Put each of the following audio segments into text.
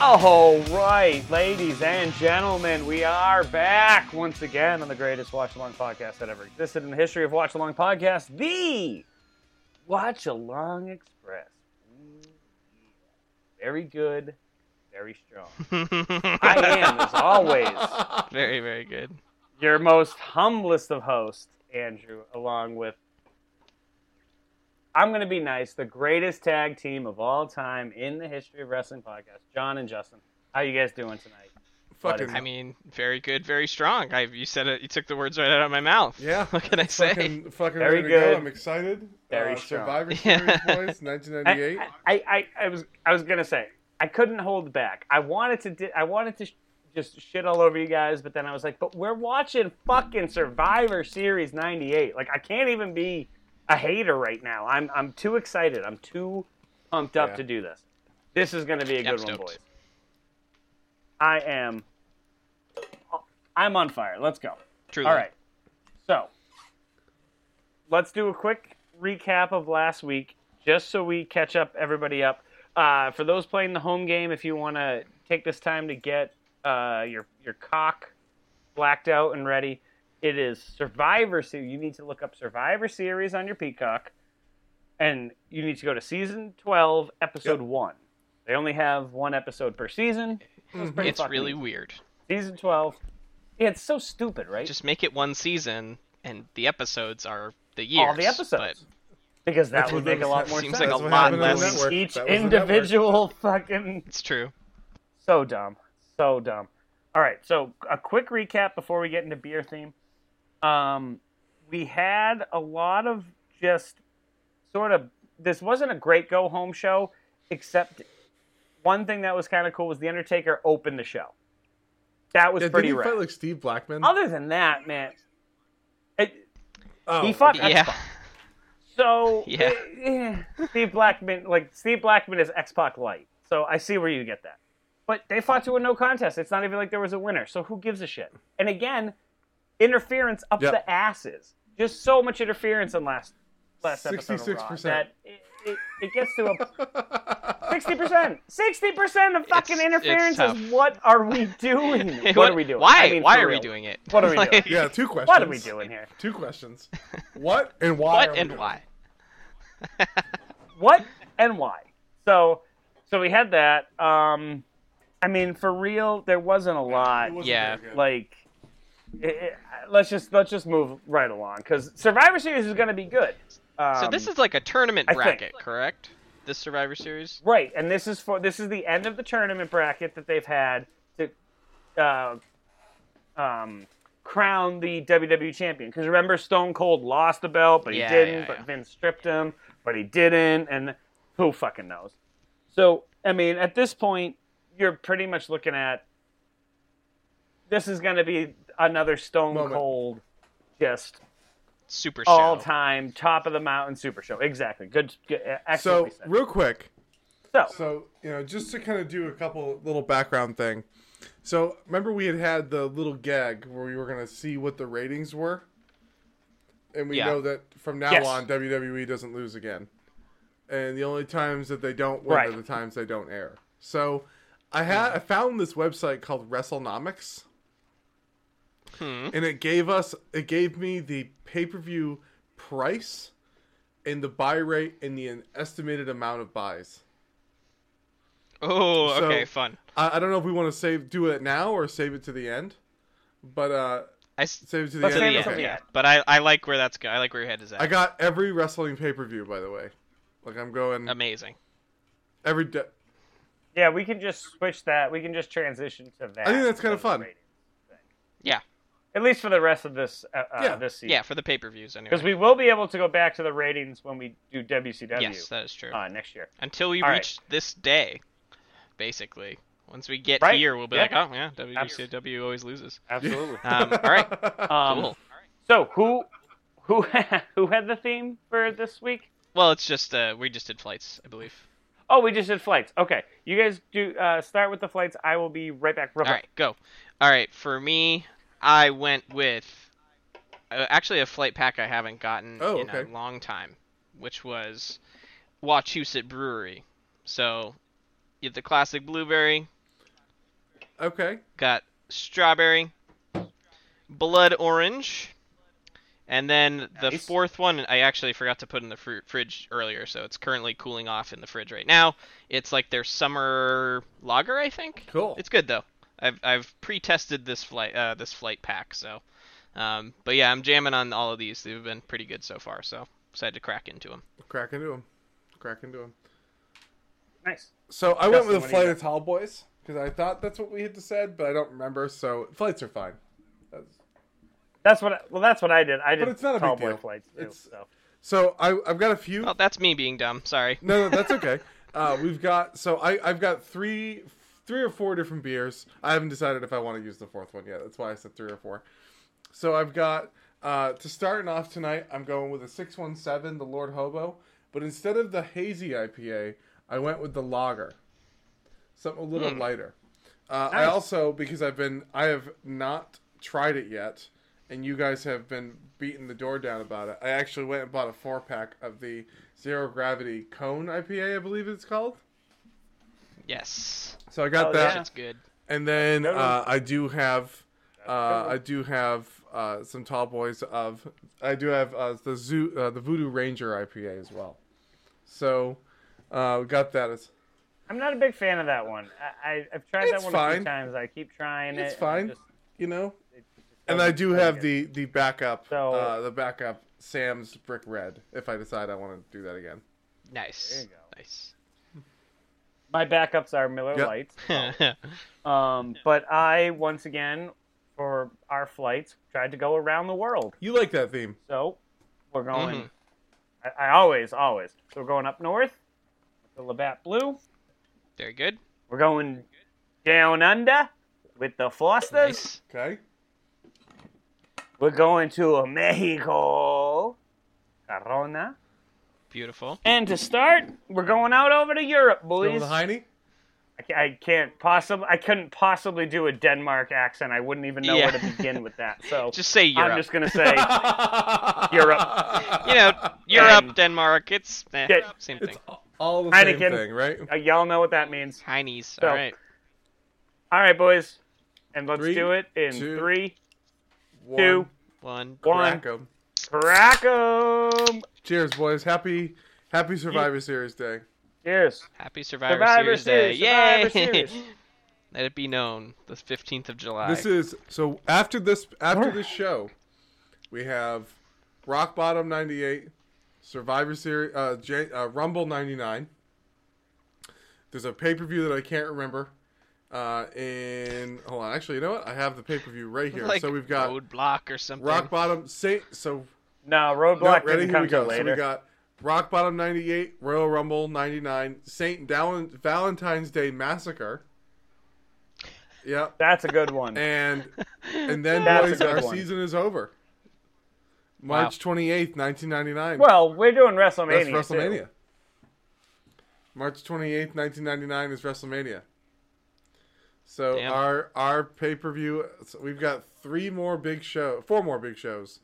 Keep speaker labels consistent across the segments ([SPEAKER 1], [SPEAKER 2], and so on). [SPEAKER 1] All right, ladies and gentlemen, we are back once again on the greatest watch along podcast that ever existed in the history of watch along podcast, the Watch Along Express. Mm, Very good, very strong. I am, as always,
[SPEAKER 2] very, very good.
[SPEAKER 1] your most humblest of hosts, Andrew, along with I'm going to be nice, the greatest tag team of all time in the history of wrestling podcast, John and Justin. How you guys doing tonight?
[SPEAKER 3] Fucking,
[SPEAKER 2] I mean, very good, very strong. I you said it. You took the words right out of my mouth.
[SPEAKER 3] yeah.
[SPEAKER 2] What can I say?
[SPEAKER 3] Fucking, fucking
[SPEAKER 1] Very
[SPEAKER 3] ready to
[SPEAKER 1] good.
[SPEAKER 3] go. I'm excited.
[SPEAKER 1] Very
[SPEAKER 3] uh,
[SPEAKER 1] strong.
[SPEAKER 3] Survivor
[SPEAKER 2] Yeah.
[SPEAKER 3] Series, boys, 1998.
[SPEAKER 1] I, I, I, I was I was gonna say I couldn't hold back. I wanted to di- I wanted to sh- just shit all over you guys, but then I was like, but we're watching fucking Survivor Series '98. Like I can't even be a hater right now. I'm I'm too excited. I'm too pumped up
[SPEAKER 3] Yeah.
[SPEAKER 1] to do this. This is gonna be a
[SPEAKER 2] Yeah, I'm
[SPEAKER 1] good one,
[SPEAKER 2] stoked.
[SPEAKER 1] boys. I am. I'm on fire. Let's go.
[SPEAKER 2] Truly.
[SPEAKER 1] All right. So let's do a quick recap of last week, just so we catch up everybody up. Uh, for those playing the home game, if you want to take this time to get uh, your your cock blacked out and ready, it is Survivor Series. You need to look up Survivor Series on your Peacock, and you need to go to season twelve, episode one. They only have one episode per season. It's, pretty
[SPEAKER 2] It's
[SPEAKER 1] fucking
[SPEAKER 2] really
[SPEAKER 1] easy.
[SPEAKER 2] weird.
[SPEAKER 1] season twelve. Yeah, it's so stupid, right?
[SPEAKER 2] Just make it one season, and the episodes are the years.
[SPEAKER 1] all the episodes. Because that
[SPEAKER 3] That's
[SPEAKER 1] would
[SPEAKER 3] what
[SPEAKER 1] make a lot more
[SPEAKER 3] that-
[SPEAKER 2] seems
[SPEAKER 1] sense.
[SPEAKER 2] like a
[SPEAKER 3] that's what
[SPEAKER 2] lot
[SPEAKER 3] happened on the
[SPEAKER 2] less-
[SPEAKER 3] network.
[SPEAKER 1] Each
[SPEAKER 3] That was the
[SPEAKER 1] individual fucking
[SPEAKER 2] But it's true.
[SPEAKER 1] so dumb, so dumb. All right, so a quick recap before we get into beer theme. Um, we had a lot of just sort of this wasn't a great go home show, except one thing that was kind of cool was the Undertaker opened the show. That was
[SPEAKER 3] network. Yeah, did
[SPEAKER 1] pretty
[SPEAKER 3] he
[SPEAKER 1] rad.
[SPEAKER 3] fight like Steve Blackman?
[SPEAKER 1] Other than that, man, it,
[SPEAKER 3] oh,
[SPEAKER 1] he fought
[SPEAKER 2] yeah.
[SPEAKER 1] So
[SPEAKER 2] Yeah.
[SPEAKER 1] eh, eh, Steve Blackman, like Steve Blackman is X Pac light. So I see where you get that. But they fought to a no contest. It's not even like there was a winner. So who gives a shit? And again, interference up
[SPEAKER 3] Yep.
[SPEAKER 1] the asses. Just so much interference in last last episode of Raw
[SPEAKER 3] 66%.
[SPEAKER 1] that it, it, it gets to a sixty percent. Sixty percent of fucking
[SPEAKER 2] It's- it's
[SPEAKER 1] interference
[SPEAKER 2] tough.
[SPEAKER 1] is what are we doing? what, are we doing?
[SPEAKER 2] Why?
[SPEAKER 1] I mean,
[SPEAKER 2] why
[SPEAKER 1] for
[SPEAKER 2] are
[SPEAKER 1] real.
[SPEAKER 2] we doing it?
[SPEAKER 1] What are we doing?
[SPEAKER 2] Like,
[SPEAKER 3] Yeah, two questions.
[SPEAKER 1] What are we doing here?
[SPEAKER 3] Two questions. What and why? are
[SPEAKER 2] What
[SPEAKER 3] we
[SPEAKER 2] and
[SPEAKER 3] doing
[SPEAKER 2] why?
[SPEAKER 1] what and why. So, so we had that. Um, I mean, for real, there wasn't a
[SPEAKER 3] it?
[SPEAKER 1] lot.
[SPEAKER 3] It wasn't
[SPEAKER 2] Yeah.
[SPEAKER 3] very good.
[SPEAKER 1] Like, it, it, let's just let's just move right along because Survivor Series is going to be good. Um,
[SPEAKER 2] So this is like a tournament
[SPEAKER 1] I think-
[SPEAKER 2] bracket, correct? This Survivor Series.
[SPEAKER 1] right, and this is for this is the end of the tournament bracket that they've had to uh, um, crown the WWE champion. Because remember, Stone Cold lost the belt, but he
[SPEAKER 2] Yeah,
[SPEAKER 1] didn't.
[SPEAKER 2] yeah,
[SPEAKER 1] but
[SPEAKER 2] yeah.
[SPEAKER 1] Vince stripped him, but he didn't, and who fucking knows? So, I mean, at this point, you're pretty much looking at this is going to be another Stone
[SPEAKER 3] Moment.
[SPEAKER 1] Cold, just
[SPEAKER 2] Super show.
[SPEAKER 1] all time top of the mountain super show. Exactly. Good. good
[SPEAKER 3] So
[SPEAKER 1] excellently said.
[SPEAKER 3] real quick,
[SPEAKER 1] so,
[SPEAKER 3] so you know, just to kind of do a couple little background thing. So remember we had had the little gag where we were gonna see what the ratings were, and we
[SPEAKER 2] Yeah.
[SPEAKER 3] know that from now
[SPEAKER 1] Yes.
[SPEAKER 3] on WWE doesn't lose again, and the only times that they don't win
[SPEAKER 1] Right. Hmm.
[SPEAKER 3] are the times they don't air. So I had I found this website called WrestleNomics,
[SPEAKER 1] Hmm.
[SPEAKER 3] and it gave us it gave me the pay per view price, and the buy rate, and the estimated amount of buys.
[SPEAKER 2] Oh,
[SPEAKER 3] So-
[SPEAKER 2] okay, fun.
[SPEAKER 3] I, I don't know if we want to save do it now or save it to the end, but uh,
[SPEAKER 2] I s-
[SPEAKER 3] save it to the
[SPEAKER 1] Let's
[SPEAKER 2] to the
[SPEAKER 1] save
[SPEAKER 3] end.
[SPEAKER 1] it
[SPEAKER 2] end,
[SPEAKER 1] till the
[SPEAKER 2] yeah.
[SPEAKER 1] end.
[SPEAKER 2] But I, I like where that's go. I like where your head is at.
[SPEAKER 3] I got every wrestling pay per view by the way. Like I'm going
[SPEAKER 1] Um,
[SPEAKER 2] Amazing.
[SPEAKER 3] every day.
[SPEAKER 1] yeah, we can just switch that. We can just transition to that.
[SPEAKER 3] I think that's kinda fun.
[SPEAKER 1] Rating.
[SPEAKER 2] Yeah.
[SPEAKER 1] At least for the rest of this uh, uh,
[SPEAKER 3] Yeah.
[SPEAKER 1] this season.
[SPEAKER 2] Yeah, for the pay-per-views anyway.
[SPEAKER 1] Because we will be able to go back to the ratings when we do WCW
[SPEAKER 2] Yes, that is true.
[SPEAKER 1] uh, next year.
[SPEAKER 2] Until we
[SPEAKER 1] all right.
[SPEAKER 2] reach this day, basically. Once we get
[SPEAKER 1] Right,
[SPEAKER 2] here, we'll be
[SPEAKER 1] yeah.
[SPEAKER 2] like, oh yeah, WCW always loses.
[SPEAKER 1] Absolutely.
[SPEAKER 2] Um, all right,
[SPEAKER 1] Um,
[SPEAKER 2] cool.
[SPEAKER 1] So who who who had the theme for this week?
[SPEAKER 2] Well, it's just uh, we just did flights, I believe.
[SPEAKER 1] Oh, we just did flights. Okay, you guys do uh, start with the flights. I will be right back. Real
[SPEAKER 2] All right, go. All right, for me, I went with uh, actually a flight pack I haven't gotten
[SPEAKER 3] Oh,
[SPEAKER 2] in
[SPEAKER 3] okay.
[SPEAKER 2] a long time, which was Wachusett Brewery. So, you have the classic blueberry,
[SPEAKER 3] Okay.
[SPEAKER 2] Got strawberry, blood orange, and then the
[SPEAKER 1] Nice.
[SPEAKER 2] fourth one I actually forgot to put in the fr- fridge earlier, so it's currently cooling off in the fridge right now. It's like their summer lager, I think.
[SPEAKER 3] Cool.
[SPEAKER 2] It's good though. I've I've pre-tested this flight uh, this flight pack, so. Um, but yeah, I'm jamming on all of these. They've been pretty good so far, so decided to crack into them.
[SPEAKER 3] Crack into him. Crack into him.
[SPEAKER 1] Nice.
[SPEAKER 3] So I went
[SPEAKER 1] Justin,
[SPEAKER 3] with
[SPEAKER 1] what
[SPEAKER 3] a
[SPEAKER 1] do you
[SPEAKER 3] flight
[SPEAKER 1] got?
[SPEAKER 3] of tall boys because I thought that's what we had said, but I don't remember. So flights are fine. That's...
[SPEAKER 1] That's what. I, well, that's what I did. I did
[SPEAKER 3] it's not a
[SPEAKER 1] tall
[SPEAKER 3] big
[SPEAKER 1] boy
[SPEAKER 3] deal.
[SPEAKER 1] flights too.
[SPEAKER 3] It's-
[SPEAKER 1] So
[SPEAKER 3] So I, I've got a few.
[SPEAKER 1] Oh,
[SPEAKER 2] Well, Oh, that's me being dumb. Sorry.
[SPEAKER 3] No, no, that's okay. uh, we've got so I, I've got three, three or four different beers. I haven't decided if I want to use the fourth one yet. That's why I said three or four. So I've got uh, to starting off tonight. I'm going with a six one seven, the Lord Hobo, but instead of the hazy IPA, I went with the lager, something a little lighter. Uh, I
[SPEAKER 1] Nice.
[SPEAKER 3] also because I've been I have not tried it yet, and you guys have been beating the door down about it. I actually went and bought a four pack of the Zero Gravity Cone IPA, I believe it's called.
[SPEAKER 2] Yes.
[SPEAKER 3] So I got
[SPEAKER 1] Oh,
[SPEAKER 3] that,
[SPEAKER 1] yeah.
[SPEAKER 2] Shit's good.
[SPEAKER 3] and then
[SPEAKER 1] That was-
[SPEAKER 3] uh, I do have uh,
[SPEAKER 1] good.
[SPEAKER 3] I do have uh, some tall boys of I do have uh, the zoo uh, the Voodoo Ranger IPA as well. So uh, we got that as
[SPEAKER 1] I'm not a big fan of that one. I, I I've tried
[SPEAKER 3] It's
[SPEAKER 1] that one a
[SPEAKER 3] fine.
[SPEAKER 1] few times. I keep trying
[SPEAKER 3] It's
[SPEAKER 1] it. and
[SPEAKER 3] fine.
[SPEAKER 1] it just-
[SPEAKER 3] you know.
[SPEAKER 1] it just
[SPEAKER 3] And I
[SPEAKER 1] doesn't
[SPEAKER 3] do
[SPEAKER 1] doesn't
[SPEAKER 3] have
[SPEAKER 1] get-
[SPEAKER 3] the the backup,
[SPEAKER 1] So-
[SPEAKER 3] uh, the backup Sam's Brick Red. If I decide I want to do that again,
[SPEAKER 2] Nice.
[SPEAKER 1] There
[SPEAKER 2] Nice.
[SPEAKER 1] My backups are Miller
[SPEAKER 3] Yep.
[SPEAKER 1] Lights. Um, but I once again for our flights tried to go around the world.
[SPEAKER 3] you like that theme?
[SPEAKER 1] So we're going. I, I always, always. So we're going up north with the Labatt Blue.
[SPEAKER 2] Very good.
[SPEAKER 1] We're going down under with the Fosters.
[SPEAKER 2] Nice.
[SPEAKER 3] Okay.
[SPEAKER 1] We're going to Mexico, Corona.
[SPEAKER 2] Beautiful.
[SPEAKER 1] And to start, we're going out over to Europe,
[SPEAKER 3] Going with
[SPEAKER 1] boys.
[SPEAKER 3] the
[SPEAKER 1] I,
[SPEAKER 3] Heine?
[SPEAKER 1] ca- I can't possibly. I couldn't possibly do a Denmark accent. I wouldn't even know
[SPEAKER 2] Yeah.
[SPEAKER 1] where to begin with that. So
[SPEAKER 2] Just say Europe.
[SPEAKER 1] Oh, I'm just gonna say uh, Europe.
[SPEAKER 2] You know, Europe,
[SPEAKER 1] And-
[SPEAKER 2] Denmark. It's eh,
[SPEAKER 1] Yeah.
[SPEAKER 2] same thing.
[SPEAKER 3] It's all the same
[SPEAKER 1] Heineken.
[SPEAKER 3] thing, right?
[SPEAKER 1] uh, y'all know what that means.
[SPEAKER 2] Chinese.
[SPEAKER 1] So-
[SPEAKER 2] All right.
[SPEAKER 1] All right, boys, and let's
[SPEAKER 3] Three,
[SPEAKER 1] do it in
[SPEAKER 3] two,
[SPEAKER 1] three,
[SPEAKER 3] One,
[SPEAKER 1] two,
[SPEAKER 2] One.
[SPEAKER 1] one.
[SPEAKER 3] crack 'em.
[SPEAKER 1] Crack 'em!
[SPEAKER 3] Cheers, boys. Happy Happy Survivor Series Day.
[SPEAKER 1] Cheers.
[SPEAKER 2] Happy Survivor,
[SPEAKER 1] Survivor
[SPEAKER 2] Series Day.
[SPEAKER 1] Series, Survivor
[SPEAKER 2] Yay!
[SPEAKER 1] Series.
[SPEAKER 2] Let it be known, the 15th of July.
[SPEAKER 3] This is so after this after this show, we have Rock Bottom '98, Survivor Series, uh, J, uh, Rumble '99. There's a pay per view that I can't remember. Uh, and hold on, actually, you know what? I have the pay per view right here.
[SPEAKER 2] like
[SPEAKER 3] so we've got
[SPEAKER 2] Roadblock or something.
[SPEAKER 3] Rock Bottom Saint. So
[SPEAKER 1] No,
[SPEAKER 3] no,
[SPEAKER 1] roadblock
[SPEAKER 3] ready?
[SPEAKER 1] didn't
[SPEAKER 3] Here
[SPEAKER 1] come
[SPEAKER 3] we
[SPEAKER 1] till
[SPEAKER 3] go. So
[SPEAKER 1] later.
[SPEAKER 3] we got Rock Bottom '98, Royal Rumble '99, Saint Dallin, Valentine's Day Massacre. Yep.
[SPEAKER 1] That's a good one.
[SPEAKER 3] And and then
[SPEAKER 1] That's a
[SPEAKER 3] boys,
[SPEAKER 1] good
[SPEAKER 3] our
[SPEAKER 1] one.
[SPEAKER 3] season is over. March twenty eighth, nineteen ninety nine.
[SPEAKER 1] well, we're doing WrestleMania.
[SPEAKER 3] that's
[SPEAKER 1] too.
[SPEAKER 3] WrestleMania. March twenty eighth, nineteen ninety nine is WrestleMania. So
[SPEAKER 2] Damn.
[SPEAKER 3] our our pay per view, so we've got three more big show, four more big shows,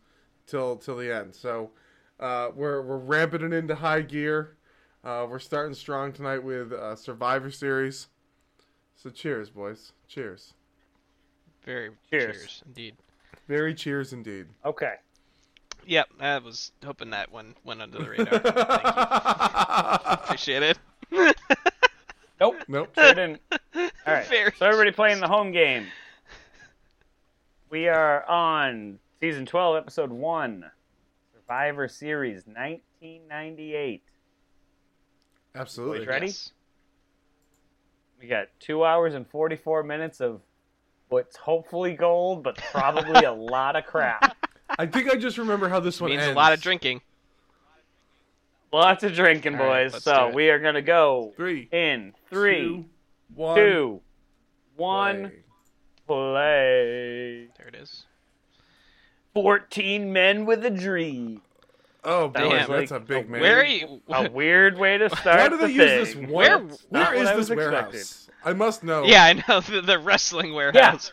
[SPEAKER 3] till till the end. So uh, we're we're ramping it into high gear. Uh, we're starting strong tonight with uh, Survivor Series. So cheers, boys! Cheers.
[SPEAKER 2] Very
[SPEAKER 1] Cheers.
[SPEAKER 2] cheers. indeed.
[SPEAKER 3] Very cheers indeed.
[SPEAKER 1] Okay.
[SPEAKER 2] Yep, I was hoping that one went under the radar. Thank you. Appreciate it.
[SPEAKER 1] Nope.
[SPEAKER 3] Nope.
[SPEAKER 1] Sure didn't. All right.
[SPEAKER 2] Very
[SPEAKER 1] so everybody playing the home game. We are on season 12, episode 1, Survivor Series 1998.
[SPEAKER 3] Absolutely.
[SPEAKER 1] Boys, ready?
[SPEAKER 2] Yes.
[SPEAKER 1] We got 2 hours and 44 minutes of what's hopefully gold, but probably a lot of crap.
[SPEAKER 3] I think I just remember how this one
[SPEAKER 2] Means
[SPEAKER 3] ends.
[SPEAKER 2] a lot of drinking.
[SPEAKER 1] Lots of drinking,
[SPEAKER 2] All right,
[SPEAKER 1] boys.
[SPEAKER 2] let's
[SPEAKER 1] so
[SPEAKER 2] do it.
[SPEAKER 1] we are going to go
[SPEAKER 3] Three,
[SPEAKER 1] in three,
[SPEAKER 3] two, one,
[SPEAKER 1] two, one,
[SPEAKER 3] play.
[SPEAKER 1] play.
[SPEAKER 2] There it is.
[SPEAKER 1] 14 men with a dream.
[SPEAKER 3] Oh, boys,
[SPEAKER 2] Damn,
[SPEAKER 1] like,
[SPEAKER 3] that's a big man.
[SPEAKER 2] Where are you?
[SPEAKER 1] A weird way to start
[SPEAKER 3] Why do they
[SPEAKER 1] the
[SPEAKER 3] use
[SPEAKER 1] thing.
[SPEAKER 3] this one?
[SPEAKER 2] Where-
[SPEAKER 1] not
[SPEAKER 3] where
[SPEAKER 1] what
[SPEAKER 3] is
[SPEAKER 1] I
[SPEAKER 3] this
[SPEAKER 1] was
[SPEAKER 3] warehouse? I must know.
[SPEAKER 2] Yeah, I know the, the wrestling warehouse.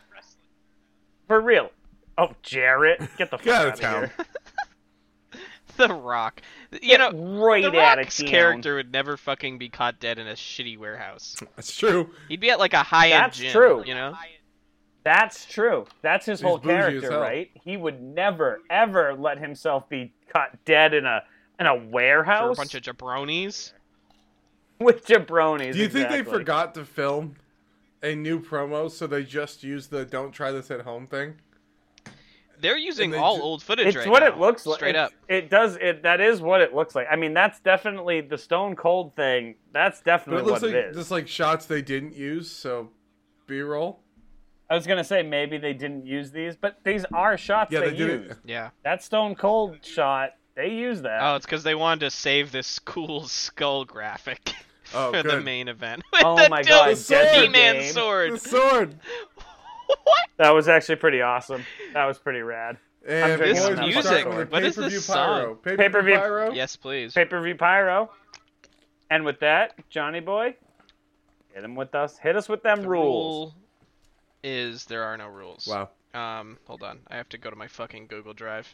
[SPEAKER 1] For real. Oh, Jarrett, get the fuck
[SPEAKER 3] Get out
[SPEAKER 1] out
[SPEAKER 3] of
[SPEAKER 1] of
[SPEAKER 3] town.
[SPEAKER 1] here.
[SPEAKER 2] The Rock. you know,
[SPEAKER 1] right
[SPEAKER 2] the
[SPEAKER 1] at
[SPEAKER 2] Rock's
[SPEAKER 1] it.
[SPEAKER 2] character would never fucking be caught dead in a shitty warehouse.
[SPEAKER 3] That's true.
[SPEAKER 2] He'd be at like a high end
[SPEAKER 1] That's
[SPEAKER 2] gym.
[SPEAKER 1] true.
[SPEAKER 2] You know.
[SPEAKER 1] That's true. That's his
[SPEAKER 3] He's
[SPEAKER 1] whole
[SPEAKER 3] bougie as
[SPEAKER 1] character,
[SPEAKER 3] hell.
[SPEAKER 1] right? He would never ever let himself be caught dead in a in a
[SPEAKER 2] For
[SPEAKER 1] warehouse
[SPEAKER 2] a bunch of jabronis.
[SPEAKER 1] with jabronis.
[SPEAKER 3] Do you think they
[SPEAKER 1] exactly.
[SPEAKER 3] forgot to film a new promo, so they just used the "Don't try this at home" thing?
[SPEAKER 2] They're using
[SPEAKER 3] they
[SPEAKER 2] all
[SPEAKER 3] ju-
[SPEAKER 2] old footage
[SPEAKER 1] It's
[SPEAKER 2] right
[SPEAKER 1] what
[SPEAKER 2] now,
[SPEAKER 1] it looks like.
[SPEAKER 2] Straight
[SPEAKER 1] It's-
[SPEAKER 2] up.
[SPEAKER 1] it does. It that is what it looks like. I mean, that's definitely the Stone Cold thing. That's
[SPEAKER 3] But
[SPEAKER 1] definitely
[SPEAKER 3] it looks
[SPEAKER 1] what
[SPEAKER 3] like
[SPEAKER 1] it is.
[SPEAKER 3] just like shots they didn't use, so B-roll.
[SPEAKER 1] I was gonna say maybe they didn't use these, but these are shots
[SPEAKER 3] Yeah,
[SPEAKER 1] they,
[SPEAKER 3] they did it.
[SPEAKER 1] used.
[SPEAKER 2] Yeah.
[SPEAKER 1] That Stone Cold shot, they use that.
[SPEAKER 2] Oh, it's because they wanted to save this cool skull graphic
[SPEAKER 3] Oh,
[SPEAKER 2] for the
[SPEAKER 3] good.
[SPEAKER 2] main event. With
[SPEAKER 1] Oh
[SPEAKER 2] the
[SPEAKER 1] my
[SPEAKER 2] dope
[SPEAKER 1] God,
[SPEAKER 3] Desert
[SPEAKER 2] He-Man
[SPEAKER 1] Game.
[SPEAKER 3] The
[SPEAKER 2] sword.
[SPEAKER 3] sword.
[SPEAKER 2] what?
[SPEAKER 1] That was actually pretty awesome. That was pretty rad.
[SPEAKER 3] And
[SPEAKER 1] drinking
[SPEAKER 3] boys,
[SPEAKER 1] on that
[SPEAKER 3] we
[SPEAKER 1] music.
[SPEAKER 3] start with
[SPEAKER 2] What is
[SPEAKER 3] pay-per-view
[SPEAKER 2] this
[SPEAKER 3] pyro.
[SPEAKER 2] song?
[SPEAKER 3] Pay-per-view,
[SPEAKER 1] Pay-per-view-
[SPEAKER 3] pyro.
[SPEAKER 2] Yes, please.
[SPEAKER 1] Pay per view pyro. And with that, Johnny boy, hit him with us. Hit us with them
[SPEAKER 2] The
[SPEAKER 1] rules.
[SPEAKER 2] rule is there are no rules.
[SPEAKER 3] Wow.
[SPEAKER 2] Um, hold on. I have to go to my fucking Google Drive.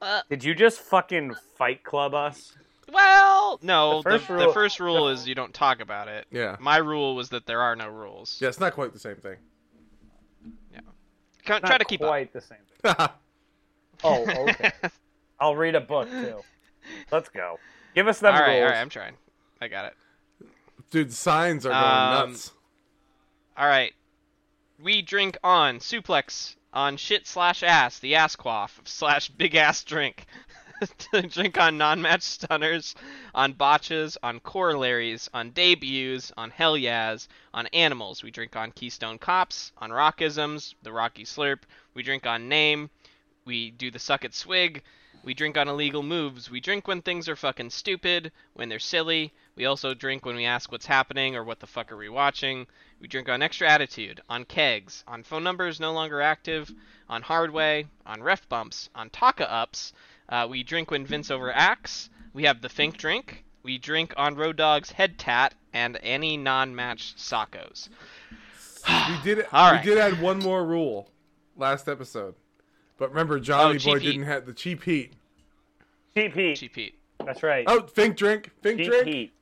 [SPEAKER 2] Uh,
[SPEAKER 1] Did you just fucking Fight Club us?
[SPEAKER 2] well, no.
[SPEAKER 1] The
[SPEAKER 2] The the
[SPEAKER 1] first
[SPEAKER 2] first,
[SPEAKER 1] rule-
[SPEAKER 2] rule is you don't talk about it.
[SPEAKER 3] Yeah.
[SPEAKER 2] My rule was that there are no rules.
[SPEAKER 3] Yeah, it's not quite the same thing.
[SPEAKER 2] Ca-
[SPEAKER 1] Not
[SPEAKER 2] Try to keep
[SPEAKER 1] quite the same. Thing.
[SPEAKER 2] up.
[SPEAKER 1] Oh, okay. I'll read a book too. Let's go. Give us them
[SPEAKER 2] all right, all
[SPEAKER 1] rules.
[SPEAKER 2] right. I'm trying. I got it.
[SPEAKER 3] Dude, signs are going
[SPEAKER 2] Um,
[SPEAKER 3] nuts.
[SPEAKER 2] All right. We drink on suplex on shit slash ass the ass quaff slash big ass drink. drink on non-match stunners, on botches, on corollaries, on debuts, on hell yeahs, on animals. We drink on Keystone Cops, on rockisms, the Rocky Slurp. We drink on name. We do the suck at swig. We drink on illegal moves. We drink when things are fucking stupid, when they're silly. We also drink when we ask what's happening or what the fuck are we watching. We drink on extra attitude, on kegs, on phone numbers no longer active, on hard way, on ref bumps, on taka ups. Uh, we drink when Vince overacts. We have the think drink. We drink on Road Dog's head tat and any non-match sockos.
[SPEAKER 3] we did
[SPEAKER 2] all right.
[SPEAKER 3] we did add one more rule last episode. But remember Johnny
[SPEAKER 2] Oh, cheap
[SPEAKER 3] Boy
[SPEAKER 2] heat.
[SPEAKER 3] didn't have the cheap heat.
[SPEAKER 1] Cheap heat.
[SPEAKER 2] Cheap Heat.
[SPEAKER 1] That's right.
[SPEAKER 3] Oh, think drink, think
[SPEAKER 1] Cheap
[SPEAKER 3] drink.
[SPEAKER 1] heat.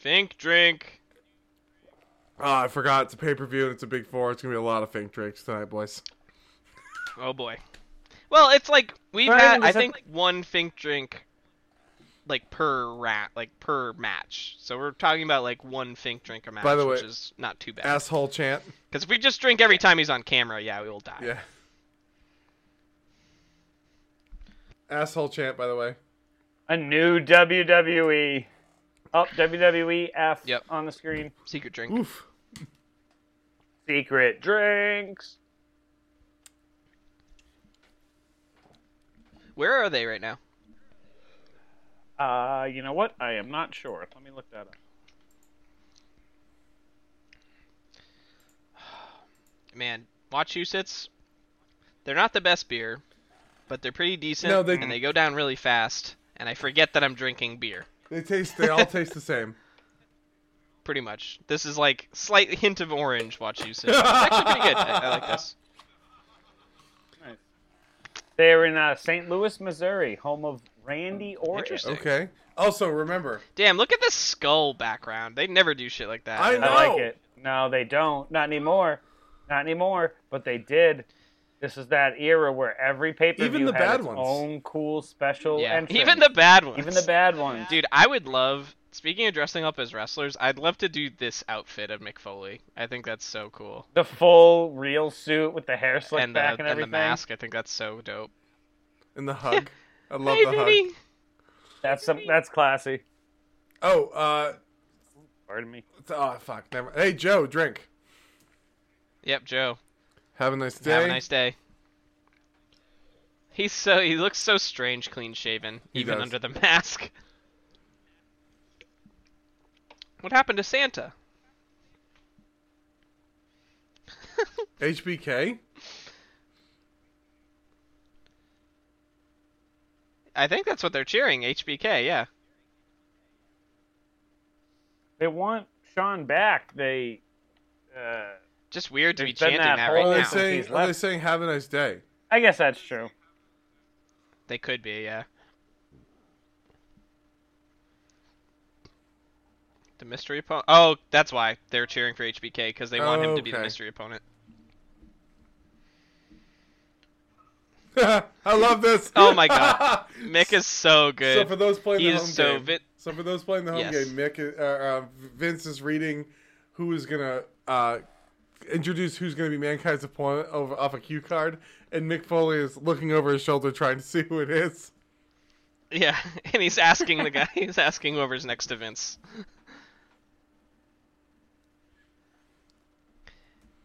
[SPEAKER 2] Think drink.
[SPEAKER 3] Oh, I forgot it's a pay-per-view and it's a big four. It's going to be a lot of think drinks tonight, boys.
[SPEAKER 2] Oh boy. Well, it's like we've
[SPEAKER 1] Not
[SPEAKER 2] had
[SPEAKER 1] even
[SPEAKER 2] I
[SPEAKER 1] just,
[SPEAKER 2] think one think drink like per rat like per match. So we're talking about like one think drink a match,
[SPEAKER 3] the way-
[SPEAKER 2] which is not too bad.
[SPEAKER 3] Asshole chant.
[SPEAKER 2] Because if we just drink every time he's on camera, yeah, we will die.
[SPEAKER 3] Yeah. Asshole chant, by the way.
[SPEAKER 1] A new WWE. Up oh, WWE F
[SPEAKER 2] Yep.
[SPEAKER 1] on the screen.
[SPEAKER 2] Secret drink.
[SPEAKER 3] Oof.
[SPEAKER 1] Secret drinks.
[SPEAKER 2] Where are they right now?
[SPEAKER 1] Uh, you know what? I am not sure. Let me look that up.
[SPEAKER 2] Man, Massachusetts. They're not the best beer, but they're pretty decent
[SPEAKER 3] No, they-
[SPEAKER 2] and they go down really fast. And I forget that I'm drinking beer.
[SPEAKER 3] They taste they all taste the same.
[SPEAKER 2] Pretty much. This is like slight hint of orange Massachusetts. It's actually pretty good. I, I like this.
[SPEAKER 1] Nice. They're in uh, St. Louis, Missouri, home of Randy Orton.
[SPEAKER 2] Oh, Interesting.
[SPEAKER 3] Okay. Also, remember,
[SPEAKER 2] Damn, look at this skull background. They never do shit like that.
[SPEAKER 3] I
[SPEAKER 1] I
[SPEAKER 3] know.
[SPEAKER 1] like it. No, they don't. Not anymore. Not anymore. But they did. This is that era where every pay per
[SPEAKER 3] Even
[SPEAKER 1] view
[SPEAKER 3] the
[SPEAKER 1] had
[SPEAKER 3] bad
[SPEAKER 1] its
[SPEAKER 3] ones.
[SPEAKER 1] own cool special
[SPEAKER 2] Yeah.
[SPEAKER 1] entrance.
[SPEAKER 2] Even the bad ones.
[SPEAKER 1] even the bad ones.
[SPEAKER 2] Dude, I would love. Speaking of dressing up as wrestlers, I'd love to do this outfit of McFoley. I think that's so cool.
[SPEAKER 1] The full real suit with the hair slicked
[SPEAKER 2] and the
[SPEAKER 1] back and everything.
[SPEAKER 2] the mask. I think that's so dope.
[SPEAKER 3] in the hug. I love
[SPEAKER 2] hey,
[SPEAKER 3] the hug.
[SPEAKER 2] Vinny.
[SPEAKER 1] That's some, that's classy.
[SPEAKER 3] Oh, uh,
[SPEAKER 1] Pardon me.
[SPEAKER 3] oh fuck. Never. Hey, Joe, drink.
[SPEAKER 2] Yep, Joe.
[SPEAKER 3] Have a nice day.
[SPEAKER 2] Have a nice day. He's so he looks so strange, clean shaven,
[SPEAKER 3] He
[SPEAKER 2] even
[SPEAKER 3] does.
[SPEAKER 2] under the mask. What happened to Santa?
[SPEAKER 3] HBK.
[SPEAKER 2] I think that's what they're cheering. HBK, yeah.
[SPEAKER 1] They want Sean back. They. Uh,
[SPEAKER 2] Just weird to
[SPEAKER 1] There's
[SPEAKER 2] be
[SPEAKER 1] been
[SPEAKER 2] chanting
[SPEAKER 1] that
[SPEAKER 2] that,
[SPEAKER 1] whole-
[SPEAKER 2] right
[SPEAKER 1] Wow.
[SPEAKER 2] now.
[SPEAKER 3] Are they
[SPEAKER 1] He's
[SPEAKER 3] saying? Are
[SPEAKER 1] left.
[SPEAKER 3] they saying have a nice day?
[SPEAKER 1] I guess that's true.
[SPEAKER 2] They could be, yeah. The mystery opponent. Oh, that's why they're cheering for HBK because they want him to be the
[SPEAKER 3] Okay.
[SPEAKER 2] mystery opponent.
[SPEAKER 3] I love this.
[SPEAKER 2] Oh my God. Mick is so
[SPEAKER 3] So
[SPEAKER 2] good.
[SPEAKER 3] for those playing
[SPEAKER 2] He
[SPEAKER 3] the
[SPEAKER 2] is
[SPEAKER 3] home
[SPEAKER 2] so
[SPEAKER 3] game,
[SPEAKER 2] vit-
[SPEAKER 3] so for those playing the home
[SPEAKER 2] Yes.
[SPEAKER 3] game, Mick, uh, uh, Vince is reading who is gonna uh, introduce who's gonna be mankind's opponent over off a cue card, and Mick Foley is looking over his shoulder trying to see who it is.
[SPEAKER 2] yeah, and he's asking the guy. He's asking whoever's next to Vince.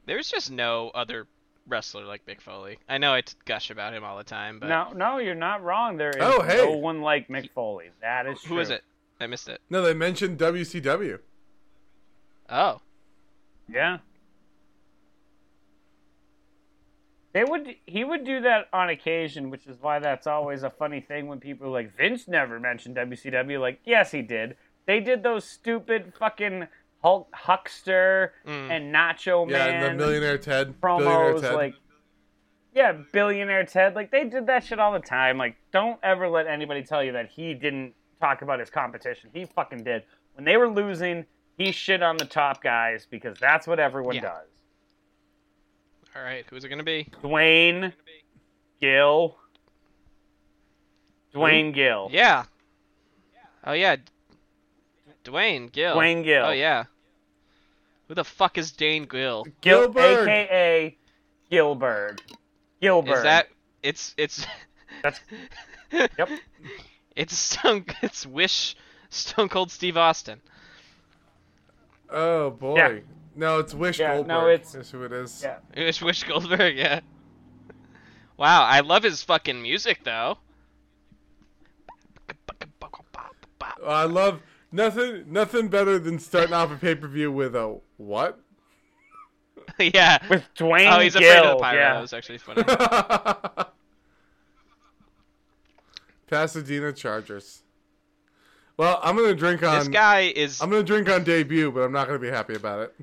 [SPEAKER 2] There's just no other wrestler like Mick Foley. I know I t- gush about him all the time, but
[SPEAKER 1] No, no, you're not wrong. There is
[SPEAKER 3] Oh, hey.
[SPEAKER 1] no one like Mick Foley. That is
[SPEAKER 2] who is
[SPEAKER 1] true.
[SPEAKER 2] it? I missed it.
[SPEAKER 3] No, they mentioned WCW.
[SPEAKER 2] Oh,
[SPEAKER 1] Yeah. They would he would do that on occasion, which is why that's always a funny thing when people are like Vince never mentioned WCW. Like, yes, he did. They did those stupid fucking Hulk Huckster
[SPEAKER 2] Mm.
[SPEAKER 1] and Nacho
[SPEAKER 3] Yeah,
[SPEAKER 1] Man
[SPEAKER 3] and the Millionaire Ted. Billionaire
[SPEAKER 1] promos,
[SPEAKER 3] Ted.
[SPEAKER 1] like yeah, billionaire Ted. Like they did that shit all the time. Like, don't ever let anybody tell you that he didn't talk about his competition. He fucking did. When they were losing, he shit on the top guys because that's what everyone
[SPEAKER 2] Yeah.
[SPEAKER 1] does.
[SPEAKER 2] all right. Who's it gonna be?
[SPEAKER 1] Dwayne Gill. Dwayne Gill.
[SPEAKER 2] Yeah. Oh yeah. Dwayne Gill.
[SPEAKER 1] Dwayne Gill.
[SPEAKER 2] Oh yeah. Who the fuck is Dane Gill?
[SPEAKER 1] Gil-
[SPEAKER 3] Gilbert.
[SPEAKER 1] AKA Gilbert. Gilbert.
[SPEAKER 2] Is that it's it's
[SPEAKER 1] That's- Yep.
[SPEAKER 2] it's Stone it's Wish Stone Cold Steve Austin.
[SPEAKER 3] oh boy.
[SPEAKER 1] Yeah.
[SPEAKER 3] No, it's Wish
[SPEAKER 1] Yeah, no,
[SPEAKER 3] Goldberg.
[SPEAKER 1] it's-
[SPEAKER 3] is who it is.
[SPEAKER 1] Yeah.
[SPEAKER 2] Wish Wish Goldberg, yeah. Wow, I love his fucking music though.
[SPEAKER 3] I love nothing. Nothing better than starting off a pay per view with a what?
[SPEAKER 2] yeah.
[SPEAKER 1] With Dwayne
[SPEAKER 2] Oh, he's
[SPEAKER 1] Gill.
[SPEAKER 2] afraid of the pyro.
[SPEAKER 1] yeah.
[SPEAKER 2] That was actually funny.
[SPEAKER 3] Pasadena Chargers. Well, I'm gonna drink on.
[SPEAKER 2] this guy is
[SPEAKER 3] I'm gonna drink on debut, but I'm not gonna be happy about it.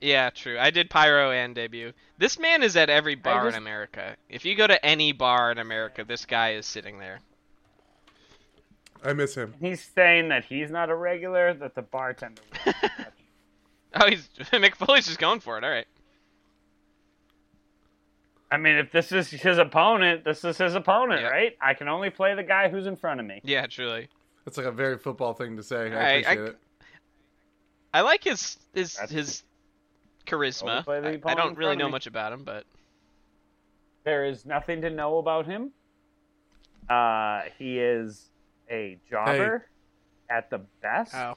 [SPEAKER 2] Yeah, true. I did pyro and debut. This man is at every bar
[SPEAKER 1] just-
[SPEAKER 2] in America. If you go to any bar in America, this guy is sitting there.
[SPEAKER 3] I miss him.
[SPEAKER 1] He's saying that he's not a regular, that the bartender was.
[SPEAKER 2] Oh, he's Mick Foley's just going for it. All right.
[SPEAKER 1] I mean, if this is his opponent, this is his opponent,
[SPEAKER 2] Yeah.
[SPEAKER 1] right? I can only play the guy who's in front of me.
[SPEAKER 2] Yeah, truly.
[SPEAKER 3] That's like a very football thing to say. I
[SPEAKER 2] Alright, I-
[SPEAKER 3] appreciate it.
[SPEAKER 2] I like his his
[SPEAKER 1] That's-
[SPEAKER 2] his
[SPEAKER 1] Only
[SPEAKER 2] charisma.
[SPEAKER 1] play the
[SPEAKER 2] I, I
[SPEAKER 1] opponent in
[SPEAKER 2] don't really
[SPEAKER 1] front of
[SPEAKER 2] know
[SPEAKER 1] me.
[SPEAKER 2] much about him, but
[SPEAKER 1] There is nothing to know about him. Uh, he is a jobber at the best.
[SPEAKER 2] oh,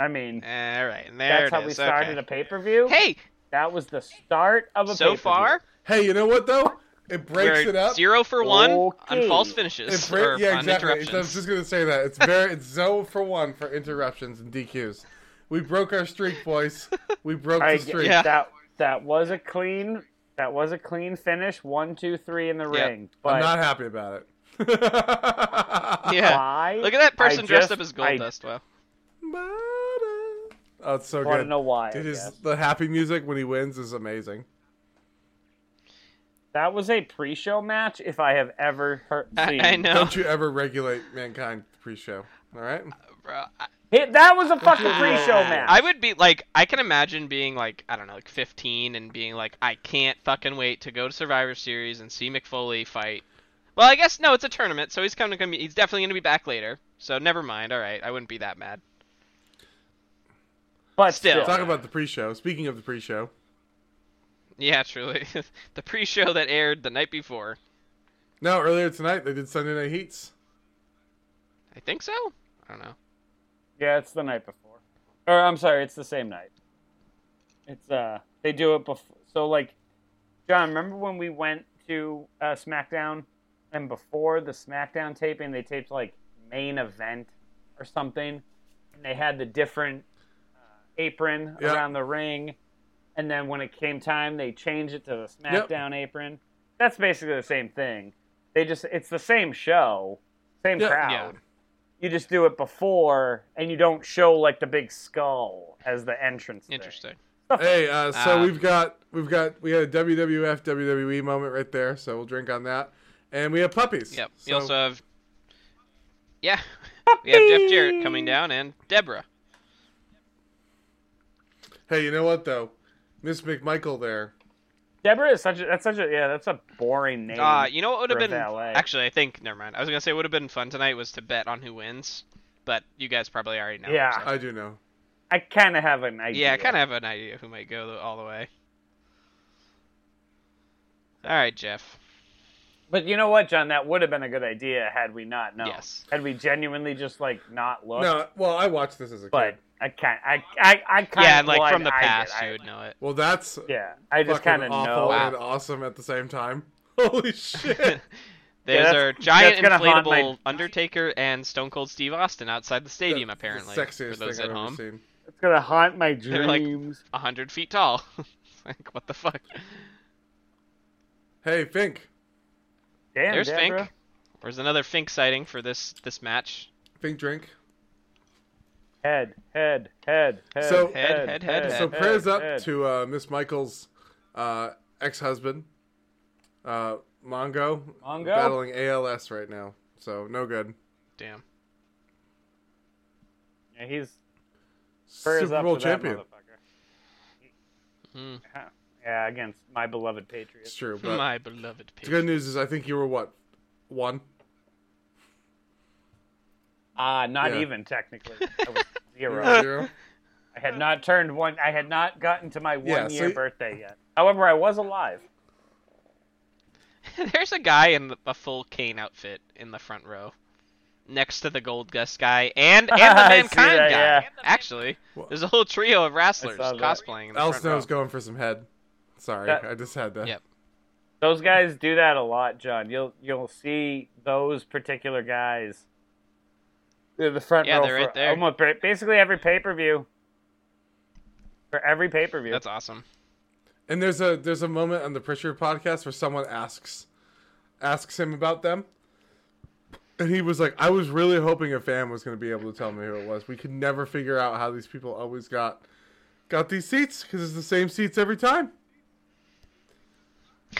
[SPEAKER 1] I mean,
[SPEAKER 2] all right. And there
[SPEAKER 1] that's
[SPEAKER 2] it
[SPEAKER 1] how we
[SPEAKER 2] is,
[SPEAKER 1] started a
[SPEAKER 2] okay.
[SPEAKER 1] pay per view.
[SPEAKER 2] Hey,
[SPEAKER 1] That was the start of a
[SPEAKER 2] so
[SPEAKER 1] pay-per-view.
[SPEAKER 2] far
[SPEAKER 3] Hey, you know what though? It breaks
[SPEAKER 2] we're
[SPEAKER 3] it up.
[SPEAKER 2] zero for one
[SPEAKER 1] Okay.
[SPEAKER 2] on false
[SPEAKER 3] It
[SPEAKER 2] finishes
[SPEAKER 3] break-
[SPEAKER 2] or
[SPEAKER 3] yeah,
[SPEAKER 2] on
[SPEAKER 3] exactly. I was
[SPEAKER 2] er, interruptions.
[SPEAKER 3] just gonna say that. It's very. It's zero for one for interruptions and DQs. We broke our streak, boys. We broke
[SPEAKER 1] I,
[SPEAKER 3] the streak.
[SPEAKER 2] Yeah.
[SPEAKER 1] That that was a clean that was a clean finish. One, two, three in the
[SPEAKER 2] Yeah.
[SPEAKER 1] ring.
[SPEAKER 3] I'm
[SPEAKER 1] But
[SPEAKER 3] not happy about it.
[SPEAKER 2] Yeah.
[SPEAKER 1] why?
[SPEAKER 2] Look at that person
[SPEAKER 1] I
[SPEAKER 2] dressed
[SPEAKER 1] just-
[SPEAKER 2] up as gold
[SPEAKER 1] I
[SPEAKER 2] dust. Wow.
[SPEAKER 3] Oh, it's so
[SPEAKER 1] I want to
[SPEAKER 3] good.
[SPEAKER 1] know why. I
[SPEAKER 3] Dude, his,
[SPEAKER 1] guess.
[SPEAKER 3] the happy music when he wins is amazing.
[SPEAKER 1] That was a pre-show match, if I have ever heard.
[SPEAKER 2] I,
[SPEAKER 1] seen.
[SPEAKER 2] I know,
[SPEAKER 3] Don't you ever regulate mankind pre-show, all right?
[SPEAKER 2] bro. I-
[SPEAKER 1] Hey, that was a fucking pre-show match.
[SPEAKER 2] I would be like, I can imagine being like, I don't know, like 15 and being like, I can't fucking wait to go to Survivor Series and see McFoley fight. Well, I guess no, it's a tournament, so he's coming to be, he's definitely gonna be back later. So never mind. All right, I wouldn't be that mad.
[SPEAKER 1] but
[SPEAKER 2] still.
[SPEAKER 1] still,
[SPEAKER 3] Talk about the pre-show. Speaking of the pre-show,
[SPEAKER 2] Yeah, truly, the pre-show that aired the night before.
[SPEAKER 3] no, earlier tonight they did Sunday Night Heats.
[SPEAKER 2] I think so. I don't know.
[SPEAKER 1] yeah, it's the night before, or I'm sorry, it's the same night. It's uh, they do it before. So like, John, remember when we went to uh, SmackDown, and before the SmackDown taping, they taped like main event or something, and they had the different uh, apron
[SPEAKER 3] Yeah.
[SPEAKER 1] around the ring, and then when it came time, they changed it to the SmackDown apron. That's basically the same thing. They just it's the same show, same
[SPEAKER 3] Yeah.
[SPEAKER 1] crowd.
[SPEAKER 2] Yeah.
[SPEAKER 1] You just do it before, and you don't show like the big skull as the entrance. thing.
[SPEAKER 2] Interesting.
[SPEAKER 3] Hey, uh, so
[SPEAKER 2] Um,
[SPEAKER 3] we've got we've got we had a WWF WWE E moment right there, so we'll drink on that. And we have puppies.
[SPEAKER 2] Yep.
[SPEAKER 3] So
[SPEAKER 2] We also have. Yeah, We have Jeff Jarrett coming down and Deborah.
[SPEAKER 3] Hey, you know what though? Miss McMichael there.
[SPEAKER 1] Deborah is such a that's such a yeah that's a boring name.
[SPEAKER 2] Uh, you know what would have
[SPEAKER 1] for a
[SPEAKER 2] been
[SPEAKER 1] valet.
[SPEAKER 2] actually I think never mind. I was gonna say would have been fun tonight was to bet on who wins, but you guys probably already know.
[SPEAKER 1] Yeah.
[SPEAKER 2] so-
[SPEAKER 3] I do know.
[SPEAKER 1] I kind of have an idea.
[SPEAKER 2] yeah. I kind of have an idea who might go the- all the way. All right, Jeff.
[SPEAKER 1] But you know what, John? That would have been a good idea had we not known.
[SPEAKER 2] Yes.
[SPEAKER 1] Had we genuinely just like not looked.
[SPEAKER 3] No, well, I watched this as a
[SPEAKER 1] But
[SPEAKER 3] kid.
[SPEAKER 1] I can't. I I I kind
[SPEAKER 2] yeah,
[SPEAKER 1] of
[SPEAKER 2] and, like
[SPEAKER 1] well,
[SPEAKER 2] from
[SPEAKER 1] I-
[SPEAKER 2] the
[SPEAKER 1] I did,
[SPEAKER 2] past,
[SPEAKER 1] I-
[SPEAKER 2] you would know it.
[SPEAKER 3] Well, that's
[SPEAKER 1] Yeah, I just kind
[SPEAKER 3] fucking
[SPEAKER 1] of
[SPEAKER 3] awful
[SPEAKER 1] know.
[SPEAKER 2] Wow.
[SPEAKER 3] and awesome at the same time. Holy shit!
[SPEAKER 2] There's
[SPEAKER 1] that's-
[SPEAKER 2] our giant
[SPEAKER 1] that's gonna haunt my-
[SPEAKER 2] inflatable Undertaker and Stone Cold Steve Austin outside the stadium, apparently.
[SPEAKER 3] the
[SPEAKER 2] for
[SPEAKER 3] sexiest
[SPEAKER 2] those
[SPEAKER 3] thing
[SPEAKER 2] at
[SPEAKER 3] I've
[SPEAKER 2] home.
[SPEAKER 3] ever seen.
[SPEAKER 1] It's gonna haunt my
[SPEAKER 2] They're like-
[SPEAKER 1] dreams.
[SPEAKER 2] a hundred feet tall. It's like what the fuck?
[SPEAKER 3] Hey, Fink.
[SPEAKER 1] Damn,
[SPEAKER 2] There's
[SPEAKER 1] Deborah.
[SPEAKER 2] Fink. There's another Fink sighting for this this match.
[SPEAKER 3] Fink drink.
[SPEAKER 1] Head, head, head, head.
[SPEAKER 3] So-
[SPEAKER 1] head,
[SPEAKER 2] Head, head, head,
[SPEAKER 3] So
[SPEAKER 2] head,
[SPEAKER 3] prayers up
[SPEAKER 1] head.
[SPEAKER 3] to uh, Miss Michael's uh, ex-husband, uh, Mongo,
[SPEAKER 1] Mongo?
[SPEAKER 3] battling ALS right now. So no good.
[SPEAKER 2] Damn.
[SPEAKER 1] Yeah, he's prayers
[SPEAKER 3] Super
[SPEAKER 1] up
[SPEAKER 3] Bowl
[SPEAKER 1] to
[SPEAKER 3] champion.
[SPEAKER 1] That motherfucker.
[SPEAKER 2] Mm.
[SPEAKER 1] Yeah, against my beloved
[SPEAKER 3] It's
[SPEAKER 1] Patriots.
[SPEAKER 3] true, but
[SPEAKER 2] Hmm. My beloved
[SPEAKER 3] the
[SPEAKER 2] pig.
[SPEAKER 3] good news is I think you were what one.
[SPEAKER 1] Ah, not
[SPEAKER 3] Yeah.
[SPEAKER 1] even technically. I was zero.
[SPEAKER 3] Zero.
[SPEAKER 1] I had not turned one. I had not gotten to my one
[SPEAKER 3] Yeah,
[SPEAKER 1] year
[SPEAKER 3] so-
[SPEAKER 1] birthday yet. However, I was alive.
[SPEAKER 2] There's a guy in the, a full cane outfit in the front row, next to the Gold Gust guy and and the
[SPEAKER 1] I see
[SPEAKER 2] Mankind
[SPEAKER 1] that,
[SPEAKER 2] guy.
[SPEAKER 1] yeah.
[SPEAKER 2] Actually,
[SPEAKER 3] Well-
[SPEAKER 2] there's a whole trio of wrestlers
[SPEAKER 1] that.
[SPEAKER 2] cosplaying in the
[SPEAKER 3] Al
[SPEAKER 2] front row.
[SPEAKER 3] Snow's going for some head. Sorry,
[SPEAKER 1] That-
[SPEAKER 3] I just had that.
[SPEAKER 2] Yep.
[SPEAKER 1] Those guys do that a lot, John. You'll you'll see those particular guys in the front
[SPEAKER 2] Yeah,
[SPEAKER 1] row
[SPEAKER 2] they're
[SPEAKER 1] for
[SPEAKER 2] right there.
[SPEAKER 1] almost ba- basically every pay per view. For every pay per view,
[SPEAKER 2] That's awesome.
[SPEAKER 3] And there's a there's a moment on the Pritchard podcast where someone asks asks him about them. And he was like, I was really hoping a fan was gonna be able to tell me who it was. We could never figure out how these people always got got these seats because it's the same seats every time.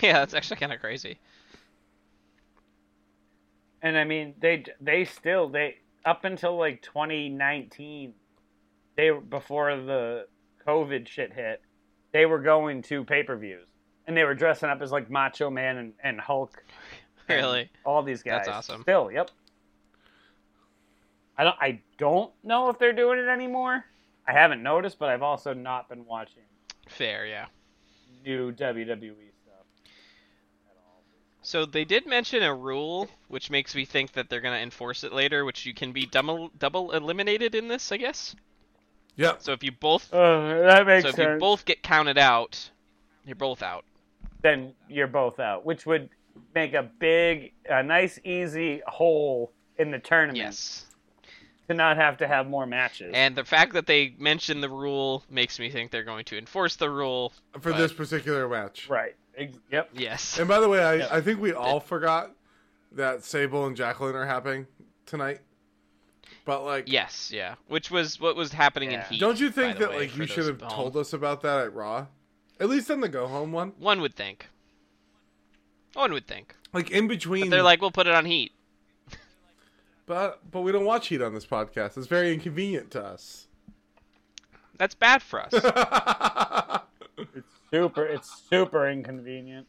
[SPEAKER 2] Yeah, that's actually kind of crazy.
[SPEAKER 1] and I mean they they still they up until like 2019, they were- before the COVID shit hit, they were going to pay per views and they were dressing up as like Macho Man and, and Hulk and
[SPEAKER 2] Really.
[SPEAKER 1] all these guys.
[SPEAKER 2] That's awesome.
[SPEAKER 1] Still, yep. I don't. I don't know if they're doing it anymore. I haven't noticed, but I've also not been watching
[SPEAKER 2] Fair, yeah.
[SPEAKER 1] new WWE stuff.
[SPEAKER 2] So they did mention a rule, which makes me think that they're gonna enforce it later, which you can be double double eliminated in this, I guess.
[SPEAKER 3] Yep.
[SPEAKER 2] So if you both
[SPEAKER 1] Oh, that makes
[SPEAKER 2] so if you
[SPEAKER 1] sense.
[SPEAKER 2] both get counted out, you're both out.
[SPEAKER 1] then you're both out, which would make a big, a nice, easy hole in the tournament
[SPEAKER 2] Yes.
[SPEAKER 1] to not have to have more matches.
[SPEAKER 2] And the fact that they mentioned the rule makes me think they're going to enforce the rule.
[SPEAKER 3] For
[SPEAKER 2] But-
[SPEAKER 3] this particular match.
[SPEAKER 1] right. Ex- Yep.
[SPEAKER 2] Yes.
[SPEAKER 3] And by the way, I,
[SPEAKER 1] Yep.
[SPEAKER 3] I think we all forgot that Sable and Jacqueline are happening tonight. But like
[SPEAKER 2] Yes, yeah. Which was what was happening in
[SPEAKER 1] Yeah.
[SPEAKER 2] Heat.
[SPEAKER 3] don't you
[SPEAKER 2] by
[SPEAKER 3] think
[SPEAKER 2] the
[SPEAKER 3] that
[SPEAKER 2] way,
[SPEAKER 3] like
[SPEAKER 2] for
[SPEAKER 3] you should
[SPEAKER 2] those
[SPEAKER 3] have
[SPEAKER 2] at home.
[SPEAKER 3] told us about that at Raw? At least on the go home one.
[SPEAKER 2] One would think. One would think.
[SPEAKER 3] Like in
[SPEAKER 2] But
[SPEAKER 3] between
[SPEAKER 2] they're like, we'll put it on Heat.
[SPEAKER 3] But but we don't watch Heat on this podcast. It's very inconvenient to us.
[SPEAKER 2] That's bad for us.
[SPEAKER 1] It's super. It's super inconvenient.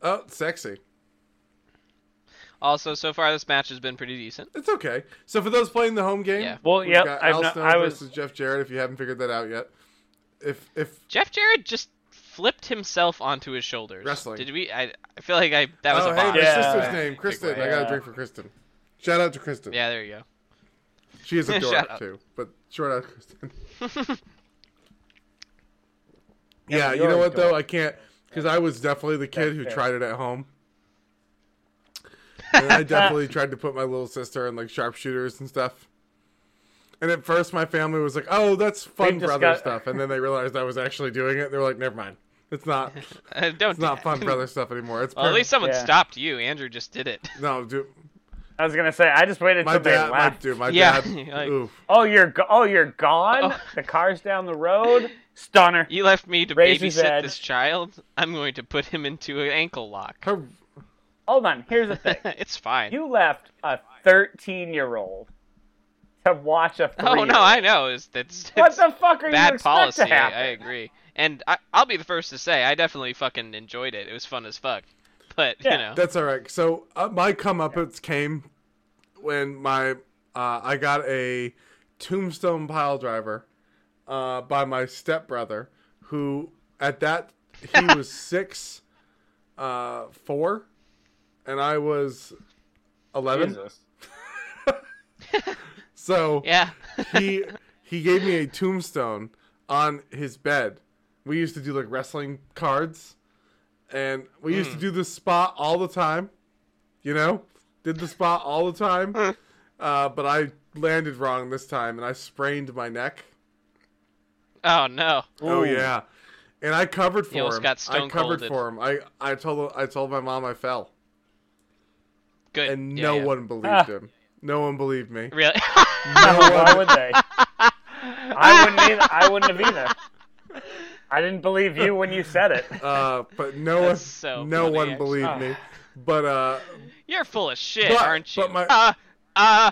[SPEAKER 3] oh, sexy.
[SPEAKER 2] also, so far this match has been pretty decent.
[SPEAKER 3] It's okay. So for those playing the home game,
[SPEAKER 2] Yeah.
[SPEAKER 1] Well,
[SPEAKER 3] we've
[SPEAKER 1] yep.
[SPEAKER 3] got
[SPEAKER 1] I've
[SPEAKER 3] Al
[SPEAKER 1] not,
[SPEAKER 3] Snow
[SPEAKER 1] I was.
[SPEAKER 3] versus Jeff Jarrett. If you haven't figured that out yet, if if
[SPEAKER 2] Jeff Jarrett just flipped himself onto his shoulders.
[SPEAKER 3] Wrestling.
[SPEAKER 2] Did we? I, I feel like I that was
[SPEAKER 3] oh
[SPEAKER 2] a
[SPEAKER 3] hey,
[SPEAKER 2] bot.
[SPEAKER 3] my
[SPEAKER 1] Yeah.
[SPEAKER 3] sister's name Kristen. I got
[SPEAKER 1] Yeah.
[SPEAKER 3] a drink for Kristen. Shout out to Kristen.
[SPEAKER 2] Yeah, there you go.
[SPEAKER 3] She is a
[SPEAKER 2] Shout
[SPEAKER 3] dork
[SPEAKER 2] out.
[SPEAKER 3] too, but short out Kristen.
[SPEAKER 1] Yeah,
[SPEAKER 3] yeah,
[SPEAKER 1] but
[SPEAKER 3] you
[SPEAKER 1] you're
[SPEAKER 3] know
[SPEAKER 1] a
[SPEAKER 3] what though?
[SPEAKER 1] dork.
[SPEAKER 3] I can't because I was definitely the kid
[SPEAKER 1] That's
[SPEAKER 3] who
[SPEAKER 1] fair.
[SPEAKER 3] tried it at home. And I definitely tried to put my little sister in like sharpshooters and stuff. And at first, my family was like, "Oh, that's fun
[SPEAKER 1] We've
[SPEAKER 3] brother
[SPEAKER 1] discussed-
[SPEAKER 3] stuff," and then they realized I was actually doing it. They were like, "Never mind, it's not, it's
[SPEAKER 2] Uh, don't. do
[SPEAKER 3] not
[SPEAKER 2] that.
[SPEAKER 3] fun brother stuff anymore." It's
[SPEAKER 2] Well, at
[SPEAKER 3] perfect.
[SPEAKER 2] least someone
[SPEAKER 1] Yeah.
[SPEAKER 2] stopped you. Andrew just did it.
[SPEAKER 3] no, dude,
[SPEAKER 1] I was gonna say. I just waited
[SPEAKER 3] my
[SPEAKER 1] till they
[SPEAKER 3] dad, my
[SPEAKER 1] left.
[SPEAKER 3] dude, my
[SPEAKER 2] Yeah,
[SPEAKER 3] dad.
[SPEAKER 2] like-
[SPEAKER 3] oof.
[SPEAKER 1] oh, you're. Go- oh, you're gone.
[SPEAKER 2] Oh.
[SPEAKER 1] The car's down the road. Stunner.
[SPEAKER 2] You left me to
[SPEAKER 1] Razor's
[SPEAKER 2] babysit
[SPEAKER 1] Edge.
[SPEAKER 2] this child. I'm going to put him into an ankle lock.
[SPEAKER 3] Her-
[SPEAKER 1] Hold on. Here's the thing.
[SPEAKER 2] it's fine.
[SPEAKER 1] You left a thirteen year old to watch a three.
[SPEAKER 2] Oh no, I know. It's that's
[SPEAKER 1] what
[SPEAKER 2] it's
[SPEAKER 1] the fuck are you
[SPEAKER 2] bad
[SPEAKER 1] expect
[SPEAKER 2] policy.
[SPEAKER 1] to
[SPEAKER 2] I,
[SPEAKER 1] happen?
[SPEAKER 2] I agree, and I, I'll be the first to say I definitely fucking enjoyed it. It was fun as fuck. But
[SPEAKER 1] Yeah.
[SPEAKER 2] you know,
[SPEAKER 3] That's all right. So uh, my comeuppance came when my uh, I got a tombstone pile driver uh, by my stepbrother, who at that he was six, uh, four, and I was eleven.
[SPEAKER 1] Jesus.
[SPEAKER 3] So
[SPEAKER 2] yeah,
[SPEAKER 3] he he gave me a tombstone on his bed. We used to do like wrestling cards, and we used to
[SPEAKER 2] Hmm.
[SPEAKER 3] do this spot all the time. You know, did the spot all the time.
[SPEAKER 2] Hmm.
[SPEAKER 3] uh, but I landed wrong this time, and I sprained my neck.
[SPEAKER 2] oh no,
[SPEAKER 3] Oh
[SPEAKER 1] Ooh.
[SPEAKER 3] yeah, and I covered for
[SPEAKER 2] almost
[SPEAKER 3] him.
[SPEAKER 2] got
[SPEAKER 3] I
[SPEAKER 2] stone
[SPEAKER 3] covered
[SPEAKER 2] colded.
[SPEAKER 3] for him. I I told I told my mom I fell,
[SPEAKER 2] good.
[SPEAKER 3] and
[SPEAKER 2] Yeah,
[SPEAKER 3] no
[SPEAKER 2] yeah.
[SPEAKER 3] one believed
[SPEAKER 1] Ah.
[SPEAKER 3] him. No one believed me.
[SPEAKER 2] really.
[SPEAKER 3] No
[SPEAKER 1] Why
[SPEAKER 3] one-
[SPEAKER 1] would they? I wouldn't either. I wouldn't have either. I didn't believe you when you said it.
[SPEAKER 3] uh, but no one,
[SPEAKER 2] That's so
[SPEAKER 3] no
[SPEAKER 2] funny,
[SPEAKER 3] one
[SPEAKER 2] actually. Ah.
[SPEAKER 3] believed me. But uh,
[SPEAKER 2] You're full of shit,
[SPEAKER 3] But-
[SPEAKER 2] aren't you?
[SPEAKER 3] but my-
[SPEAKER 2] Uh, uh,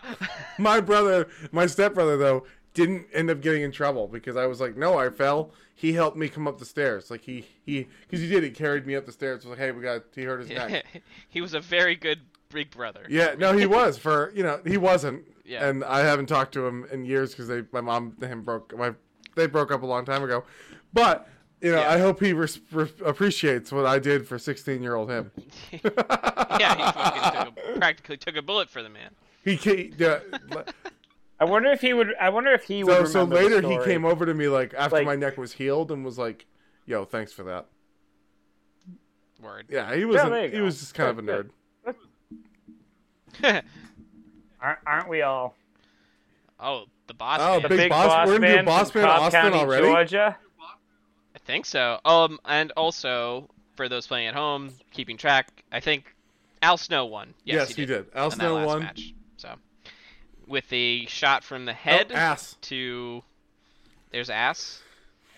[SPEAKER 3] my brother, my stepbrother though, didn't end up getting in trouble because I was like, no, I fell. He helped me come up the stairs. Like he he because he did. He carried me up the stairs. Was like, hey, we got. He hurt his neck.
[SPEAKER 2] he was a very good big brother.
[SPEAKER 3] Yeah, no, he was for you know he wasn't.
[SPEAKER 2] Yeah.
[SPEAKER 3] And I haven't talked to him in years because they my mom and him broke my they broke up a long time ago, but you know
[SPEAKER 2] Yeah.
[SPEAKER 3] I hope he res- res- appreciates what I did for sixteen year old him.
[SPEAKER 2] yeah, he fucking took a, practically took a bullet for the man.
[SPEAKER 3] He came, yeah, l-
[SPEAKER 1] I wonder if he would. I wonder if he
[SPEAKER 3] so,
[SPEAKER 1] would.
[SPEAKER 3] so
[SPEAKER 1] remember the
[SPEAKER 3] later he
[SPEAKER 1] story.
[SPEAKER 3] came over to me like after
[SPEAKER 1] Like-
[SPEAKER 3] my neck was healed and was like, "Yo, thanks for that."
[SPEAKER 2] Word.
[SPEAKER 3] Yeah, he was
[SPEAKER 1] there you
[SPEAKER 3] not he
[SPEAKER 1] go.
[SPEAKER 3] was just kind of a
[SPEAKER 1] Good,
[SPEAKER 3] nerd.
[SPEAKER 1] good. Aren't, aren't we all?
[SPEAKER 2] oh, the boss.
[SPEAKER 3] Oh,
[SPEAKER 2] man.
[SPEAKER 1] The
[SPEAKER 3] Big
[SPEAKER 1] big,
[SPEAKER 3] Boss-
[SPEAKER 1] boss,
[SPEAKER 3] we're gonna do
[SPEAKER 1] man
[SPEAKER 3] Boss
[SPEAKER 1] from
[SPEAKER 3] Man
[SPEAKER 1] Cobb
[SPEAKER 3] Austin
[SPEAKER 1] County,
[SPEAKER 3] already?
[SPEAKER 1] Georgia.
[SPEAKER 2] I think so. Um, and also for those playing at home, keeping track, I think Al Snow won. Yes,
[SPEAKER 3] Yes, he did. Al
[SPEAKER 2] on that
[SPEAKER 3] Snow
[SPEAKER 2] last
[SPEAKER 3] won.
[SPEAKER 2] Match. So, with the shot from the
[SPEAKER 3] Oh,
[SPEAKER 2] head
[SPEAKER 3] ass.
[SPEAKER 2] to there's ass.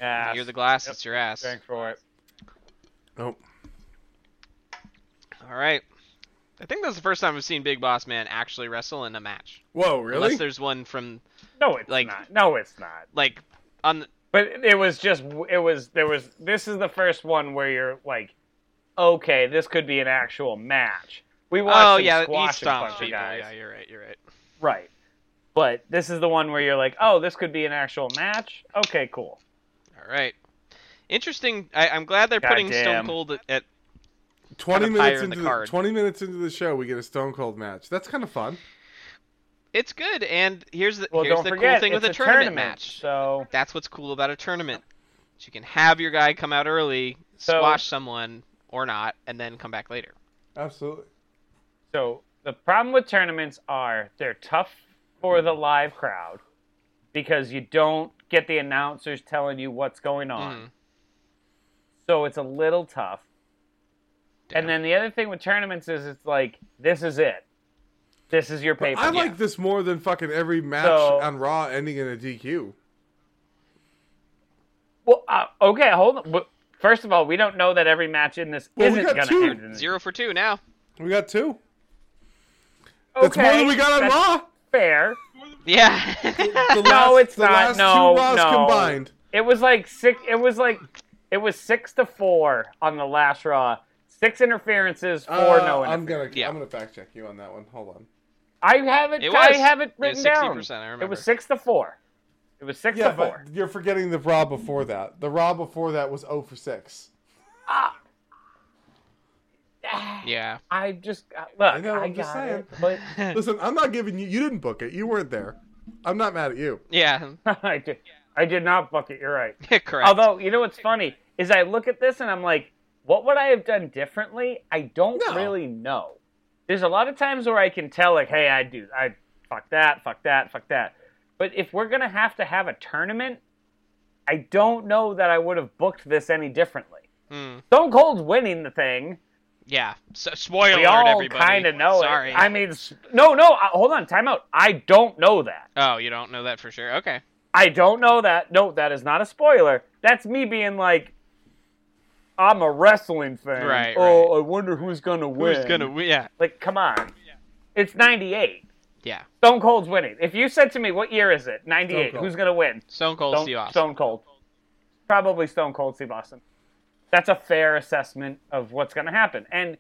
[SPEAKER 1] Yeah,
[SPEAKER 2] You're the glass.
[SPEAKER 1] Yep.
[SPEAKER 2] It's your ass.
[SPEAKER 1] thanks for it.
[SPEAKER 3] Oh,
[SPEAKER 2] All right. I think that's the first time I've seen Big Boss Man actually wrestle in a match.
[SPEAKER 3] whoa, really?
[SPEAKER 2] Unless there's one from
[SPEAKER 1] No, it's
[SPEAKER 2] Like-
[SPEAKER 1] not. No, it's not.
[SPEAKER 2] like on the,
[SPEAKER 1] But it was just. It was. There was. This is the first one where you're like, okay, this could be an actual match. We watched
[SPEAKER 2] oh
[SPEAKER 1] him
[SPEAKER 2] yeah, he
[SPEAKER 1] squash a
[SPEAKER 2] stomped
[SPEAKER 1] bunch
[SPEAKER 2] people.
[SPEAKER 1] of guys.
[SPEAKER 2] Yeah, you're right. You're right.
[SPEAKER 1] Right. But this is the one where you're like, oh, this could be an actual match. Okay, cool.
[SPEAKER 2] All right. Interesting. I, I'm glad they're putting Stone
[SPEAKER 1] Goddamn.
[SPEAKER 2] Cold at, at
[SPEAKER 3] twenty
[SPEAKER 2] kinda higher
[SPEAKER 3] minutes
[SPEAKER 2] in the
[SPEAKER 3] into the,
[SPEAKER 2] card.
[SPEAKER 3] twenty minutes into the show, we get a Stone Cold match. That's kind of fun.
[SPEAKER 2] It's good, and here's the
[SPEAKER 1] Well,
[SPEAKER 2] here's
[SPEAKER 1] don't
[SPEAKER 2] the
[SPEAKER 1] forget,
[SPEAKER 2] cool thing
[SPEAKER 1] it's
[SPEAKER 2] with a, tournament, match.
[SPEAKER 1] So
[SPEAKER 2] That's what's cool about a tournament. is You can have your guy come out early,
[SPEAKER 1] So-
[SPEAKER 2] squash someone or not, and then come back later.
[SPEAKER 3] Absolutely.
[SPEAKER 1] So the problem with tournaments are they're tough for the live crowd because you don't get the announcers telling you what's going on.
[SPEAKER 2] Mhm.
[SPEAKER 1] So it's a little tough.
[SPEAKER 2] Damn.
[SPEAKER 1] And then the other thing with tournaments is it's like this is it. This is your
[SPEAKER 3] But
[SPEAKER 1] paper.
[SPEAKER 3] I like this more than fucking every match
[SPEAKER 1] So-
[SPEAKER 3] on Raw ending in a DQ.
[SPEAKER 1] well, uh, okay, hold on. But first of all, we don't know that every match in this
[SPEAKER 3] Well, we
[SPEAKER 1] isn't going
[SPEAKER 3] got two.
[SPEAKER 1] to end. In
[SPEAKER 2] Zero for two now.
[SPEAKER 3] We got two.
[SPEAKER 1] Okay,
[SPEAKER 3] That's more than we got on
[SPEAKER 1] that's
[SPEAKER 3] Raw.
[SPEAKER 1] Fair.
[SPEAKER 2] Yeah.
[SPEAKER 1] No,
[SPEAKER 3] The last-
[SPEAKER 1] it's
[SPEAKER 3] the
[SPEAKER 1] not.
[SPEAKER 3] Last
[SPEAKER 1] No,
[SPEAKER 3] two Raws
[SPEAKER 1] no.
[SPEAKER 3] combined.
[SPEAKER 1] It was like six. It was like it was six to four on the last Raw. Six interferences, four
[SPEAKER 3] Uh,
[SPEAKER 1] no
[SPEAKER 3] I'm
[SPEAKER 1] interference.
[SPEAKER 3] gonna
[SPEAKER 2] Yeah.
[SPEAKER 3] I'm gonna fact check you on that one. Hold on.
[SPEAKER 1] i have it.
[SPEAKER 2] It
[SPEAKER 1] I
[SPEAKER 2] was.
[SPEAKER 1] have it
[SPEAKER 2] It
[SPEAKER 1] written
[SPEAKER 2] was 60%, I
[SPEAKER 1] down.
[SPEAKER 2] remember.
[SPEAKER 1] It was six to four. It was six
[SPEAKER 3] Yeah,
[SPEAKER 1] to four.
[SPEAKER 3] but you're forgetting the Raw before that. The Raw before that was 0 for 6.
[SPEAKER 2] yeah.
[SPEAKER 1] I just uh, look. I,
[SPEAKER 3] know, I'm just
[SPEAKER 1] got
[SPEAKER 3] saying.
[SPEAKER 1] it, but
[SPEAKER 3] Listen, I'm not giving you. You didn't book it. You weren't there. I'm not mad at you.
[SPEAKER 2] Yeah.
[SPEAKER 1] I did. I did not book it. You're right.
[SPEAKER 2] Correct.
[SPEAKER 1] Although you know what's funny is I look at this and I'm like, what would I have done differently? I don't
[SPEAKER 3] No.
[SPEAKER 1] really know. There's a lot of times where I can tell like, hey, I do, I fuck that, fuck that, fuck that. But if we're gonna have to have a tournament, I don't know that I would have booked this any differently.
[SPEAKER 2] Hmm.
[SPEAKER 1] Stone Cold's winning the thing.
[SPEAKER 2] yeah. So, spoiler
[SPEAKER 1] We all
[SPEAKER 2] everybody.
[SPEAKER 1] kind of know
[SPEAKER 2] Sorry.
[SPEAKER 1] it. I mean, s- no, no. I, hold on, time out. I don't know that.
[SPEAKER 2] Oh, you don't know that for sure. Okay.
[SPEAKER 1] I don't know that. No, that is not a spoiler. That's me being like, I'm a wrestling fan.
[SPEAKER 2] Right,
[SPEAKER 1] Oh, I wonder who's gonna win.
[SPEAKER 2] Who's gonna win? Yeah.
[SPEAKER 1] Like, come on. It's '98.
[SPEAKER 2] Yeah.
[SPEAKER 1] Stone Cold's winning. If you said to me, "What year is it?" Ninety-eight.
[SPEAKER 3] Stone Cold.
[SPEAKER 1] Who's gonna win?
[SPEAKER 2] Stone Cold
[SPEAKER 1] Stone,
[SPEAKER 2] Steve Austin.
[SPEAKER 1] Stone Cold. Probably Stone Cold Steve Austin. That's a fair assessment of what's going to happen. And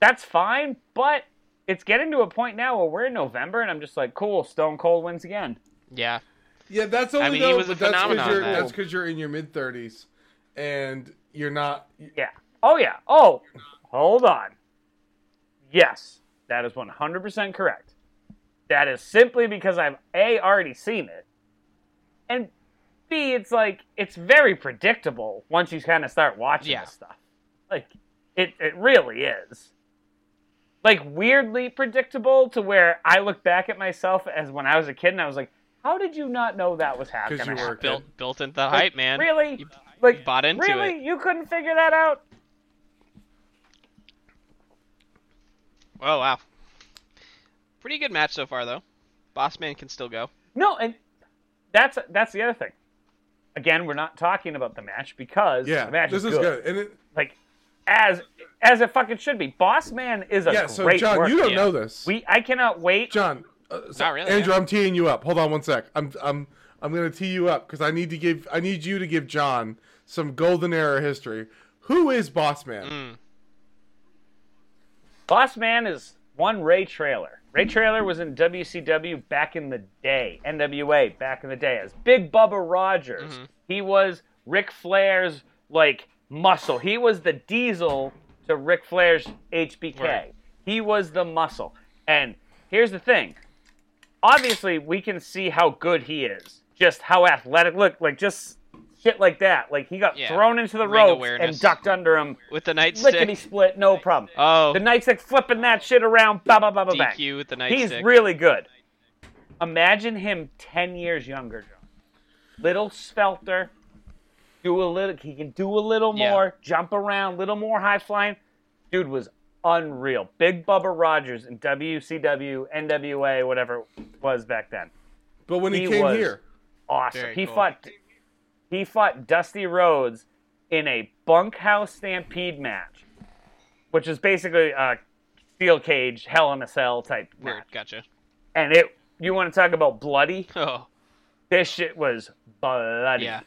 [SPEAKER 1] that's fine, but it's getting to a point now where we're in November and I'm just like, cool, Stone Cold wins again.
[SPEAKER 2] Yeah.
[SPEAKER 3] Yeah, that's only
[SPEAKER 2] mean, he
[SPEAKER 3] though,
[SPEAKER 2] was a
[SPEAKER 3] but that's because
[SPEAKER 2] phenomenon
[SPEAKER 3] you're
[SPEAKER 2] then.
[SPEAKER 3] that's because you're in your mid thirties, and you're not.
[SPEAKER 1] Yeah. Oh, yeah. Oh, hold on. Yes, that is 100% correct. That is simply because I've A, already seen it, and B, it's like, it's very predictable once you kind of start watching
[SPEAKER 2] Yeah.
[SPEAKER 1] this stuff. Like, it, it really is. Like, weirdly predictable to where I look back at myself as when I was a kid and I was like, how did you not know that was happening?
[SPEAKER 3] you were a kid.
[SPEAKER 2] Built built into the
[SPEAKER 1] Like,
[SPEAKER 2] hype, man.
[SPEAKER 1] Really?
[SPEAKER 2] You-
[SPEAKER 1] like,
[SPEAKER 2] you bought into
[SPEAKER 1] really?
[SPEAKER 2] it.
[SPEAKER 1] You couldn't figure that out?
[SPEAKER 2] Oh wow. Pretty good match so far though. Boss man can still go.
[SPEAKER 1] No, and that's that's the other thing. Again, we're not talking about the match because
[SPEAKER 3] Yeah,
[SPEAKER 1] the match
[SPEAKER 3] this
[SPEAKER 1] is,
[SPEAKER 3] is good. And it,
[SPEAKER 1] Like as as it fucking should be. Boss Man is a
[SPEAKER 3] yeah, so
[SPEAKER 1] great
[SPEAKER 3] John,
[SPEAKER 1] worker.
[SPEAKER 3] you don't
[SPEAKER 2] yeah.
[SPEAKER 3] know this.
[SPEAKER 1] We I cannot wait.
[SPEAKER 3] John, uh, so-
[SPEAKER 2] Not really,
[SPEAKER 3] Andrew,
[SPEAKER 2] yeah.
[SPEAKER 3] I'm teeing you up. Hold on one sec. I'm I'm I'm gonna tee you up because I need to give I need you to give John some golden era history. Who is Boss Man?
[SPEAKER 2] Mm.
[SPEAKER 1] Boss Man is one Ray Trailer. Ray Trailer was in WCW back in the day, NWA back in the day as Big Bubba Rogers.
[SPEAKER 2] Mm-hmm.
[SPEAKER 1] He was Ric Flair's like muscle. He was the diesel to Ric Flair's HBK.
[SPEAKER 2] Right.
[SPEAKER 1] He was the muscle. And here's the thing. Obviously, we can see how good he is. Just how athletic. Look, like just shit like that. Like he got
[SPEAKER 2] Yeah.
[SPEAKER 1] thrown into the
[SPEAKER 2] Ring
[SPEAKER 1] ropes and
[SPEAKER 2] awareness.
[SPEAKER 1] ducked under him.
[SPEAKER 2] With the nightstick.
[SPEAKER 1] Lickety split, no problem.
[SPEAKER 2] Oh,
[SPEAKER 1] The nightstick flipping that shit around, ba ba ba ba bang.
[SPEAKER 2] DQ with the
[SPEAKER 1] He's
[SPEAKER 2] nightstick.
[SPEAKER 1] really good. Imagine him ten years younger, John. Little svelter, do a little. He can do a little
[SPEAKER 2] Yeah.
[SPEAKER 1] more, jump around, little more high flying. Dude was unreal. Big Bubba Rogers in WCW, NWA, whatever it was back then.
[SPEAKER 3] But when he,
[SPEAKER 1] He
[SPEAKER 3] came
[SPEAKER 1] was-
[SPEAKER 3] here,
[SPEAKER 1] Awesome.
[SPEAKER 2] Very
[SPEAKER 1] he
[SPEAKER 2] cool.
[SPEAKER 1] fought. He fought Dusty Rhodes in a bunkhouse stampede match, which is basically a steel cage, hell in a cell type match.
[SPEAKER 2] Weird. Gotcha.
[SPEAKER 1] And it, you want to talk about bloody?
[SPEAKER 2] Oh,
[SPEAKER 1] This shit was bloody.
[SPEAKER 2] yeah.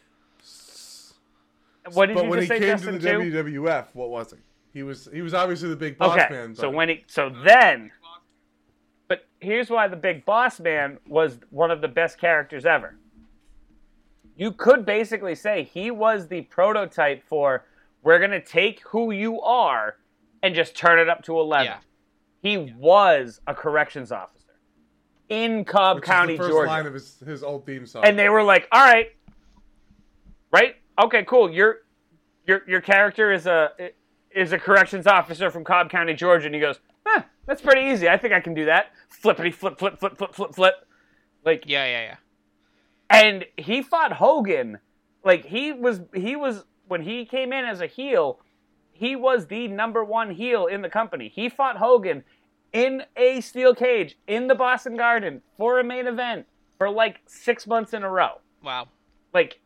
[SPEAKER 1] What did
[SPEAKER 3] but
[SPEAKER 1] you
[SPEAKER 3] when
[SPEAKER 1] just
[SPEAKER 3] he
[SPEAKER 1] say,
[SPEAKER 3] came
[SPEAKER 1] Justin?
[SPEAKER 3] to the
[SPEAKER 1] too?
[SPEAKER 3] WWF, what was he? He was he was obviously the big Boss
[SPEAKER 1] okay.
[SPEAKER 3] Man.
[SPEAKER 1] so
[SPEAKER 3] but-
[SPEAKER 1] when he, so then, but here's why the big boss man was one of the best characters ever. You could basically say he was the prototype for we're gonna take who you are and just turn it up to eleven.
[SPEAKER 2] Yeah.
[SPEAKER 1] He was a corrections officer in Cobb
[SPEAKER 3] which is
[SPEAKER 1] County,
[SPEAKER 3] the first
[SPEAKER 1] Georgia.
[SPEAKER 3] line of his, his old theme song.
[SPEAKER 1] and they were like, "All right, right, okay, cool. Your your your character is a is a corrections officer from Cobb County, Georgia." And he goes, "Huh, that's pretty easy. I think I can do that. Flippity flip flip flip flip flip flip." Like,
[SPEAKER 2] Yeah, yeah, yeah.
[SPEAKER 1] and he fought Hogan. Like he was he was when he came in as a heel, he was the number one heel in the company. He fought Hogan in a steel cage in the Boston Garden for a main event for like six months in a row
[SPEAKER 2] Wow.
[SPEAKER 1] like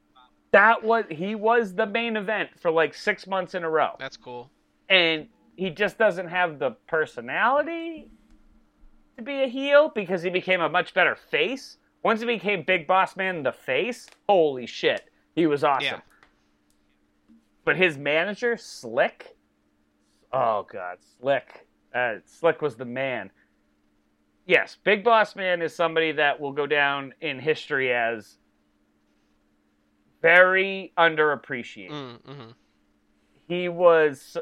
[SPEAKER 1] that was he was the main event for like six months in a row
[SPEAKER 2] That's cool.
[SPEAKER 1] and he just doesn't have the personality to be a heel because he became a much better face once he became big boss man the face holy shit he was awesome
[SPEAKER 2] Yeah.
[SPEAKER 1] but his manager slick oh god slick uh, slick was the man yes big boss man is somebody that will go down in history as very underappreciated
[SPEAKER 2] Mm, hmm
[SPEAKER 1] he was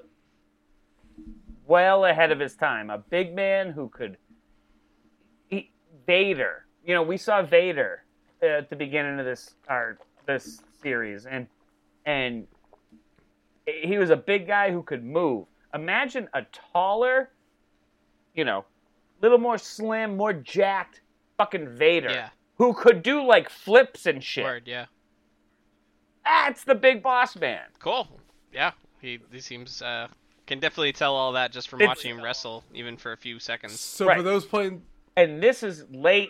[SPEAKER 1] well ahead of his time. A big man who could. He, Vader. You know, we saw Vader at the beginning of this our this series, and and he was a big guy who could move. Imagine a taller, you know, little more slim, more jacked, fucking Vader
[SPEAKER 2] Yeah.
[SPEAKER 1] who could do like flips and shit.
[SPEAKER 2] Word. Yeah.
[SPEAKER 1] That's the big boss man.
[SPEAKER 2] Cool. Yeah. He he seems uh can definitely tell all that just from
[SPEAKER 1] It's-
[SPEAKER 2] watching him wrestle, even for a few seconds.
[SPEAKER 3] so
[SPEAKER 1] right.
[SPEAKER 3] for those playing,
[SPEAKER 1] and this is late.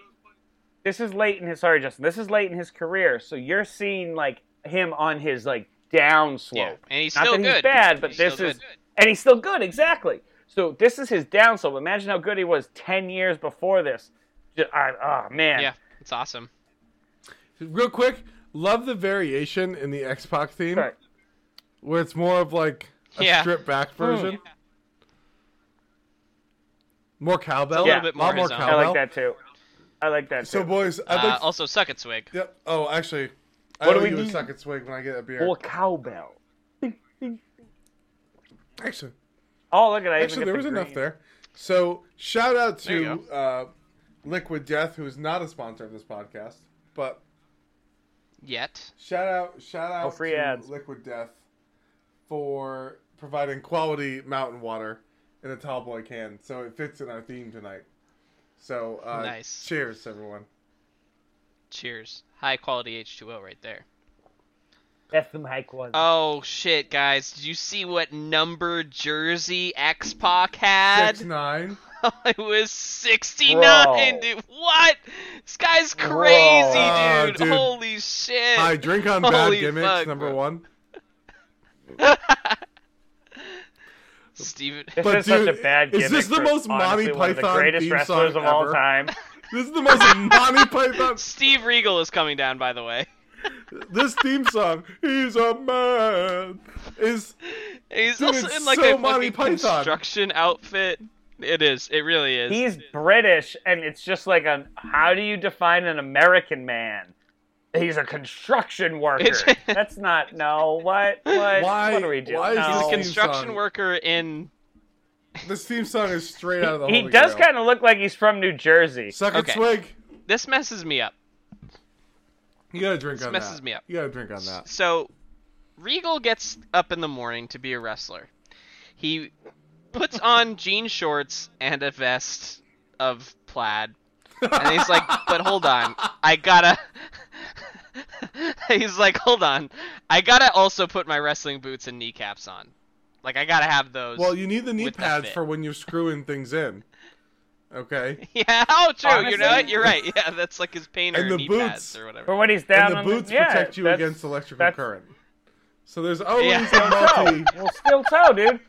[SPEAKER 1] This is late in his sorry, Justin. This is late in his career, so you're seeing like him on his like down
[SPEAKER 2] Yeah.
[SPEAKER 1] slope.
[SPEAKER 2] And he's
[SPEAKER 1] Not
[SPEAKER 2] still
[SPEAKER 1] that
[SPEAKER 2] good.
[SPEAKER 1] he's bad, but
[SPEAKER 2] He's
[SPEAKER 1] this
[SPEAKER 2] still
[SPEAKER 1] is,
[SPEAKER 2] good.
[SPEAKER 1] and he's still good, exactly. So this is his down slope. Imagine how good he was ten years before this, Ju- I, oh man,
[SPEAKER 2] Yeah, it's awesome.
[SPEAKER 3] Real quick, love the variation in the X Pac theme
[SPEAKER 1] Sorry.
[SPEAKER 3] where it's more of like a
[SPEAKER 2] Yeah. Hmm.
[SPEAKER 3] stripped back version. More cowbell.
[SPEAKER 1] little Yeah.
[SPEAKER 2] bit
[SPEAKER 3] A lot
[SPEAKER 2] more his own.
[SPEAKER 1] I
[SPEAKER 3] cowbell.
[SPEAKER 1] like that too. I like that too.
[SPEAKER 3] So, boys, I'd
[SPEAKER 2] Uh,
[SPEAKER 3] like.
[SPEAKER 2] also, suck it, swig.
[SPEAKER 3] yep. Oh, actually, I
[SPEAKER 1] What do
[SPEAKER 3] owe
[SPEAKER 1] we
[SPEAKER 3] you a
[SPEAKER 1] do?
[SPEAKER 3] second swig when I get a beer.
[SPEAKER 1] or cowbell.
[SPEAKER 3] actually,
[SPEAKER 1] Oh, look at I even
[SPEAKER 3] actually,
[SPEAKER 1] get
[SPEAKER 3] there
[SPEAKER 1] the
[SPEAKER 3] was enough
[SPEAKER 1] green.
[SPEAKER 3] there. So, shout out
[SPEAKER 2] There you
[SPEAKER 3] to uh, Liquid Death, who is not a sponsor of this podcast, but
[SPEAKER 2] Yet.
[SPEAKER 3] Shout out, shout out
[SPEAKER 1] Oh, free
[SPEAKER 3] to
[SPEAKER 1] ads.
[SPEAKER 3] Liquid Death for providing quality mountain water in a tall boy can, so it fits in our theme tonight. So uh,
[SPEAKER 2] Nice.
[SPEAKER 3] Cheers, everyone.
[SPEAKER 2] Cheers. High quality H2O right there.
[SPEAKER 1] That's some high quality.
[SPEAKER 2] Oh shit, guys! Did you see what number jersey X Pac had?
[SPEAKER 3] Six nine.
[SPEAKER 2] it was 69.
[SPEAKER 1] Bro.
[SPEAKER 2] Dude, what? This guy's
[SPEAKER 1] Bro.
[SPEAKER 2] crazy,
[SPEAKER 3] Ah,
[SPEAKER 2] dude.
[SPEAKER 3] dude.
[SPEAKER 2] Holy shit!
[SPEAKER 3] Hi, drink on bad
[SPEAKER 2] Holy
[SPEAKER 3] gimmicks.
[SPEAKER 2] fuck,
[SPEAKER 3] number
[SPEAKER 2] bro.
[SPEAKER 3] one.
[SPEAKER 2] Steven.
[SPEAKER 1] this
[SPEAKER 3] but
[SPEAKER 1] is
[SPEAKER 3] dude,
[SPEAKER 1] such a bad.
[SPEAKER 3] is this
[SPEAKER 1] gimmick
[SPEAKER 3] the
[SPEAKER 1] for
[SPEAKER 3] most Monty
[SPEAKER 1] honestly one of
[SPEAKER 3] Python
[SPEAKER 1] the greatest
[SPEAKER 3] theme
[SPEAKER 1] wrestlers
[SPEAKER 3] song
[SPEAKER 1] of all
[SPEAKER 3] ever?
[SPEAKER 1] time?
[SPEAKER 3] This is the most Monty Python.
[SPEAKER 2] Steve Regal is coming down, by the way.
[SPEAKER 3] This theme song, "He's a Man," is
[SPEAKER 2] He's
[SPEAKER 3] Dude,
[SPEAKER 2] also
[SPEAKER 3] it's
[SPEAKER 2] in like
[SPEAKER 3] so
[SPEAKER 2] a
[SPEAKER 3] Monty
[SPEAKER 2] fucking
[SPEAKER 3] Python.
[SPEAKER 2] construction outfit. It is. It really is.
[SPEAKER 1] He's British, and it's just like a. How do you define an American man? He's a construction worker.
[SPEAKER 2] It's-
[SPEAKER 1] That's not no. What what?
[SPEAKER 3] Why-
[SPEAKER 1] what are we doing?
[SPEAKER 3] why is
[SPEAKER 1] No.
[SPEAKER 2] He's a
[SPEAKER 3] Oh.
[SPEAKER 2] construction
[SPEAKER 3] Song.
[SPEAKER 2] worker in.
[SPEAKER 3] this theme song is straight out of the.
[SPEAKER 1] he
[SPEAKER 3] Holy
[SPEAKER 1] does
[SPEAKER 3] Grail.
[SPEAKER 1] kind of look like he's from New Jersey.
[SPEAKER 3] Suck a
[SPEAKER 2] Okay.
[SPEAKER 3] swig.
[SPEAKER 2] This messes me up.
[SPEAKER 3] You gotta drink on
[SPEAKER 2] messes
[SPEAKER 3] that.
[SPEAKER 2] me up.
[SPEAKER 3] You gotta drink on that.
[SPEAKER 2] So, Regal gets up in the morning to be a wrestler. He puts on jean shorts and a vest of plaid. And he's like, but hold on. I gotta. he's like, hold on. I gotta also put my wrestling boots and kneecaps on. Like, I gotta have those.
[SPEAKER 3] Well, you need the knee
[SPEAKER 2] with the
[SPEAKER 3] pads
[SPEAKER 2] fit.
[SPEAKER 3] for when you're screwing things in. Okay.
[SPEAKER 2] Yeah, oh, true. you
[SPEAKER 1] Honestly-
[SPEAKER 2] know what? You're right. Yeah, that's like his painter
[SPEAKER 3] And the
[SPEAKER 2] knee
[SPEAKER 3] boots. Oh,
[SPEAKER 2] pads or
[SPEAKER 1] But
[SPEAKER 2] whatever.
[SPEAKER 1] when he's down
[SPEAKER 3] And the
[SPEAKER 1] on
[SPEAKER 3] boots
[SPEAKER 1] yeah,
[SPEAKER 3] protect you
[SPEAKER 1] that's-
[SPEAKER 3] against electrical
[SPEAKER 1] that's-
[SPEAKER 3] current. So there's always
[SPEAKER 2] Yeah.
[SPEAKER 3] a multi.
[SPEAKER 1] Well, still so, dude.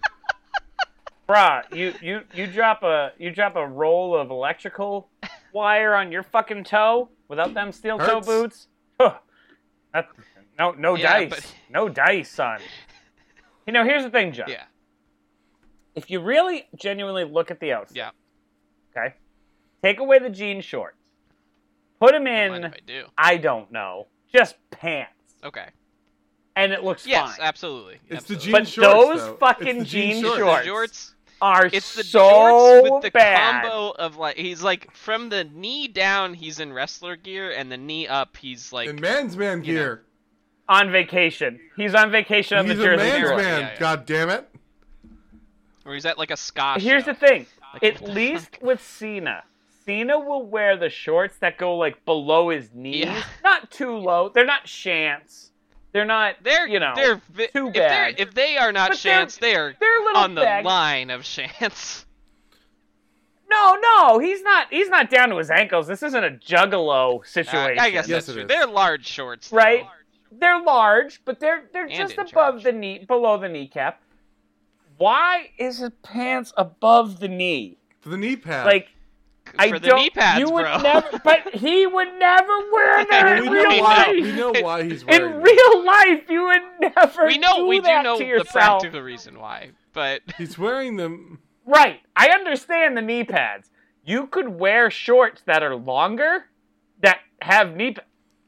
[SPEAKER 1] Bruh, you, you you drop a you drop a roll of electrical wire on your fucking toe without them steel toe
[SPEAKER 3] Hurts.
[SPEAKER 1] boots. Huh. That- no no
[SPEAKER 2] Yeah,
[SPEAKER 1] dice,
[SPEAKER 2] but-
[SPEAKER 1] no dice, son. You know, here's the thing, John.
[SPEAKER 2] Yeah,
[SPEAKER 1] If you really genuinely look at the outfit,
[SPEAKER 2] yeah.
[SPEAKER 1] okay, take away the jean shorts, put them
[SPEAKER 2] Mind
[SPEAKER 1] in
[SPEAKER 2] if I do?
[SPEAKER 1] I don't know, just pants,
[SPEAKER 2] Okay.
[SPEAKER 1] and it looks
[SPEAKER 2] Yes,
[SPEAKER 1] fine.
[SPEAKER 2] absolutely.
[SPEAKER 3] It's the
[SPEAKER 2] absolutely.
[SPEAKER 3] jean
[SPEAKER 1] But
[SPEAKER 3] shorts.
[SPEAKER 1] those
[SPEAKER 3] though.
[SPEAKER 1] fucking
[SPEAKER 3] It's the
[SPEAKER 1] jean
[SPEAKER 2] The
[SPEAKER 1] shorts.
[SPEAKER 2] jorts.
[SPEAKER 1] Are
[SPEAKER 2] It's the
[SPEAKER 1] so
[SPEAKER 2] jorts with the
[SPEAKER 1] bad.
[SPEAKER 2] combo of like he's like from the knee down he's in wrestler gear and the knee up he's like
[SPEAKER 3] In man's man
[SPEAKER 2] You know,
[SPEAKER 3] gear.
[SPEAKER 1] on vacation. He's on vacation on
[SPEAKER 3] He's
[SPEAKER 1] the
[SPEAKER 3] a
[SPEAKER 1] Jersey
[SPEAKER 3] man's
[SPEAKER 1] Shore.
[SPEAKER 2] Shore.
[SPEAKER 3] man.
[SPEAKER 2] Yeah, yeah.
[SPEAKER 3] God damn it.
[SPEAKER 2] or he's at like a Scotch.
[SPEAKER 1] Here's
[SPEAKER 2] show.
[SPEAKER 1] the thing.
[SPEAKER 2] Like,
[SPEAKER 1] At
[SPEAKER 2] what the
[SPEAKER 1] least with Cena, Cena will wear the shorts that go like below his knees.
[SPEAKER 2] Yeah.
[SPEAKER 1] Not too low. They're not shants. They're not.
[SPEAKER 2] They're
[SPEAKER 1] you know.
[SPEAKER 2] they're vi-
[SPEAKER 1] too
[SPEAKER 2] if they're-
[SPEAKER 1] bad.
[SPEAKER 2] If they are not
[SPEAKER 1] But they're-
[SPEAKER 2] chance, they are
[SPEAKER 1] they're little
[SPEAKER 2] on the
[SPEAKER 1] bag-
[SPEAKER 2] line of chance.
[SPEAKER 1] no, no. He's not. He's not down to his ankles. This isn't a juggalo situation.
[SPEAKER 2] Uh, I guess
[SPEAKER 3] Yes,
[SPEAKER 2] that's
[SPEAKER 3] it
[SPEAKER 2] true.
[SPEAKER 3] is.
[SPEAKER 2] They're large shorts, though.
[SPEAKER 1] Right? They're large, but they're they're
[SPEAKER 2] And
[SPEAKER 1] just
[SPEAKER 2] in
[SPEAKER 1] above
[SPEAKER 2] charge.
[SPEAKER 1] the knee, below the kneecap. Why is his pants above the knee?
[SPEAKER 3] For the knee pad.
[SPEAKER 1] Like I
[SPEAKER 2] Uh, for the
[SPEAKER 1] don't.
[SPEAKER 2] knee pads,
[SPEAKER 1] you would
[SPEAKER 2] bro.
[SPEAKER 1] never, but he would never wear that
[SPEAKER 3] Well,
[SPEAKER 1] in
[SPEAKER 3] we
[SPEAKER 1] real
[SPEAKER 3] know why.
[SPEAKER 1] life.
[SPEAKER 3] We know why he's wearing.
[SPEAKER 1] in
[SPEAKER 3] it.
[SPEAKER 1] real life, you would never.
[SPEAKER 2] we know
[SPEAKER 1] do
[SPEAKER 2] we do
[SPEAKER 1] that
[SPEAKER 2] know
[SPEAKER 1] to
[SPEAKER 2] the
[SPEAKER 1] yourself.
[SPEAKER 2] practical reason why, but
[SPEAKER 3] He's wearing them.
[SPEAKER 1] Right. I understand the knee pads. You could wear shorts that are longer, that have knee pa-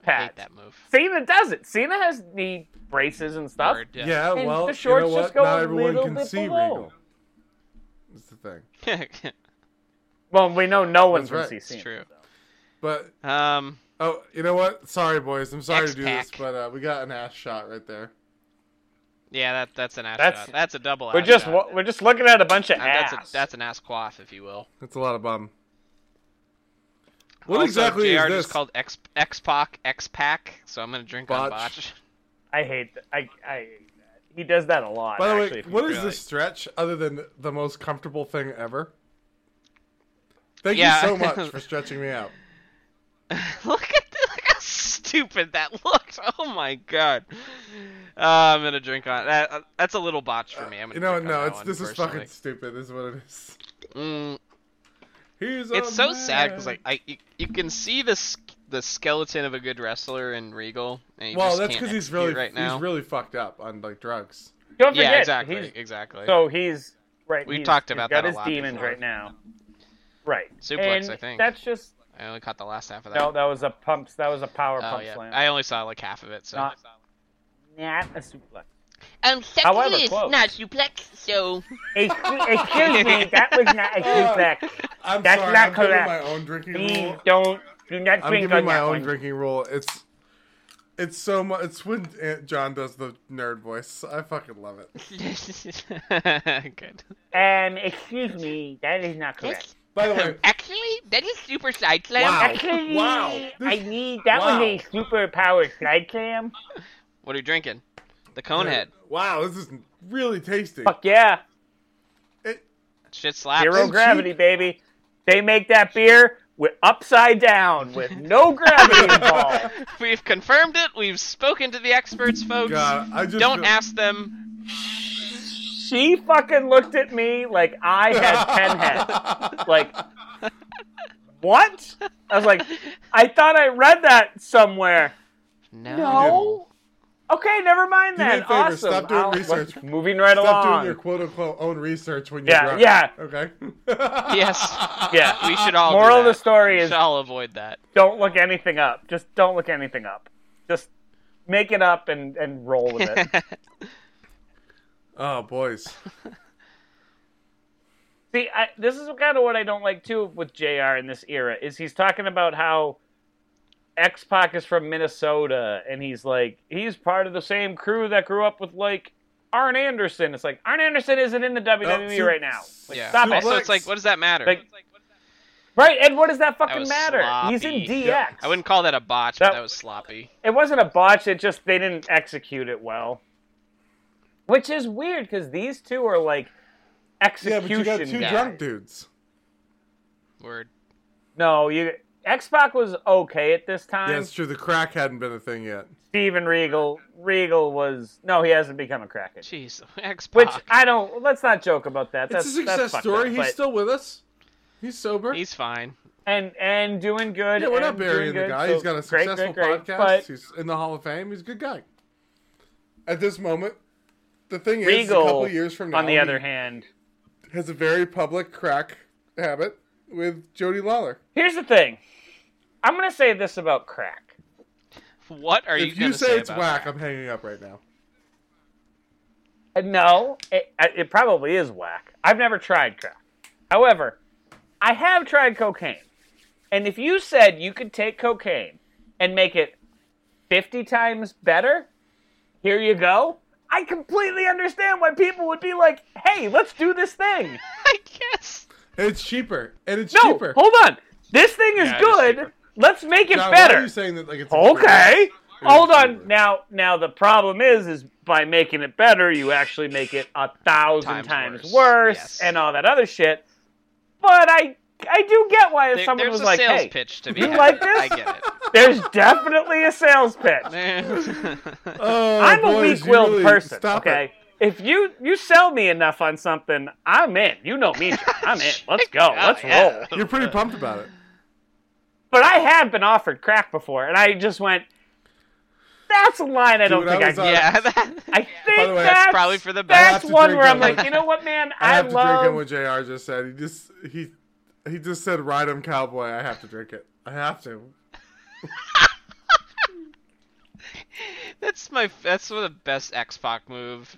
[SPEAKER 2] I hate
[SPEAKER 1] pads.
[SPEAKER 2] that move.
[SPEAKER 1] Cena does it. Cena has knee braces and stuff.
[SPEAKER 2] Word,
[SPEAKER 3] Yeah.
[SPEAKER 1] And
[SPEAKER 3] well,
[SPEAKER 1] the shorts
[SPEAKER 3] you know what?
[SPEAKER 1] just go
[SPEAKER 3] Not
[SPEAKER 1] a
[SPEAKER 3] everyone
[SPEAKER 1] little
[SPEAKER 3] can
[SPEAKER 1] bit
[SPEAKER 3] see
[SPEAKER 1] below.
[SPEAKER 3] Regal. That's the thing.
[SPEAKER 1] Well, we know no one's
[SPEAKER 3] That's right.
[SPEAKER 1] going to see Cena.
[SPEAKER 2] it's true.
[SPEAKER 3] But
[SPEAKER 2] Um,
[SPEAKER 3] oh, you know what? Sorry, boys. I'm sorry to do this,
[SPEAKER 2] X-Pac.
[SPEAKER 3] but uh, we got an ass shot right there.
[SPEAKER 2] yeah, that that's an ass
[SPEAKER 1] That's-
[SPEAKER 2] shot. That's a double
[SPEAKER 1] We're
[SPEAKER 2] ass
[SPEAKER 1] just
[SPEAKER 2] shot.
[SPEAKER 1] wa- we're just looking at a bunch of
[SPEAKER 2] Uh,
[SPEAKER 1] ass.
[SPEAKER 2] That's a, that's an ass quaff, if you will.
[SPEAKER 3] That's a lot of bum. What
[SPEAKER 2] also,
[SPEAKER 3] exactly
[SPEAKER 2] JR
[SPEAKER 3] is
[SPEAKER 2] just
[SPEAKER 3] this?
[SPEAKER 2] called X X Pac X Pac, so I'm gonna drink on
[SPEAKER 3] Botch.
[SPEAKER 2] botch.
[SPEAKER 1] I hate. That. I I. He does that a lot.
[SPEAKER 3] By the
[SPEAKER 1] actually,
[SPEAKER 3] way,
[SPEAKER 1] if you
[SPEAKER 3] what is
[SPEAKER 1] really-
[SPEAKER 3] this stretch other than the most comfortable thing ever? Thank
[SPEAKER 2] Yeah.
[SPEAKER 3] you so much for stretching me out.
[SPEAKER 2] look at the, look how stupid that looks. Oh my god. Uh, I'm gonna drink on that. uh, that's a little botch for me. I'm gonna
[SPEAKER 3] You know,
[SPEAKER 2] drink on
[SPEAKER 3] no,
[SPEAKER 2] that
[SPEAKER 3] it's
[SPEAKER 2] one
[SPEAKER 3] this is
[SPEAKER 2] personally.
[SPEAKER 3] fucking stupid. This is what it is.
[SPEAKER 2] Mm,
[SPEAKER 3] He's
[SPEAKER 2] It's
[SPEAKER 3] a
[SPEAKER 2] so sad because
[SPEAKER 3] man.
[SPEAKER 2] like I you, you can see the s- the skeleton of a good wrestler in Regal. And you
[SPEAKER 3] well,
[SPEAKER 2] just
[SPEAKER 3] that's
[SPEAKER 2] because
[SPEAKER 3] he's really
[SPEAKER 2] right now.
[SPEAKER 3] he's really fucked up on like drugs.
[SPEAKER 1] Don't forget,
[SPEAKER 2] yeah, exactly,
[SPEAKER 1] he's-
[SPEAKER 2] exactly.
[SPEAKER 1] so he's right.
[SPEAKER 2] We
[SPEAKER 1] he's-
[SPEAKER 2] talked
[SPEAKER 1] he's
[SPEAKER 2] about
[SPEAKER 1] got
[SPEAKER 2] that a
[SPEAKER 1] his
[SPEAKER 2] lot
[SPEAKER 1] demons
[SPEAKER 2] before.
[SPEAKER 1] right now. Right.
[SPEAKER 2] Suplex,
[SPEAKER 1] And
[SPEAKER 2] I think.
[SPEAKER 1] That's just
[SPEAKER 2] I only caught the last half of that.
[SPEAKER 1] no. That was a pumps. That was a power
[SPEAKER 2] Oh,
[SPEAKER 1] pump
[SPEAKER 2] yeah.
[SPEAKER 1] slam.
[SPEAKER 2] I only saw like half of it. So
[SPEAKER 1] Not- Not a suplex.
[SPEAKER 4] Um,
[SPEAKER 1] However,
[SPEAKER 4] technically it's
[SPEAKER 1] close.
[SPEAKER 4] not suplex, so
[SPEAKER 1] Excuse excuse me, that was not a suplex.
[SPEAKER 3] I'm
[SPEAKER 1] That's
[SPEAKER 3] sorry,
[SPEAKER 1] not
[SPEAKER 3] I'm giving
[SPEAKER 1] correct.
[SPEAKER 3] my own drinking
[SPEAKER 1] Please
[SPEAKER 3] rule.
[SPEAKER 1] don't do not
[SPEAKER 3] I'm
[SPEAKER 1] drink
[SPEAKER 3] giving
[SPEAKER 1] on
[SPEAKER 3] my
[SPEAKER 1] that
[SPEAKER 3] own
[SPEAKER 1] one.
[SPEAKER 3] drinking rule. It's it's so much. It's when Aunt John does the nerd voice. I fucking love it.
[SPEAKER 2] good.
[SPEAKER 1] Um, excuse me, that is not correct.
[SPEAKER 3] By the way,
[SPEAKER 4] actually that is super side slam.
[SPEAKER 3] Wow.
[SPEAKER 1] Actually,
[SPEAKER 3] Wow.
[SPEAKER 1] I need that
[SPEAKER 3] Wow.
[SPEAKER 1] was a super power slide slam.
[SPEAKER 2] What are you drinking? The Conehead.
[SPEAKER 1] Uh,
[SPEAKER 3] wow, this is really tasty.
[SPEAKER 1] Fuck yeah,
[SPEAKER 3] It,
[SPEAKER 2] Shit slaps.
[SPEAKER 1] zero
[SPEAKER 3] Zero
[SPEAKER 1] gravity, baby. They make that beer with upside down with no gravity involved.
[SPEAKER 2] We've confirmed it. We've spoken to the experts, folks.
[SPEAKER 3] God, I just
[SPEAKER 2] Don't
[SPEAKER 3] feel-
[SPEAKER 2] ask them.
[SPEAKER 1] She fucking looked at me like I had ten heads. Like, what? I was like, I thought I read that somewhere.
[SPEAKER 2] No.
[SPEAKER 1] No. Okay, never mind
[SPEAKER 3] Do me a
[SPEAKER 1] then.
[SPEAKER 3] favor,
[SPEAKER 1] awesome.
[SPEAKER 3] stop doing
[SPEAKER 1] I'll-
[SPEAKER 3] research.
[SPEAKER 1] Moving right
[SPEAKER 3] Stop
[SPEAKER 1] along.
[SPEAKER 3] doing your quote unquote own research when you're
[SPEAKER 1] yeah,
[SPEAKER 3] drunk.
[SPEAKER 1] yeah,
[SPEAKER 3] Okay.
[SPEAKER 2] Yes.
[SPEAKER 1] yeah.
[SPEAKER 2] We should all. do
[SPEAKER 1] Moral of the
[SPEAKER 2] that.
[SPEAKER 1] story
[SPEAKER 2] We
[SPEAKER 1] is
[SPEAKER 2] should all avoid that.
[SPEAKER 1] don't look anything up. Just don't look anything up. Just make it up and, and roll with it.
[SPEAKER 3] Oh, boys.
[SPEAKER 1] See, I, this is kind of what I don't like too with Jr. in this era is he's talking about how X Pac is from Minnesota, and he's like he's part of the same crew that grew up with like Arn Anderson. It's like Arn Anderson isn't in the WWE
[SPEAKER 3] see-
[SPEAKER 1] right now, Like,
[SPEAKER 2] Oh, yeah.
[SPEAKER 1] stop it.
[SPEAKER 2] also, it's like, what does that matter?
[SPEAKER 1] Like- right? And what does that fucking
[SPEAKER 2] was
[SPEAKER 1] matter? He's in
[SPEAKER 2] sloppy.
[SPEAKER 1] DX.
[SPEAKER 2] I wouldn't call that a botch, but
[SPEAKER 1] That-
[SPEAKER 2] that was sloppy.
[SPEAKER 1] it wasn't a botch. It just they didn't execute it well, which is weird because these two are like
[SPEAKER 3] Yeah,
[SPEAKER 1] execution
[SPEAKER 3] but you got two
[SPEAKER 1] guys.
[SPEAKER 3] drunk dudes.
[SPEAKER 2] Word.
[SPEAKER 1] No, you X Pac was okay at this time.
[SPEAKER 3] Yeah, it's true. The crack hadn't been a thing yet.
[SPEAKER 1] Steven Regal, Regal was no, he hasn't become a crackhead.
[SPEAKER 2] Jeez. X
[SPEAKER 1] Which I don't. Let's not joke about that. That's
[SPEAKER 3] it's a
[SPEAKER 1] that's
[SPEAKER 3] success
[SPEAKER 1] fucked
[SPEAKER 3] story.
[SPEAKER 1] Up,
[SPEAKER 3] He's
[SPEAKER 1] but-
[SPEAKER 3] still with us. He's sober.
[SPEAKER 2] He's fine.
[SPEAKER 1] and and doing good.
[SPEAKER 3] yeah, we're not
[SPEAKER 1] and doing
[SPEAKER 3] burying the
[SPEAKER 1] good,
[SPEAKER 3] guy.
[SPEAKER 1] so
[SPEAKER 3] He's got a
[SPEAKER 1] great,
[SPEAKER 3] successful
[SPEAKER 1] great, great,
[SPEAKER 3] podcast.
[SPEAKER 1] But
[SPEAKER 3] He's in the Hall of Fame. He's a good guy. At this moment, the thing is,
[SPEAKER 1] Regal,
[SPEAKER 3] a couple years from now,
[SPEAKER 1] on the
[SPEAKER 3] he
[SPEAKER 1] other hand,
[SPEAKER 3] has a very public crack habit with Jody Lawler.
[SPEAKER 1] here's the thing. I'm gonna say this about crack.
[SPEAKER 2] What are you
[SPEAKER 3] if you,
[SPEAKER 2] gonna
[SPEAKER 3] say, it's
[SPEAKER 2] about
[SPEAKER 3] whack, I'm hanging up right now.
[SPEAKER 1] Uh, No, it, uh, it probably is whack. I've never tried crack. However, I have tried cocaine. And if you said you could take cocaine and make it 50 times better, here you go. I completely understand why people would be like, hey, let's do this thing.
[SPEAKER 2] I guess.
[SPEAKER 3] And it's cheaper. And it's
[SPEAKER 1] No,
[SPEAKER 3] cheaper.
[SPEAKER 1] hold on. This thing is
[SPEAKER 2] Yeah, it is
[SPEAKER 1] good.
[SPEAKER 2] cheaper.
[SPEAKER 1] Let's make it
[SPEAKER 3] John, Why are
[SPEAKER 1] better.
[SPEAKER 3] you saying that like it's
[SPEAKER 1] Okay. Hold
[SPEAKER 3] cheaper.
[SPEAKER 1] on. Now now the problem is is by making it better, you actually make it a thousand
[SPEAKER 2] Times
[SPEAKER 1] times,
[SPEAKER 2] worse.
[SPEAKER 1] worse,
[SPEAKER 2] Yes.
[SPEAKER 1] and all that other shit. But I I do get why if
[SPEAKER 2] There-
[SPEAKER 1] someone
[SPEAKER 2] there's
[SPEAKER 1] was
[SPEAKER 2] a
[SPEAKER 1] like,
[SPEAKER 2] sales
[SPEAKER 1] "Hey,
[SPEAKER 2] pitch to be
[SPEAKER 1] you
[SPEAKER 2] had.
[SPEAKER 1] like this?"
[SPEAKER 2] I get it.
[SPEAKER 1] there's definitely a sales pitch."
[SPEAKER 2] Man.
[SPEAKER 3] Oh,
[SPEAKER 1] I'm a
[SPEAKER 3] boys, you
[SPEAKER 1] weak-willed
[SPEAKER 3] really-
[SPEAKER 1] person.
[SPEAKER 3] Stop it.
[SPEAKER 1] okay. If you you sell me enough on something, I'm in. You know me. John. I'm in. Let's go.
[SPEAKER 2] Oh,
[SPEAKER 1] Let's
[SPEAKER 2] yeah.
[SPEAKER 1] roll.
[SPEAKER 3] You're pretty pumped about it.
[SPEAKER 1] But I have been offered crack before, and I just went. That's a line I don't
[SPEAKER 3] Dude, I
[SPEAKER 1] think I,
[SPEAKER 3] was
[SPEAKER 1] can
[SPEAKER 3] on-
[SPEAKER 2] yeah. That,
[SPEAKER 1] I think
[SPEAKER 3] By the way,
[SPEAKER 1] that's,
[SPEAKER 3] that's
[SPEAKER 2] probably for the best.
[SPEAKER 3] I have
[SPEAKER 1] That's
[SPEAKER 3] to
[SPEAKER 1] one
[SPEAKER 3] drink
[SPEAKER 1] where I'm
[SPEAKER 3] that
[SPEAKER 1] like,
[SPEAKER 3] one.
[SPEAKER 1] you know what, man?
[SPEAKER 3] I
[SPEAKER 1] I,
[SPEAKER 3] have to drink
[SPEAKER 1] love.
[SPEAKER 3] in what JR just said. He just he he just said ride 'em cowboy. I have to drink it. I have to.
[SPEAKER 2] that's my. That's one of the best X Pac move.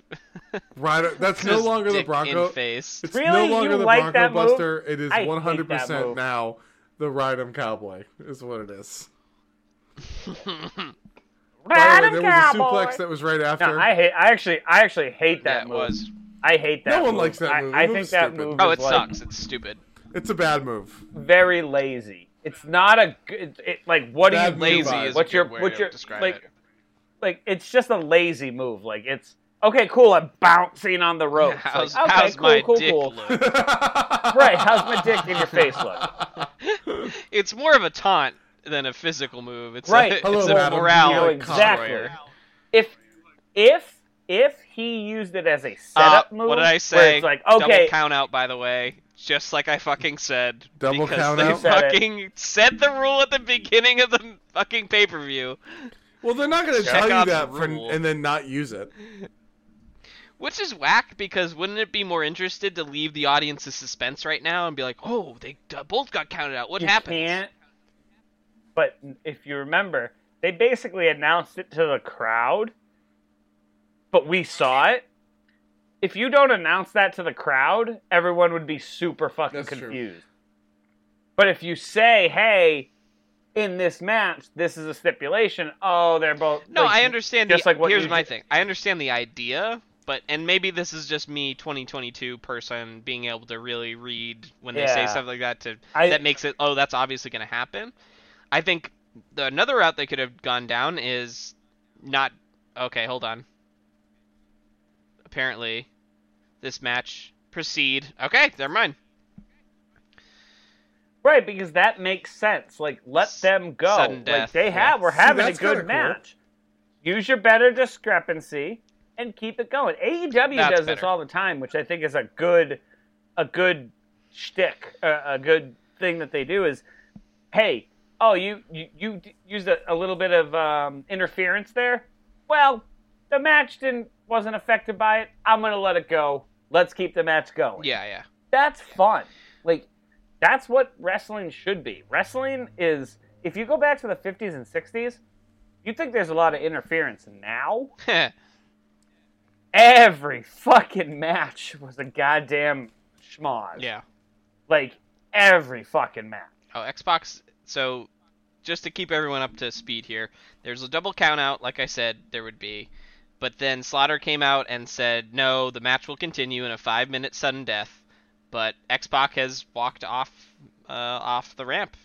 [SPEAKER 3] Ride that's no
[SPEAKER 2] Just
[SPEAKER 3] longer the
[SPEAKER 2] dick
[SPEAKER 3] Bronco.
[SPEAKER 2] In face.
[SPEAKER 3] It's
[SPEAKER 1] Really?
[SPEAKER 3] no longer
[SPEAKER 1] You
[SPEAKER 3] the
[SPEAKER 1] like
[SPEAKER 3] Bronco
[SPEAKER 1] that move?
[SPEAKER 3] Buster. It is
[SPEAKER 1] I hate that
[SPEAKER 3] 100%
[SPEAKER 1] move.
[SPEAKER 3] now the ride 'em cowboy is what it is. By the way,
[SPEAKER 1] Adam
[SPEAKER 3] there was a
[SPEAKER 1] Cowboy.
[SPEAKER 3] suplex that was right after.
[SPEAKER 1] No, I hate. I actually, I actually hate
[SPEAKER 2] Yeah,
[SPEAKER 1] that
[SPEAKER 2] it
[SPEAKER 1] move.
[SPEAKER 2] was.
[SPEAKER 1] I hate that.
[SPEAKER 3] No one
[SPEAKER 1] move.
[SPEAKER 3] likes that move.
[SPEAKER 1] I, I
[SPEAKER 3] The
[SPEAKER 1] think
[SPEAKER 3] move's
[SPEAKER 1] that
[SPEAKER 3] stupid.
[SPEAKER 1] move.
[SPEAKER 2] Oh,
[SPEAKER 1] is
[SPEAKER 2] it
[SPEAKER 1] like
[SPEAKER 2] sucks. It's stupid.
[SPEAKER 3] It's a bad move.
[SPEAKER 1] Very lazy. It's not a good. It, like, what do you do
[SPEAKER 3] Bad move.
[SPEAKER 2] Lazy
[SPEAKER 1] by it?
[SPEAKER 2] is
[SPEAKER 1] What's
[SPEAKER 2] a
[SPEAKER 1] your
[SPEAKER 2] good way
[SPEAKER 1] what's
[SPEAKER 2] to
[SPEAKER 1] your
[SPEAKER 2] describe
[SPEAKER 1] like?
[SPEAKER 2] it.
[SPEAKER 1] Like, it's just a lazy move. Like, it's okay, cool. I'm bouncing on the rope.
[SPEAKER 2] How's,
[SPEAKER 1] like, Oh, okay,
[SPEAKER 2] how's
[SPEAKER 1] cool,
[SPEAKER 2] my
[SPEAKER 1] cool,
[SPEAKER 2] dick
[SPEAKER 1] cool.
[SPEAKER 2] look?
[SPEAKER 1] Right? How's my dick in your face look?
[SPEAKER 2] It's more of a taunt than a physical move. It's
[SPEAKER 1] Right.
[SPEAKER 2] a, it's
[SPEAKER 3] Hello,
[SPEAKER 2] a
[SPEAKER 3] madam.
[SPEAKER 2] morale
[SPEAKER 1] You know exactly.
[SPEAKER 2] destroyer.
[SPEAKER 1] if if if he used it as a
[SPEAKER 2] Uh,
[SPEAKER 1] setup move,
[SPEAKER 2] what did I
[SPEAKER 1] Where
[SPEAKER 2] say?
[SPEAKER 1] it's like
[SPEAKER 2] Double
[SPEAKER 1] okay,
[SPEAKER 2] count out, by the way. just like I fucking said.
[SPEAKER 3] Double
[SPEAKER 2] because
[SPEAKER 3] count
[SPEAKER 2] they
[SPEAKER 3] out?
[SPEAKER 1] Said it.
[SPEAKER 2] fucking said the rule at the beginning of the fucking pay per view,
[SPEAKER 3] Well, they're not going to
[SPEAKER 2] Check
[SPEAKER 3] tell you
[SPEAKER 2] out the
[SPEAKER 3] that for,
[SPEAKER 2] rule.
[SPEAKER 3] and then not use it.
[SPEAKER 2] which is whack because wouldn't it be more interested to leave the audience in suspense right now and be like, oh, they uh, both got counted out. What
[SPEAKER 1] you
[SPEAKER 2] happened?
[SPEAKER 1] can't. But if you remember, they basically announced it to the crowd, but we saw it. If you don't announce that to the crowd, everyone would be super fucking
[SPEAKER 3] That's true.
[SPEAKER 1] confused. But if you say, "Hey, in this match, this is a stipulation," oh, they're both
[SPEAKER 2] No,
[SPEAKER 1] like,
[SPEAKER 2] I understand.
[SPEAKER 1] just
[SPEAKER 2] the,
[SPEAKER 1] like what
[SPEAKER 2] here's
[SPEAKER 1] you
[SPEAKER 2] my
[SPEAKER 1] did.
[SPEAKER 2] thing. I understand the idea, but and maybe this is just me, 2022 person, being able to really read when they say
[SPEAKER 1] Yeah.
[SPEAKER 2] stuff like that to
[SPEAKER 1] I-
[SPEAKER 2] that makes it. Oh, that's obviously going to happen. I think the, another route they could have gone down is not. Okay, hold on. Apparently, this match proceed. Okay, never mind.
[SPEAKER 1] Right, because that makes sense. Like, let them go.
[SPEAKER 2] sudden death,
[SPEAKER 1] like they
[SPEAKER 2] yeah.
[SPEAKER 1] have, we're
[SPEAKER 3] See,
[SPEAKER 1] having a
[SPEAKER 3] that's kinda
[SPEAKER 1] good
[SPEAKER 3] cool.
[SPEAKER 1] match. Use your better discrepancy and keep it going. AEW
[SPEAKER 2] That's
[SPEAKER 1] does this
[SPEAKER 2] better.
[SPEAKER 1] all the time, which I think is a good, a good shtick, a, a good thing that they do is, hey, oh, you you, you d- used a, a little bit of um, interference there. Well, the match didn't wasn't affected by it. I'm gonna let it go. Let's keep the match going
[SPEAKER 2] Yeah, yeah.
[SPEAKER 1] that's fun. Like that's what wrestling should be. Wrestling is if you go back to the 50s and 60s, you think there's a lot of interference now. Every fucking match was a goddamn schmoz.
[SPEAKER 2] yeah.
[SPEAKER 1] Like every fucking match.
[SPEAKER 2] Oh, Xbox. So, just to keep everyone up to speed here, there's a double count out, like I said, there would be. But then Slaughter came out and said, no, the match will continue in a five minute sudden death. But Xbox has walked off uh, off the ramp.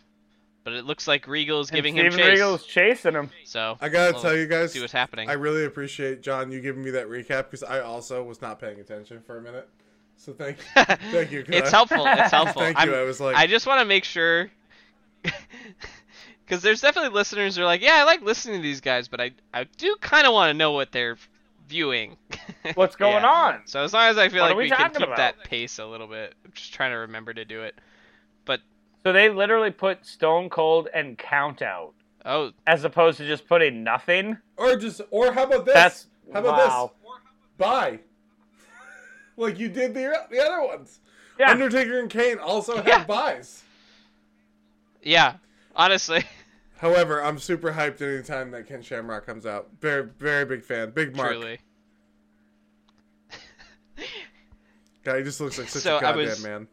[SPEAKER 2] But it looks like Regal is giving
[SPEAKER 1] and
[SPEAKER 2] him
[SPEAKER 1] Steven
[SPEAKER 2] chase.
[SPEAKER 1] Regal's chasing him.
[SPEAKER 2] So,
[SPEAKER 3] I gotta
[SPEAKER 2] we'll
[SPEAKER 3] tell you guys,
[SPEAKER 2] see what's happening.
[SPEAKER 3] I really appreciate John you giving me that recap because I also was not paying attention for a minute. So thank, thank you. 'cause
[SPEAKER 2] it's
[SPEAKER 3] I-
[SPEAKER 2] helpful. It's helpful.
[SPEAKER 3] Thank
[SPEAKER 2] I'm-
[SPEAKER 3] you. I was like,
[SPEAKER 2] I just want to make sure, because there's definitely listeners who are like, yeah, I like listening to these guys, but I, I do kind of want to know what they're viewing.
[SPEAKER 1] What's going
[SPEAKER 2] Yeah.
[SPEAKER 1] on?
[SPEAKER 2] So as long as I feel
[SPEAKER 1] What
[SPEAKER 2] like
[SPEAKER 1] are we
[SPEAKER 2] we can
[SPEAKER 1] talking
[SPEAKER 2] keep
[SPEAKER 1] about?
[SPEAKER 2] that pace a little bit, I'm just trying to remember to do it.
[SPEAKER 1] So they literally put Stone Cold and Count Out
[SPEAKER 2] Oh,
[SPEAKER 1] as opposed to just putting nothing.
[SPEAKER 3] or just, or how about this?
[SPEAKER 1] That's
[SPEAKER 3] how about
[SPEAKER 1] wow.
[SPEAKER 3] this? Bye. like you did the the other ones.
[SPEAKER 1] Yeah.
[SPEAKER 3] Undertaker and Kane also have
[SPEAKER 2] Yeah.
[SPEAKER 3] buys.
[SPEAKER 2] yeah. Honestly,
[SPEAKER 3] However, I'm super hyped anytime that Ken Shamrock comes out. Very, very big fan. Big Mark.
[SPEAKER 2] truly.
[SPEAKER 3] Guy he just looks like such
[SPEAKER 2] So
[SPEAKER 3] a
[SPEAKER 2] I
[SPEAKER 3] goddamn
[SPEAKER 2] was-
[SPEAKER 3] man.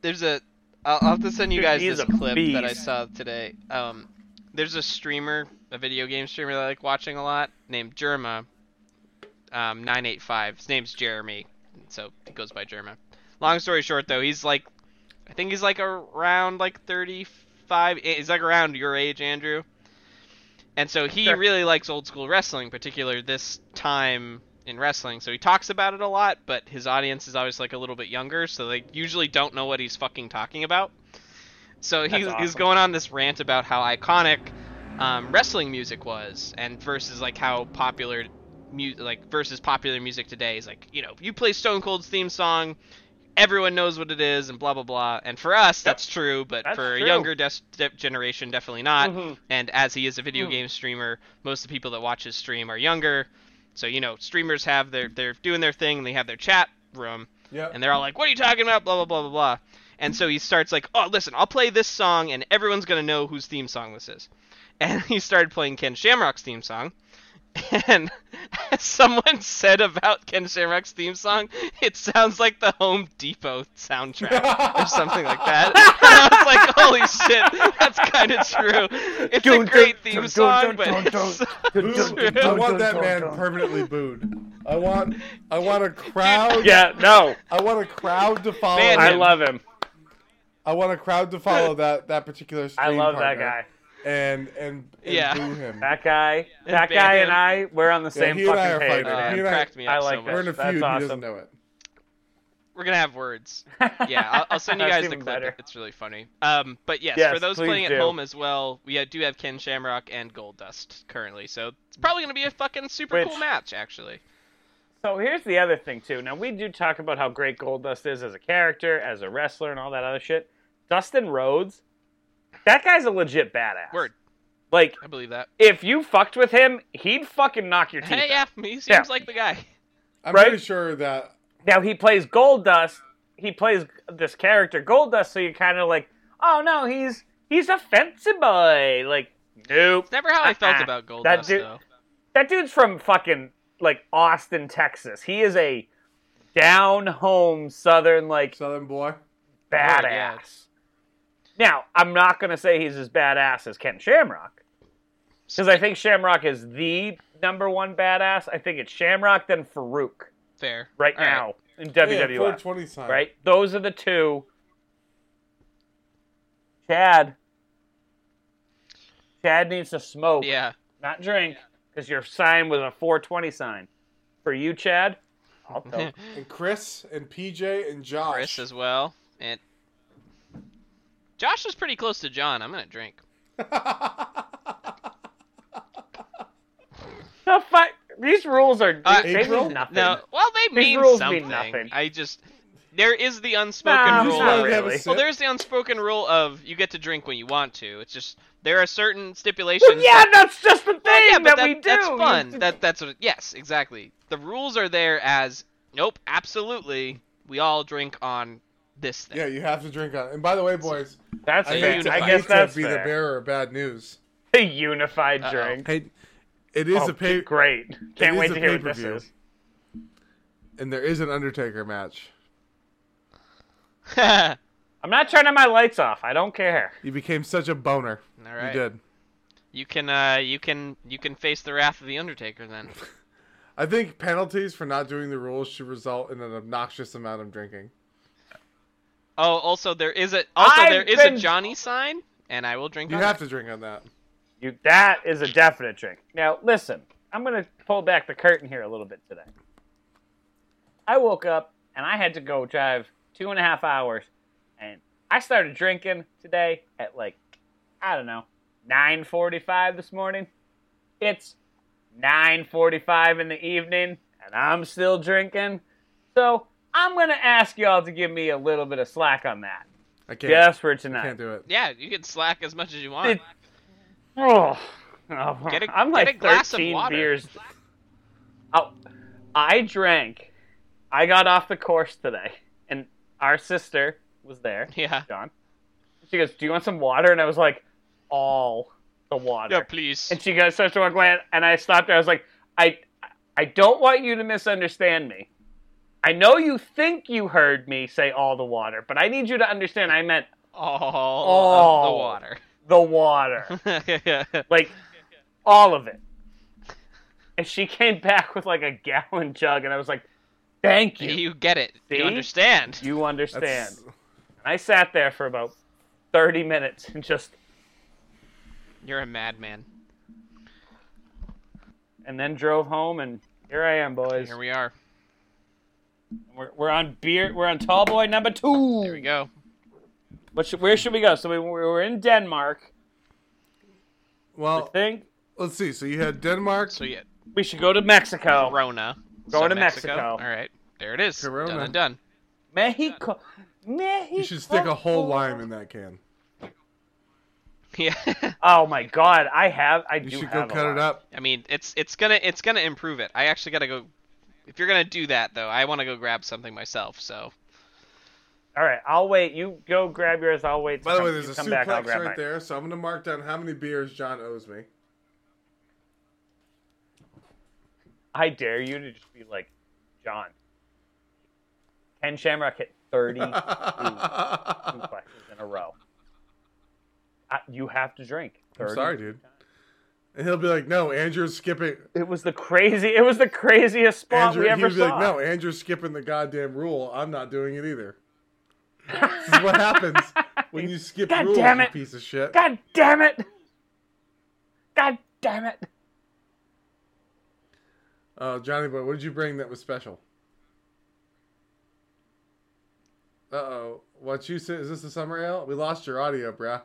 [SPEAKER 2] there's a I'll, I'll have to send you
[SPEAKER 1] Dude,
[SPEAKER 2] guys
[SPEAKER 1] he's
[SPEAKER 2] this
[SPEAKER 1] a
[SPEAKER 2] clip that I
[SPEAKER 1] beast.
[SPEAKER 2] saw today. Um, there's a streamer, a video game streamer that I like watching a lot named Germa. Um, nine eight five. His name's Jeremy, so it goes by Germa. Long story short, though, he's like, I think he's like around like thirty five. He's like around your age, Andrew. And so he
[SPEAKER 1] Sure.
[SPEAKER 2] really likes old school wrestling, particular this time in wrestling. So he talks about it a lot, but his audience is always like a little bit younger, so they usually don't know what he's fucking talking about. So he,
[SPEAKER 1] That's
[SPEAKER 2] he's
[SPEAKER 1] awesome.
[SPEAKER 2] going on this rant about how iconic um, wrestling music was, and versus like how popular, mu- like versus popular music today is like you know you play Stone Cold's theme song, everyone knows what it is, and blah blah blah. And for us, that's true, but
[SPEAKER 1] That's
[SPEAKER 2] for
[SPEAKER 1] true.
[SPEAKER 2] a younger des- de- generation, definitely not.
[SPEAKER 1] Mhm.
[SPEAKER 2] And as he is a video
[SPEAKER 1] Mhm.
[SPEAKER 2] game streamer, most of the people that watch his stream are younger. So you know, streamers have their they're doing their thing, and they have their chat room,
[SPEAKER 3] Yeah.
[SPEAKER 2] and they're all like, "What are you talking about?" Blah blah blah blah blah. And so he starts like, "Oh, listen, I'll play this song, and everyone's gonna know whose theme song this is." And he started playing Ken Shamrock's theme song, and someone said about Ken Shamrock's theme song, it sounds like the Home Depot soundtrack or something like that. And I was like, "Holy shit, that's kind of true." It's a great theme song, but it's
[SPEAKER 3] Boo. I want that man permanently booed. I want I want a crowd
[SPEAKER 1] Yeah, no.
[SPEAKER 3] I want a crowd to follow
[SPEAKER 2] Man,
[SPEAKER 1] I
[SPEAKER 3] I,
[SPEAKER 2] him.
[SPEAKER 1] love him.
[SPEAKER 3] want a crowd to follow that that particular
[SPEAKER 1] I
[SPEAKER 3] stream
[SPEAKER 1] love that
[SPEAKER 3] partner
[SPEAKER 1] guy.
[SPEAKER 3] And and, and
[SPEAKER 2] Yeah.
[SPEAKER 3] boo him.
[SPEAKER 1] That guy, that
[SPEAKER 2] ban
[SPEAKER 1] guy,
[SPEAKER 2] him.
[SPEAKER 1] and I, we're on the
[SPEAKER 3] Yeah,
[SPEAKER 1] same
[SPEAKER 3] he and I are
[SPEAKER 1] fucking page.
[SPEAKER 2] Uh,
[SPEAKER 3] fighting. He
[SPEAKER 1] man.
[SPEAKER 3] and I-
[SPEAKER 2] cracked me up
[SPEAKER 1] I
[SPEAKER 2] so
[SPEAKER 1] like
[SPEAKER 2] much.
[SPEAKER 3] We're in a
[SPEAKER 1] That's
[SPEAKER 3] feud, he
[SPEAKER 1] awesome.
[SPEAKER 3] doesn't know it.
[SPEAKER 2] We're gonna have words. Uh, Yeah, I'll, I'll send you
[SPEAKER 1] That's
[SPEAKER 2] guys the
[SPEAKER 1] even
[SPEAKER 2] clip.
[SPEAKER 1] better.
[SPEAKER 2] It's really funny. Um, but yes,
[SPEAKER 1] Yes,
[SPEAKER 2] for those
[SPEAKER 1] please
[SPEAKER 2] playing
[SPEAKER 1] do.
[SPEAKER 2] at home as well, we do have Ken Shamrock and Gold Dust currently, so it's probably gonna be a fucking super
[SPEAKER 1] Which-
[SPEAKER 2] cool match, actually.
[SPEAKER 1] So here's the other thing too. Now we do talk about how great Goldust is as a character, as a wrestler, and all that other shit. Dustin Rhodes, that guy's a legit badass.
[SPEAKER 2] Word.
[SPEAKER 1] Like
[SPEAKER 2] I believe that.
[SPEAKER 1] if you fucked with him, he'd fucking knock your teeth.
[SPEAKER 2] Hey,
[SPEAKER 1] out.
[SPEAKER 2] yeah, he seems
[SPEAKER 1] Yeah.
[SPEAKER 2] like the guy.
[SPEAKER 3] I'm
[SPEAKER 1] Right?
[SPEAKER 3] pretty sure that
[SPEAKER 1] Now he plays Goldust. He plays this character Goldust, so you're kind of like, oh no, he's he's a fancy boy. Like, nope.
[SPEAKER 2] It's never how I felt
[SPEAKER 1] Uh-uh.
[SPEAKER 2] about Goldust,
[SPEAKER 1] That dude-
[SPEAKER 2] though.
[SPEAKER 1] That dude's from fucking like Austin, Texas. He is a down home Southern like
[SPEAKER 3] Southern boy.
[SPEAKER 1] badass.
[SPEAKER 2] yeah.
[SPEAKER 1] Now, I'm not gonna say he's as badass as Ken Shamrock. Because I think Shamrock is the number one badass. I think it's Shamrock, then Farouk
[SPEAKER 2] Fair.
[SPEAKER 1] right
[SPEAKER 2] All
[SPEAKER 1] now in
[SPEAKER 3] Yeah,
[SPEAKER 1] WWF.
[SPEAKER 3] 420 time.
[SPEAKER 1] right? Those are the two. Chad. Chad needs to smoke,
[SPEAKER 2] Yeah.
[SPEAKER 1] not drink, because your sign was a 420 sign. For you, Chad, I'll tell.
[SPEAKER 3] And Chris and PJ and Josh.
[SPEAKER 2] Chris as well. And Josh was pretty close to John. I'm gonna drink.
[SPEAKER 1] the fuck? These rules are
[SPEAKER 2] Uh,
[SPEAKER 1] they
[SPEAKER 3] April?
[SPEAKER 1] mean nothing.
[SPEAKER 2] No, well they
[SPEAKER 1] These
[SPEAKER 2] mean
[SPEAKER 1] rules
[SPEAKER 2] something.
[SPEAKER 1] mean nothing.
[SPEAKER 2] I just there is the unspoken
[SPEAKER 1] Nah,
[SPEAKER 2] rule.
[SPEAKER 1] not
[SPEAKER 3] Just wanted to have a
[SPEAKER 1] really.
[SPEAKER 3] sip.
[SPEAKER 2] Well, there's the unspoken rule of you get to drink when you want to. It's just there are certain stipulations.
[SPEAKER 1] Well, yeah,
[SPEAKER 2] that-
[SPEAKER 1] that's just the thing
[SPEAKER 2] Well, yeah,
[SPEAKER 1] that,
[SPEAKER 2] but
[SPEAKER 1] we do.
[SPEAKER 2] That's
[SPEAKER 1] You-
[SPEAKER 2] fun. That that's what, yes, exactly. The rules are there as nope, absolutely. We all drink on this thing.
[SPEAKER 3] Yeah, you have to drink on. And by the way, boys,
[SPEAKER 1] That's
[SPEAKER 3] I,
[SPEAKER 1] I,
[SPEAKER 3] hate
[SPEAKER 2] mean,
[SPEAKER 3] to,
[SPEAKER 1] I
[SPEAKER 3] I
[SPEAKER 1] guess
[SPEAKER 3] hate
[SPEAKER 1] that's
[SPEAKER 3] to be the
[SPEAKER 1] fair.
[SPEAKER 3] bearer of bad news.
[SPEAKER 1] A unified
[SPEAKER 2] Uh-oh.
[SPEAKER 1] drink.
[SPEAKER 3] Hey, it is
[SPEAKER 1] Oh,
[SPEAKER 3] a pay,
[SPEAKER 1] great. Can't
[SPEAKER 3] is
[SPEAKER 1] wait
[SPEAKER 3] a
[SPEAKER 1] to hear what this
[SPEAKER 3] pay-per-view.
[SPEAKER 1] is.
[SPEAKER 3] and there is an Undertaker match.
[SPEAKER 1] I'm not turning my lights off. I don't care.
[SPEAKER 3] You became such a boner.
[SPEAKER 2] All right.
[SPEAKER 3] You did.
[SPEAKER 2] You can uh you can you can face the wrath of the Undertaker then.
[SPEAKER 3] I think penalties for not doing the rules should result in an obnoxious amount of drinking.
[SPEAKER 2] Oh, also there is a also
[SPEAKER 1] I've
[SPEAKER 2] there is
[SPEAKER 1] been-
[SPEAKER 2] a Johnny sign, and I will drink.
[SPEAKER 3] You
[SPEAKER 2] on
[SPEAKER 3] have
[SPEAKER 2] it.
[SPEAKER 3] to drink on that.
[SPEAKER 1] You that is a definite drink. Now listen, I'm gonna pull back the curtain here a little bit today. I woke up and I had to go drive two and a half hours, and I started drinking today at like I don't know 9:45 this morning. It's 9:45 in the evening, and I'm still drinking. So I'm gonna ask y'all to give me a little bit of slack on that,
[SPEAKER 3] I can't.
[SPEAKER 1] just for tonight.
[SPEAKER 3] Can't do it.
[SPEAKER 2] Yeah, you can slack as much as you want.
[SPEAKER 1] It- Oh, oh,
[SPEAKER 2] Get a-
[SPEAKER 1] I'm like
[SPEAKER 2] get a glass of
[SPEAKER 1] 13
[SPEAKER 2] water.
[SPEAKER 1] beers. Oh, I drank. I got off the course today, and our sister was there,
[SPEAKER 2] Yeah.
[SPEAKER 1] John. She goes, "Do you want some water?" And I was like, "All the water."
[SPEAKER 2] Yeah, please.
[SPEAKER 1] And she goes, starts to walk away, and I stopped her. I was like, "I, I don't want you to misunderstand me. I know you think you heard me say all the water, but I need you to understand. I meant
[SPEAKER 2] Oh, All
[SPEAKER 1] Oh.
[SPEAKER 2] of
[SPEAKER 1] the water."
[SPEAKER 2] the water.
[SPEAKER 1] like all of it. And she came back with like a gallon jug, and I was like, "Thank you,
[SPEAKER 2] you get it.
[SPEAKER 1] See?
[SPEAKER 2] You understand.
[SPEAKER 1] you understand."
[SPEAKER 3] That's-
[SPEAKER 1] And I sat there for about thirty minutes and just,
[SPEAKER 2] You're a madman.
[SPEAKER 1] and then drove home, and here I am, boys.
[SPEAKER 2] Here we are.
[SPEAKER 1] We're, we're on beer. We're on tall boy number two.
[SPEAKER 2] There we go.
[SPEAKER 1] What should, where should we go? So we, we were in Denmark.
[SPEAKER 2] Oh.
[SPEAKER 1] I
[SPEAKER 3] Well,
[SPEAKER 1] think
[SPEAKER 3] let's see. So you had Denmark,
[SPEAKER 2] So yeah,
[SPEAKER 1] we should go to Mexico.
[SPEAKER 2] Corona.
[SPEAKER 1] Going
[SPEAKER 2] So
[SPEAKER 1] to Mexico.
[SPEAKER 2] All right. There it is.
[SPEAKER 3] Corona.
[SPEAKER 2] Done and done.
[SPEAKER 1] Mexico. Mexico.
[SPEAKER 3] you should stick a whole lime in that can.
[SPEAKER 2] Yeah.
[SPEAKER 1] Oh my God! I have. I
[SPEAKER 3] You
[SPEAKER 1] do
[SPEAKER 3] should go
[SPEAKER 1] have a
[SPEAKER 3] cut
[SPEAKER 1] lot.
[SPEAKER 3] it up.
[SPEAKER 2] I mean, it's it's gonna it's gonna improve it. I actually gotta go. If you're gonna do that though, I want to go grab something myself. So
[SPEAKER 1] All right, I'll wait. You go grab yours. I'll wait. till
[SPEAKER 3] By the way,
[SPEAKER 1] you
[SPEAKER 3] there's a
[SPEAKER 1] come back. I'll
[SPEAKER 3] suplex
[SPEAKER 1] grab
[SPEAKER 3] right
[SPEAKER 1] mine.
[SPEAKER 3] there, so I'm gonna mark down how many beers John owes me.
[SPEAKER 1] I dare you to just be like, John. Ken Shamrock hit 30
[SPEAKER 3] I'm
[SPEAKER 1] suplexes in a row. I, you have to drink. 30.
[SPEAKER 3] sorry, dude. And he'll be like, "No, Andrew's skipping."
[SPEAKER 1] It was the crazy. It was the craziest spot
[SPEAKER 3] Andrew,
[SPEAKER 1] we
[SPEAKER 3] he'd
[SPEAKER 1] ever
[SPEAKER 3] be
[SPEAKER 1] saw.
[SPEAKER 3] like, "No, Andrew's skipping the goddamn rule. I'm not doing it either." this is what happens when you skip
[SPEAKER 1] God
[SPEAKER 3] rules,
[SPEAKER 1] damn
[SPEAKER 3] you
[SPEAKER 1] it.
[SPEAKER 3] piece of shit.
[SPEAKER 1] God damn it! God damn it!
[SPEAKER 3] Uh, Johnny boy, what did you bring that was special? Uh oh, what you said? Is this the summer ale? We lost your audio, bruh.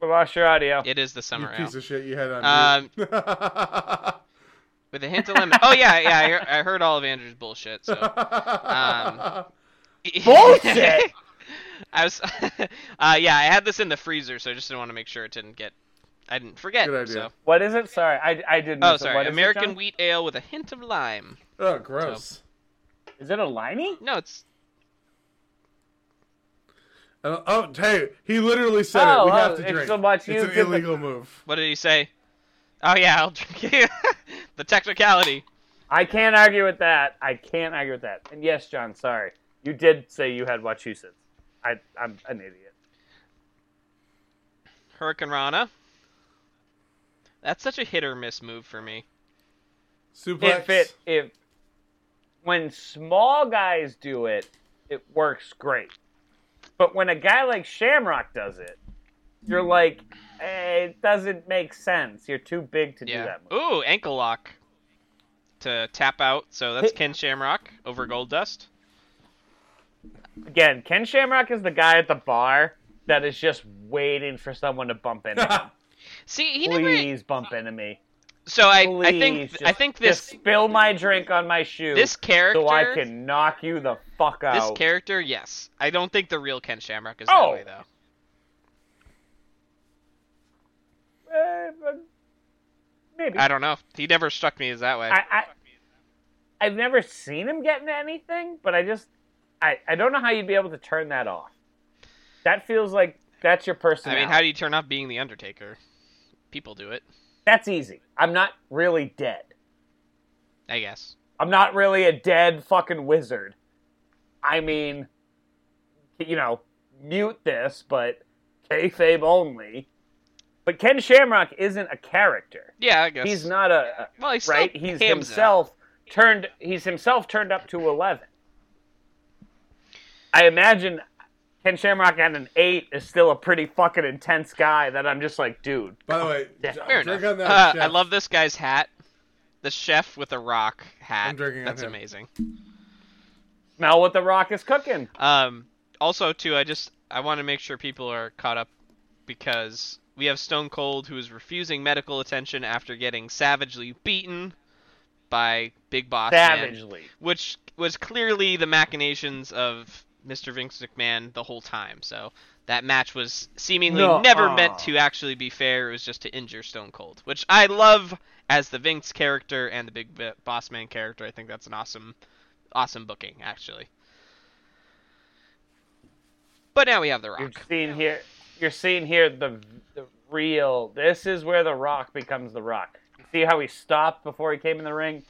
[SPEAKER 1] We lost your audio.
[SPEAKER 2] it is the
[SPEAKER 3] You
[SPEAKER 2] summer
[SPEAKER 3] piece
[SPEAKER 2] ale. Um,
[SPEAKER 3] of shit, you had on. mute.
[SPEAKER 2] with a hint of lemon. oh yeah, yeah. I, hear- I heard all of Andrew's bullshit. So Um,
[SPEAKER 1] Bullshit!
[SPEAKER 2] I was, uh, yeah, I had this in the freezer, so I just didn't want to make sure it didn't get, I didn't forget.
[SPEAKER 3] Good idea.
[SPEAKER 2] So.
[SPEAKER 1] What is it? Sorry, I, I didn't.
[SPEAKER 2] Oh, sorry, American
[SPEAKER 1] It,
[SPEAKER 2] wheat ale with a hint of lime.
[SPEAKER 3] oh, gross.
[SPEAKER 1] John? is it a limey?
[SPEAKER 2] No, it's
[SPEAKER 3] And, oh, hey, he literally said it.
[SPEAKER 1] Oh,
[SPEAKER 3] We
[SPEAKER 1] oh,
[SPEAKER 3] have to
[SPEAKER 1] it's
[SPEAKER 3] drink.
[SPEAKER 1] so much you
[SPEAKER 3] it's an
[SPEAKER 1] get the-
[SPEAKER 3] illegal move.
[SPEAKER 2] what did he say? Oh yeah, I'll drink it. the technicality.
[SPEAKER 1] I can't argue with that. I can't argue with that. And yes, John, sorry, you did say you had Wachusett. I I'm an idiot.
[SPEAKER 2] Hurricane Rana. That's such a hit or miss move for me.
[SPEAKER 3] Suplex.
[SPEAKER 1] If it if when small guys do it, it works great. But when a guy like Shamrock does it, you're like, eh, it doesn't make sense. You're too big to do
[SPEAKER 2] Yeah.
[SPEAKER 1] that. Move.
[SPEAKER 2] Ooh, ankle lock. To tap out, so that's
[SPEAKER 1] Hey-
[SPEAKER 2] Ken Shamrock over Gold Dust.
[SPEAKER 1] Again, Ken Shamrock is the guy at the bar that is just waiting for someone to bump into him.
[SPEAKER 2] See, he never.
[SPEAKER 1] Please bump into me.
[SPEAKER 2] So I,
[SPEAKER 1] Please,
[SPEAKER 2] I think,
[SPEAKER 1] just,
[SPEAKER 2] I think this,
[SPEAKER 1] just spill my drink on my shoe.
[SPEAKER 2] this character,
[SPEAKER 1] so I can knock you the fuck out.
[SPEAKER 2] this character, yes. I don't think the real Ken Shamrock is
[SPEAKER 1] Oh.
[SPEAKER 2] that way though.
[SPEAKER 1] Eh, but maybe.
[SPEAKER 2] I don't know. He never struck me as that way.
[SPEAKER 1] I, I I've never seen him get into anything, but I just I, I don't know how you'd be able to turn that off. That feels like that's your
[SPEAKER 2] I
[SPEAKER 1] personality.
[SPEAKER 2] mean, how do you turn off being the Undertaker? People do it,
[SPEAKER 1] that's easy. I'm not really dead.
[SPEAKER 2] I guess.
[SPEAKER 1] I'm not really a dead fucking wizard. I mean, you know, mute this, but kayfabe only. But Ken Shamrock isn't a character.
[SPEAKER 2] Yeah, I guess.
[SPEAKER 1] He's not a,
[SPEAKER 2] Well, he's still
[SPEAKER 1] right? He's
[SPEAKER 2] Hamza.
[SPEAKER 1] himself turned. He's himself turned up to eleven. I imagine Ken Shamrock at an eight is still a pretty fucking intense guy. That I'm just like, dude.
[SPEAKER 3] By the way,
[SPEAKER 1] Yeah.
[SPEAKER 3] John,
[SPEAKER 2] Fair
[SPEAKER 3] drink
[SPEAKER 2] enough.
[SPEAKER 3] on that.
[SPEAKER 2] Uh, I
[SPEAKER 3] chef.
[SPEAKER 2] love this guy's hat. The chef with a rock hat.
[SPEAKER 3] I'm drinking on
[SPEAKER 2] That's
[SPEAKER 3] him.
[SPEAKER 2] amazing.
[SPEAKER 1] Smell what the Rock is cooking.
[SPEAKER 2] Um, also, too, I just I want to make sure people are caught up because we have Stone Cold who is refusing medical attention after getting savagely beaten by Big Boss Man,
[SPEAKER 1] Savagely.
[SPEAKER 2] which was clearly the machinations of Mr. Vince McMahon the whole time. So that match was seemingly
[SPEAKER 1] No,
[SPEAKER 2] never
[SPEAKER 1] aw.
[SPEAKER 2] meant to actually be fair. It was just to injure Stone Cold, which I love as the Vince character and the Big B- Boss Man character. I think that's an awesome, awesome booking actually. But now we have The
[SPEAKER 1] You're
[SPEAKER 2] Rock.
[SPEAKER 1] seeing here. You're seeing here the the real. This is where the Rock becomes the Rock. See how he stopped before he came in the ring,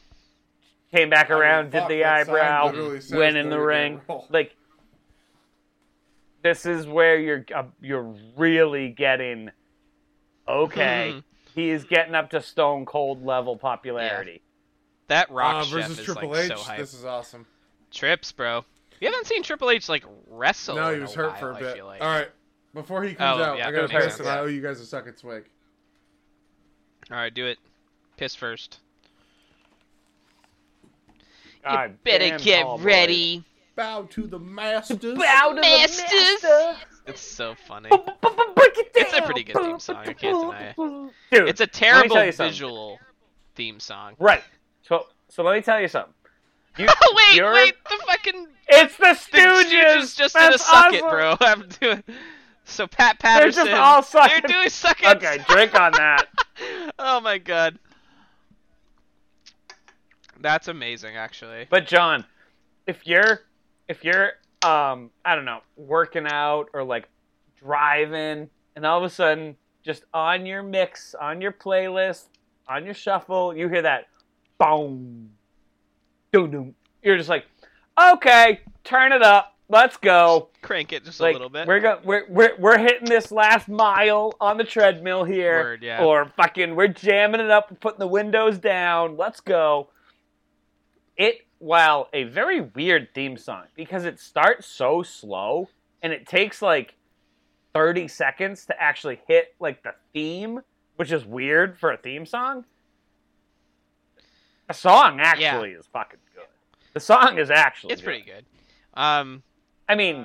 [SPEAKER 1] came back around, did
[SPEAKER 3] fuck,
[SPEAKER 1] the
[SPEAKER 3] that sign
[SPEAKER 1] eyebrow,
[SPEAKER 3] literally says
[SPEAKER 1] went in the
[SPEAKER 3] WWE
[SPEAKER 1] ring.
[SPEAKER 3] roll.
[SPEAKER 1] Like this is where you're uh, you're really getting
[SPEAKER 4] Mm-hmm.
[SPEAKER 1] okay.
[SPEAKER 2] Mhm.
[SPEAKER 1] he is getting up to Stone Cold level popularity.
[SPEAKER 2] That Rock
[SPEAKER 3] Uh,
[SPEAKER 2] chef
[SPEAKER 3] versus
[SPEAKER 2] is
[SPEAKER 3] Triple
[SPEAKER 2] like
[SPEAKER 3] H.
[SPEAKER 2] so hype.
[SPEAKER 3] this is awesome.
[SPEAKER 2] Trips, bro. You haven't seen Triple H like wrestle.
[SPEAKER 3] no, he
[SPEAKER 2] in
[SPEAKER 3] was
[SPEAKER 2] a
[SPEAKER 3] hurt
[SPEAKER 2] while,
[SPEAKER 3] for a
[SPEAKER 2] I
[SPEAKER 3] bit.
[SPEAKER 2] feel like.
[SPEAKER 3] All right, before he comes
[SPEAKER 2] Oh,
[SPEAKER 3] out,
[SPEAKER 2] yeah,
[SPEAKER 3] I gotta
[SPEAKER 2] that makes
[SPEAKER 3] piss,
[SPEAKER 2] sense.
[SPEAKER 3] and I owe you guys a suck and swig.
[SPEAKER 2] All right, do it. Piss first.
[SPEAKER 1] God
[SPEAKER 4] Better
[SPEAKER 1] damn
[SPEAKER 4] get
[SPEAKER 1] tall boys.
[SPEAKER 4] ready.
[SPEAKER 3] Bow to the masters.
[SPEAKER 1] Bow to the
[SPEAKER 4] Masters.
[SPEAKER 1] master.
[SPEAKER 2] It's so funny.
[SPEAKER 1] It's
[SPEAKER 2] It's a pretty good theme song, I can't deny it.
[SPEAKER 1] Dude,
[SPEAKER 2] It's a
[SPEAKER 1] let me tell
[SPEAKER 2] terrible
[SPEAKER 1] you something.
[SPEAKER 2] visual theme song.
[SPEAKER 1] Right. So, so let me tell you something. You,
[SPEAKER 2] Oh wait,
[SPEAKER 1] you're-
[SPEAKER 2] wait, the fucking
[SPEAKER 1] It's the
[SPEAKER 2] the
[SPEAKER 1] Stooges.
[SPEAKER 2] Stooges just
[SPEAKER 1] That's
[SPEAKER 2] did a suck it,
[SPEAKER 1] awesome.
[SPEAKER 2] bro. I'm doing so Pat
[SPEAKER 1] They're just
[SPEAKER 2] Patterson.
[SPEAKER 1] all suck
[SPEAKER 2] They're
[SPEAKER 1] it.
[SPEAKER 2] doing suck it.
[SPEAKER 1] Okay, drink on that.
[SPEAKER 2] Oh my god. That's amazing, actually.
[SPEAKER 1] But John, if you're, if you're, um, I don't know, working out or like driving, and all of a sudden, just on your mix, on your playlist, on your shuffle, you hear that, boom, doom, doom. You're just like, okay, turn it up, let's go.
[SPEAKER 2] Crank it just
[SPEAKER 1] like,
[SPEAKER 2] a little bit.
[SPEAKER 1] We're, go- we're we're we're hitting this last mile on the treadmill here,
[SPEAKER 2] Word, yeah.
[SPEAKER 1] or fucking we're jamming it up and putting the windows down. Let's go. It while a very weird theme song because it starts so slow and it takes like thirty seconds to actually hit like the theme, which is weird for a theme song. The song actually is fucking good. The song is actually
[SPEAKER 2] It's pretty good. Um,
[SPEAKER 1] I mean,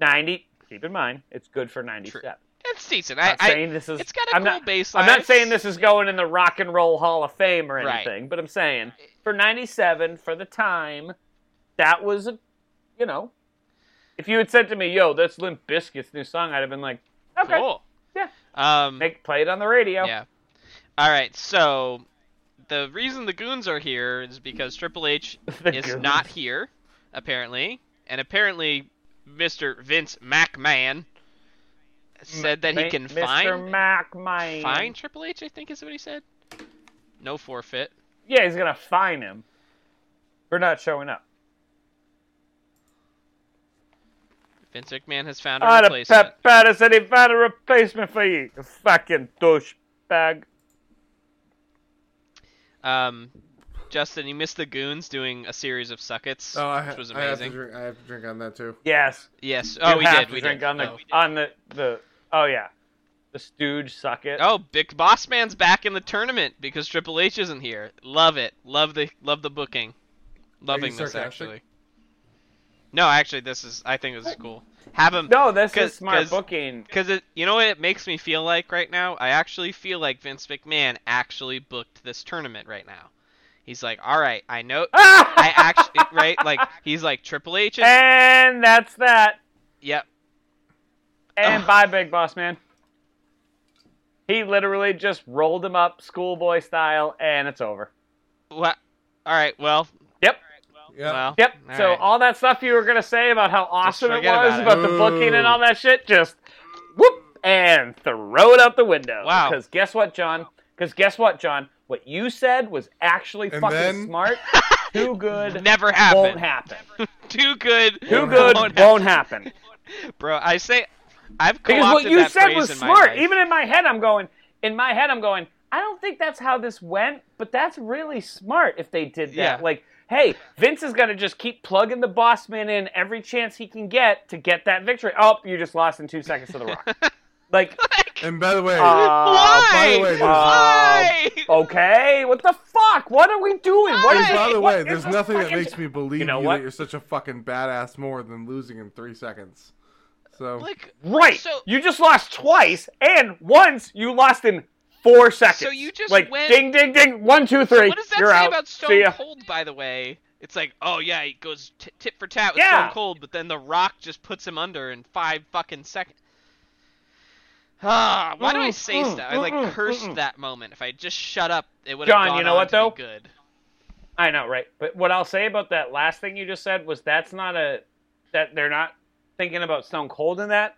[SPEAKER 1] ninety. Keep in mind, it's good for ninety
[SPEAKER 2] True.
[SPEAKER 1] steps.
[SPEAKER 2] it's decent.
[SPEAKER 1] I'm
[SPEAKER 2] I,
[SPEAKER 1] not
[SPEAKER 2] I
[SPEAKER 1] saying this is.
[SPEAKER 2] it's got a
[SPEAKER 1] I'm
[SPEAKER 2] cool
[SPEAKER 1] not,
[SPEAKER 2] baseline.
[SPEAKER 1] I'm not
[SPEAKER 2] It's-
[SPEAKER 1] saying this is going in the Rock and Roll Hall of Fame or
[SPEAKER 2] Right.
[SPEAKER 1] anything, but I'm saying for '97, for the time, that was a, you know, if you had said to me, "Yo, that's Limp Bizkit's new song," I'd have been like, "Okay,
[SPEAKER 2] cool.
[SPEAKER 1] Yeah.
[SPEAKER 2] Um.
[SPEAKER 1] make play it on the radio."
[SPEAKER 2] Yeah. All right. So the reason the goons are here is because Triple H
[SPEAKER 1] The
[SPEAKER 2] is
[SPEAKER 1] goons.
[SPEAKER 2] not here, apparently, and apparently Mr. Vince McMahon said that he
[SPEAKER 1] Ma-
[SPEAKER 2] can
[SPEAKER 1] Mr.
[SPEAKER 2] find
[SPEAKER 1] McMahon.
[SPEAKER 2] find Triple H. I think is what he said. No forfeit.
[SPEAKER 1] Yeah, he's gonna fine him for not showing up.
[SPEAKER 2] Vince McMahon has found a
[SPEAKER 1] I'd have
[SPEAKER 2] replacement.
[SPEAKER 1] Pat Patterson, he found a replacement for you, you fucking douchebag.
[SPEAKER 2] Um, Justin, you missed the goons doing a series of suckets,
[SPEAKER 3] Oh, I, ha-
[SPEAKER 2] which was
[SPEAKER 3] I have to
[SPEAKER 2] amazing.
[SPEAKER 3] drink. I have to drink on that too.
[SPEAKER 1] Yes.
[SPEAKER 2] yes. Oh,
[SPEAKER 1] you
[SPEAKER 2] we
[SPEAKER 1] have
[SPEAKER 2] did.
[SPEAKER 1] to
[SPEAKER 2] We
[SPEAKER 1] drink
[SPEAKER 2] did.
[SPEAKER 1] on the
[SPEAKER 2] oh.
[SPEAKER 1] on the the oh yeah, the Stooge suck it.
[SPEAKER 2] Oh, Big Boss Man's back in the tournament because Triple H isn't here. Love it. Love the love the booking. Loving this
[SPEAKER 3] sarcastic?
[SPEAKER 2] actually. No, actually, this is. I think this is cool. Have him
[SPEAKER 1] no, this is
[SPEAKER 2] 'cause-
[SPEAKER 1] smart
[SPEAKER 2] 'cause-
[SPEAKER 1] booking.
[SPEAKER 2] because it. You know what it makes me feel like right now? I actually feel like Vince McMahon actually booked this tournament right now. He's like, all right, I know. I actually right like he's like Triple H is.
[SPEAKER 1] and that's that.
[SPEAKER 2] Yep.
[SPEAKER 1] And
[SPEAKER 2] Ugh.
[SPEAKER 1] bye, Big Boss Man. He literally just rolled him up, schoolboy style, and it's over.
[SPEAKER 2] What? All right. Well.
[SPEAKER 1] Yep.
[SPEAKER 3] Yeah.
[SPEAKER 2] Well.
[SPEAKER 1] Yep.
[SPEAKER 2] all
[SPEAKER 1] so
[SPEAKER 2] right.
[SPEAKER 1] all that stuff you were gonna say about how awesome it was,
[SPEAKER 2] forget
[SPEAKER 1] about,
[SPEAKER 2] about it.
[SPEAKER 1] the booking and
[SPEAKER 3] Boo.
[SPEAKER 1] all that shit, just whoop and throw it out the window.
[SPEAKER 2] Wow.
[SPEAKER 1] Because guess what, John? Because guess what, John? What you said was actually
[SPEAKER 3] And
[SPEAKER 1] fucking
[SPEAKER 3] then-
[SPEAKER 1] smart. Too good.
[SPEAKER 2] never happened.
[SPEAKER 1] Won't happen.
[SPEAKER 2] Too good.
[SPEAKER 1] Too
[SPEAKER 3] Won't
[SPEAKER 1] good.
[SPEAKER 2] Won't happen.
[SPEAKER 1] Won't happen.
[SPEAKER 2] Bro, I say I've
[SPEAKER 1] Because what
[SPEAKER 2] co-opted
[SPEAKER 1] you
[SPEAKER 2] that
[SPEAKER 1] said
[SPEAKER 2] phrase
[SPEAKER 1] was
[SPEAKER 2] in
[SPEAKER 1] smart.
[SPEAKER 2] My life.
[SPEAKER 1] Even in my head, I'm going. In my head, I'm going. I don't think that's how this went, but that's really smart if they did that.
[SPEAKER 2] Yeah.
[SPEAKER 1] Like, hey, Vince is gonna just keep plugging the boss man in every chance he can get to get that victory. Oh, you just lost in two seconds to the Rock. like,
[SPEAKER 3] And by the way,
[SPEAKER 1] uh,
[SPEAKER 2] Why?
[SPEAKER 3] the way, there's-
[SPEAKER 2] Why?
[SPEAKER 1] Oh, okay, what the fuck? What are we doing? What is?
[SPEAKER 2] Hey,
[SPEAKER 3] by the
[SPEAKER 1] what
[SPEAKER 3] way,
[SPEAKER 1] is
[SPEAKER 3] there's
[SPEAKER 1] this
[SPEAKER 3] nothing that
[SPEAKER 1] fucking-
[SPEAKER 3] makes me believe
[SPEAKER 1] You
[SPEAKER 3] you
[SPEAKER 1] know what?
[SPEAKER 3] that you're such a fucking badass more than losing in three seconds. So
[SPEAKER 2] Like
[SPEAKER 1] Right.
[SPEAKER 2] So-
[SPEAKER 1] you just lost twice, and once you lost in four seconds.
[SPEAKER 2] you just
[SPEAKER 1] like
[SPEAKER 2] went-
[SPEAKER 1] ding, ding, ding. One, two, three.
[SPEAKER 2] what does that
[SPEAKER 1] You're
[SPEAKER 2] say
[SPEAKER 1] out.
[SPEAKER 2] about
[SPEAKER 1] See
[SPEAKER 2] Stone
[SPEAKER 1] ya.
[SPEAKER 2] Cold by the way? It's like, oh yeah, he goes t- tit for tat with
[SPEAKER 1] Yeah.
[SPEAKER 2] Stone Cold, but then The Rock just puts him under in five fucking seconds. Ah, why do I say
[SPEAKER 1] Mm-mm,
[SPEAKER 2] stuff? I like
[SPEAKER 1] mm-mm,
[SPEAKER 2] cursed
[SPEAKER 1] mm-mm.
[SPEAKER 2] that moment. If I just shut up, it would have
[SPEAKER 1] mm, John, you know what, though?
[SPEAKER 2] Good.
[SPEAKER 1] I know, right? But what I'll say about that last thing you just said was that's not a that they're not thinking about Stone Cold in that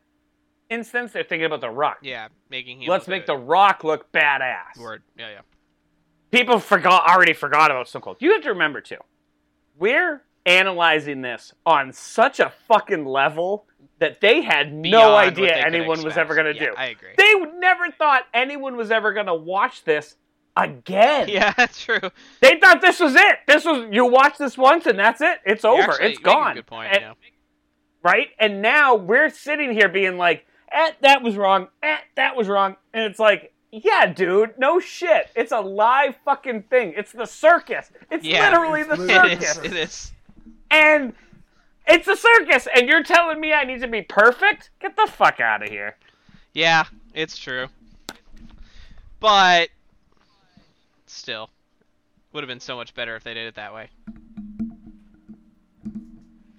[SPEAKER 1] instance. They're thinking about The Rock.
[SPEAKER 2] Yeah, making him.
[SPEAKER 1] Let's
[SPEAKER 2] look
[SPEAKER 1] make The
[SPEAKER 2] good.
[SPEAKER 1] Rock look badass.
[SPEAKER 2] word. Yeah, yeah.
[SPEAKER 1] People forgot already forgot about Stone Cold. You have to remember too. We're analyzing this on such a fucking level that they had
[SPEAKER 2] Beyond
[SPEAKER 1] no
[SPEAKER 2] what
[SPEAKER 1] idea
[SPEAKER 2] they could
[SPEAKER 1] anyone was
[SPEAKER 2] expect.
[SPEAKER 1] ever going to
[SPEAKER 2] Yeah,
[SPEAKER 1] do.
[SPEAKER 2] I agree.
[SPEAKER 1] They never thought anyone was ever going to watch this again.
[SPEAKER 2] Yeah, that's true.
[SPEAKER 1] They thought this was it. This was you watch this once and that's it. It's over.
[SPEAKER 2] actually
[SPEAKER 1] it's
[SPEAKER 2] make a
[SPEAKER 1] gone.
[SPEAKER 2] good point,
[SPEAKER 1] And-
[SPEAKER 2] yeah.
[SPEAKER 1] Right? And now we're sitting here being like, eh, that was wrong. Eh, that was wrong. And it's like, yeah, dude, no shit. It's a live fucking thing. It's the circus. It's
[SPEAKER 2] Yeah.
[SPEAKER 1] literally
[SPEAKER 3] It's
[SPEAKER 1] the
[SPEAKER 3] literally-
[SPEAKER 2] It
[SPEAKER 1] circus.
[SPEAKER 2] is. It is.
[SPEAKER 1] And it's a circus. And you're telling me I need to be perfect? Get the fuck out of here.
[SPEAKER 2] Yeah, it's true. But still, would have been so much better if they did it that way.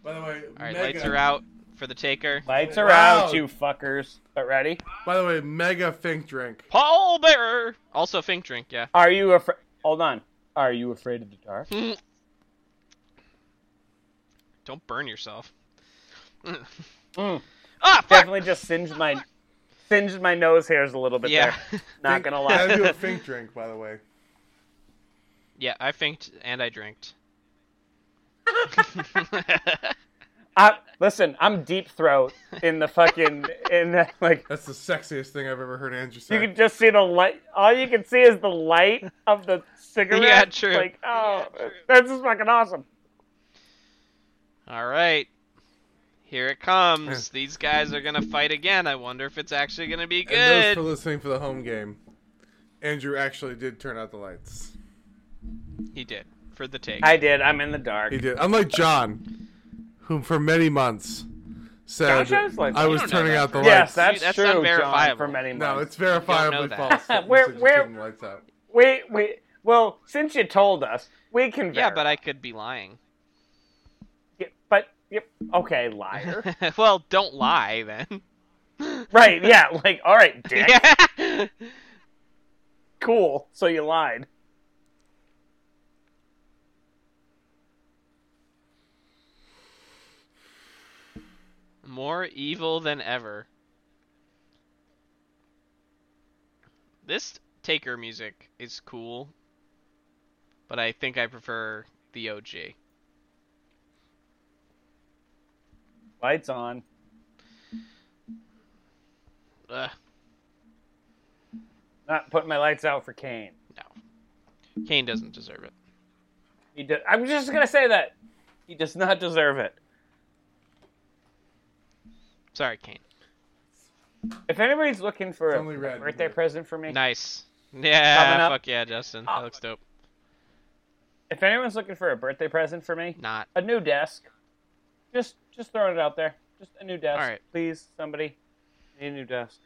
[SPEAKER 3] by the way,
[SPEAKER 2] All right, lights are out for the taker.
[SPEAKER 1] Lights
[SPEAKER 3] are out, Wow. you
[SPEAKER 1] fuckers. But ready?
[SPEAKER 3] By the way, mega fink drink.
[SPEAKER 2] Paul Bearer. Also, Fink drink. Yeah.
[SPEAKER 1] Are you afraid? Hold on. Are you afraid of the dark?
[SPEAKER 2] Don't burn yourself.
[SPEAKER 1] Mm.
[SPEAKER 2] Ah, fuck.
[SPEAKER 1] definitely just singed my singed my nose hairs a little bit
[SPEAKER 2] Yeah.
[SPEAKER 1] there. Not gonna
[SPEAKER 3] I
[SPEAKER 1] lie.
[SPEAKER 3] do a fink drink, by the way.
[SPEAKER 2] yeah, I finked and I drinked.
[SPEAKER 1] I, listen, I'm deep throat in the fucking in the, like.
[SPEAKER 3] That's the sexiest thing I've ever heard Andrew say.
[SPEAKER 1] You can just see the light. All you can see is the light of the cigarette.
[SPEAKER 2] Yeah, true.
[SPEAKER 1] Like, oh, that's just fucking awesome.
[SPEAKER 2] All right. Here it comes. These guys are gonna fight again. I wonder if it's actually gonna be
[SPEAKER 3] And those
[SPEAKER 2] good.
[SPEAKER 3] for listening for the home game. Andrew actually did turn out the lights.
[SPEAKER 2] He did for the take.
[SPEAKER 1] I did. I'm in the dark.
[SPEAKER 3] He did. Unlike John, whom for many months said
[SPEAKER 1] Jojo's like-
[SPEAKER 3] I
[SPEAKER 1] You
[SPEAKER 3] was
[SPEAKER 2] don't know
[SPEAKER 3] turning
[SPEAKER 2] that.
[SPEAKER 3] out the
[SPEAKER 1] Yes,
[SPEAKER 3] lights.
[SPEAKER 1] that's,
[SPEAKER 2] See, that's
[SPEAKER 1] true. John,
[SPEAKER 2] unverifiable.
[SPEAKER 1] for many months.
[SPEAKER 3] no, it's verifiably
[SPEAKER 2] that.
[SPEAKER 3] false. that
[SPEAKER 1] Where-
[SPEAKER 3] Lisa just
[SPEAKER 1] where-
[SPEAKER 3] turned the lights out.
[SPEAKER 1] Wait, wait. Well, since you told us, we can.
[SPEAKER 2] Yeah, but
[SPEAKER 1] verify.
[SPEAKER 2] I could be lying.
[SPEAKER 1] Yeah, but yep. Okay, liar.
[SPEAKER 2] well, don't lie then.
[SPEAKER 1] right? Yeah. Like, all right, dick.
[SPEAKER 2] Yeah.
[SPEAKER 1] Cool. So you lied.
[SPEAKER 2] More evil than ever. This Taker music is cool, but I think I prefer the OG.
[SPEAKER 1] Lights on.
[SPEAKER 2] Ugh,
[SPEAKER 1] Not putting my lights out for Kane.
[SPEAKER 2] Kane doesn't deserve it.
[SPEAKER 1] He did. I'm just gonna say that he does not deserve it.
[SPEAKER 2] Sorry, Kane.
[SPEAKER 1] If anybody's looking for
[SPEAKER 3] It's
[SPEAKER 1] a
[SPEAKER 3] only red.
[SPEAKER 1] birthday present for me,
[SPEAKER 2] Nice.
[SPEAKER 1] Coming
[SPEAKER 2] Yeah,
[SPEAKER 1] up-
[SPEAKER 2] fuck yeah, Justin. That looks dope.
[SPEAKER 1] if anyone's looking for a birthday present for me,
[SPEAKER 2] Not.
[SPEAKER 1] a new desk. Just just throwing it out there. Just a new desk,
[SPEAKER 2] All right.
[SPEAKER 1] please. Somebody need a new desk.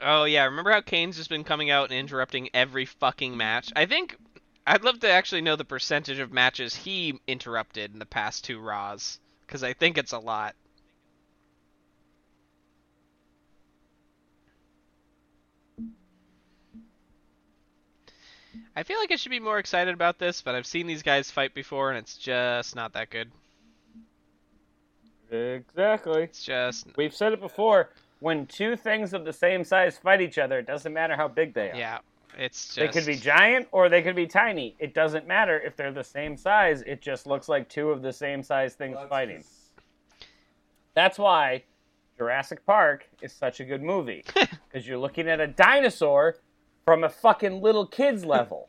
[SPEAKER 2] Oh yeah, remember how Kane's just been coming out and interrupting every fucking match? I think I'd love to actually know the percentage of matches he interrupted in the past two Raws, because I think it's a lot. I feel like I should be more excited about this, but I've seen these guys fight before and it's just not that good.
[SPEAKER 1] Exactly.
[SPEAKER 2] It's just
[SPEAKER 1] We've said it before. When two things of the same size fight each other, it doesn't matter how big they are.
[SPEAKER 2] yeah, it's just
[SPEAKER 1] They could be giant or they could be tiny. It doesn't matter if they're the same size. It just looks like two of the same size things
[SPEAKER 3] Well, that's
[SPEAKER 1] fighting.
[SPEAKER 3] 'cause-
[SPEAKER 1] That's why Jurassic Park is such a good movie because you're looking at a dinosaur from a fucking little kid's level.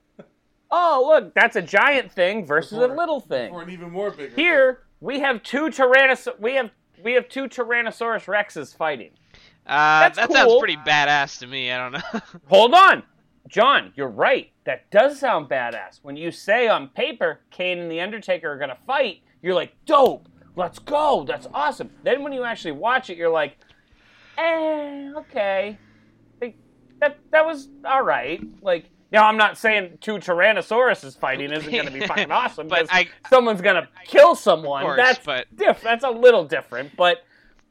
[SPEAKER 1] oh, look, that's a giant thing versus a
[SPEAKER 3] Before-
[SPEAKER 1] little thing.
[SPEAKER 3] Or an even more bigger.
[SPEAKER 1] Here we have two tyrannosaur we have we have two tyrannosaurus rexes fighting.
[SPEAKER 2] Uh,
[SPEAKER 1] That's
[SPEAKER 2] that sounds
[SPEAKER 1] cool.
[SPEAKER 2] pretty badass to me. I don't know.
[SPEAKER 1] Hold on. John, you're right. That does sound badass. When you say on paper Kane and The Undertaker are going to fight, you're like, dope. Let's go. That's awesome. Then when you actually watch it, you're like, eh, okay. Like, That, that was all right. Like, now I'm not saying two Tyrannosauruses fighting isn't going to be fucking awesome,
[SPEAKER 2] But
[SPEAKER 1] 'cause
[SPEAKER 2] I-
[SPEAKER 1] someone's going to kill someone.
[SPEAKER 2] course,
[SPEAKER 1] that's,
[SPEAKER 2] but-
[SPEAKER 1] diff- that's a little different, but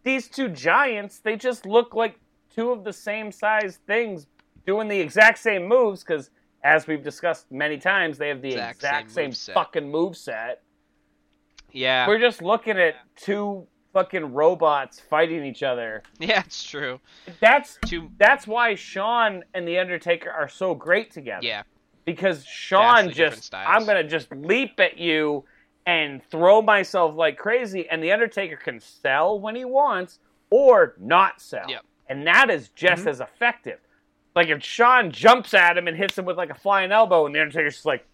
[SPEAKER 1] these two giants, they just look like two of the same size things doing the exact same moves because, as we've discussed many times, they have the exact,
[SPEAKER 2] Exact
[SPEAKER 1] same,
[SPEAKER 2] same moveset.
[SPEAKER 1] fucking move set.
[SPEAKER 2] yeah.
[SPEAKER 1] We're just looking at two fucking robots fighting each other.
[SPEAKER 2] Yeah, it's true.
[SPEAKER 1] That's
[SPEAKER 2] Two.
[SPEAKER 1] that's why Sean and the Undertaker are so great together.
[SPEAKER 2] Yeah,
[SPEAKER 1] because Sean
[SPEAKER 2] Vastly different
[SPEAKER 1] just
[SPEAKER 2] styles.
[SPEAKER 1] I'm gonna just leap at you and throw myself like crazy, and the Undertaker can sell when he wants or not sell,
[SPEAKER 2] Yep. Mm-hmm.
[SPEAKER 1] and that is just as effective. Like if Sean jumps at him and hits him with like a flying elbow, and the Undertaker's just like,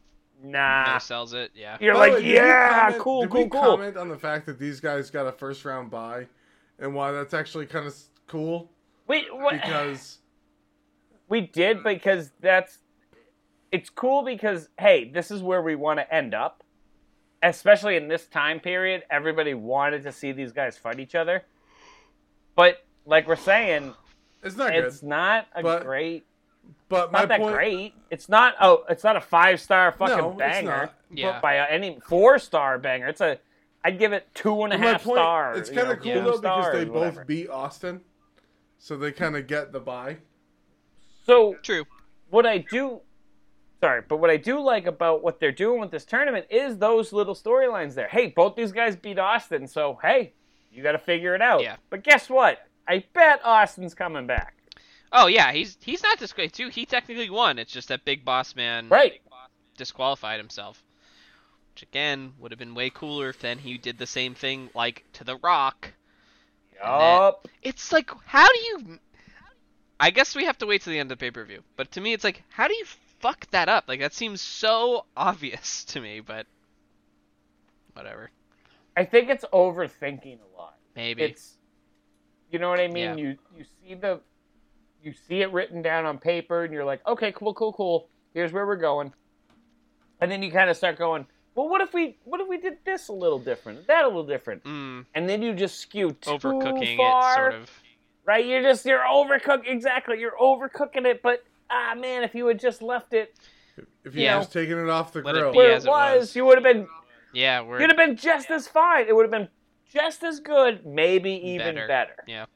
[SPEAKER 1] nah,
[SPEAKER 2] no sells it. Yeah.
[SPEAKER 1] you're
[SPEAKER 3] By the
[SPEAKER 1] like,
[SPEAKER 3] way, did we
[SPEAKER 1] yeah,
[SPEAKER 3] comment-
[SPEAKER 1] cool,
[SPEAKER 3] did
[SPEAKER 1] cool,
[SPEAKER 3] we
[SPEAKER 1] cool.
[SPEAKER 3] comment on the fact that these guys got a first round bye, and why that's actually kind of cool
[SPEAKER 1] Wait, what?
[SPEAKER 3] because
[SPEAKER 1] We
[SPEAKER 3] Mm.
[SPEAKER 1] did because that's it's cool because hey, this is where we want to end up. Especially in this time period, everybody wanted to see these guys fight each other. But like we're saying,
[SPEAKER 3] it's not
[SPEAKER 1] it's
[SPEAKER 3] good.
[SPEAKER 1] not a
[SPEAKER 3] But
[SPEAKER 1] great
[SPEAKER 3] But my
[SPEAKER 1] not that
[SPEAKER 3] point,
[SPEAKER 1] great. It's not oh it's not a five star fucking
[SPEAKER 3] no, it's
[SPEAKER 1] banger
[SPEAKER 3] not.
[SPEAKER 2] Yeah.
[SPEAKER 1] by any four star banger. It's a I'd give it two and a
[SPEAKER 3] But my
[SPEAKER 1] half
[SPEAKER 3] point,
[SPEAKER 1] stars.
[SPEAKER 3] it's kind of cool
[SPEAKER 2] two
[SPEAKER 3] though because they both beat Austin, so they kind of get the bye.
[SPEAKER 1] So
[SPEAKER 2] True.
[SPEAKER 1] what I do sorry, but what I do like about what they're doing with this tournament is those little storylines there. Hey, both these guys beat Austin, so hey, you got to figure it out.
[SPEAKER 2] Yeah.
[SPEAKER 1] But guess what? I bet Austin's coming back.
[SPEAKER 2] Oh yeah, he's he's not disqualified too. He technically won. It's just that Big Boss Man
[SPEAKER 1] Right.
[SPEAKER 2] disqualified himself, which again would have been way cooler if then he did the same thing like to The Rock.
[SPEAKER 1] Yup.
[SPEAKER 2] It's like how do you? I guess we have to wait to the end of the pay per view. But to me, it's like how do you fuck that up? Like that seems so obvious to me, but whatever.
[SPEAKER 1] I think it's overthinking a lot.
[SPEAKER 2] Maybe.
[SPEAKER 1] It's you know what I mean?
[SPEAKER 2] Yeah.
[SPEAKER 1] You you see the you see it written down on paper and you're like, "Okay, cool, cool, cool. Here's where we're going." And then you kind of start going, well, what if we what if we did this a little different, that a little different,
[SPEAKER 2] Mm,
[SPEAKER 1] and then you just skew too
[SPEAKER 2] overcooking
[SPEAKER 1] far,
[SPEAKER 2] it, sort of.
[SPEAKER 1] right? You're just you're overcook exactly. You're overcooking it, but ah man, if you had just left it
[SPEAKER 3] If you
[SPEAKER 2] Yeah.
[SPEAKER 3] just taking it off the
[SPEAKER 2] Let it
[SPEAKER 3] grill,
[SPEAKER 2] be
[SPEAKER 1] where
[SPEAKER 2] as
[SPEAKER 1] it
[SPEAKER 2] it
[SPEAKER 1] was,
[SPEAKER 2] was.
[SPEAKER 1] you would have been
[SPEAKER 2] Yeah, we're.
[SPEAKER 1] you'd have been just as fine. It would have been just as good, maybe even
[SPEAKER 2] Better.
[SPEAKER 1] better.
[SPEAKER 2] Yeah.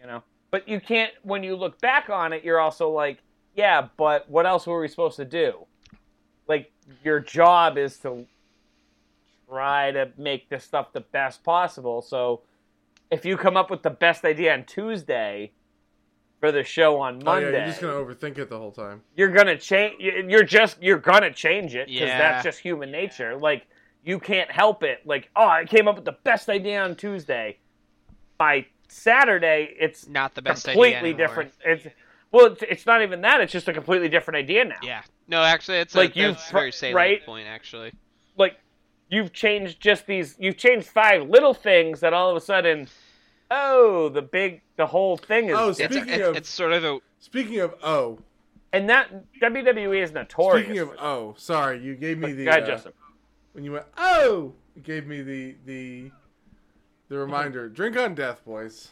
[SPEAKER 1] You know, but you can't. When you look back on it, you're also like, yeah, but what else were we supposed to do? Like, your job is to try to make this stuff the best possible. So, if you come up with the best idea on Tuesday for the show on
[SPEAKER 3] oh,
[SPEAKER 1] Monday,
[SPEAKER 3] yeah, you're just gonna overthink it the whole time.
[SPEAKER 1] you're gonna change you're just you're gonna change it because
[SPEAKER 2] Yeah.
[SPEAKER 1] that's just human nature like you can't help it like oh i came up with the best idea on tuesday by saturday it's
[SPEAKER 2] Not the best idea.
[SPEAKER 1] completely
[SPEAKER 2] anymore.
[SPEAKER 1] different it's well it's, it's not even that it's just a completely different idea now
[SPEAKER 2] Yeah. No, actually, it's
[SPEAKER 1] Like,
[SPEAKER 2] a,
[SPEAKER 1] you've
[SPEAKER 2] that's a very
[SPEAKER 1] fr-
[SPEAKER 2] salient
[SPEAKER 1] right?
[SPEAKER 2] point, actually.
[SPEAKER 1] like you've changed just these you've changed five little things that all of a sudden oh the big the whole thing is
[SPEAKER 3] Oh,
[SPEAKER 2] It's,
[SPEAKER 3] Speaking
[SPEAKER 2] it's,
[SPEAKER 3] of-
[SPEAKER 2] it's sort of a.
[SPEAKER 3] Speaking of oh,
[SPEAKER 1] and that wwe is notorious
[SPEAKER 3] speaking of
[SPEAKER 1] for-
[SPEAKER 3] oh, sorry, you gave me the
[SPEAKER 1] God,
[SPEAKER 3] uh,
[SPEAKER 1] Justin.
[SPEAKER 3] when you went oh, it gave me the the the reminder. Drink on death, boys.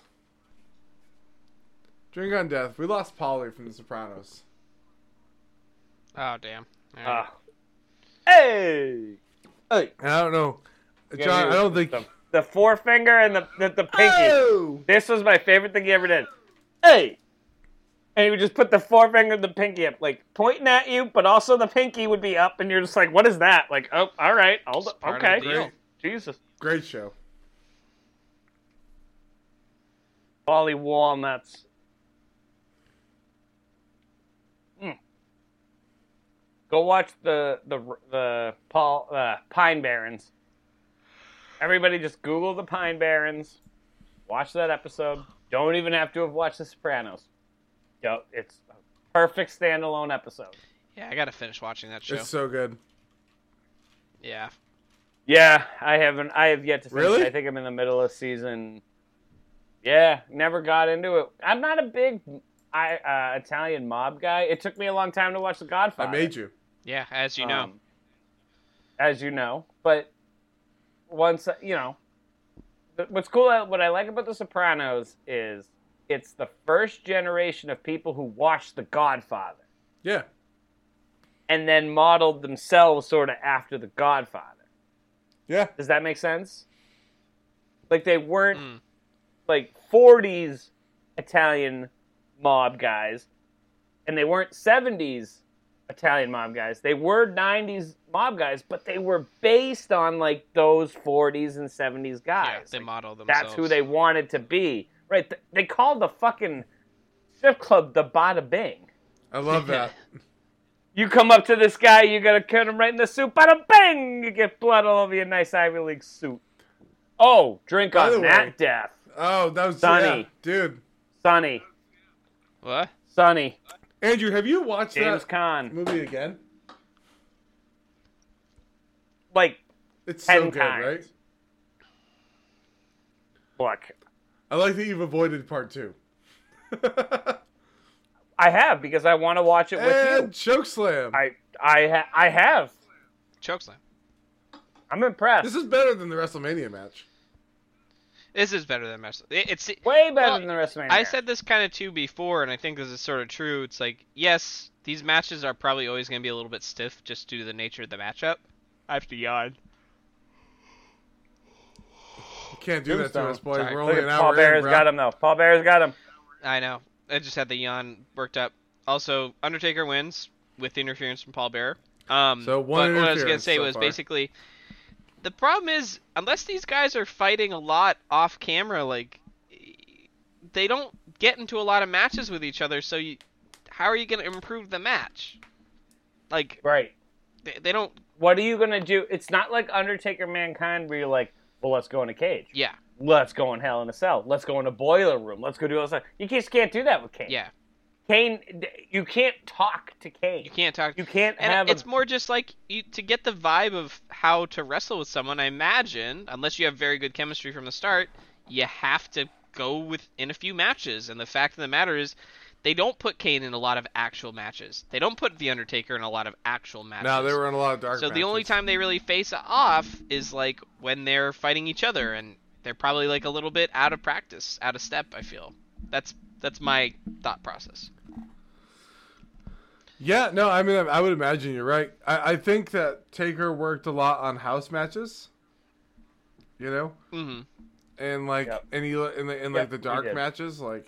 [SPEAKER 3] Drink on death. We lost Polly from The Sopranos.
[SPEAKER 2] Oh, damn. All right.
[SPEAKER 1] Ah. hey
[SPEAKER 3] And I don't know,
[SPEAKER 1] Yeah,
[SPEAKER 3] John.
[SPEAKER 1] he
[SPEAKER 3] I
[SPEAKER 1] was
[SPEAKER 3] don't think.
[SPEAKER 1] the, the forefinger and the the, the pinky.
[SPEAKER 3] Oh,
[SPEAKER 1] This was my favorite thing he ever did. Hey, and he would just put the forefinger and the pinky up, like pointing at you, but also the pinky would be up, and you're just like, "What is that?" Like, "Oh, all right, I'll
[SPEAKER 2] It's part of the
[SPEAKER 1] okay."
[SPEAKER 2] deal.
[SPEAKER 1] Jesus,
[SPEAKER 3] great show.
[SPEAKER 1] Wally walnuts. Mm. Go watch the the the Paul uh, Pine Barrens. Everybody, just Google the Pine Barrens. Watch that episode. Don't even have to have watched The Sopranos. Yo, it's a perfect standalone episode.
[SPEAKER 2] Yeah, I gotta finish watching that show.
[SPEAKER 3] It's so good.
[SPEAKER 2] Yeah.
[SPEAKER 1] Yeah, I haven't. I have yet to finish.
[SPEAKER 3] Really?
[SPEAKER 1] I think I'm in the middle of season. Yeah, never got into it. I'm not a big I, uh, Italian mob guy. It took me a long time to watch The Godfather.
[SPEAKER 3] I made you.
[SPEAKER 2] Yeah, as you know.
[SPEAKER 1] Um, as you know, but once you know, th- what's cool, uh, what I like about The Sopranos is it's the first generation of people who watched The Godfather
[SPEAKER 3] Yeah.
[SPEAKER 1] and then modeled themselves sort of after The Godfather.
[SPEAKER 3] Yeah.
[SPEAKER 1] Does that make sense? Like they weren't
[SPEAKER 2] Mm.
[SPEAKER 1] like 40s Italian mob guys, and they weren't 70s Italian mob guys. They were 90s mob guys, but they were based on like those 40s and 70s
[SPEAKER 2] yeah,
[SPEAKER 1] guys.
[SPEAKER 2] they
[SPEAKER 1] Like,
[SPEAKER 2] model themselves.
[SPEAKER 1] that's who they wanted to be, right? th- They called the fucking strip club the Bada Bing.
[SPEAKER 3] I love that.
[SPEAKER 1] You come up to this guy, you gotta cut him right in the suit. Bada bang! You get blood all over your nice Ivy League suit. Oh, drink
[SPEAKER 3] By the
[SPEAKER 1] on that
[SPEAKER 3] way-
[SPEAKER 1] death,
[SPEAKER 3] Oh, that was
[SPEAKER 1] Sonny.
[SPEAKER 3] yeah, dude.
[SPEAKER 1] Sonny.
[SPEAKER 2] What?
[SPEAKER 1] Sonny.
[SPEAKER 3] Andrew, have you watched
[SPEAKER 1] James
[SPEAKER 3] that
[SPEAKER 1] Caan.
[SPEAKER 3] movie again?
[SPEAKER 1] Like,
[SPEAKER 3] It's so
[SPEAKER 1] Ten
[SPEAKER 3] good,
[SPEAKER 1] times.
[SPEAKER 3] right?
[SPEAKER 1] look,
[SPEAKER 3] I like that you've avoided part two.
[SPEAKER 1] I have because I want to watch it with
[SPEAKER 3] and
[SPEAKER 1] you.
[SPEAKER 3] Chokeslam.
[SPEAKER 1] I, I, ha- I have.
[SPEAKER 2] Chokeslam.
[SPEAKER 1] I'm impressed.
[SPEAKER 3] This is better than the WrestleMania match.
[SPEAKER 2] This is better than Mess. It, it's.
[SPEAKER 1] Way better
[SPEAKER 2] Well,
[SPEAKER 1] than the WrestleMania.
[SPEAKER 2] I said this kind of too before, and I think this is sort of true. It's like, yes, these matches are probably always going to be a little bit stiff just due to the nature of the matchup. I have to yawn.
[SPEAKER 3] You can't do that to
[SPEAKER 1] Tombstone.
[SPEAKER 3] us, boys.
[SPEAKER 2] Sorry.
[SPEAKER 3] We're
[SPEAKER 1] Look
[SPEAKER 3] only
[SPEAKER 1] at
[SPEAKER 3] an
[SPEAKER 1] Paul
[SPEAKER 3] hour in,
[SPEAKER 1] Bear's
[SPEAKER 3] bro.
[SPEAKER 1] got him though. Paul Bear's got him.
[SPEAKER 2] I know. I just had the yawn worked up. Also, Undertaker wins with the interference from Paul Bearer. Um,
[SPEAKER 3] So, one
[SPEAKER 2] but what I was gonna
[SPEAKER 3] interference
[SPEAKER 2] say
[SPEAKER 3] so
[SPEAKER 2] was
[SPEAKER 3] far.
[SPEAKER 2] basically the problem is unless these guys are fighting a lot off camera, like they don't get into a lot of matches with each other. So you, how are you gonna improve the match? Like
[SPEAKER 1] Right.
[SPEAKER 2] they, they don't.
[SPEAKER 1] What are you gonna do? It's not like Undertaker Mankind where you're like, well, let's go in a cage.
[SPEAKER 2] Yeah,
[SPEAKER 1] Let's go in Hell in a Cell. Let's go in a boiler room. Let's go do all this. You just can't do that with Kane.
[SPEAKER 2] yeah.
[SPEAKER 1] Kane, you can't talk to Kane.
[SPEAKER 2] You can't talk.
[SPEAKER 1] You can't have
[SPEAKER 2] And
[SPEAKER 1] a-
[SPEAKER 2] it's more just like you, to get the vibe of how to wrestle with someone. I imagine, unless you have very good chemistry from the start, you have to go with in a few matches. And the fact of the matter is, They don't put Kane in a lot of actual matches. They don't put The Undertaker in a lot of actual matches.
[SPEAKER 3] No, they were in a lot of dark.
[SPEAKER 2] So the only
[SPEAKER 3] matches.
[SPEAKER 2] time they really face off is like when they're fighting each other, and they're probably like a little bit out of practice, out of step. I feel that's that's my thought process.
[SPEAKER 3] Yeah, no, I mean, I would imagine you're right. I, I think that Taker worked a lot on house matches. You know,
[SPEAKER 2] hmm
[SPEAKER 3] and like
[SPEAKER 1] Yep.
[SPEAKER 3] and he and, the, and like
[SPEAKER 1] Yep,
[SPEAKER 3] the
[SPEAKER 1] he
[SPEAKER 3] dark
[SPEAKER 1] did.
[SPEAKER 3] matches, like.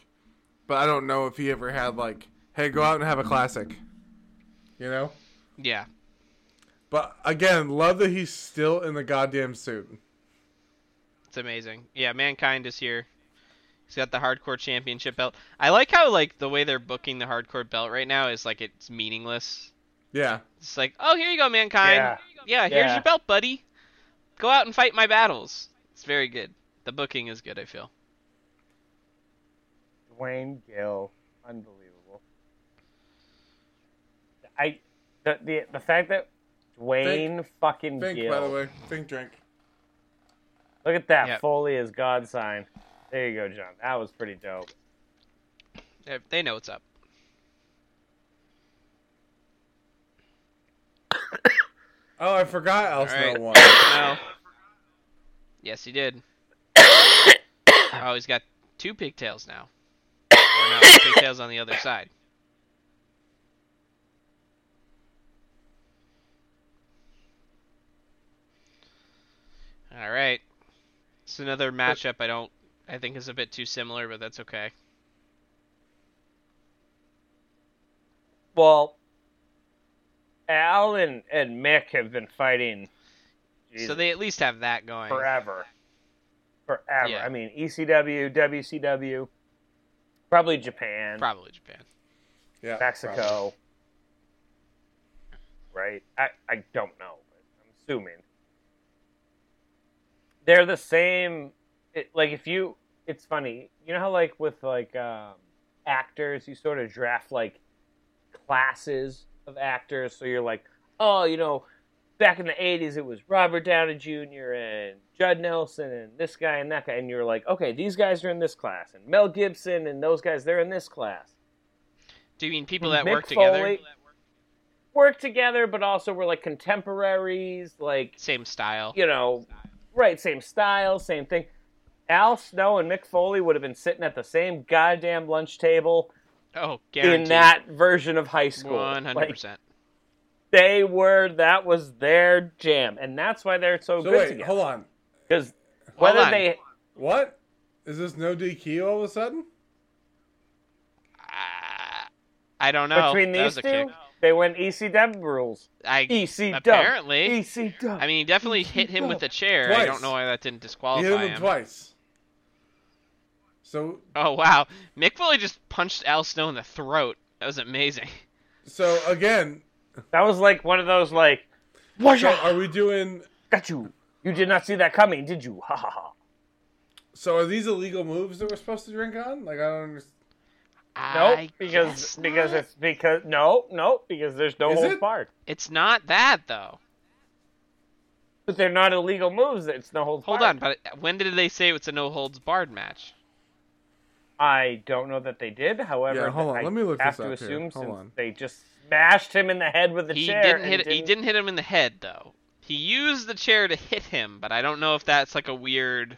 [SPEAKER 3] But I don't know if he ever had like, hey, go out and have a classic. You know.
[SPEAKER 2] Yeah.
[SPEAKER 3] But again, love that he's still in the goddamn suit.
[SPEAKER 2] It's amazing. Yeah, mankind is here. He's got the hardcore championship belt. I like how like the way they're booking the hardcore belt right now is like it's meaningless.
[SPEAKER 3] Yeah.
[SPEAKER 2] It's like, oh, here you go, mankind.
[SPEAKER 1] Yeah.
[SPEAKER 2] Yeah, here's
[SPEAKER 1] Yeah.
[SPEAKER 2] your belt, buddy. Go out and fight my battles. It's very good. The booking is good. I feel.
[SPEAKER 1] Dwayne Gill, unbelievable. I the the, the fact that Dwayne fucking
[SPEAKER 3] Think,
[SPEAKER 1] Gill.
[SPEAKER 3] by the way. Think drink.
[SPEAKER 1] Look at that
[SPEAKER 2] Yep.
[SPEAKER 1] Foley is God sign. There you go, John. That was pretty dope.
[SPEAKER 2] They- They know what's up.
[SPEAKER 3] Oh, I forgot Al Snow
[SPEAKER 2] right.
[SPEAKER 3] won.
[SPEAKER 2] No. Yes, he did. oh, he's got two pigtails now. Or no, pigtails on the other side. All right. It's another matchup I don't I think is a bit too similar, but that's okay.
[SPEAKER 1] Well, Al and, and Mick have been fighting.
[SPEAKER 2] So
[SPEAKER 1] Jesus,
[SPEAKER 2] they at least have that going.
[SPEAKER 1] forever, forever.
[SPEAKER 2] Yeah.
[SPEAKER 1] I mean, E ECW, WCW, probably Japan,
[SPEAKER 2] Probably Japan.
[SPEAKER 3] Yeah. probably.
[SPEAKER 1] Mexico, right? I I don't know, but I'm assuming they're the same. It, like if you, it's funny. You know how like with like um, actors, you sort of draft like classes of actors. So you're like, oh, you know, back in the '80s, it was Robert Downey Jr. and Judd Nelson and this guy and that guy, and you're like, okay, these guys are in this class, and Mel Gibson and those guys, they're in this class
[SPEAKER 2] Do you mean people that
[SPEAKER 1] Mick
[SPEAKER 2] work together?
[SPEAKER 1] Foley- worked together, but also were like contemporaries, like
[SPEAKER 2] Same style.
[SPEAKER 1] you know, right, same style, same thing. Al Snow and Mick Foley would have been sitting at the same goddamn lunch table
[SPEAKER 2] Oh, guaranteed.
[SPEAKER 1] in that version of high school.
[SPEAKER 2] One hundred
[SPEAKER 1] Like,
[SPEAKER 2] percent.
[SPEAKER 1] they were that was their jam, and that's why they're so,
[SPEAKER 3] So
[SPEAKER 1] Oh, good
[SPEAKER 3] wait,
[SPEAKER 1] together.
[SPEAKER 3] hold on.
[SPEAKER 1] Because whether
[SPEAKER 2] on.
[SPEAKER 1] they
[SPEAKER 3] What? Is this no DQ all of a sudden?
[SPEAKER 2] Ah, I don't know.
[SPEAKER 1] between
[SPEAKER 2] that
[SPEAKER 1] these
[SPEAKER 2] was a kick.
[SPEAKER 1] two, E they went ECW rules.
[SPEAKER 2] I
[SPEAKER 1] ECW. E
[SPEAKER 2] apparently.
[SPEAKER 1] ECW.
[SPEAKER 2] I mean, he definitely hit him with the chair. I
[SPEAKER 3] Twice.
[SPEAKER 2] don't know why that didn't
[SPEAKER 3] He
[SPEAKER 2] disqualify
[SPEAKER 3] hit him
[SPEAKER 2] him.
[SPEAKER 3] twice. So
[SPEAKER 2] Oh wow, Mick Foley just punched Al Snow in the throat. That was amazing.
[SPEAKER 3] so again,
[SPEAKER 1] that was like one of those like,
[SPEAKER 3] so are we doing
[SPEAKER 1] got you. You did not see that coming, did you? Ha ha ha.
[SPEAKER 3] so are these illegal moves that we're supposed to drink on? Like I don't understand.
[SPEAKER 1] Nope,
[SPEAKER 2] I
[SPEAKER 1] because
[SPEAKER 2] guess
[SPEAKER 1] because
[SPEAKER 2] not.
[SPEAKER 1] it's because no, no, because there's no
[SPEAKER 3] Is
[SPEAKER 1] holds
[SPEAKER 3] it?
[SPEAKER 1] barred.
[SPEAKER 2] it's not that though.
[SPEAKER 1] But they're not illegal moves. It's no holds
[SPEAKER 2] Hold on,
[SPEAKER 1] barred.
[SPEAKER 2] but when did they say it's a no holds barred match?
[SPEAKER 1] I don't know that they did. However,
[SPEAKER 3] Yeah, hold on,
[SPEAKER 1] I
[SPEAKER 3] let me look
[SPEAKER 1] have
[SPEAKER 3] this
[SPEAKER 1] to
[SPEAKER 3] up here.
[SPEAKER 1] assume
[SPEAKER 3] Hold
[SPEAKER 1] since
[SPEAKER 3] on.
[SPEAKER 1] they just smashed him in the head with the
[SPEAKER 2] He
[SPEAKER 1] chair.
[SPEAKER 2] didn't
[SPEAKER 1] and
[SPEAKER 2] hit. He didn't hit him in the head though. He used the chair to hit him, but I don't know if that's like a weird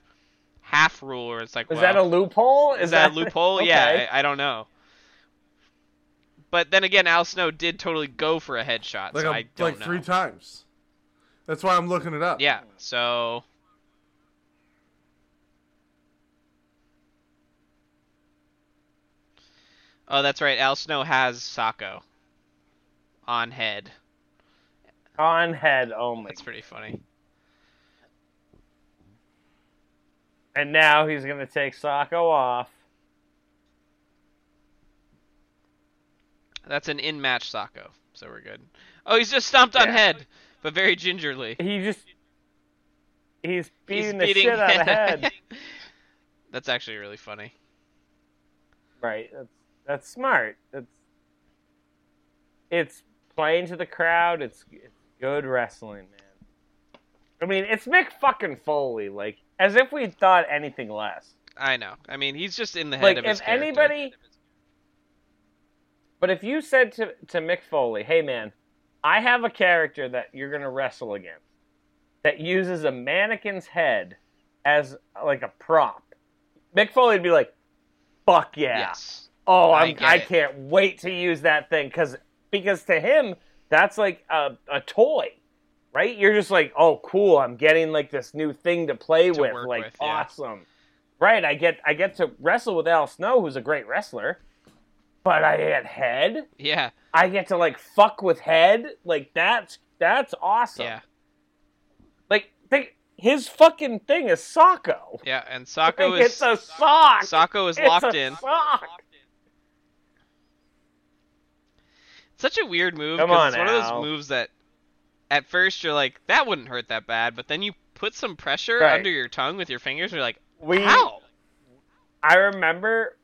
[SPEAKER 2] half rule or it's like
[SPEAKER 1] Is
[SPEAKER 2] well,
[SPEAKER 1] that a loophole? Is,
[SPEAKER 2] Is that a loophole?
[SPEAKER 1] Okay.
[SPEAKER 2] Yeah, I, I don't know. But then again, Al Snow did totally go for a headshot,
[SPEAKER 3] Like
[SPEAKER 2] so
[SPEAKER 3] a-
[SPEAKER 2] I don't
[SPEAKER 3] like
[SPEAKER 2] know.
[SPEAKER 3] three times. That's why I'm looking it up.
[SPEAKER 2] yeah, so Oh, that's right. Al Snow has Sako on head.
[SPEAKER 1] On head only.
[SPEAKER 2] That's pretty funny.
[SPEAKER 1] And now he's gonna take Sacco off.
[SPEAKER 2] That's an in-match Sako, so we're good. Oh, he's just stomped on
[SPEAKER 1] Yeah.
[SPEAKER 2] head, but very gingerly.
[SPEAKER 1] He just he's beating the
[SPEAKER 2] he's beating
[SPEAKER 1] shit out of head.
[SPEAKER 2] that's actually really funny.
[SPEAKER 1] Right. That's that's smart. That's it's playing to the crowd. It's it's good wrestling, man. I mean, it's Mick fucking Foley. Like, as if we thought anything less.
[SPEAKER 2] I know. I mean, he's just in the head
[SPEAKER 1] Like,
[SPEAKER 2] of
[SPEAKER 1] if
[SPEAKER 2] his character.
[SPEAKER 1] anybody, But if you said to to Mick Foley, "Hey man, I have a character that you're gonna wrestle against that uses a mannequin's head as like a prop," Mick Foley'd be like, "Fuck yeah!
[SPEAKER 2] Yes.
[SPEAKER 1] Oh,
[SPEAKER 2] I
[SPEAKER 1] I'm,
[SPEAKER 2] get
[SPEAKER 1] I,
[SPEAKER 2] it.
[SPEAKER 1] can't wait to use that thing because because to him that's like a, a toy, right? You're just like, oh, cool. I'm getting like this new thing to play
[SPEAKER 2] To
[SPEAKER 1] with,
[SPEAKER 2] work
[SPEAKER 1] like
[SPEAKER 2] with, yeah.
[SPEAKER 1] awesome, right? I get I get to wrestle with Al Snow, who's a great wrestler, but I get head.
[SPEAKER 2] Yeah.
[SPEAKER 1] I get to like fuck with head. Like that's that's awesome.
[SPEAKER 2] Yeah.
[SPEAKER 1] Like think his fucking thing is Socko.
[SPEAKER 2] Yeah. And
[SPEAKER 1] Like,
[SPEAKER 2] Socko
[SPEAKER 1] it's
[SPEAKER 2] is
[SPEAKER 1] a sock.
[SPEAKER 2] Socko is
[SPEAKER 1] It's a
[SPEAKER 2] locked in.
[SPEAKER 1] sock.
[SPEAKER 2] Such a weird move.
[SPEAKER 1] Come
[SPEAKER 2] 'cause
[SPEAKER 1] on,
[SPEAKER 2] it's one of
[SPEAKER 1] Al.
[SPEAKER 2] those moves that, at first you're like, that wouldn't hurt that bad, but then you put some pressure
[SPEAKER 1] Right.
[SPEAKER 2] under your tongue with your fingers. And you're like,
[SPEAKER 1] We
[SPEAKER 2] ow.
[SPEAKER 1] I remember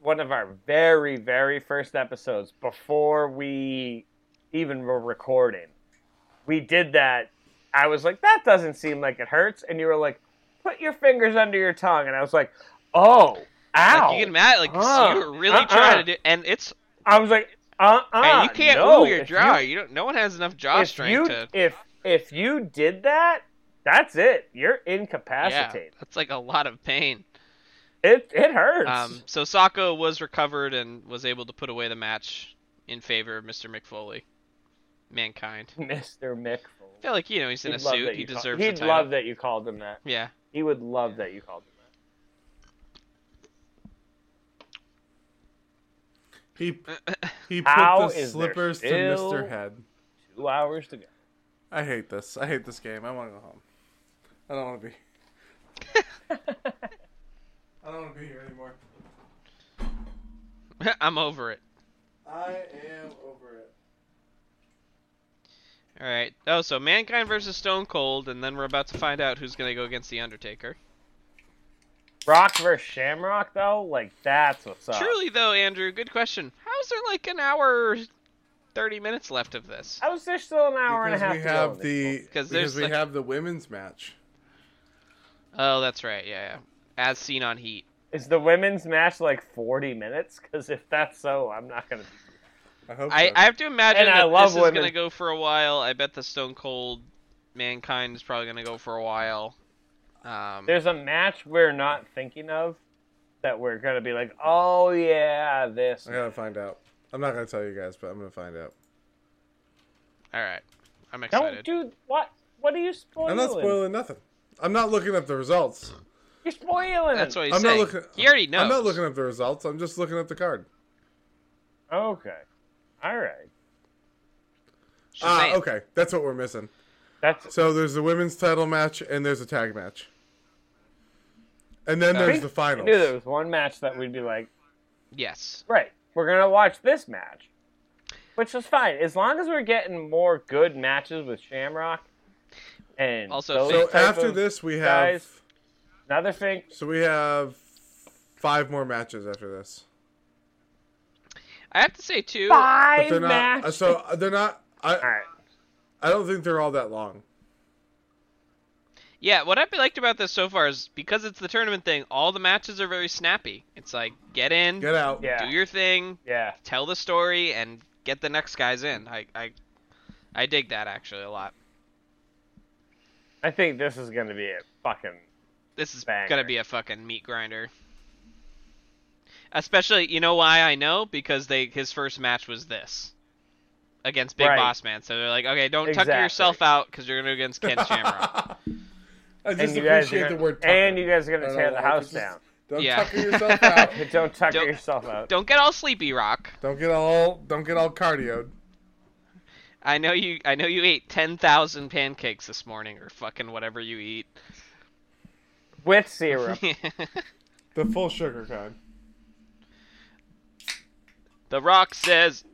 [SPEAKER 1] one of our very, very first episodes before we even were recording. We did that. I was like, that doesn't seem like it hurts. And you were like, put your fingers under your tongue. And I was like, oh, ow.
[SPEAKER 2] Like you get mad, like
[SPEAKER 1] Uh,
[SPEAKER 2] you were really
[SPEAKER 1] uh-uh.
[SPEAKER 2] trying to do, and it's
[SPEAKER 1] I was like, uh uh
[SPEAKER 2] and you can't
[SPEAKER 1] no.
[SPEAKER 2] move your
[SPEAKER 1] If
[SPEAKER 2] jaw.
[SPEAKER 1] you-
[SPEAKER 2] You, don't. No one has enough jaw
[SPEAKER 1] If
[SPEAKER 2] strength
[SPEAKER 1] you,
[SPEAKER 2] to.
[SPEAKER 1] if, if you did that, that's it. You're
[SPEAKER 2] Yeah,
[SPEAKER 1] incapacitated.
[SPEAKER 2] that's like a lot of pain.
[SPEAKER 1] It, it hurts.
[SPEAKER 2] Um, so Sako was recovered and was able to put away the match in favor of Mr. McFoley. Mankind.
[SPEAKER 1] Mr. Mickful.
[SPEAKER 2] I feel like you know he's in a
[SPEAKER 1] He'd love
[SPEAKER 2] suit.
[SPEAKER 1] that
[SPEAKER 2] He
[SPEAKER 1] you call-
[SPEAKER 2] deserves the
[SPEAKER 1] He'd
[SPEAKER 2] title.
[SPEAKER 1] love that you called him that.
[SPEAKER 2] Yeah.
[SPEAKER 1] He would love that you called him that.
[SPEAKER 3] He he put
[SPEAKER 1] How
[SPEAKER 3] the
[SPEAKER 1] is there
[SPEAKER 3] slippers to
[SPEAKER 1] still-
[SPEAKER 3] Mr. Head.
[SPEAKER 1] Two hours to go.
[SPEAKER 3] I hate this. I hate this game. I want to go home. I don't want to be. I don't want to be here anymore.
[SPEAKER 2] I'm over it.
[SPEAKER 3] I am over it.
[SPEAKER 2] All right. Oh, so Mankind versus Stone Cold, and then we're about to find out who's gonna go against the Undertaker.
[SPEAKER 1] Rock versus Shamrock, though, like that's what's up.
[SPEAKER 2] Truly, though, Andrew, good question. How's there like an hour, thirty minutes left of this?
[SPEAKER 1] I was there still an hour and
[SPEAKER 3] Because
[SPEAKER 1] a half.
[SPEAKER 3] we
[SPEAKER 1] to go
[SPEAKER 3] have
[SPEAKER 1] in this
[SPEAKER 3] the
[SPEAKER 1] book.
[SPEAKER 2] Because
[SPEAKER 3] because
[SPEAKER 2] there's
[SPEAKER 3] we
[SPEAKER 2] like-
[SPEAKER 3] have the women's match.
[SPEAKER 2] Oh, that's right. Yeah, yeah. As seen on Heat.
[SPEAKER 1] Is the women's match like forty minutes? Because if that's so, I'm not gonna.
[SPEAKER 3] I hope.
[SPEAKER 2] I,
[SPEAKER 3] so.
[SPEAKER 2] I have to imagine
[SPEAKER 1] And I
[SPEAKER 2] that
[SPEAKER 1] love
[SPEAKER 2] this is
[SPEAKER 1] women.
[SPEAKER 2] gonna go for a while. I bet the Stone Cold Mankind is probably gonna go for a while. Um,
[SPEAKER 1] There's a match we're not thinking of that we're gonna be like, oh yeah, this.
[SPEAKER 3] I gotta find out. I'm not gonna tell you guys, but I'm gonna find out.
[SPEAKER 2] all right, I'm
[SPEAKER 1] Don't
[SPEAKER 2] excited.
[SPEAKER 1] do what? What are you spoiling?
[SPEAKER 3] I'm not spoiling nothing. I'm not looking up the results.
[SPEAKER 1] You're spoiling.
[SPEAKER 2] That's
[SPEAKER 1] it.
[SPEAKER 2] what he's
[SPEAKER 3] I'm
[SPEAKER 2] saying.
[SPEAKER 3] not looking.
[SPEAKER 2] He already knows.
[SPEAKER 3] I'm not looking up the results. I'm just looking up the card.
[SPEAKER 1] Okay. All right.
[SPEAKER 3] Ah,
[SPEAKER 2] Shazam.
[SPEAKER 3] okay. That's what we're missing.
[SPEAKER 1] That's
[SPEAKER 3] So there's the women's title match and there's a tag match. And then there's the
[SPEAKER 1] I
[SPEAKER 3] finals.
[SPEAKER 1] knew there was one match that we'd be like,
[SPEAKER 2] Yes.
[SPEAKER 1] Right. We're gonna watch this match, which is fine as long as we're getting more good matches with Shamrock. And
[SPEAKER 2] Also,
[SPEAKER 1] those
[SPEAKER 2] Fink.
[SPEAKER 3] So
[SPEAKER 1] type
[SPEAKER 3] after
[SPEAKER 1] of-
[SPEAKER 3] this, we have
[SPEAKER 1] guys. another thing.
[SPEAKER 3] so we have five more matches after this.
[SPEAKER 2] I have to say too.
[SPEAKER 3] But
[SPEAKER 1] Five
[SPEAKER 3] they're not. uh,
[SPEAKER 1] matches.
[SPEAKER 3] So they're not.
[SPEAKER 1] All
[SPEAKER 3] I
[SPEAKER 1] right.
[SPEAKER 3] I don't think they're all that long.
[SPEAKER 2] Yeah, what I've liked about this so far is because it's the tournament thing, all the matches are very snappy. It's like get in,
[SPEAKER 3] Get out.
[SPEAKER 1] Yeah.
[SPEAKER 2] do your thing,
[SPEAKER 1] Yeah.
[SPEAKER 2] tell the story, and get the next guys in. I I, I dig that actually a lot.
[SPEAKER 1] I think this is gonna be it. Fucking.
[SPEAKER 2] This is
[SPEAKER 1] Banger.
[SPEAKER 2] gonna be a fucking meat grinder. Especially, you know why I know because they his first match was this against Big
[SPEAKER 1] Right.
[SPEAKER 2] Boss Man. So they're like, okay, don't tuck
[SPEAKER 1] Exactly.
[SPEAKER 2] yourself out because you're gonna go against Ken Shamrock.
[SPEAKER 3] I just
[SPEAKER 1] And you guys
[SPEAKER 3] appreciate
[SPEAKER 1] are
[SPEAKER 3] the
[SPEAKER 1] gonna,
[SPEAKER 3] word. tucker.
[SPEAKER 1] and you guys are
[SPEAKER 3] I
[SPEAKER 1] gonna
[SPEAKER 3] don't
[SPEAKER 1] tear
[SPEAKER 3] know
[SPEAKER 1] the
[SPEAKER 3] why,
[SPEAKER 1] house
[SPEAKER 3] just
[SPEAKER 1] down.
[SPEAKER 3] Don't
[SPEAKER 2] Yeah.
[SPEAKER 3] tucker yourself out.
[SPEAKER 1] Don't tuck
[SPEAKER 2] Don't-
[SPEAKER 1] yourself out.
[SPEAKER 2] don't get all sleepy, Rock.
[SPEAKER 3] don't get all don't get all cardioed.
[SPEAKER 2] I know you. I know you ate ten thousand pancakes this morning, or fucking whatever you eat.
[SPEAKER 1] With syrup.
[SPEAKER 3] The full sugar kind.
[SPEAKER 2] the Rock says,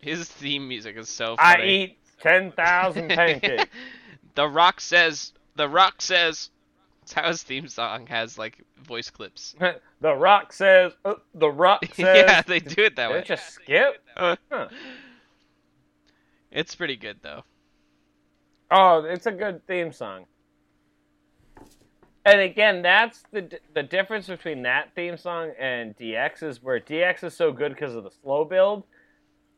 [SPEAKER 2] his theme music is so
[SPEAKER 1] I
[SPEAKER 2] funny.
[SPEAKER 1] eat ten thousand pancakes.
[SPEAKER 2] the Rock says. The Rock says. That's how his theme song has like voice clips.
[SPEAKER 1] the Rock says. Uh, the Rock says.
[SPEAKER 2] yeah, they do it that
[SPEAKER 1] Did
[SPEAKER 2] way.
[SPEAKER 1] it just skip?
[SPEAKER 2] Uh,
[SPEAKER 1] Huh.
[SPEAKER 2] it's pretty good though.
[SPEAKER 1] Oh, it's a good theme song. And again, that's the d- the difference between that theme song and DX is where DX is so good because of the slow build.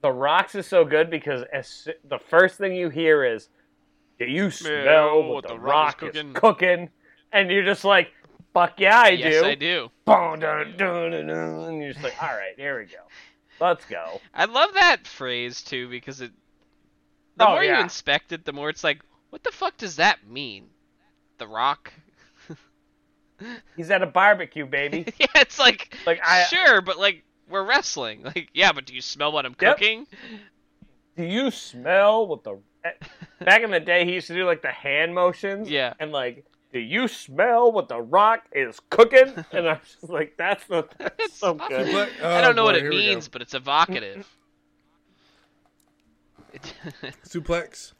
[SPEAKER 1] The Rocks is so good because as, soo- the first thing you hear is, "Do you smell what, the, Rock, is cooking? And you're just like, "Fuck yeah, I
[SPEAKER 2] yes,
[SPEAKER 1] do!"
[SPEAKER 2] I do.
[SPEAKER 1] Boom, dun, dun, dun, dun, and you're just like, "All right, here we go, let's go."
[SPEAKER 2] I love that phrase too because it. The
[SPEAKER 1] Oh,
[SPEAKER 2] more
[SPEAKER 1] yeah.
[SPEAKER 2] you inspect it, the more it's like, what the fuck does that mean? The Rock?
[SPEAKER 1] He's at a barbecue, baby.
[SPEAKER 2] yeah, it's like,
[SPEAKER 1] Like, I-
[SPEAKER 2] sure, but like we're wrestling. Like, yeah, but do you smell what I'm
[SPEAKER 1] Yep.
[SPEAKER 2] cooking?
[SPEAKER 1] do you smell what the back in the day he used to do like the hand motions
[SPEAKER 2] Yeah.
[SPEAKER 1] and like do you smell what the rock is cooking and i'm just like that's the that's so good
[SPEAKER 3] But-
[SPEAKER 2] I don't know
[SPEAKER 3] oh,
[SPEAKER 2] what
[SPEAKER 3] boy,
[SPEAKER 2] it
[SPEAKER 3] here we go.
[SPEAKER 2] means, but it's evocative. It-
[SPEAKER 3] Suplex.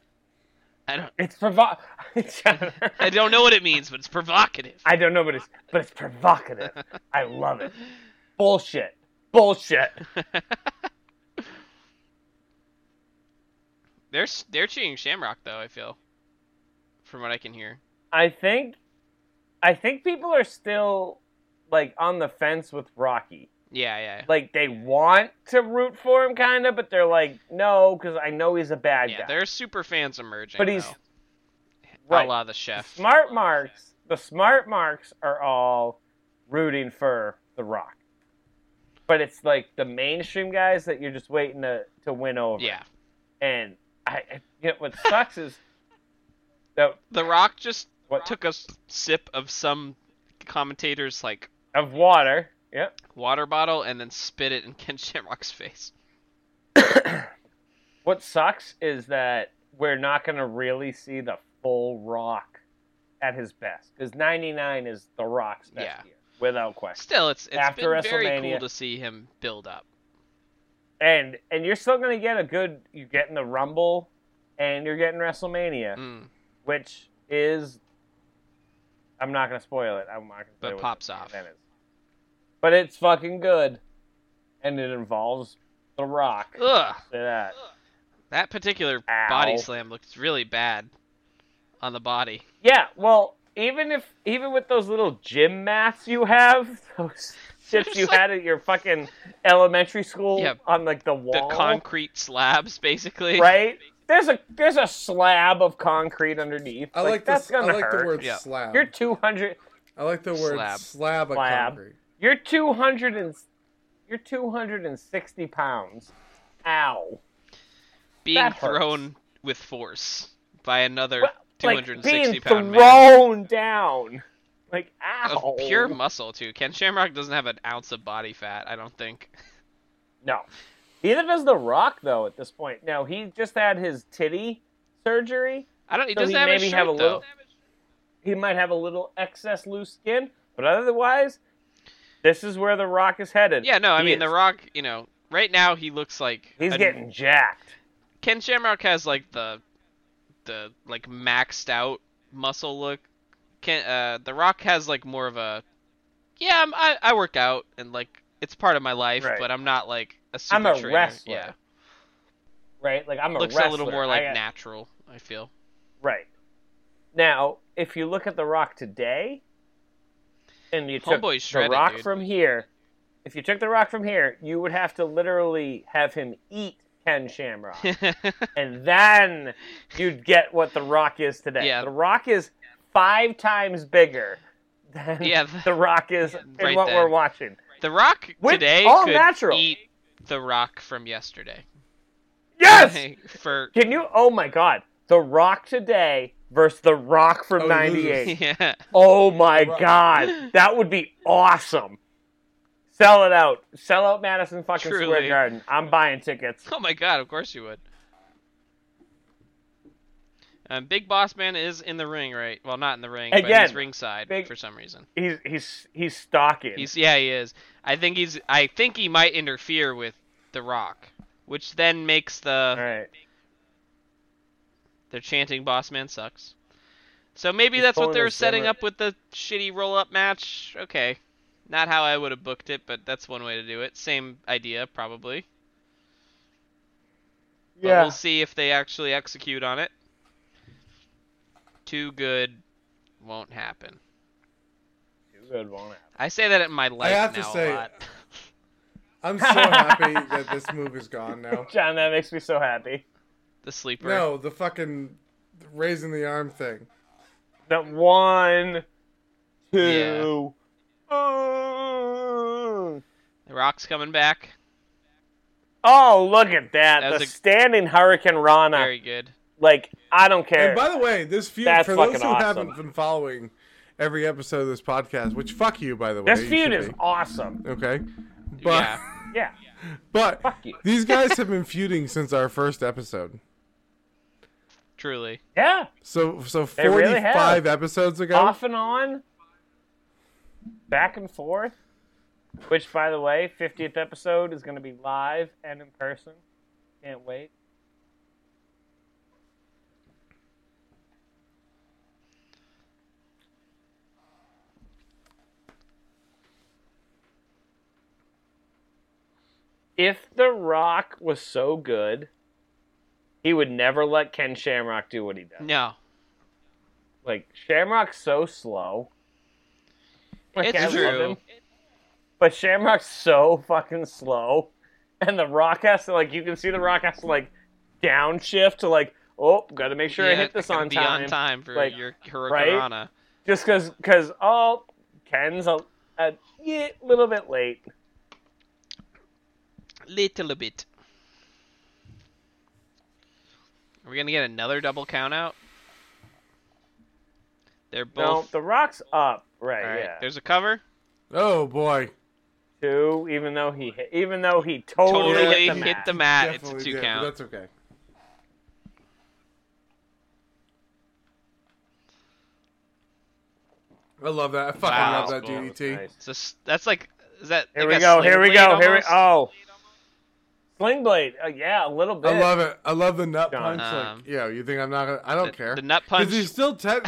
[SPEAKER 2] I don't.
[SPEAKER 1] it's provo-
[SPEAKER 2] I don't know what it means, but it's provocative.
[SPEAKER 1] i don't know but it's but it's provocative i love it bullshit bullshit
[SPEAKER 2] They're s- they're cheating Shamrock though. I feel, from what I can hear.
[SPEAKER 1] i think i think people are still like on the fence with rocky
[SPEAKER 2] Yeah, yeah,
[SPEAKER 1] like they want to root for him kind of but they're like no because i know he's a bad
[SPEAKER 2] yeah.
[SPEAKER 1] guy
[SPEAKER 2] Their super fans emerging.
[SPEAKER 1] But he's-
[SPEAKER 2] though.
[SPEAKER 1] right.
[SPEAKER 2] a la the chef.
[SPEAKER 1] smart marks the smart marks are all rooting for the rock but it's like the mainstream guys that you're just waiting to, to win over
[SPEAKER 2] Yeah,
[SPEAKER 1] and i I- you know, what sucks is that
[SPEAKER 2] The Rock just
[SPEAKER 1] What?
[SPEAKER 2] took a s- sip of some commentator's like
[SPEAKER 1] of water yep
[SPEAKER 2] water bottle and then spit it in Ken Shamrock's face.
[SPEAKER 1] what sucks is that we're not going to really see the full rock at his best because 99 is the rock's best
[SPEAKER 2] Yeah.
[SPEAKER 1] year without question
[SPEAKER 2] Still, it's it's
[SPEAKER 1] After
[SPEAKER 2] been very
[SPEAKER 1] WrestleMania.
[SPEAKER 2] cool to see him build up.
[SPEAKER 1] and and you're still going to get a good you're getting the rumble and you're getting wrestlemania
[SPEAKER 2] Mm,
[SPEAKER 1] which is I'm not gonna spoil it. I'm not gonna.
[SPEAKER 2] But
[SPEAKER 1] spoil what
[SPEAKER 2] pops
[SPEAKER 1] the
[SPEAKER 2] off.
[SPEAKER 1] event is. But it's fucking good, and it involves The Rock. Say
[SPEAKER 2] Ugh,
[SPEAKER 1] that.
[SPEAKER 2] that particular
[SPEAKER 1] Ow.
[SPEAKER 2] body slam looked really bad on the body.
[SPEAKER 1] Yeah. Well, even if even with those little gym mats you have, those shits you
[SPEAKER 2] There's like-
[SPEAKER 1] had at your fucking elementary school
[SPEAKER 2] Yeah,
[SPEAKER 1] on like the wall,
[SPEAKER 2] The concrete slabs, basically.
[SPEAKER 1] right? There's a there's a slab of concrete underneath.
[SPEAKER 3] I like,
[SPEAKER 1] that's
[SPEAKER 3] the, I
[SPEAKER 1] gonna
[SPEAKER 3] like
[SPEAKER 1] hurt.
[SPEAKER 3] the word
[SPEAKER 2] Yeah.
[SPEAKER 3] slab.
[SPEAKER 1] You're 200.
[SPEAKER 3] I like the word
[SPEAKER 2] Slab.
[SPEAKER 3] slab, of
[SPEAKER 1] Slab.
[SPEAKER 3] concrete.
[SPEAKER 1] You're two hundred and you're two hundred and sixty pounds. Ow.
[SPEAKER 2] Being
[SPEAKER 1] That hurts.
[SPEAKER 2] thrown with force by another
[SPEAKER 1] Well,
[SPEAKER 2] two
[SPEAKER 1] Like
[SPEAKER 2] hundred and sixty
[SPEAKER 1] being
[SPEAKER 2] pound
[SPEAKER 1] thrown
[SPEAKER 2] man
[SPEAKER 1] down. Like ow.
[SPEAKER 2] of pure muscle too. Ken Shamrock doesn't have an ounce of body fat, I don't think.
[SPEAKER 1] No. Neither does The Rock though at this point. Now he just had his titty surgery.
[SPEAKER 2] I don't. He
[SPEAKER 1] So
[SPEAKER 2] doesn't
[SPEAKER 1] he
[SPEAKER 2] have,
[SPEAKER 1] maybe
[SPEAKER 2] a shirt,
[SPEAKER 1] have a
[SPEAKER 2] though.
[SPEAKER 1] little- He might have a little excess loose skin, but otherwise, this is where The Rock is headed.
[SPEAKER 2] Yeah, no. I
[SPEAKER 1] He
[SPEAKER 2] mean,
[SPEAKER 1] is-
[SPEAKER 2] The Rock. You know, right now he looks like
[SPEAKER 1] He's
[SPEAKER 2] a-
[SPEAKER 1] getting jacked.
[SPEAKER 2] Ken Shamrock has like the, the like maxed out muscle look. Ken, uh, The Rock has like more of a, yeah, I'm, I I work out and like it's part of my life,
[SPEAKER 1] Right.
[SPEAKER 2] but I'm not like a super
[SPEAKER 1] I'm a
[SPEAKER 2] trainer.
[SPEAKER 1] wrestler.
[SPEAKER 2] Yeah,
[SPEAKER 1] Right? Like I'm a
[SPEAKER 2] looks a little
[SPEAKER 1] wrestler.
[SPEAKER 2] more
[SPEAKER 1] I
[SPEAKER 2] like
[SPEAKER 1] got-
[SPEAKER 2] natural. I feel.
[SPEAKER 1] Right. Now, if you look at The Rock today, and you took
[SPEAKER 2] Homeboy's
[SPEAKER 1] The
[SPEAKER 2] shredded,
[SPEAKER 1] Rock
[SPEAKER 2] dude.
[SPEAKER 1] from here, if you took The Rock from here, you would have to literally have him eat Ken Shamrock, and then you'd get what The Rock is today.
[SPEAKER 2] Yeah.
[SPEAKER 1] The Rock is five times bigger than
[SPEAKER 2] Yeah, th-
[SPEAKER 1] The Rock is in
[SPEAKER 2] right
[SPEAKER 1] what
[SPEAKER 2] then.
[SPEAKER 1] we're watching.
[SPEAKER 2] the Rock
[SPEAKER 1] With
[SPEAKER 2] today
[SPEAKER 1] all
[SPEAKER 2] could
[SPEAKER 1] natural.
[SPEAKER 2] eat The Rock from yesterday.
[SPEAKER 1] Yes.
[SPEAKER 2] For
[SPEAKER 1] Can you? Oh my God! The Rock today versus The Rock from
[SPEAKER 3] Oh,
[SPEAKER 1] '98.
[SPEAKER 2] yeah.
[SPEAKER 1] Oh my
[SPEAKER 3] Right.
[SPEAKER 1] god, that would be awesome. Sell it out. Sell out Madison fucking Square
[SPEAKER 2] Truly.
[SPEAKER 1] Garden. I'm buying tickets.
[SPEAKER 2] Oh my god, of course you would. Um, Big Boss Man is in the ring, right? Well, not in the ring, but he's
[SPEAKER 1] Again,
[SPEAKER 2] ringside
[SPEAKER 1] Big-
[SPEAKER 2] for some reason.
[SPEAKER 1] He's he's he's stalking.
[SPEAKER 2] He's yeah, he is. I think he's. I think he might interfere with The Rock, which then makes the
[SPEAKER 1] all right.
[SPEAKER 2] they're chanting Boss Man sucks. So maybe
[SPEAKER 1] He's
[SPEAKER 2] that's what
[SPEAKER 1] pulling
[SPEAKER 2] they're
[SPEAKER 1] his
[SPEAKER 2] setting
[SPEAKER 1] Zimmer.
[SPEAKER 2] up with the shitty roll up match. Okay, not how I would have booked it, but that's one way to do it. Same idea probably. But
[SPEAKER 1] Yeah.
[SPEAKER 2] we'll see if they actually execute on it. Too good won't happen.
[SPEAKER 1] Good one.
[SPEAKER 2] I say that in my life
[SPEAKER 3] have to
[SPEAKER 2] now
[SPEAKER 3] say-
[SPEAKER 2] a lot.
[SPEAKER 3] I'm so happy that this move is gone now.
[SPEAKER 1] John, that makes me so happy.
[SPEAKER 2] The sleeper.
[SPEAKER 3] No, the fucking raising the arm thing.
[SPEAKER 1] That one, two,
[SPEAKER 2] Yeah.
[SPEAKER 1] oh.
[SPEAKER 2] The rock's coming back.
[SPEAKER 1] Oh, look at that.
[SPEAKER 2] That was
[SPEAKER 1] the
[SPEAKER 2] a-
[SPEAKER 1] standing Hurricane
[SPEAKER 3] Ah.
[SPEAKER 1] Rana.
[SPEAKER 2] Very good.
[SPEAKER 1] Like, I don't care.
[SPEAKER 3] And by the way, this feud
[SPEAKER 1] That's
[SPEAKER 3] for those
[SPEAKER 1] fucking
[SPEAKER 3] who
[SPEAKER 1] awesome.
[SPEAKER 3] haven't been following every episode of this podcast, which fuck you by the way.
[SPEAKER 1] this
[SPEAKER 3] you
[SPEAKER 1] feud
[SPEAKER 3] should
[SPEAKER 1] is
[SPEAKER 3] be.
[SPEAKER 1] awesome.
[SPEAKER 3] okay. But
[SPEAKER 2] Yeah.
[SPEAKER 1] Yeah.
[SPEAKER 3] but
[SPEAKER 1] Fuck you.
[SPEAKER 3] these guys have been feuding since our first episode.
[SPEAKER 2] Truly.
[SPEAKER 1] Yeah.
[SPEAKER 3] So so
[SPEAKER 1] They really
[SPEAKER 3] 45
[SPEAKER 1] have.
[SPEAKER 3] episodes ago.
[SPEAKER 1] Off and on, back and forth. Which, by the way, 50th episode is going to be live and in person. Can't wait. If The Rock was so good, he would never let Ken Shamrock do what he does
[SPEAKER 2] No.
[SPEAKER 1] like Shamrock's so slow. Like, I
[SPEAKER 2] It's
[SPEAKER 1] love
[SPEAKER 2] true.
[SPEAKER 1] him, but Shamrock's so fucking slow, and the Rock has to like you can see the Rock has to like downshift to like oh gotta make sure I
[SPEAKER 2] Yeah,
[SPEAKER 1] hit this
[SPEAKER 2] gotta
[SPEAKER 1] on
[SPEAKER 2] be
[SPEAKER 1] time.
[SPEAKER 2] on time for
[SPEAKER 1] Like,
[SPEAKER 2] your
[SPEAKER 1] right?
[SPEAKER 2] Hurricanrana.
[SPEAKER 1] Just because because oh Ken's a, a yeah, little bit late.
[SPEAKER 2] Little bit. Are we gonna get another double count out? They're
[SPEAKER 1] No,
[SPEAKER 2] both.
[SPEAKER 1] the Rock's up right.
[SPEAKER 2] All right.
[SPEAKER 1] Yeah,
[SPEAKER 2] There's a cover.
[SPEAKER 3] Oh boy.
[SPEAKER 1] two. Even though he hit- even though he
[SPEAKER 3] Oh,
[SPEAKER 1] totally,
[SPEAKER 2] Totally
[SPEAKER 1] hit the
[SPEAKER 2] hit
[SPEAKER 1] mat.
[SPEAKER 2] the mat. Ah, It's a
[SPEAKER 3] Definitely
[SPEAKER 2] two
[SPEAKER 3] did, but
[SPEAKER 2] count.
[SPEAKER 3] That's okay. I love that. I fucking
[SPEAKER 2] Wow.
[SPEAKER 3] love that
[SPEAKER 2] Cool.
[SPEAKER 1] Oh,
[SPEAKER 3] DDT.
[SPEAKER 1] Nice.
[SPEAKER 2] So s- that's like. Is that?
[SPEAKER 1] Here
[SPEAKER 2] like
[SPEAKER 1] we
[SPEAKER 2] a
[SPEAKER 1] go.
[SPEAKER 2] sling
[SPEAKER 1] Here we
[SPEAKER 2] blade
[SPEAKER 1] go. Here we
[SPEAKER 2] almost?
[SPEAKER 1] oh. Sling blade, uh, yeah, a little bit.
[SPEAKER 3] I love it. I love the nut
[SPEAKER 1] Done.
[SPEAKER 3] punch.
[SPEAKER 2] Um,
[SPEAKER 3] like, yeah, you think I'm not gonna? I don't
[SPEAKER 2] The-
[SPEAKER 3] care.
[SPEAKER 2] The nut
[SPEAKER 3] Because
[SPEAKER 2] punch.
[SPEAKER 3] he's still ten.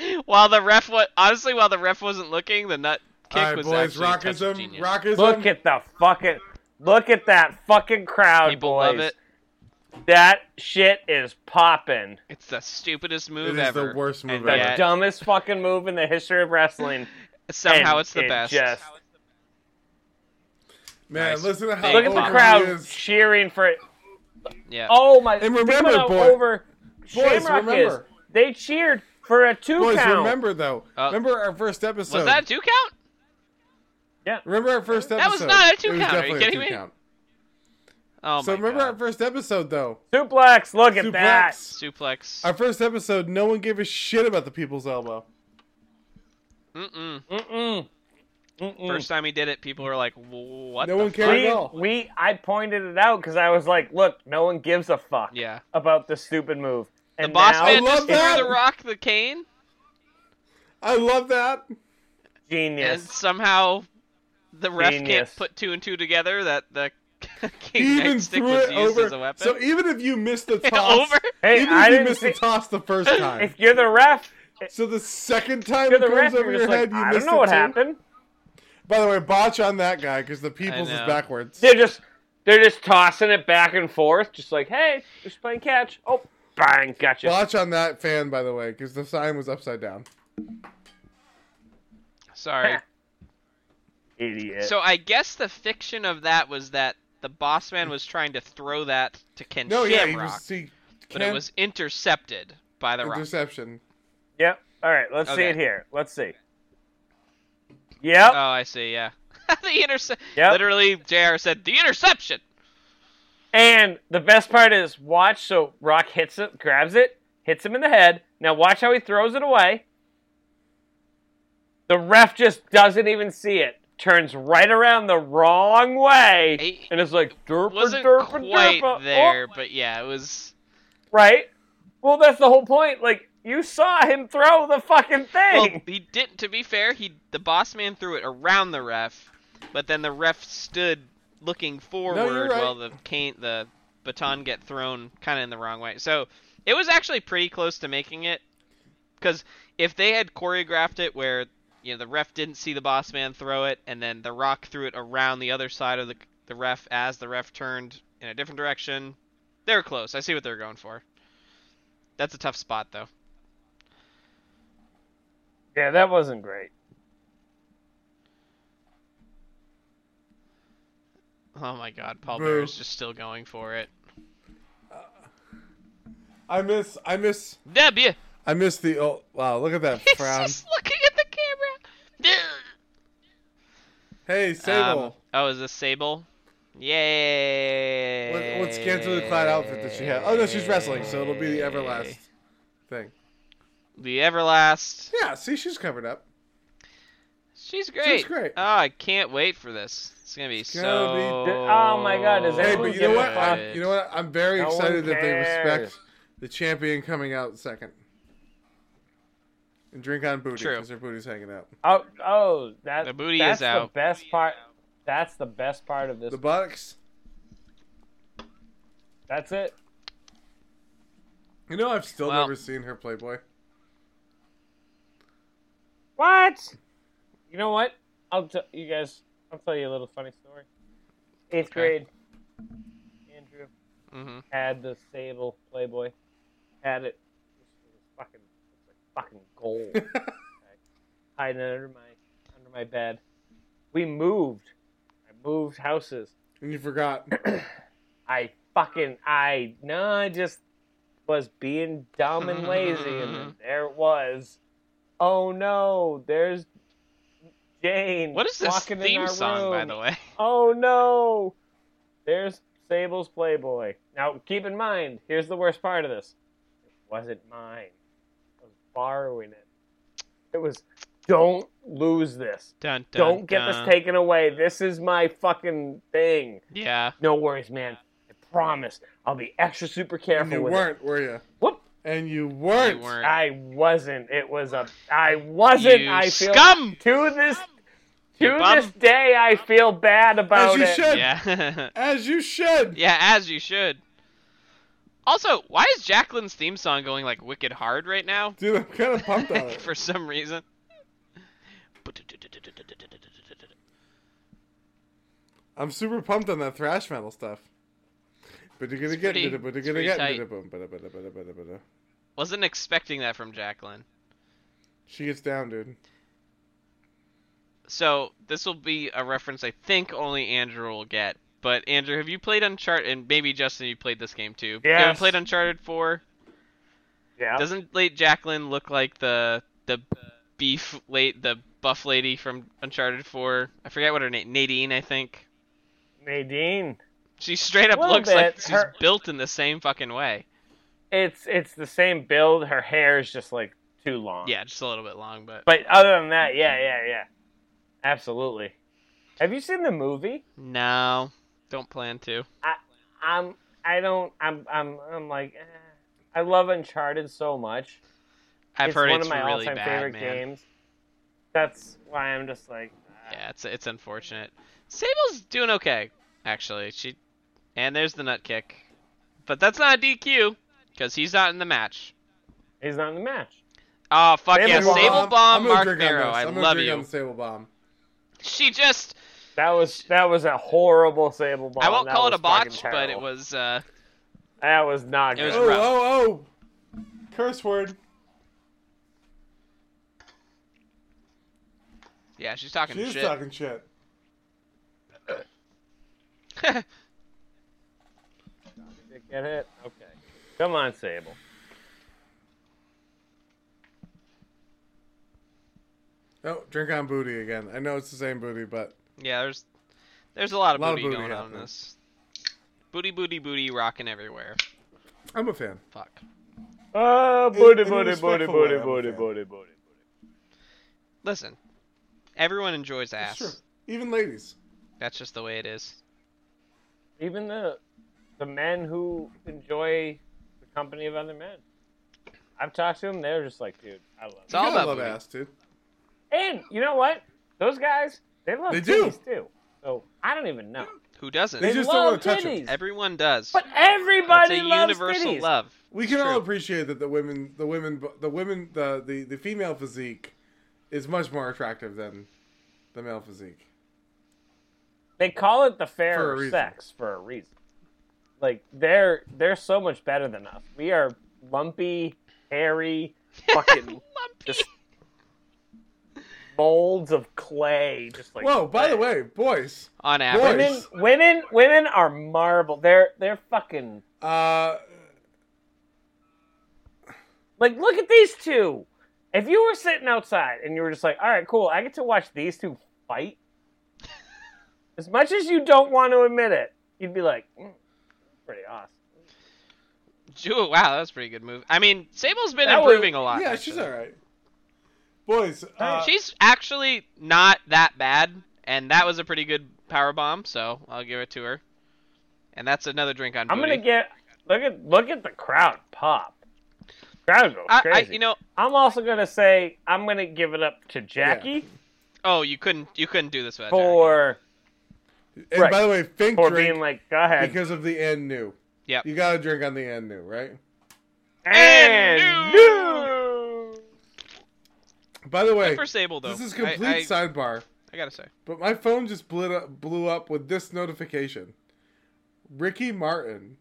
[SPEAKER 1] oh.
[SPEAKER 2] While the ref was honestly, while the ref wasn't looking, the nut kick
[SPEAKER 3] All right,
[SPEAKER 2] was
[SPEAKER 3] boys,
[SPEAKER 2] actually a touch of
[SPEAKER 3] rockism,
[SPEAKER 2] genius.
[SPEAKER 3] rockism.
[SPEAKER 1] Look at the fucking look at that fucking crowd,
[SPEAKER 2] People
[SPEAKER 1] boys.
[SPEAKER 2] love it.
[SPEAKER 1] That shit is popping.
[SPEAKER 2] It's the stupidest
[SPEAKER 3] It
[SPEAKER 2] move
[SPEAKER 3] is the
[SPEAKER 2] ever.
[SPEAKER 3] worst move
[SPEAKER 2] and
[SPEAKER 1] The
[SPEAKER 3] ever.
[SPEAKER 2] yet,
[SPEAKER 1] dumbest fucking move in the history of wrestling.
[SPEAKER 2] somehow
[SPEAKER 1] and
[SPEAKER 2] it's the
[SPEAKER 1] it
[SPEAKER 2] best.
[SPEAKER 1] just-
[SPEAKER 3] man,
[SPEAKER 2] Nice.
[SPEAKER 3] listen to how
[SPEAKER 2] Big
[SPEAKER 1] Look at
[SPEAKER 3] over
[SPEAKER 1] the
[SPEAKER 2] pop.
[SPEAKER 3] he
[SPEAKER 1] crowd
[SPEAKER 3] is.
[SPEAKER 1] cheering for it.
[SPEAKER 2] yeah.
[SPEAKER 1] Oh my!
[SPEAKER 3] And
[SPEAKER 1] think
[SPEAKER 3] remember,
[SPEAKER 1] about how
[SPEAKER 3] boy-
[SPEAKER 1] over Shamrock
[SPEAKER 3] remember.
[SPEAKER 1] is. They cheered for a two
[SPEAKER 3] Boys,
[SPEAKER 1] count.
[SPEAKER 3] remember though.
[SPEAKER 2] Uh,
[SPEAKER 3] remember our first episode.
[SPEAKER 2] was that a two count?
[SPEAKER 3] Remember our first episode.
[SPEAKER 2] That was not a two
[SPEAKER 3] It was
[SPEAKER 2] count, are you
[SPEAKER 3] definitely a
[SPEAKER 2] kidding
[SPEAKER 3] two
[SPEAKER 2] me?
[SPEAKER 3] count.
[SPEAKER 2] Oh
[SPEAKER 3] so
[SPEAKER 2] my
[SPEAKER 3] remember
[SPEAKER 2] god.
[SPEAKER 3] our first episode though.
[SPEAKER 1] Suplex. Look at that.
[SPEAKER 3] Suplex.
[SPEAKER 2] Suplex.
[SPEAKER 3] Our first episode, no one gave a shit about the people's elbow.
[SPEAKER 2] Mm-mm.
[SPEAKER 1] Mm-mm. Mm-mm.
[SPEAKER 2] First time he did it, people were like, "What?"
[SPEAKER 3] No
[SPEAKER 2] the
[SPEAKER 3] one
[SPEAKER 2] fuck?"
[SPEAKER 3] cared.
[SPEAKER 1] we,
[SPEAKER 3] at all.
[SPEAKER 1] we I pointed it out because I was like, look, no one gives a fuck
[SPEAKER 2] Yeah.
[SPEAKER 1] about this stupid move.
[SPEAKER 2] The
[SPEAKER 1] And
[SPEAKER 2] boss
[SPEAKER 1] now,
[SPEAKER 2] man
[SPEAKER 3] I
[SPEAKER 2] just
[SPEAKER 3] love
[SPEAKER 2] threw
[SPEAKER 3] that.
[SPEAKER 2] the rock, the cane,
[SPEAKER 3] I love that.
[SPEAKER 1] genius.
[SPEAKER 2] and somehow the ref
[SPEAKER 1] Genius.
[SPEAKER 2] can't put two and two together that the
[SPEAKER 3] He
[SPEAKER 2] king
[SPEAKER 3] even
[SPEAKER 2] neck stick
[SPEAKER 3] threw
[SPEAKER 2] was
[SPEAKER 3] it
[SPEAKER 2] used as a
[SPEAKER 3] over.
[SPEAKER 2] weapon.
[SPEAKER 3] So even if you missed the toss,
[SPEAKER 2] over.
[SPEAKER 1] Hey,
[SPEAKER 3] even
[SPEAKER 1] I
[SPEAKER 3] if you
[SPEAKER 1] didn't
[SPEAKER 3] missed
[SPEAKER 1] see,
[SPEAKER 3] the toss the first time,
[SPEAKER 1] if you're the ref, if
[SPEAKER 3] so the second time
[SPEAKER 1] you're
[SPEAKER 3] it
[SPEAKER 1] the ref,
[SPEAKER 3] comes
[SPEAKER 1] you're
[SPEAKER 3] over your
[SPEAKER 1] just like,
[SPEAKER 3] head, you
[SPEAKER 1] I
[SPEAKER 3] missed
[SPEAKER 1] don't know
[SPEAKER 3] it
[SPEAKER 1] what
[SPEAKER 3] too.
[SPEAKER 1] happened.
[SPEAKER 3] By the way, botch on that guy because the people's is
[SPEAKER 2] know.
[SPEAKER 3] backwards.
[SPEAKER 1] They're just they're just tossing it back and forth, just like, hey, just playing catch. Oh, bang, gotcha.
[SPEAKER 3] Botch on that fan, by the way, because the sign was upside down.
[SPEAKER 2] Sorry.
[SPEAKER 1] Idiot.
[SPEAKER 2] So I guess the fiction of that was that the boss man was trying to throw that to Ken
[SPEAKER 3] No, yeah, he
[SPEAKER 2] Shamrock,
[SPEAKER 3] was. He
[SPEAKER 2] but it
[SPEAKER 3] can't-
[SPEAKER 2] was intercepted by the rock.
[SPEAKER 3] interception.
[SPEAKER 1] yep. All right, let's see
[SPEAKER 2] Okay.
[SPEAKER 1] it here. Let's see. Yep.
[SPEAKER 2] Oh, I see. Yeah. the intercept.
[SPEAKER 1] Yep.
[SPEAKER 2] Literally, Jr. said the interception.
[SPEAKER 1] And the best part is watch. So Rock hits it, grabs it, hits him in the head. Now watch how he throws it away. The ref just doesn't even see it. Turns right around the wrong way
[SPEAKER 2] He-
[SPEAKER 1] and is like derp
[SPEAKER 2] Wasn't
[SPEAKER 1] derp
[SPEAKER 2] quite
[SPEAKER 1] derp
[SPEAKER 2] there, but yeah, it was.
[SPEAKER 1] Oh, right? Well, that's the whole point. Like you saw him throw the fucking
[SPEAKER 2] Well,
[SPEAKER 1] thing.
[SPEAKER 2] he didn't. To be fair, he the boss man threw it around the ref, but then the ref stood looking forward
[SPEAKER 3] right.
[SPEAKER 2] while the cane the baton get thrown kind of in the wrong way. So it was actually pretty close to making it, because if they had choreographed it where you know the ref didn't see the boss man throw it and then the rock threw it around the other side of the the ref as the ref turned in a different direction, they were close. I see what they're going for. That's a tough spot though.
[SPEAKER 1] yeah, that wasn't great.
[SPEAKER 2] Oh my god, Paul
[SPEAKER 3] Boo.
[SPEAKER 2] Bear is just still going for it.
[SPEAKER 3] I miss. I miss.
[SPEAKER 2] W!
[SPEAKER 3] I miss the. Oh, wow! Look at that
[SPEAKER 2] He's
[SPEAKER 3] frown.
[SPEAKER 2] just looking at the camera!
[SPEAKER 3] hey, Sable.
[SPEAKER 2] Um, oh, is this Sable? Yay!
[SPEAKER 3] Let, let's cancel the cloud outfit that she had. Oh no, she's wrestling, so it'll be the Everlast thing.
[SPEAKER 2] The Everlast.
[SPEAKER 3] Yeah, see, she's covered up.
[SPEAKER 2] She's great.
[SPEAKER 3] great.
[SPEAKER 2] Oh, I can't wait for this. It's gonna be
[SPEAKER 3] gonna
[SPEAKER 2] so.
[SPEAKER 3] be
[SPEAKER 1] Oh my God, is
[SPEAKER 3] Hey,
[SPEAKER 1] everyone
[SPEAKER 3] but you know what?
[SPEAKER 1] a
[SPEAKER 3] I'm, you know what? I'm very
[SPEAKER 1] No one
[SPEAKER 3] excited that they respect
[SPEAKER 1] cares.
[SPEAKER 3] the champion coming out second. And drink on booty
[SPEAKER 2] True.
[SPEAKER 3] because their booty's hanging out.
[SPEAKER 1] Oh, oh, that
[SPEAKER 2] The booty
[SPEAKER 1] that's
[SPEAKER 2] is
[SPEAKER 1] the
[SPEAKER 2] out.
[SPEAKER 1] best part. That's the best part of this.
[SPEAKER 3] The buttocks.
[SPEAKER 1] That's it.
[SPEAKER 3] You know, I've still
[SPEAKER 2] Well.
[SPEAKER 3] never seen her Playboy.
[SPEAKER 1] What? You know what? I'll tell you guys. I'll tell you a little funny story. Eighth
[SPEAKER 2] Okay.
[SPEAKER 1] grade, Andrew
[SPEAKER 2] Mhm.
[SPEAKER 1] had the Sable Playboy. Had it. It was fucking, it was like fucking gold. okay. Hiding it under my under my bed. We moved. I moved houses.
[SPEAKER 3] And you forgot.
[SPEAKER 1] I fucking I no, I just was being dumb and lazy, and then there it was. Oh no, there's Jane.
[SPEAKER 2] What is this
[SPEAKER 1] walking in
[SPEAKER 2] theme
[SPEAKER 1] our
[SPEAKER 2] song, by
[SPEAKER 1] room.
[SPEAKER 2] the way?
[SPEAKER 1] Oh no, there's Sable's Playboy. Now keep in mind, here's the worst part of this: it wasn't mine. I was borrowing it. It was. Don't lose this.
[SPEAKER 2] Dun, dun,
[SPEAKER 1] Don't get
[SPEAKER 2] dun.
[SPEAKER 1] this taken away. This is my fucking thing.
[SPEAKER 2] Yeah.
[SPEAKER 1] No worries, man. I promise. I'll be extra super
[SPEAKER 3] and
[SPEAKER 1] careful
[SPEAKER 3] you
[SPEAKER 1] with it.
[SPEAKER 3] weren't, were you?
[SPEAKER 1] Whoop.
[SPEAKER 3] And you weren't.
[SPEAKER 2] You weren't.
[SPEAKER 1] I wasn't. It was a. I wasn't.
[SPEAKER 2] You
[SPEAKER 1] I feel
[SPEAKER 2] scum!
[SPEAKER 1] to this
[SPEAKER 2] You
[SPEAKER 1] to
[SPEAKER 2] bum.
[SPEAKER 1] this day. I feel bad
[SPEAKER 3] As
[SPEAKER 1] about
[SPEAKER 3] you
[SPEAKER 1] it.
[SPEAKER 3] should.
[SPEAKER 2] Yeah.
[SPEAKER 3] As you should.
[SPEAKER 2] yeah, as you should. Also, why is Jacqueline's theme song going like wicked hard right now?
[SPEAKER 3] Dude, I'm kind of pumped on it.
[SPEAKER 2] For some reason.
[SPEAKER 3] I'm super pumped on that thrash metal stuff. But you're gonna
[SPEAKER 2] It's
[SPEAKER 3] get
[SPEAKER 2] pretty-
[SPEAKER 3] it, but you're
[SPEAKER 2] it's
[SPEAKER 3] gonna
[SPEAKER 2] pretty
[SPEAKER 3] get
[SPEAKER 2] tight.
[SPEAKER 3] it. boom, bada, bada, bada, bada, bada.
[SPEAKER 2] Wasn't expecting that from Jacqueline.
[SPEAKER 3] She gets down, dude.
[SPEAKER 2] So this will be a reference I think only Andrew will get. But Andrew, have you played Uncharted? And maybe Justin, you played this game too. You haven't
[SPEAKER 1] Yes.
[SPEAKER 2] played Uncharted Four.
[SPEAKER 1] Yeah.
[SPEAKER 2] Doesn't late Jacqueline look like the the beef late the buff lady from Uncharted Four? I forget what her name. Nadine, I think.
[SPEAKER 1] Nadine.
[SPEAKER 2] She straight up
[SPEAKER 1] Little
[SPEAKER 2] looks like
[SPEAKER 1] bit.
[SPEAKER 2] she's
[SPEAKER 1] Her-
[SPEAKER 2] built in the same fucking way.
[SPEAKER 1] It's it's the same build. Her hair is just like too long.
[SPEAKER 2] Yeah, just a little bit long, but
[SPEAKER 1] But other than that, yeah, yeah, yeah. Absolutely. Have you seen the movie?
[SPEAKER 2] no, don't plan to.
[SPEAKER 1] I'm. I don't. I'm. I'm. I'm like. Eh. I love Uncharted so much.
[SPEAKER 2] I've
[SPEAKER 1] it's
[SPEAKER 2] heard
[SPEAKER 1] one
[SPEAKER 2] it's
[SPEAKER 1] of my
[SPEAKER 2] really
[SPEAKER 1] all-time
[SPEAKER 2] bad,
[SPEAKER 1] favorite
[SPEAKER 2] man.
[SPEAKER 1] games. That's why I'm just like, ah,
[SPEAKER 2] Yeah, it's it's unfortunate. Sable's doing okay, actually. She and there's the nut kick, but that's not a DQ because he's not in the match.
[SPEAKER 1] he's not in the match.
[SPEAKER 2] Oh fuck
[SPEAKER 1] Sable
[SPEAKER 2] yeah,
[SPEAKER 1] bomb.
[SPEAKER 2] Sable bomb,
[SPEAKER 3] I'm gonna
[SPEAKER 2] Mark
[SPEAKER 3] drink on
[SPEAKER 2] Barrow.
[SPEAKER 3] this.
[SPEAKER 2] I
[SPEAKER 3] I'm gonna
[SPEAKER 2] love
[SPEAKER 3] drink
[SPEAKER 2] you.
[SPEAKER 3] On the Sable bomb.
[SPEAKER 2] She just
[SPEAKER 1] That was that was a horrible sable bomb.
[SPEAKER 2] I won't
[SPEAKER 1] That
[SPEAKER 2] call it
[SPEAKER 1] was
[SPEAKER 2] a botch,
[SPEAKER 1] fucking
[SPEAKER 2] but it
[SPEAKER 1] terrible.
[SPEAKER 2] was uh
[SPEAKER 1] that was not
[SPEAKER 2] It
[SPEAKER 1] good.
[SPEAKER 2] was
[SPEAKER 3] Oh,
[SPEAKER 2] rough.
[SPEAKER 3] oh, oh! Curse word.
[SPEAKER 2] yeah, she's talking
[SPEAKER 3] She's
[SPEAKER 2] shit.
[SPEAKER 3] talking shit.
[SPEAKER 1] Did it get hit? Okay, come on, Sable.
[SPEAKER 3] Oh, drink on booty again. I know it's the same booty, but
[SPEAKER 2] yeah, there's there's a lot of
[SPEAKER 3] Lot of
[SPEAKER 2] booty
[SPEAKER 3] booty
[SPEAKER 2] going on in
[SPEAKER 3] happening.
[SPEAKER 2] this. Booty booty booty rocking everywhere.
[SPEAKER 3] I'm a fan.
[SPEAKER 2] Fuck.
[SPEAKER 1] Oh, booty,
[SPEAKER 3] in
[SPEAKER 1] booty,
[SPEAKER 3] a
[SPEAKER 1] booty,
[SPEAKER 3] respectful
[SPEAKER 1] booty,
[SPEAKER 3] way, I'm a
[SPEAKER 1] booty,
[SPEAKER 3] fan.
[SPEAKER 1] booty, booty.
[SPEAKER 2] Listen, everyone enjoys
[SPEAKER 3] It's
[SPEAKER 2] ass.
[SPEAKER 3] true. Even ladies.
[SPEAKER 2] That's just the way it is.
[SPEAKER 1] Even the the men who enjoy the company of other men. I've talked to them. They're just like, dude, I love.
[SPEAKER 2] It's
[SPEAKER 1] It.
[SPEAKER 3] You
[SPEAKER 2] all
[SPEAKER 3] gotta
[SPEAKER 2] about
[SPEAKER 3] love
[SPEAKER 2] booty.
[SPEAKER 3] ass, dude.
[SPEAKER 1] And you know what? Those guys, they love
[SPEAKER 3] They do.
[SPEAKER 1] titties too. So I don't even know.
[SPEAKER 2] Who doesn't?
[SPEAKER 3] They
[SPEAKER 1] They
[SPEAKER 3] just don't
[SPEAKER 1] love
[SPEAKER 3] wanna touch 'em.
[SPEAKER 1] titties.
[SPEAKER 2] Everyone does.
[SPEAKER 1] But
[SPEAKER 2] That's
[SPEAKER 1] everybody
[SPEAKER 2] a
[SPEAKER 1] loves
[SPEAKER 2] universal
[SPEAKER 1] titties.
[SPEAKER 2] love.
[SPEAKER 3] We
[SPEAKER 2] It's
[SPEAKER 3] can all
[SPEAKER 2] true.
[SPEAKER 3] appreciate that the women, the women, the women, the the, the female physique is much more attractive than the male physique.
[SPEAKER 1] They call it the
[SPEAKER 3] For a
[SPEAKER 1] fairer
[SPEAKER 3] reason.
[SPEAKER 1] sex for a reason. Like they're they're so much better than us. We are lumpy, hairy, fucking
[SPEAKER 2] Lumpy.
[SPEAKER 1] just molds of clay, just like
[SPEAKER 3] Whoa, by the way, boys,
[SPEAKER 2] on average.
[SPEAKER 1] women, women, women are marble. They're they're fucking
[SPEAKER 3] uh,
[SPEAKER 1] like look at these two. If you were sitting outside and you were just like, all right, cool, I get to watch these two fight. As much as you don't want to admit it, you'd be like, mm, pretty awesome.
[SPEAKER 2] Ooh, wow, that was a pretty good move. I mean, Sable's been
[SPEAKER 1] That was-
[SPEAKER 2] improving a lot.
[SPEAKER 3] yeah, she's
[SPEAKER 2] actually.
[SPEAKER 3] all right. Boys, uh,
[SPEAKER 2] She's actually not that bad, and that was a pretty good power bomb, so I'll give it to her. And that's another drink on.
[SPEAKER 1] I'm gonna
[SPEAKER 2] booty.
[SPEAKER 1] get look at look at the crowd pop. Crowd goes
[SPEAKER 2] I, I,
[SPEAKER 1] crazy.
[SPEAKER 2] you know,
[SPEAKER 1] I'm also gonna say I'm gonna give it up to Jackie
[SPEAKER 2] oh, you couldn't, you couldn't do this without. Jackie.
[SPEAKER 1] for
[SPEAKER 3] and
[SPEAKER 1] right.
[SPEAKER 3] by the way, think
[SPEAKER 1] for
[SPEAKER 3] drink
[SPEAKER 1] being like, go ahead.
[SPEAKER 3] because of the end new.
[SPEAKER 2] Yep.
[SPEAKER 3] You gotta drink on the end new, right?
[SPEAKER 1] and
[SPEAKER 2] And
[SPEAKER 1] you.
[SPEAKER 3] By the way,
[SPEAKER 2] Good for Sable though.
[SPEAKER 3] this is
[SPEAKER 2] I-
[SPEAKER 3] complete
[SPEAKER 2] I,
[SPEAKER 3] sidebar,
[SPEAKER 2] I gotta say,
[SPEAKER 3] but my phone just blew up, blew up with this notification. Ricky Martin.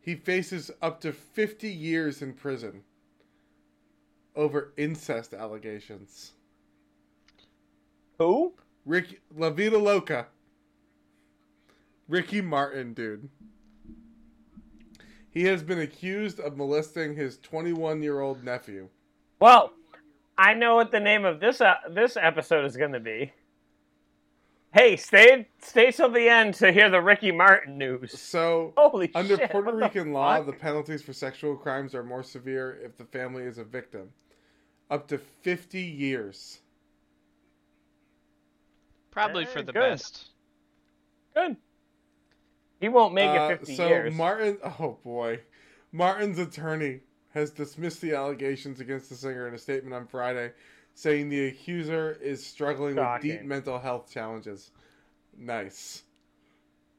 [SPEAKER 3] He faces up to 50 years in prison over incest allegations.
[SPEAKER 1] Who?
[SPEAKER 3] Ricky La Vida Loca. Ricky Martin, dude. He has been accused of molesting his 21 year old nephew.
[SPEAKER 1] Well, I know what the name of this uh, this episode is gonna be. Hey, stay stay till the end to hear the Ricky Martin news.
[SPEAKER 3] So,
[SPEAKER 1] Holy
[SPEAKER 3] under
[SPEAKER 1] shit!
[SPEAKER 3] Puerto
[SPEAKER 1] what the
[SPEAKER 3] Rican law,
[SPEAKER 1] fuck?
[SPEAKER 3] the penalties for sexual crimes are more severe if the family is a victim. Up to 50 years.
[SPEAKER 2] probably
[SPEAKER 1] Eh,
[SPEAKER 2] for the
[SPEAKER 1] good.
[SPEAKER 2] best.
[SPEAKER 1] good. He won't make
[SPEAKER 3] Uh,
[SPEAKER 1] it 50
[SPEAKER 3] so,
[SPEAKER 1] years.
[SPEAKER 3] Martin, oh boy. Martin's attorney has dismissed the allegations against the singer in a statement on Friday, saying the accuser is struggling with deep
[SPEAKER 1] Shocking.
[SPEAKER 3] mental health challenges. Nice.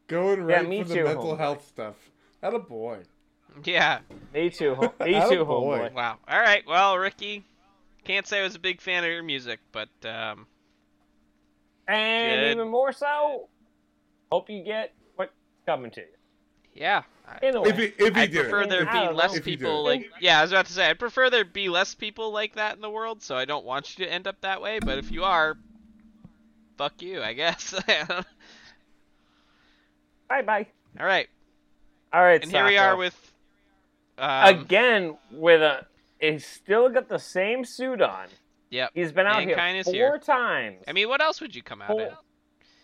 [SPEAKER 3] Going
[SPEAKER 1] Yeah,
[SPEAKER 3] right
[SPEAKER 1] me
[SPEAKER 3] for the
[SPEAKER 1] too, Oh,
[SPEAKER 3] mental
[SPEAKER 1] homeboy.
[SPEAKER 3] health stuff. That a boy.
[SPEAKER 2] Yeah.
[SPEAKER 1] Me too. ho- Me
[SPEAKER 3] Oh,
[SPEAKER 1] too,
[SPEAKER 3] boy.
[SPEAKER 1] homeboy.
[SPEAKER 2] Wow. All right. Well, Ricky, can't say I was a big fan of your music, but um,
[SPEAKER 1] And
[SPEAKER 2] Good.
[SPEAKER 1] even more so, hope you get what's coming to you.
[SPEAKER 2] yeah. I,
[SPEAKER 1] In a way.
[SPEAKER 3] If he, if he
[SPEAKER 2] I'd
[SPEAKER 3] did.
[SPEAKER 2] prefer
[SPEAKER 3] it.
[SPEAKER 2] there
[SPEAKER 1] I
[SPEAKER 2] be
[SPEAKER 1] don't
[SPEAKER 2] less
[SPEAKER 1] know.
[SPEAKER 3] If you do
[SPEAKER 2] people
[SPEAKER 3] it.
[SPEAKER 2] like yeah, I was about to say I'd prefer there be less people like that in the world, so I don't want you to end up that way, but if you are fuck you, I guess. All
[SPEAKER 1] bye bye.
[SPEAKER 2] right.
[SPEAKER 1] All right,
[SPEAKER 2] And here we are
[SPEAKER 1] Sacco.
[SPEAKER 2] with um,
[SPEAKER 1] again with a. He's still got the same suit on.
[SPEAKER 2] Yep.
[SPEAKER 1] He's been out
[SPEAKER 2] Mankind
[SPEAKER 1] here
[SPEAKER 2] is
[SPEAKER 1] four
[SPEAKER 2] here.
[SPEAKER 1] times.
[SPEAKER 2] I mean, what else would you come out
[SPEAKER 1] Four.
[SPEAKER 2] at?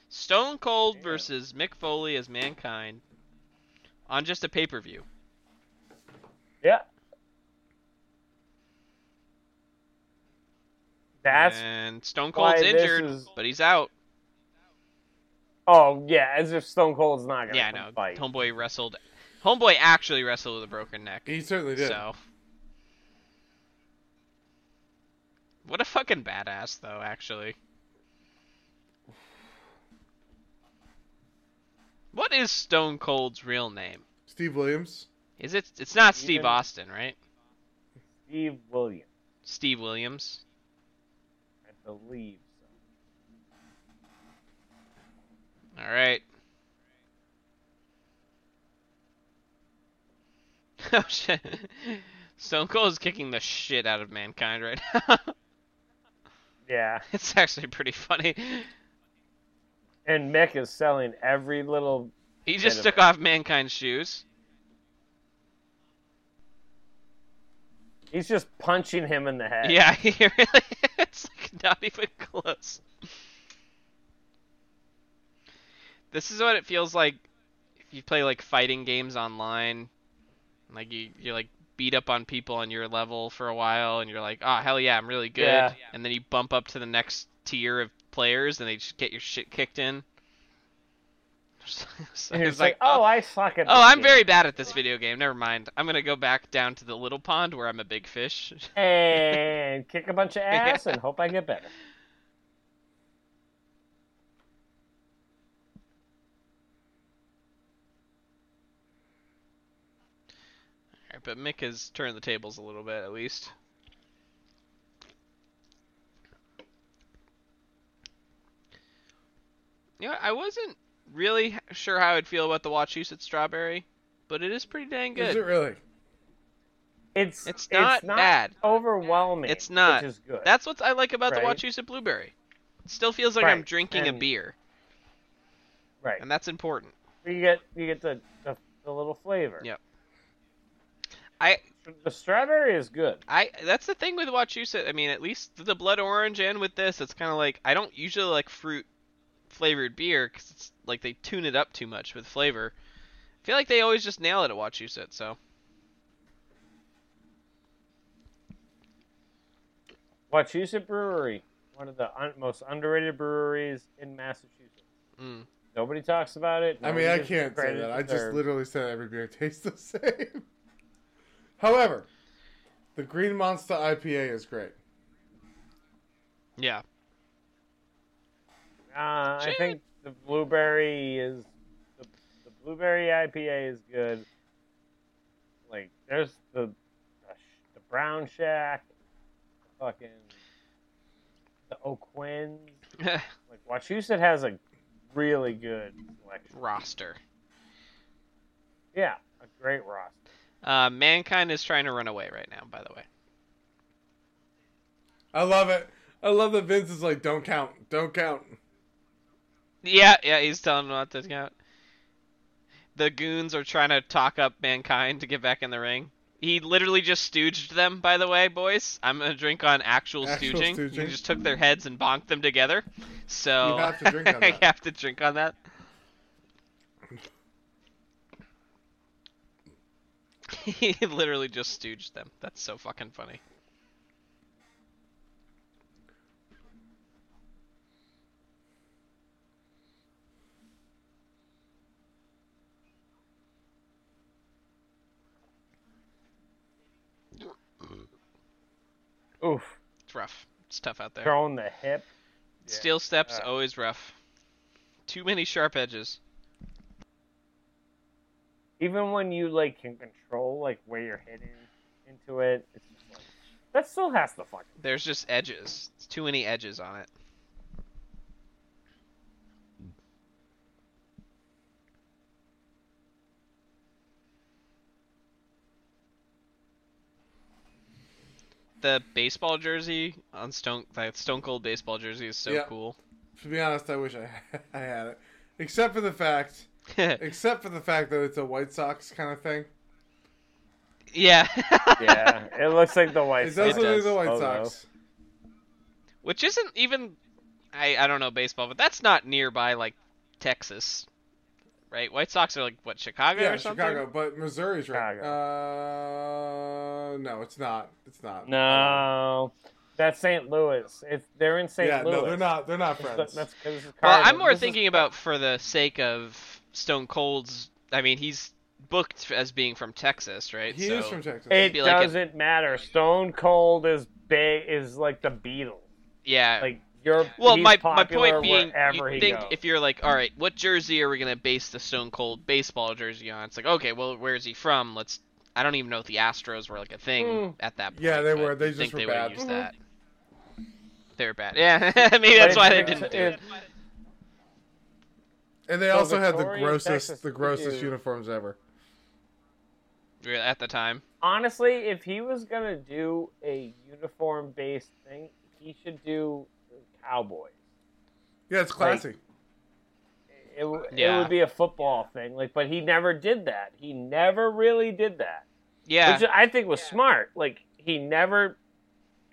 [SPEAKER 2] Stone Cold
[SPEAKER 1] Damn.
[SPEAKER 2] versus Mick Foley as Mankind on just a pay-per-view.
[SPEAKER 1] yeah. That's
[SPEAKER 2] and Stone
[SPEAKER 1] why
[SPEAKER 2] Cold's
[SPEAKER 1] this
[SPEAKER 2] injured,
[SPEAKER 1] is-
[SPEAKER 2] but he's out.
[SPEAKER 1] oh yeah, as if Stone Cold's not gonna
[SPEAKER 2] Yeah, I
[SPEAKER 1] come
[SPEAKER 2] know.
[SPEAKER 1] fight.
[SPEAKER 2] Homeboy wrestled Homeboy actually wrestled with a broken neck.
[SPEAKER 3] He certainly did.
[SPEAKER 2] So. What a fucking badass, though, actually. What is Stone Cold's real name?
[SPEAKER 3] Steve Williams.
[SPEAKER 2] Is it? It's not Steve
[SPEAKER 1] Steven-
[SPEAKER 2] Austin, right?
[SPEAKER 1] Steve Williams,
[SPEAKER 2] Steve Williams.
[SPEAKER 1] I believe. So.
[SPEAKER 2] All right. Oh shit! Stone Cold is kicking the shit out of mankind right now.
[SPEAKER 1] Yeah,
[SPEAKER 2] it's actually pretty funny.
[SPEAKER 1] and Mick is selling every little.
[SPEAKER 2] He just
[SPEAKER 1] of-
[SPEAKER 2] took off mankind's shoes.
[SPEAKER 1] He's just punching him in the head.
[SPEAKER 2] Yeah, he really it's like not even close. This is what it feels like if you play like fighting games online. Like you you like beat up on people on your level for a while and you're like, "Oh, hell yeah, I'm really good."
[SPEAKER 1] Yeah.
[SPEAKER 2] And then you bump up to the next tier of players and they just get your shit kicked in. It's
[SPEAKER 1] And he's like, "Oh, I suck at."
[SPEAKER 2] Oh,
[SPEAKER 1] this
[SPEAKER 2] I'm
[SPEAKER 1] game."
[SPEAKER 2] very bad at this video game. Never mind. I'm gonna go back down to the little pond where I'm a big fish.
[SPEAKER 1] and kick a bunch of ass and hope I get better.
[SPEAKER 2] Alright, but Mick has turned the tables a little bit, at least. You know, I wasn't really h- sure how I'd feel about the Wachusett Strawberry, but it is pretty dang
[SPEAKER 3] Is it
[SPEAKER 2] good.
[SPEAKER 3] really?
[SPEAKER 1] It's
[SPEAKER 2] It's not bad.
[SPEAKER 1] Overwhelming.
[SPEAKER 2] It's not.
[SPEAKER 1] Which is good.
[SPEAKER 2] That's what I like about
[SPEAKER 1] Right.
[SPEAKER 2] the Wachusett Blueberry. It still feels like I'm
[SPEAKER 1] Right,
[SPEAKER 2] drinking a
[SPEAKER 1] and-
[SPEAKER 2] beer,
[SPEAKER 1] right.
[SPEAKER 2] and that's important.
[SPEAKER 1] You get you get the the, the little flavor.
[SPEAKER 2] Yep. I
[SPEAKER 1] The strawberry is good.
[SPEAKER 2] I that's the thing with Wachusett. I mean, at least the blood orange and with this, it's kind of like I don't usually like fruit flavored beer because it's like they tune it up too much with flavor. I feel like they always just nail it at Wachusett. So
[SPEAKER 1] Wachusett Brewery, one of the un- most underrated breweries in Massachusetts.
[SPEAKER 2] mm.
[SPEAKER 1] Nobody talks about it.
[SPEAKER 3] I mean,
[SPEAKER 1] nobody
[SPEAKER 3] I
[SPEAKER 1] gives it the
[SPEAKER 3] can't say
[SPEAKER 1] credit
[SPEAKER 3] that.
[SPEAKER 1] it
[SPEAKER 3] I just
[SPEAKER 1] deserves.
[SPEAKER 3] literally said every beer tastes the same. However, the Green Monster IPA is great.
[SPEAKER 2] yeah,
[SPEAKER 1] Uh, I
[SPEAKER 2] Shit.
[SPEAKER 1] think the blueberry is the, the blueberry IPA is good. Like there's the the, sh- the brown shack, the fucking the O'Quinn's. Like Wachusett has a really good selection.
[SPEAKER 2] roster.
[SPEAKER 1] Yeah, a great roster.
[SPEAKER 2] Uh, mankind is trying to run away right now. By the way,
[SPEAKER 3] I love it. I love that Vince is like, don't count, don't count.
[SPEAKER 2] yeah, yeah, he's telling them not to count. The goons are trying to talk up mankind to get back in the ring. He literally just stooged them, by the way, boys. I'm gonna drink on actual,
[SPEAKER 3] Actual
[SPEAKER 2] stooging. He
[SPEAKER 3] stooging.
[SPEAKER 2] just took their heads and bonked them together. So
[SPEAKER 3] You have to drink on
[SPEAKER 2] I
[SPEAKER 3] that.
[SPEAKER 2] have to drink on that. he literally just stooged them. That's so fucking funny.
[SPEAKER 1] Oof,
[SPEAKER 2] It's rough. It's tough out there.
[SPEAKER 1] throwing the hip. Yeah.
[SPEAKER 2] Steel steps
[SPEAKER 1] Uh,
[SPEAKER 2] always rough. Too many sharp edges.
[SPEAKER 1] Even when you like can control like where you're hitting into it, it's just like that still has to fucking.
[SPEAKER 2] There's just edges. It's too many edges on it. The baseball jersey on Stone that Stone Cold baseball jersey is so
[SPEAKER 3] Yeah.
[SPEAKER 2] cool.
[SPEAKER 3] To be honest, I wish I, I had it, except for the fact, except for the fact that it's a White Sox kind of thing.
[SPEAKER 2] yeah.
[SPEAKER 1] Yeah, it looks like the White
[SPEAKER 3] It does look like
[SPEAKER 1] does.
[SPEAKER 3] the
[SPEAKER 2] Oh,
[SPEAKER 3] White
[SPEAKER 1] logo.
[SPEAKER 3] Sox.
[SPEAKER 2] Which isn't even I I don't know baseball, but that's not nearby like Texas. Right? White Sox are like what, Chicago
[SPEAKER 3] Yeah,
[SPEAKER 2] or something?
[SPEAKER 3] Chicago, but Missouri's right. Uh, no, it's not. It's not.
[SPEAKER 1] No, that's St. Louis. It's they're in St.
[SPEAKER 3] Yeah,
[SPEAKER 1] Louis.
[SPEAKER 3] no, they're not. They're not
[SPEAKER 1] That's-
[SPEAKER 3] friends.
[SPEAKER 1] that's 'cause it's
[SPEAKER 2] Well, I'm
[SPEAKER 1] Cardinals.
[SPEAKER 2] more
[SPEAKER 1] This is-
[SPEAKER 2] thinking about for the sake of Stone Cold's. I mean, he's booked as being from Texas, right?
[SPEAKER 3] He
[SPEAKER 2] so,
[SPEAKER 3] is from Texas.
[SPEAKER 1] it
[SPEAKER 2] be like if-
[SPEAKER 1] doesn't matter. Stone Cold is big is like the Beatles.
[SPEAKER 2] Yeah.
[SPEAKER 1] Like you're
[SPEAKER 2] well,
[SPEAKER 1] he's
[SPEAKER 2] my my
[SPEAKER 1] popular
[SPEAKER 2] point being,
[SPEAKER 1] wherever
[SPEAKER 2] you
[SPEAKER 1] he
[SPEAKER 2] think
[SPEAKER 1] goes.
[SPEAKER 2] if you're like, all right, what jersey are we gonna base the Stone Cold baseball jersey on? It's like, okay, well, where is he from? Let's. I don't even know if the Astros were like a thing
[SPEAKER 1] Mm.
[SPEAKER 2] at that point.
[SPEAKER 3] Yeah, they
[SPEAKER 2] but
[SPEAKER 3] were. They
[SPEAKER 2] you'd
[SPEAKER 3] just
[SPEAKER 2] think they
[SPEAKER 3] were
[SPEAKER 2] would've
[SPEAKER 3] bad.
[SPEAKER 2] used
[SPEAKER 3] Mhm.
[SPEAKER 2] that.
[SPEAKER 1] Mm-hmm.
[SPEAKER 2] They were bad. Yeah, maybe that's
[SPEAKER 1] if
[SPEAKER 2] why they
[SPEAKER 1] you're-
[SPEAKER 2] didn't do
[SPEAKER 1] if-
[SPEAKER 2] it.
[SPEAKER 3] and they
[SPEAKER 1] So
[SPEAKER 3] also had the
[SPEAKER 1] Victoria,
[SPEAKER 3] grossest,
[SPEAKER 1] Texas,
[SPEAKER 3] the grossest
[SPEAKER 1] dude.
[SPEAKER 3] uniforms ever.
[SPEAKER 2] Really, At the time.
[SPEAKER 1] honestly, if he was gonna do a uniform based thing, he should do Cowboys.
[SPEAKER 3] Yeah, it's classy.
[SPEAKER 1] It, w- it
[SPEAKER 2] Yeah.
[SPEAKER 1] would be a football thing, like, but he never did that. He never really did that.
[SPEAKER 2] Yeah.
[SPEAKER 1] which I think was smart. Like he never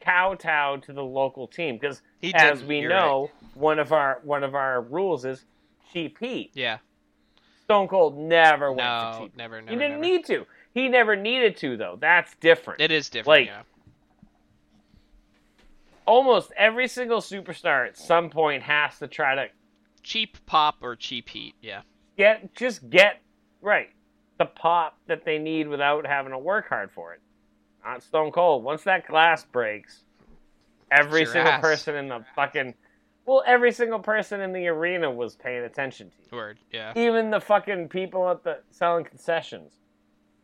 [SPEAKER 1] kowtowed to the local team because,
[SPEAKER 2] He
[SPEAKER 1] as
[SPEAKER 2] didn't,
[SPEAKER 1] we
[SPEAKER 2] you're
[SPEAKER 1] know, one of our one of our rules is cheap heat.
[SPEAKER 2] Yeah.
[SPEAKER 1] Stone Cold never went to
[SPEAKER 2] No.
[SPEAKER 1] cheap.
[SPEAKER 2] Never. Never.
[SPEAKER 1] he didn't
[SPEAKER 2] never.
[SPEAKER 1] need to. He never needed to though. That's different.
[SPEAKER 2] It is different.
[SPEAKER 1] Like-
[SPEAKER 2] yeah.
[SPEAKER 1] Almost every single superstar at some point has to try to
[SPEAKER 2] cheap pop or cheap heat. Yeah.
[SPEAKER 1] get just get right the pop that they need without having to work hard for it. Not Stone Cold. Once that glass breaks, every
[SPEAKER 2] It's your
[SPEAKER 1] single
[SPEAKER 2] ass.
[SPEAKER 1] person in the fucking well, every single person in the arena was paying attention to
[SPEAKER 2] Word. Yeah.
[SPEAKER 1] you. Even the fucking people at the selling concessions.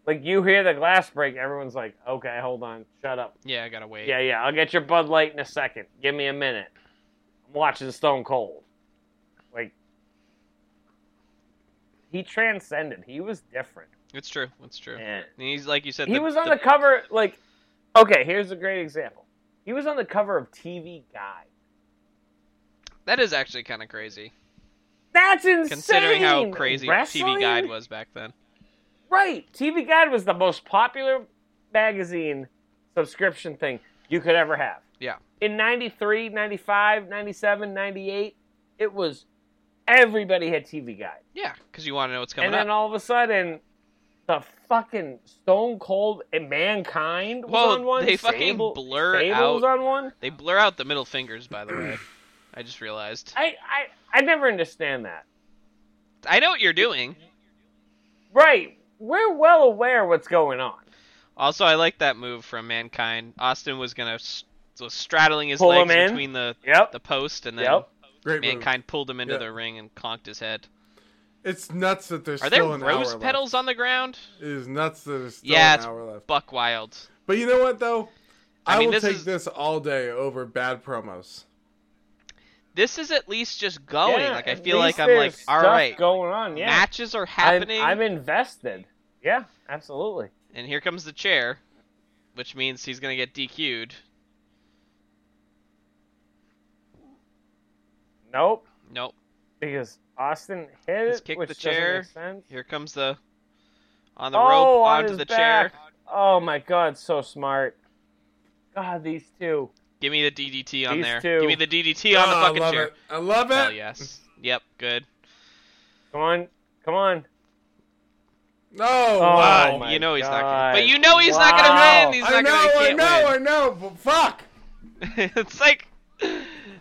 [SPEAKER 1] Like you hear the glass break, everyone's like, "Okay, hold on, shut up."
[SPEAKER 2] Yeah. I gotta wait.
[SPEAKER 1] Yeah, yeah, I'll get your Bud Light in a second. Give me a minute. I'm watching Stone Cold. Like he transcended. He was different.
[SPEAKER 2] It's true. It's true.
[SPEAKER 1] And
[SPEAKER 2] And he's like you said.
[SPEAKER 1] he
[SPEAKER 2] the,
[SPEAKER 1] was on the cover like okay, here's a great example. He was on the cover of TV Guide.
[SPEAKER 2] That is actually kind of crazy,
[SPEAKER 1] That's insane.
[SPEAKER 2] considering how crazy TV Guide
[SPEAKER 1] Wrestling?
[SPEAKER 2] was back then.
[SPEAKER 1] Right. TV Guide was the most popular magazine subscription thing you could ever have.
[SPEAKER 2] Yeah.
[SPEAKER 1] In 93, 95, 97, 98, it was everybody had TV Guide.
[SPEAKER 2] Yeah, because you want to know what's coming
[SPEAKER 1] and then
[SPEAKER 2] up.
[SPEAKER 1] all of a sudden, the fucking Stone Cold and Mankind was
[SPEAKER 2] Well,
[SPEAKER 1] on one.
[SPEAKER 2] they fucking
[SPEAKER 1] Sable-
[SPEAKER 2] blur
[SPEAKER 1] Sable was
[SPEAKER 2] out-
[SPEAKER 1] on one.
[SPEAKER 2] They blur out the middle fingers, by the way. I just realized.
[SPEAKER 1] I, I, I never understand that.
[SPEAKER 2] I know what you're doing.
[SPEAKER 1] Right. We're well aware what's going on.
[SPEAKER 2] Also, I like that move from Mankind. Austin was gonna s- was straddling his
[SPEAKER 1] Pull him
[SPEAKER 2] legs
[SPEAKER 1] in.
[SPEAKER 2] between the
[SPEAKER 1] Yep.
[SPEAKER 2] the post, and then
[SPEAKER 1] Yep.
[SPEAKER 3] Great move.
[SPEAKER 2] Mankind pulled him into
[SPEAKER 3] Yeah.
[SPEAKER 2] the ring and conked his head.
[SPEAKER 3] It's nuts that there's
[SPEAKER 2] Are there
[SPEAKER 3] still an hour
[SPEAKER 2] rose
[SPEAKER 3] left.
[SPEAKER 2] petals on the ground?
[SPEAKER 3] It is nuts that there's still
[SPEAKER 2] Yeah,
[SPEAKER 3] an
[SPEAKER 2] it's-
[SPEAKER 3] hour left.
[SPEAKER 2] Buck Wild.
[SPEAKER 3] But you know what though?
[SPEAKER 2] I
[SPEAKER 3] I,
[SPEAKER 2] mean,
[SPEAKER 3] will
[SPEAKER 2] this
[SPEAKER 3] take
[SPEAKER 2] is-
[SPEAKER 3] this all day over bad promos.
[SPEAKER 2] This is at least just going.
[SPEAKER 1] Yeah,
[SPEAKER 2] like I
[SPEAKER 1] at
[SPEAKER 2] feel
[SPEAKER 1] least
[SPEAKER 2] like I'm like,
[SPEAKER 1] there's
[SPEAKER 2] all
[SPEAKER 1] stuff
[SPEAKER 2] right,
[SPEAKER 1] going on. Yeah.
[SPEAKER 2] matches are
[SPEAKER 1] I'm-
[SPEAKER 2] happening,
[SPEAKER 1] I'm, invested. Yeah, absolutely.
[SPEAKER 2] and here comes the chair, which means he's gonna get DQ'd.
[SPEAKER 1] Nope,
[SPEAKER 2] Nope.
[SPEAKER 1] because Austin hit
[SPEAKER 2] Just
[SPEAKER 1] it,
[SPEAKER 2] kick
[SPEAKER 1] which
[SPEAKER 2] the
[SPEAKER 1] doesn't
[SPEAKER 2] chair.
[SPEAKER 1] make sense.
[SPEAKER 2] Here comes the on the
[SPEAKER 1] Oh,
[SPEAKER 2] rope
[SPEAKER 1] on
[SPEAKER 2] onto
[SPEAKER 1] his
[SPEAKER 2] the chair.
[SPEAKER 1] back. Oh my God, so smart. God, these two.
[SPEAKER 2] Give me the DDT on
[SPEAKER 1] These
[SPEAKER 2] there.
[SPEAKER 1] two.
[SPEAKER 2] Give me the DDT on
[SPEAKER 3] Oh,
[SPEAKER 2] the
[SPEAKER 3] I
[SPEAKER 2] fucking
[SPEAKER 3] love
[SPEAKER 2] chair.
[SPEAKER 3] it. I love it.
[SPEAKER 2] Hell yes. Yep. Good.
[SPEAKER 1] Come on, come on.
[SPEAKER 3] No.
[SPEAKER 1] Oh,
[SPEAKER 2] Uh,
[SPEAKER 3] wow.
[SPEAKER 1] my
[SPEAKER 2] you know he's
[SPEAKER 1] God.
[SPEAKER 2] not. Gonna, but you know he's not gonna
[SPEAKER 1] Wow.
[SPEAKER 2] win. He's
[SPEAKER 3] Ah, I
[SPEAKER 2] not
[SPEAKER 3] know,
[SPEAKER 2] gonna. he
[SPEAKER 3] I
[SPEAKER 2] can't
[SPEAKER 3] know,
[SPEAKER 2] win.
[SPEAKER 3] I know, but fuck.
[SPEAKER 2] it's like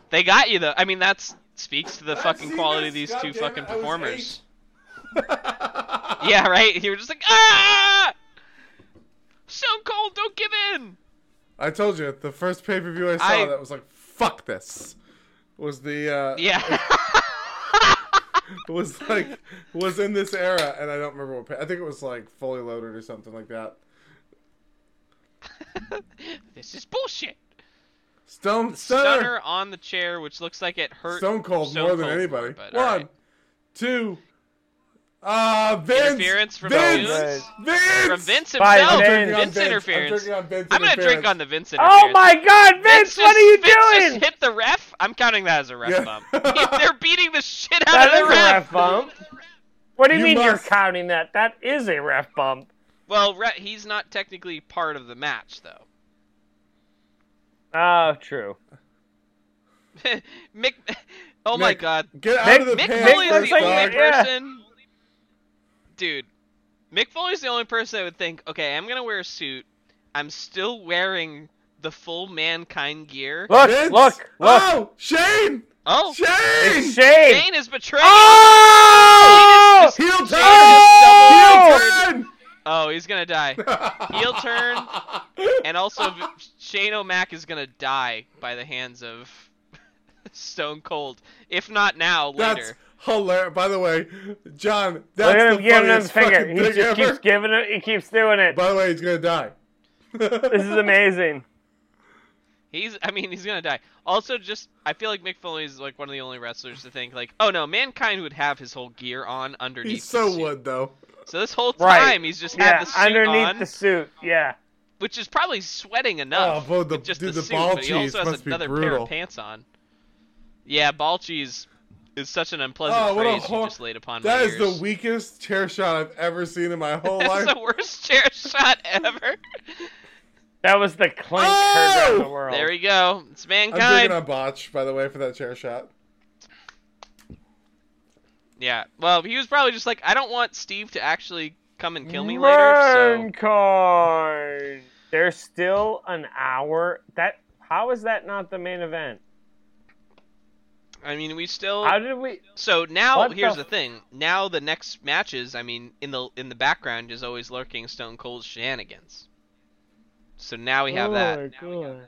[SPEAKER 2] they got you though. I mean, that's speaks to the
[SPEAKER 3] I've
[SPEAKER 2] fucking
[SPEAKER 3] seen
[SPEAKER 2] quality
[SPEAKER 3] this,
[SPEAKER 2] of these
[SPEAKER 3] God
[SPEAKER 2] two
[SPEAKER 3] damn it,
[SPEAKER 2] fucking
[SPEAKER 3] I was
[SPEAKER 2] performers.
[SPEAKER 3] yeah.
[SPEAKER 2] Yeah, right. You were just like, ah, so cold. Don't give in.
[SPEAKER 3] I told you the first pay per view I saw
[SPEAKER 2] I-
[SPEAKER 3] that was like fuck this was the uh,
[SPEAKER 2] Yeah.
[SPEAKER 3] was like was in this era and I don't remember what pa- I think it was like fully loaded or something like that.
[SPEAKER 2] this is bullshit.
[SPEAKER 3] Stone Stunner,
[SPEAKER 2] Stunner on the chair, which looks like it hurt.
[SPEAKER 3] Stone Cold
[SPEAKER 2] Stone
[SPEAKER 3] more than
[SPEAKER 2] Cold
[SPEAKER 3] anybody.
[SPEAKER 2] more, but all
[SPEAKER 3] One,
[SPEAKER 2] right.
[SPEAKER 3] two, uh Vince
[SPEAKER 2] Interference from
[SPEAKER 3] Vince
[SPEAKER 1] Vince.
[SPEAKER 3] Vince
[SPEAKER 2] From Vince
[SPEAKER 1] Bye,
[SPEAKER 2] himself.
[SPEAKER 1] Vince.
[SPEAKER 3] drinking on
[SPEAKER 2] Vince
[SPEAKER 3] I'm
[SPEAKER 2] interference.
[SPEAKER 3] drinking on Vince
[SPEAKER 2] I'm gonna drink
[SPEAKER 3] interference.
[SPEAKER 2] on the Vince interference.
[SPEAKER 1] Oh my God, Vince, what
[SPEAKER 2] just-
[SPEAKER 1] are you
[SPEAKER 2] Vince
[SPEAKER 1] doing?
[SPEAKER 2] Just hit the ref. I'm counting that as a ref
[SPEAKER 3] Yeah.
[SPEAKER 2] bump. They're beating the shit out
[SPEAKER 1] that
[SPEAKER 2] of
[SPEAKER 1] is
[SPEAKER 2] the
[SPEAKER 1] a
[SPEAKER 2] ref.
[SPEAKER 1] ref bump. What do you,
[SPEAKER 3] You
[SPEAKER 1] mean you're
[SPEAKER 3] must-
[SPEAKER 1] counting that? That is a ref bump.
[SPEAKER 2] Well, re- he's not technically part of the match though.
[SPEAKER 1] Oh, true.
[SPEAKER 2] Mick. Oh my
[SPEAKER 3] Mick,
[SPEAKER 2] God.
[SPEAKER 3] Get out
[SPEAKER 1] Mick-
[SPEAKER 3] of the
[SPEAKER 2] Mick
[SPEAKER 3] pants,
[SPEAKER 2] Foley is
[SPEAKER 1] looks
[SPEAKER 2] the
[SPEAKER 1] like
[SPEAKER 2] only
[SPEAKER 3] dog.
[SPEAKER 1] Mick- yeah.
[SPEAKER 2] person. Dude, Mick Foley's the only person that would think, okay, I'm gonna wear a suit. I'm still wearing the full mankind gear.
[SPEAKER 1] Look,
[SPEAKER 3] Vince.
[SPEAKER 1] look, look.
[SPEAKER 3] Oh, Shane!
[SPEAKER 2] Oh,
[SPEAKER 1] It's
[SPEAKER 3] Shane!
[SPEAKER 1] Shane.
[SPEAKER 2] Shane is betraying.
[SPEAKER 3] Ah!
[SPEAKER 1] Oh!
[SPEAKER 2] Shane
[SPEAKER 3] Heel
[SPEAKER 2] is
[SPEAKER 3] turn!
[SPEAKER 2] double-
[SPEAKER 3] Heel turn!
[SPEAKER 2] Oh, he's gonna die. Heel turn, and also v- Shane O'Mac is gonna die by the hands of Stone Cold, if not now,
[SPEAKER 3] That's
[SPEAKER 2] later.
[SPEAKER 3] hilarious. By the way, John,
[SPEAKER 1] Look at
[SPEAKER 3] that's
[SPEAKER 1] him
[SPEAKER 3] the
[SPEAKER 1] giving him the
[SPEAKER 3] funniest
[SPEAKER 1] finger.
[SPEAKER 3] fucking
[SPEAKER 1] He
[SPEAKER 3] thing
[SPEAKER 1] just
[SPEAKER 3] ever.
[SPEAKER 1] keeps giving it. He keeps doing it.
[SPEAKER 3] By the way, he's gonna die.
[SPEAKER 1] This is amazing.
[SPEAKER 2] He's, I mean, he's gonna die. Also, just I feel like Mick Foley is like one of the only wrestlers to think like, oh no, mankind would have his whole gear on underneath.
[SPEAKER 3] he
[SPEAKER 2] the
[SPEAKER 3] so
[SPEAKER 2] suit.
[SPEAKER 3] would though.
[SPEAKER 2] So this whole time
[SPEAKER 1] Right.
[SPEAKER 2] he's just had
[SPEAKER 1] Yeah,
[SPEAKER 2] the suit
[SPEAKER 1] underneath
[SPEAKER 2] on,
[SPEAKER 1] the suit. Yeah.
[SPEAKER 2] which is probably sweating
[SPEAKER 3] Oh,
[SPEAKER 2] enough.
[SPEAKER 3] but the
[SPEAKER 2] with just
[SPEAKER 3] dude,
[SPEAKER 2] the,
[SPEAKER 3] the,
[SPEAKER 2] suit,
[SPEAKER 3] ball
[SPEAKER 2] but he
[SPEAKER 3] cheese
[SPEAKER 2] also has
[SPEAKER 3] must be
[SPEAKER 2] another pair
[SPEAKER 3] brutal.
[SPEAKER 2] of pants on. Yeah, ball cheese is such an unpleasant
[SPEAKER 3] Oh, what a
[SPEAKER 2] phrase
[SPEAKER 3] hor-
[SPEAKER 2] you just laid upon
[SPEAKER 3] That
[SPEAKER 2] my
[SPEAKER 3] is
[SPEAKER 2] ears.
[SPEAKER 3] the weakest chair shot I've ever seen in my whole life.
[SPEAKER 2] That's the worst chair shot ever.
[SPEAKER 1] That was the clink
[SPEAKER 3] Oh!
[SPEAKER 1] heard around the world.
[SPEAKER 2] There we go. It's
[SPEAKER 3] I'm drinking
[SPEAKER 2] mankind.
[SPEAKER 3] on botch, by the way, for that chair shot.
[SPEAKER 2] Yeah. Well, he was probably just like, I don't want Steve to actually come and kill me later.
[SPEAKER 1] Mankind. There's still an hour. That how is that not the main event?
[SPEAKER 2] So I mean, we still.
[SPEAKER 1] How did we?
[SPEAKER 2] So now
[SPEAKER 1] What the
[SPEAKER 2] here's the
[SPEAKER 1] f-
[SPEAKER 2] thing. Now the next matches, I mean, in the in the background is always lurking Stone Cold's shenanigans. So now we have
[SPEAKER 1] oh
[SPEAKER 2] that.
[SPEAKER 1] my God.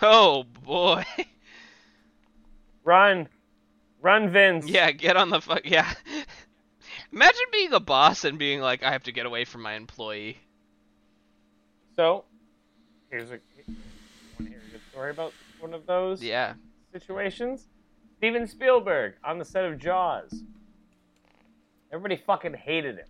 [SPEAKER 2] Oh boy.
[SPEAKER 1] Run, run, Vince.
[SPEAKER 2] yeah, get on the fuck. Yeah. Imagine being a boss and being like, I have to get away from my employee.
[SPEAKER 1] So here's a. Want to hear a good story about one of those
[SPEAKER 2] Yeah.
[SPEAKER 1] situations? Steven Spielberg on the set of Jaws. Everybody fucking hated him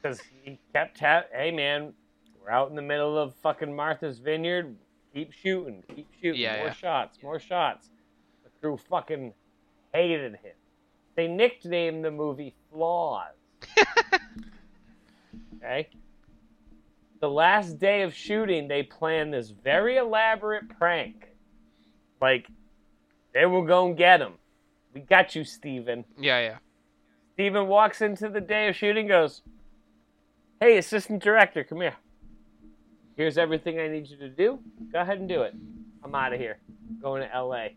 [SPEAKER 1] because he kept ta- hey man, we're out in the middle of fucking Martha's Vineyard. Keep shooting, keep shooting,
[SPEAKER 2] Yeah,
[SPEAKER 1] more
[SPEAKER 2] yeah.
[SPEAKER 1] shots, more shots. The crew fucking hated him. They nicknamed the movie Flaws. okay. The last day of shooting, they planned this very elaborate prank. Like, they were gonna get him. We got you, Steven.
[SPEAKER 2] Yeah, yeah.
[SPEAKER 1] Steven walks into the day of shooting, goes, Hey, assistant director, come here. Here's everything I need you to do. Go ahead and do it. I'm out of here. Going to LA.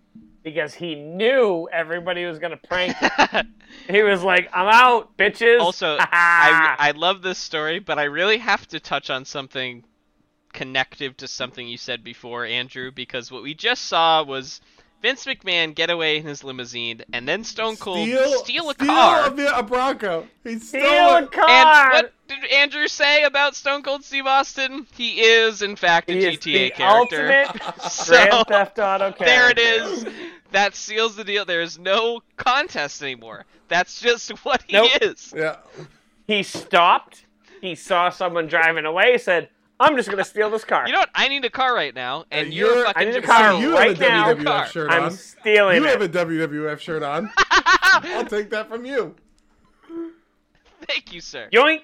[SPEAKER 1] Because he knew everybody was gonna prank him. he was like, I'm out, bitches.
[SPEAKER 2] also, I, I love this story, but I really have to touch on something connective to something you said before, Andrew, because what we just saw was Vince McMahon get away in his limousine and then Stone Cold steal, a car.
[SPEAKER 3] A, a Bronco. He stole
[SPEAKER 1] Steal a
[SPEAKER 3] it.
[SPEAKER 1] car.
[SPEAKER 2] And what did Andrew say about Stone Cold Steve Austin? He is, in fact, a
[SPEAKER 1] He is
[SPEAKER 2] GTA
[SPEAKER 1] the
[SPEAKER 2] character.
[SPEAKER 1] ultimate
[SPEAKER 2] so
[SPEAKER 1] Grand Theft Auto character.
[SPEAKER 2] there it is. That seals the deal. There is no contest anymore. That's just what he
[SPEAKER 1] Nope.
[SPEAKER 2] is.
[SPEAKER 3] Yeah.
[SPEAKER 1] He stopped. He saw someone driving away. Said, "I'm just gonna steal this car.
[SPEAKER 2] You know what? I need a car right now, and
[SPEAKER 3] Uh,
[SPEAKER 2] you're,
[SPEAKER 3] you're-
[SPEAKER 2] fucking
[SPEAKER 1] I need a
[SPEAKER 2] Jim
[SPEAKER 1] car
[SPEAKER 2] Ross.
[SPEAKER 3] you
[SPEAKER 1] right
[SPEAKER 3] have a
[SPEAKER 1] now.
[SPEAKER 3] WWF
[SPEAKER 2] Car.
[SPEAKER 3] shirt
[SPEAKER 1] I'm
[SPEAKER 3] on.
[SPEAKER 1] stealing
[SPEAKER 3] You
[SPEAKER 1] it."
[SPEAKER 3] have a WWF shirt on. I'll take that from you.
[SPEAKER 2] Thank you, sir.
[SPEAKER 1] Yoink.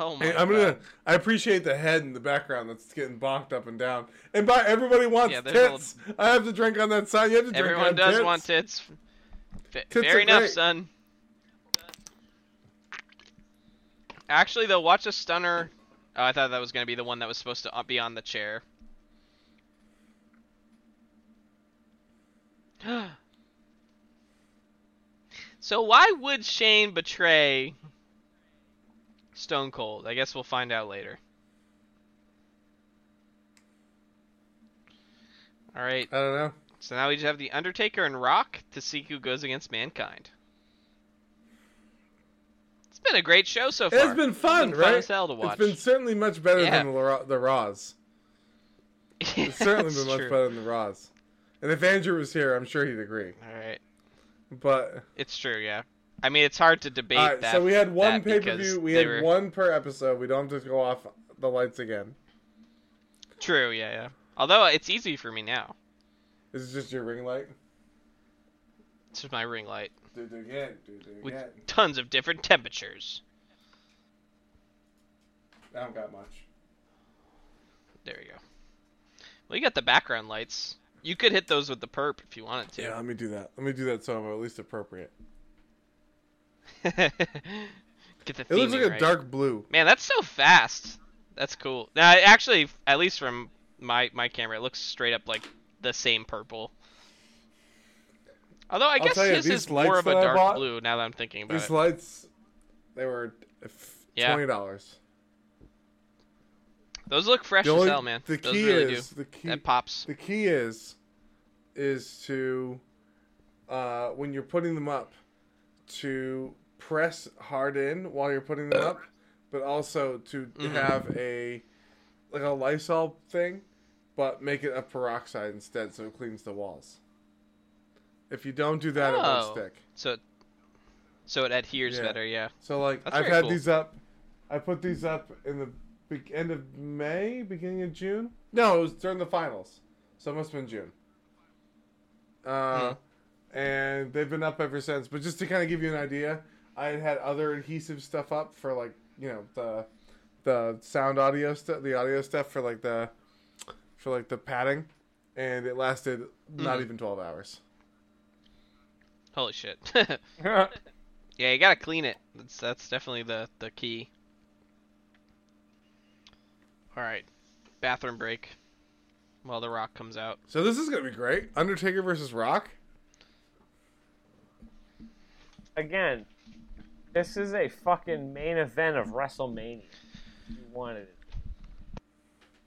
[SPEAKER 2] Oh my
[SPEAKER 3] Hey, I'm
[SPEAKER 2] god.
[SPEAKER 3] gonna. I appreciate the head in the background that's getting bonked up and down. And by everybody wants
[SPEAKER 2] Yeah, there's
[SPEAKER 3] tits. I have to drink on that side. You have to drink
[SPEAKER 2] Everyone
[SPEAKER 3] on
[SPEAKER 2] does
[SPEAKER 3] tits.
[SPEAKER 2] want tits. F-
[SPEAKER 3] Tits
[SPEAKER 2] Fair
[SPEAKER 3] are
[SPEAKER 2] enough,
[SPEAKER 3] great.
[SPEAKER 2] son. Actually, though, watch a stunner. Oh, I thought that was gonna be the one that was supposed to uh, be on the chair. so why would Shane betray Stone Cold? I guess we'll find out later. All right.
[SPEAKER 3] I don't know.
[SPEAKER 2] So now we just have the Undertaker and Rock to see who goes against mankind. It's been a great show so far.
[SPEAKER 3] It's been fun,
[SPEAKER 2] It's been
[SPEAKER 3] right?
[SPEAKER 2] fun as hell to watch.
[SPEAKER 3] It's been certainly much better
[SPEAKER 2] Yeah.
[SPEAKER 3] than the, Ra- the Raws. It's certainly
[SPEAKER 2] That's
[SPEAKER 3] been much
[SPEAKER 2] true.
[SPEAKER 3] better than the Raws. And if Andrew was here, I'm sure he'd agree.
[SPEAKER 2] All right,
[SPEAKER 3] But
[SPEAKER 2] it's true. Yeah, I mean it's hard to debate
[SPEAKER 3] all right,
[SPEAKER 2] that.
[SPEAKER 3] so we had one
[SPEAKER 2] that
[SPEAKER 3] pay
[SPEAKER 2] because
[SPEAKER 3] per view. We
[SPEAKER 2] they
[SPEAKER 3] had
[SPEAKER 2] were...
[SPEAKER 3] one per episode. We don't have to go off the lights again.
[SPEAKER 2] True. Yeah, yeah. Although it's easy for me now.
[SPEAKER 3] This is just your ring light.
[SPEAKER 2] It's just my ring light
[SPEAKER 3] Do it again. Do it
[SPEAKER 2] with
[SPEAKER 3] again.
[SPEAKER 2] tons of different temperatures.
[SPEAKER 3] I don't got much.
[SPEAKER 2] There you go. Well, you got the background lights. You could hit those with the perp if you wanted to.
[SPEAKER 3] Yeah, let me do that. Let me do that so I'm at least appropriate.
[SPEAKER 2] Get the
[SPEAKER 3] It looks like
[SPEAKER 2] theming
[SPEAKER 3] a
[SPEAKER 2] right.
[SPEAKER 3] dark blue.
[SPEAKER 2] Man, that's so fast. That's cool. Now, it actually, at least from my my camera, it looks straight up like the same purple. Although I
[SPEAKER 3] I'll
[SPEAKER 2] guess
[SPEAKER 3] tell you,
[SPEAKER 2] his
[SPEAKER 3] these
[SPEAKER 2] is more
[SPEAKER 3] lights
[SPEAKER 2] of a
[SPEAKER 3] that I
[SPEAKER 2] dark
[SPEAKER 3] bought-
[SPEAKER 2] blue. Now that I'm thinking about
[SPEAKER 3] These
[SPEAKER 2] it,
[SPEAKER 3] lights, they were f-
[SPEAKER 2] Yeah.
[SPEAKER 3] twenty dollars.
[SPEAKER 2] those look fresh
[SPEAKER 3] The
[SPEAKER 2] as
[SPEAKER 3] only-
[SPEAKER 2] hell, man.
[SPEAKER 3] the
[SPEAKER 2] those
[SPEAKER 3] key
[SPEAKER 2] really
[SPEAKER 3] is
[SPEAKER 2] do.
[SPEAKER 3] the key.
[SPEAKER 2] That pops.
[SPEAKER 3] The key is, is to, uh, when you're putting them up, to press hard in while you're putting them up, but also to have a, like a Lysol thing, but make it a peroxide instead, so it cleans the walls. If you don't do that, it
[SPEAKER 2] Oh.
[SPEAKER 3] won't stick.
[SPEAKER 2] So, so it adheres
[SPEAKER 3] Yeah.
[SPEAKER 2] better. Yeah.
[SPEAKER 3] So like
[SPEAKER 2] That's
[SPEAKER 3] I've
[SPEAKER 2] very
[SPEAKER 3] had
[SPEAKER 2] cool.
[SPEAKER 3] these up. I put these up in the be- end of May, beginning of June. No, it was during the finals, so it must have been June.
[SPEAKER 2] Uh-huh.
[SPEAKER 3] Uh, and they've been up ever since. But just to kind of give you an idea, I had had other adhesive stuff up for like you know the the sound audio stuff, the audio stuff for like the for like the padding, and it lasted
[SPEAKER 2] Mm-hmm.
[SPEAKER 3] not even twelve hours.
[SPEAKER 2] Holy shit. yeah, you gotta clean it. That's that's definitely the the key. All right, bathroom break. While the rock comes out.
[SPEAKER 3] So this is gonna be great. Undertaker versus Rock.
[SPEAKER 1] Again, this is a fucking main event of WrestleMania. if You wanted it.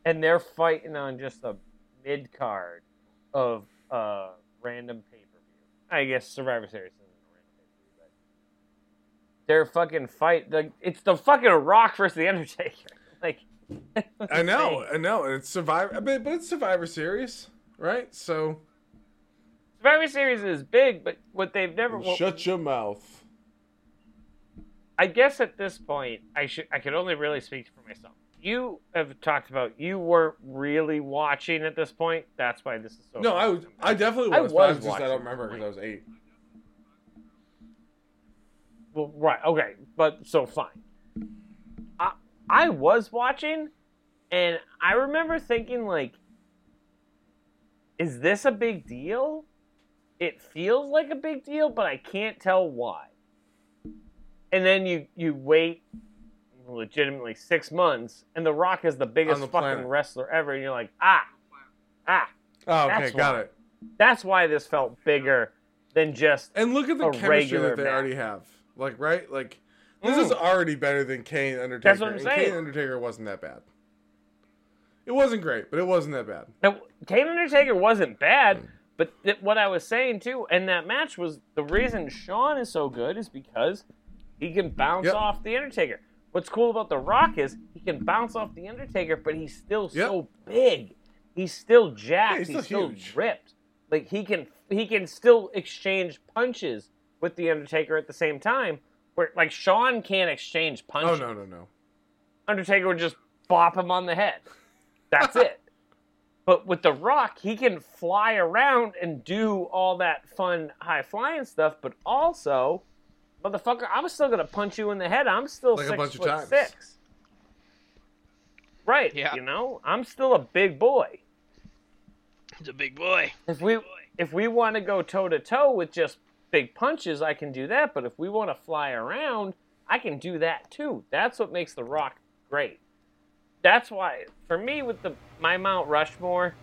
[SPEAKER 1] And they're fighting on just a mid card of uh random pay per view. I guess Survivor Series isn't a random pay per view, but their fucking fight like it's the fucking Rock versus the Undertaker. Like
[SPEAKER 3] I know,
[SPEAKER 1] insane.
[SPEAKER 3] I know, and it's Survivor, but, but it's Survivor Series, right? So
[SPEAKER 1] Survivor Series is big, but what they've never what
[SPEAKER 3] shut your mouth.
[SPEAKER 1] I guess at this point, I should I could only really speak for myself. You have talked about you weren't really watching at this point. That's why this is so.
[SPEAKER 3] No, I
[SPEAKER 1] fun.
[SPEAKER 3] was. I definitely
[SPEAKER 1] I
[SPEAKER 3] was. but I
[SPEAKER 1] was
[SPEAKER 3] was just I don't
[SPEAKER 1] watching.
[SPEAKER 3] remember because I was eight.
[SPEAKER 1] Well, right. Okay, but so fine. I I was watching, and I remember thinking like, "Is this a big deal?" It feels like a big deal, but I can't tell why. And then you you wait, legitimately six months, and The Rock is the biggest
[SPEAKER 3] the
[SPEAKER 1] fucking
[SPEAKER 3] planet.
[SPEAKER 1] wrestler ever, and you're like, ah, ah,
[SPEAKER 3] Oh, okay,
[SPEAKER 1] That's
[SPEAKER 3] got
[SPEAKER 1] why.
[SPEAKER 3] it.
[SPEAKER 1] that's why this felt bigger than just
[SPEAKER 3] And look at the
[SPEAKER 1] A
[SPEAKER 3] chemistry
[SPEAKER 1] regular
[SPEAKER 3] that they
[SPEAKER 1] match.
[SPEAKER 3] already have. Like, right? Like, this is already better than Kane Undertaker.
[SPEAKER 1] That's what I'm
[SPEAKER 3] and
[SPEAKER 1] saying.
[SPEAKER 3] Kane Undertaker wasn't that bad. It wasn't great, but it wasn't that bad.
[SPEAKER 1] Now, Kane Undertaker wasn't bad, but th- what I was saying too, and that match was the reason Sean is so good is because he can bounce
[SPEAKER 3] Yep.
[SPEAKER 1] off the Undertaker. What's cool about The Rock is he can bounce off the Undertaker, but he's still
[SPEAKER 3] Yep.
[SPEAKER 1] so big. He's still jacked.
[SPEAKER 3] he's
[SPEAKER 1] he's,
[SPEAKER 3] still
[SPEAKER 1] still
[SPEAKER 3] huge.
[SPEAKER 1] ripped. Like he can he can still exchange punches with the Undertaker at the same time. Where like Sean can't exchange
[SPEAKER 3] Oh
[SPEAKER 1] punches.
[SPEAKER 3] no, no, no.
[SPEAKER 1] Undertaker would just bop him on the head. That's it. But with The Rock, he can fly around and do all that fun high flying stuff, but also, motherfucker, I'm still gonna punch you in the head. I'm still
[SPEAKER 3] Like a
[SPEAKER 1] six
[SPEAKER 3] bunch of
[SPEAKER 1] foot
[SPEAKER 3] times.
[SPEAKER 1] six. Right.
[SPEAKER 2] Yeah.
[SPEAKER 1] You know, I'm still a big boy.
[SPEAKER 2] He's a big boy.
[SPEAKER 1] If we if we want to go toe to toe with just big punches, I can do that. But if we want to fly around, I can do that too. That's what makes The Rock great. That's why, for me, with the my Mount Rushmore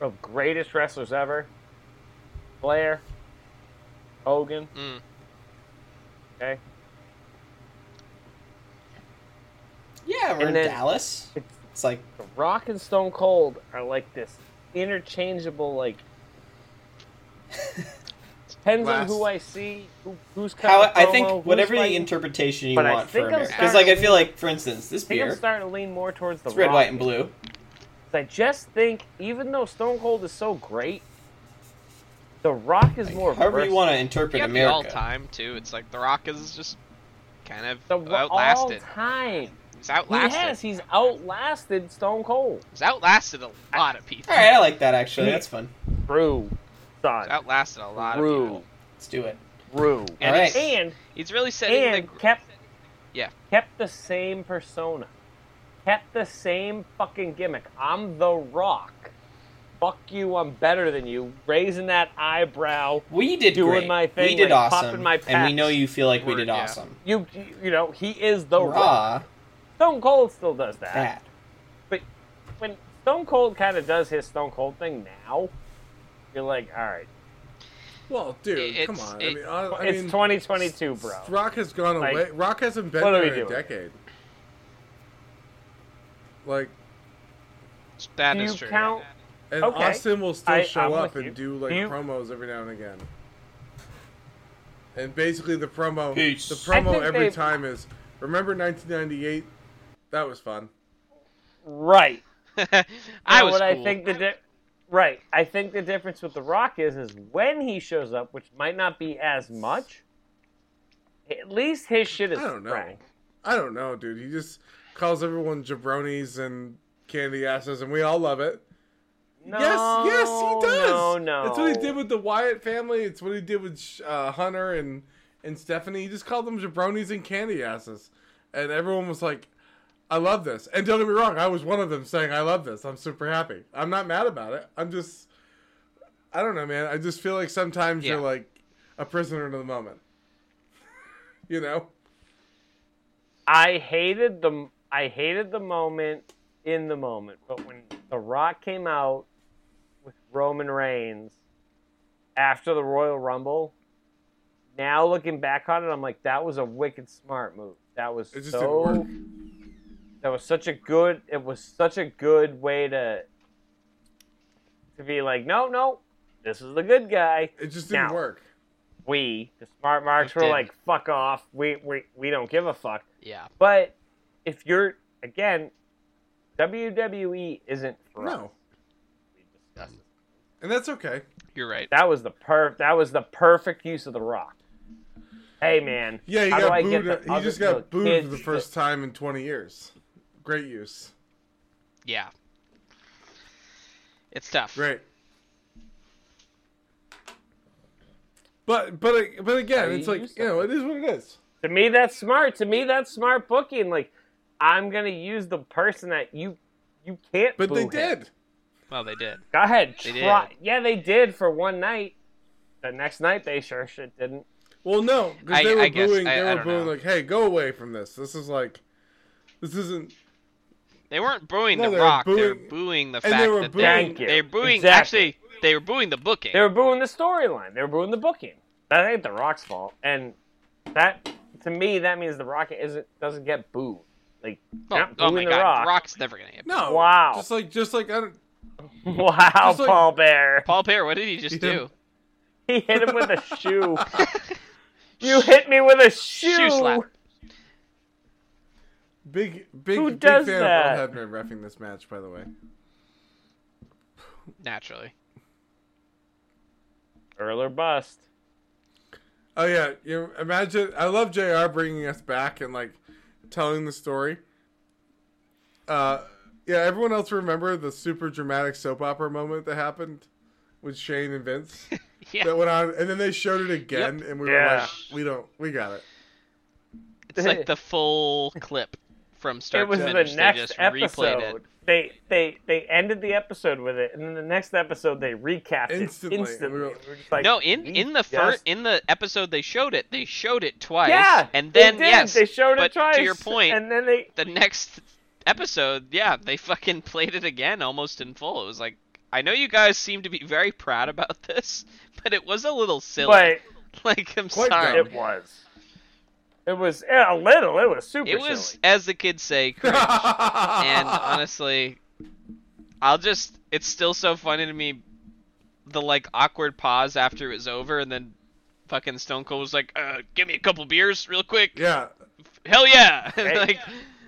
[SPEAKER 1] of greatest wrestlers ever, Blair, Hogan,
[SPEAKER 2] Mm.
[SPEAKER 1] okay,
[SPEAKER 5] Yeah, we're
[SPEAKER 1] And
[SPEAKER 5] in
[SPEAKER 1] then-
[SPEAKER 5] Dallas.
[SPEAKER 1] it's
[SPEAKER 5] It's like
[SPEAKER 1] The Rock and Stone Cold are like this interchangeable, like depends on
[SPEAKER 3] Glass.
[SPEAKER 1] who I see, who, who's coming.
[SPEAKER 5] how I think
[SPEAKER 1] who's
[SPEAKER 5] whatever the
[SPEAKER 1] fighting.
[SPEAKER 5] interpretation you
[SPEAKER 1] But I
[SPEAKER 5] want
[SPEAKER 1] think
[SPEAKER 5] for
[SPEAKER 1] I'm
[SPEAKER 5] America, because
[SPEAKER 1] starting-
[SPEAKER 5] like I feel like, for instance, this
[SPEAKER 1] I think I'm
[SPEAKER 5] beer,
[SPEAKER 1] starting to lean more towards the
[SPEAKER 5] it's red,
[SPEAKER 1] Rock.
[SPEAKER 5] white, and blue.
[SPEAKER 1] 'Cause I just think, even though Stone Cold is so great, the Rock is
[SPEAKER 5] Like,
[SPEAKER 1] more.
[SPEAKER 5] however you
[SPEAKER 1] versatile.
[SPEAKER 5] want to interpret
[SPEAKER 2] Yeah,
[SPEAKER 5] America.
[SPEAKER 2] all time too. It's like The Rock is just kind of
[SPEAKER 1] The Ro-
[SPEAKER 2] outlasted.
[SPEAKER 1] all time.
[SPEAKER 2] He's
[SPEAKER 1] He
[SPEAKER 2] outlasted.
[SPEAKER 1] has. He's outlasted Stone Cold.
[SPEAKER 2] He's outlasted a lot of people.
[SPEAKER 5] All right, I like that actually.
[SPEAKER 1] Yeah.
[SPEAKER 5] That's fun.
[SPEAKER 1] True,
[SPEAKER 2] He's
[SPEAKER 1] son.
[SPEAKER 2] outlasted a lot of
[SPEAKER 1] True,
[SPEAKER 2] people.
[SPEAKER 5] Let's do it.
[SPEAKER 1] true.
[SPEAKER 2] And
[SPEAKER 5] All right.
[SPEAKER 2] he's,
[SPEAKER 1] And
[SPEAKER 2] he's really setting the.
[SPEAKER 1] and
[SPEAKER 2] gr-
[SPEAKER 1] kept.
[SPEAKER 2] Yeah.
[SPEAKER 1] Kept the same persona. Kept the same fucking gimmick. I'm the Rock. Fuck you. I'm better than you. Raising that eyebrow.
[SPEAKER 5] We did
[SPEAKER 1] Doing
[SPEAKER 5] great.
[SPEAKER 1] my thing,
[SPEAKER 5] we did
[SPEAKER 1] like, popping
[SPEAKER 5] awesome,
[SPEAKER 1] my
[SPEAKER 5] and we know
[SPEAKER 1] packs.
[SPEAKER 5] you feel like we did
[SPEAKER 2] Yeah.
[SPEAKER 5] awesome.
[SPEAKER 1] You, you know, he is the Rock.
[SPEAKER 5] Raw,
[SPEAKER 1] Stone Cold still does that.
[SPEAKER 5] that.
[SPEAKER 1] But when Stone Cold kind of does his Stone Cold thing now, you're like, all right,
[SPEAKER 3] Well, dude,
[SPEAKER 2] It-
[SPEAKER 3] come
[SPEAKER 2] it's-
[SPEAKER 3] on.
[SPEAKER 2] it-
[SPEAKER 3] I mean, I, I
[SPEAKER 1] it's
[SPEAKER 3] mean,
[SPEAKER 1] 2022, bro.
[SPEAKER 3] Rock has gone
[SPEAKER 1] Like,
[SPEAKER 3] away. Rock hasn't been
[SPEAKER 1] what are
[SPEAKER 3] there
[SPEAKER 1] we
[SPEAKER 3] in a
[SPEAKER 1] doing?
[SPEAKER 3] decade. Like,
[SPEAKER 2] That
[SPEAKER 1] Do
[SPEAKER 2] is
[SPEAKER 1] you
[SPEAKER 2] true.
[SPEAKER 1] count?
[SPEAKER 3] and
[SPEAKER 1] Okay.
[SPEAKER 3] Austin will still
[SPEAKER 1] I-
[SPEAKER 3] show
[SPEAKER 1] I'm
[SPEAKER 3] up
[SPEAKER 1] with
[SPEAKER 3] and
[SPEAKER 1] you.
[SPEAKER 3] do like
[SPEAKER 1] Do you-
[SPEAKER 3] promos every now and again. And basically, the promo,
[SPEAKER 5] Peace.
[SPEAKER 3] the
[SPEAKER 1] I
[SPEAKER 3] promo
[SPEAKER 1] think
[SPEAKER 3] every
[SPEAKER 1] they-
[SPEAKER 3] time is remember 1998. That was fun.
[SPEAKER 1] Right.
[SPEAKER 2] I
[SPEAKER 1] Now,
[SPEAKER 2] was
[SPEAKER 1] what I
[SPEAKER 2] cool.
[SPEAKER 1] think the di- right. I think the difference with The Rock is is when he shows up, which might not be as much. At least his shit is
[SPEAKER 3] I don't know.
[SPEAKER 1] frank.
[SPEAKER 3] I don't know, dude. He just calls everyone jabronis and candy asses, and we all love it.
[SPEAKER 1] No,
[SPEAKER 3] yes, yes, he does.
[SPEAKER 1] No, no.
[SPEAKER 3] That's what he did with the Wyatt family. It's what he did with uh, Hunter and and Stephanie. He just called them jabronis and candy asses, and everyone was like, "I love this." And don't get me wrong, I was one of them saying, "I love this." I'm super happy. I'm not mad about it. I'm just, I don't know, man. I just feel like sometimes
[SPEAKER 2] Yeah.
[SPEAKER 3] you're like a prisoner to the moment. you know?
[SPEAKER 1] I hated the I hated the moment in the moment, but when The Rock came out with Roman Reigns after the Royal Rumble, now looking back on it, I'm like that was a wicked smart move. That was
[SPEAKER 3] It just didn't
[SPEAKER 1] so
[SPEAKER 3] work.
[SPEAKER 1] that was such a good it was such a good way to to be like no no this is the good guy
[SPEAKER 3] It just didn't
[SPEAKER 1] Now,
[SPEAKER 3] work.
[SPEAKER 1] we the smart marks
[SPEAKER 2] It
[SPEAKER 1] were
[SPEAKER 2] didn't.
[SPEAKER 1] like fuck off we we we don't give a fuck
[SPEAKER 2] Yeah.
[SPEAKER 1] but if you're again, WWE isn't for us.
[SPEAKER 3] No, and that's okay.
[SPEAKER 2] You're right.
[SPEAKER 1] That was the per that was the perfect use of the Rock. Hey man.
[SPEAKER 3] Yeah, he
[SPEAKER 1] how do I
[SPEAKER 3] got
[SPEAKER 1] get
[SPEAKER 3] booed.
[SPEAKER 1] the
[SPEAKER 3] He
[SPEAKER 1] other-
[SPEAKER 3] just got
[SPEAKER 1] look,
[SPEAKER 3] booed
[SPEAKER 1] kids,
[SPEAKER 3] for the first time in 20 years. Great use.
[SPEAKER 2] Yeah. It's tough.
[SPEAKER 3] Great. But but but again, it's like you know, it is what it is.
[SPEAKER 1] To me, that's smart. To me, that's smart booking. Like, I'm gonna use the person that you you can't.
[SPEAKER 3] But
[SPEAKER 1] boo
[SPEAKER 3] they
[SPEAKER 1] him.
[SPEAKER 3] did.
[SPEAKER 2] Well, they did.
[SPEAKER 1] Go ahead.
[SPEAKER 2] They
[SPEAKER 1] try. Yeah, they did for one night. The next night, they sure shit didn't.
[SPEAKER 3] Well, no, because
[SPEAKER 2] I-
[SPEAKER 3] they were
[SPEAKER 2] I guess-
[SPEAKER 3] booing.
[SPEAKER 2] I-
[SPEAKER 3] they
[SPEAKER 2] I
[SPEAKER 3] were
[SPEAKER 2] don't
[SPEAKER 3] booing
[SPEAKER 2] know.
[SPEAKER 3] like, "Hey, go away from this. This is like, this isn't."
[SPEAKER 2] They weren't booing
[SPEAKER 3] No,
[SPEAKER 2] the
[SPEAKER 3] they were
[SPEAKER 2] rock. They were
[SPEAKER 3] booing-
[SPEAKER 2] booing the
[SPEAKER 3] they
[SPEAKER 2] fact
[SPEAKER 3] were
[SPEAKER 2] that
[SPEAKER 3] booing-
[SPEAKER 1] Thank
[SPEAKER 2] they
[SPEAKER 1] you.
[SPEAKER 2] they were booing.
[SPEAKER 1] Exactly.
[SPEAKER 2] Actually, they were booing the booking.
[SPEAKER 1] They were booing the storyline. They were booing the booking. That ain't the Rock's fault. And that, to me, that means the Rock isn't doesn't get booed. Like,
[SPEAKER 2] oh,
[SPEAKER 1] not
[SPEAKER 2] oh
[SPEAKER 1] booing the
[SPEAKER 2] my god,
[SPEAKER 1] Rock.
[SPEAKER 2] the rock's never gonna hit.
[SPEAKER 3] No.
[SPEAKER 1] Wow.
[SPEAKER 3] Just like just like I don't.
[SPEAKER 1] Wow,
[SPEAKER 3] Just like-
[SPEAKER 1] Paul Bear.
[SPEAKER 2] Paul Pear, what did he just
[SPEAKER 3] Yeah.
[SPEAKER 2] do?
[SPEAKER 1] He hit him with a shoe. you hit me with a shoe.
[SPEAKER 2] Shoe slap.
[SPEAKER 3] Big big
[SPEAKER 1] Who
[SPEAKER 3] big
[SPEAKER 1] does
[SPEAKER 3] fan
[SPEAKER 1] that?
[SPEAKER 3] of Earl Hebner refing this match, by the way.
[SPEAKER 2] Naturally.
[SPEAKER 1] Earl or bust.
[SPEAKER 3] Oh yeah, you imagine. I love Jr. bringing us back and like telling the story. Uh, yeah. Everyone else remember the super dramatic soap opera moment that happened with Shane and Vince
[SPEAKER 2] Yeah.
[SPEAKER 3] that went on, and then they showed it again, and we were
[SPEAKER 1] Yeah.
[SPEAKER 3] like, we don't, we got it.
[SPEAKER 2] It's like the full clip from start
[SPEAKER 1] it was
[SPEAKER 2] to
[SPEAKER 1] the
[SPEAKER 2] finish.
[SPEAKER 1] next
[SPEAKER 2] they just replayed it.
[SPEAKER 1] episode. They they they ended the episode with it, and then the next episode they recapped it
[SPEAKER 3] Instantly, and we
[SPEAKER 1] instantly.
[SPEAKER 3] were-
[SPEAKER 1] We were just like,
[SPEAKER 2] No, in
[SPEAKER 1] we
[SPEAKER 2] in the first
[SPEAKER 1] just-
[SPEAKER 2] in the episode they showed it. They showed it twice.
[SPEAKER 1] yeah,
[SPEAKER 2] and
[SPEAKER 1] they
[SPEAKER 2] then
[SPEAKER 1] did.
[SPEAKER 2] yes,
[SPEAKER 1] they showed
[SPEAKER 2] but
[SPEAKER 1] it twice.
[SPEAKER 2] To your point,
[SPEAKER 1] and then they
[SPEAKER 2] the next episode, yeah, they fucking played it again almost in full. It was like, I know you guys seem to be very proud about this, but it was a little silly.
[SPEAKER 1] but
[SPEAKER 2] like, I'm
[SPEAKER 3] Quite
[SPEAKER 2] sorry.
[SPEAKER 3] dumb.
[SPEAKER 1] it was it was yeah, a little. It was super.
[SPEAKER 2] It was,
[SPEAKER 1] silly.
[SPEAKER 2] as the kids say, cringe. and honestly, I'll just, it's still so funny to me the, like, awkward pause after it was over, and then fucking Stone Cold was like, uh, give me a couple beers real quick.
[SPEAKER 3] yeah,
[SPEAKER 2] Hell yeah! And,
[SPEAKER 1] Hey.
[SPEAKER 2] like,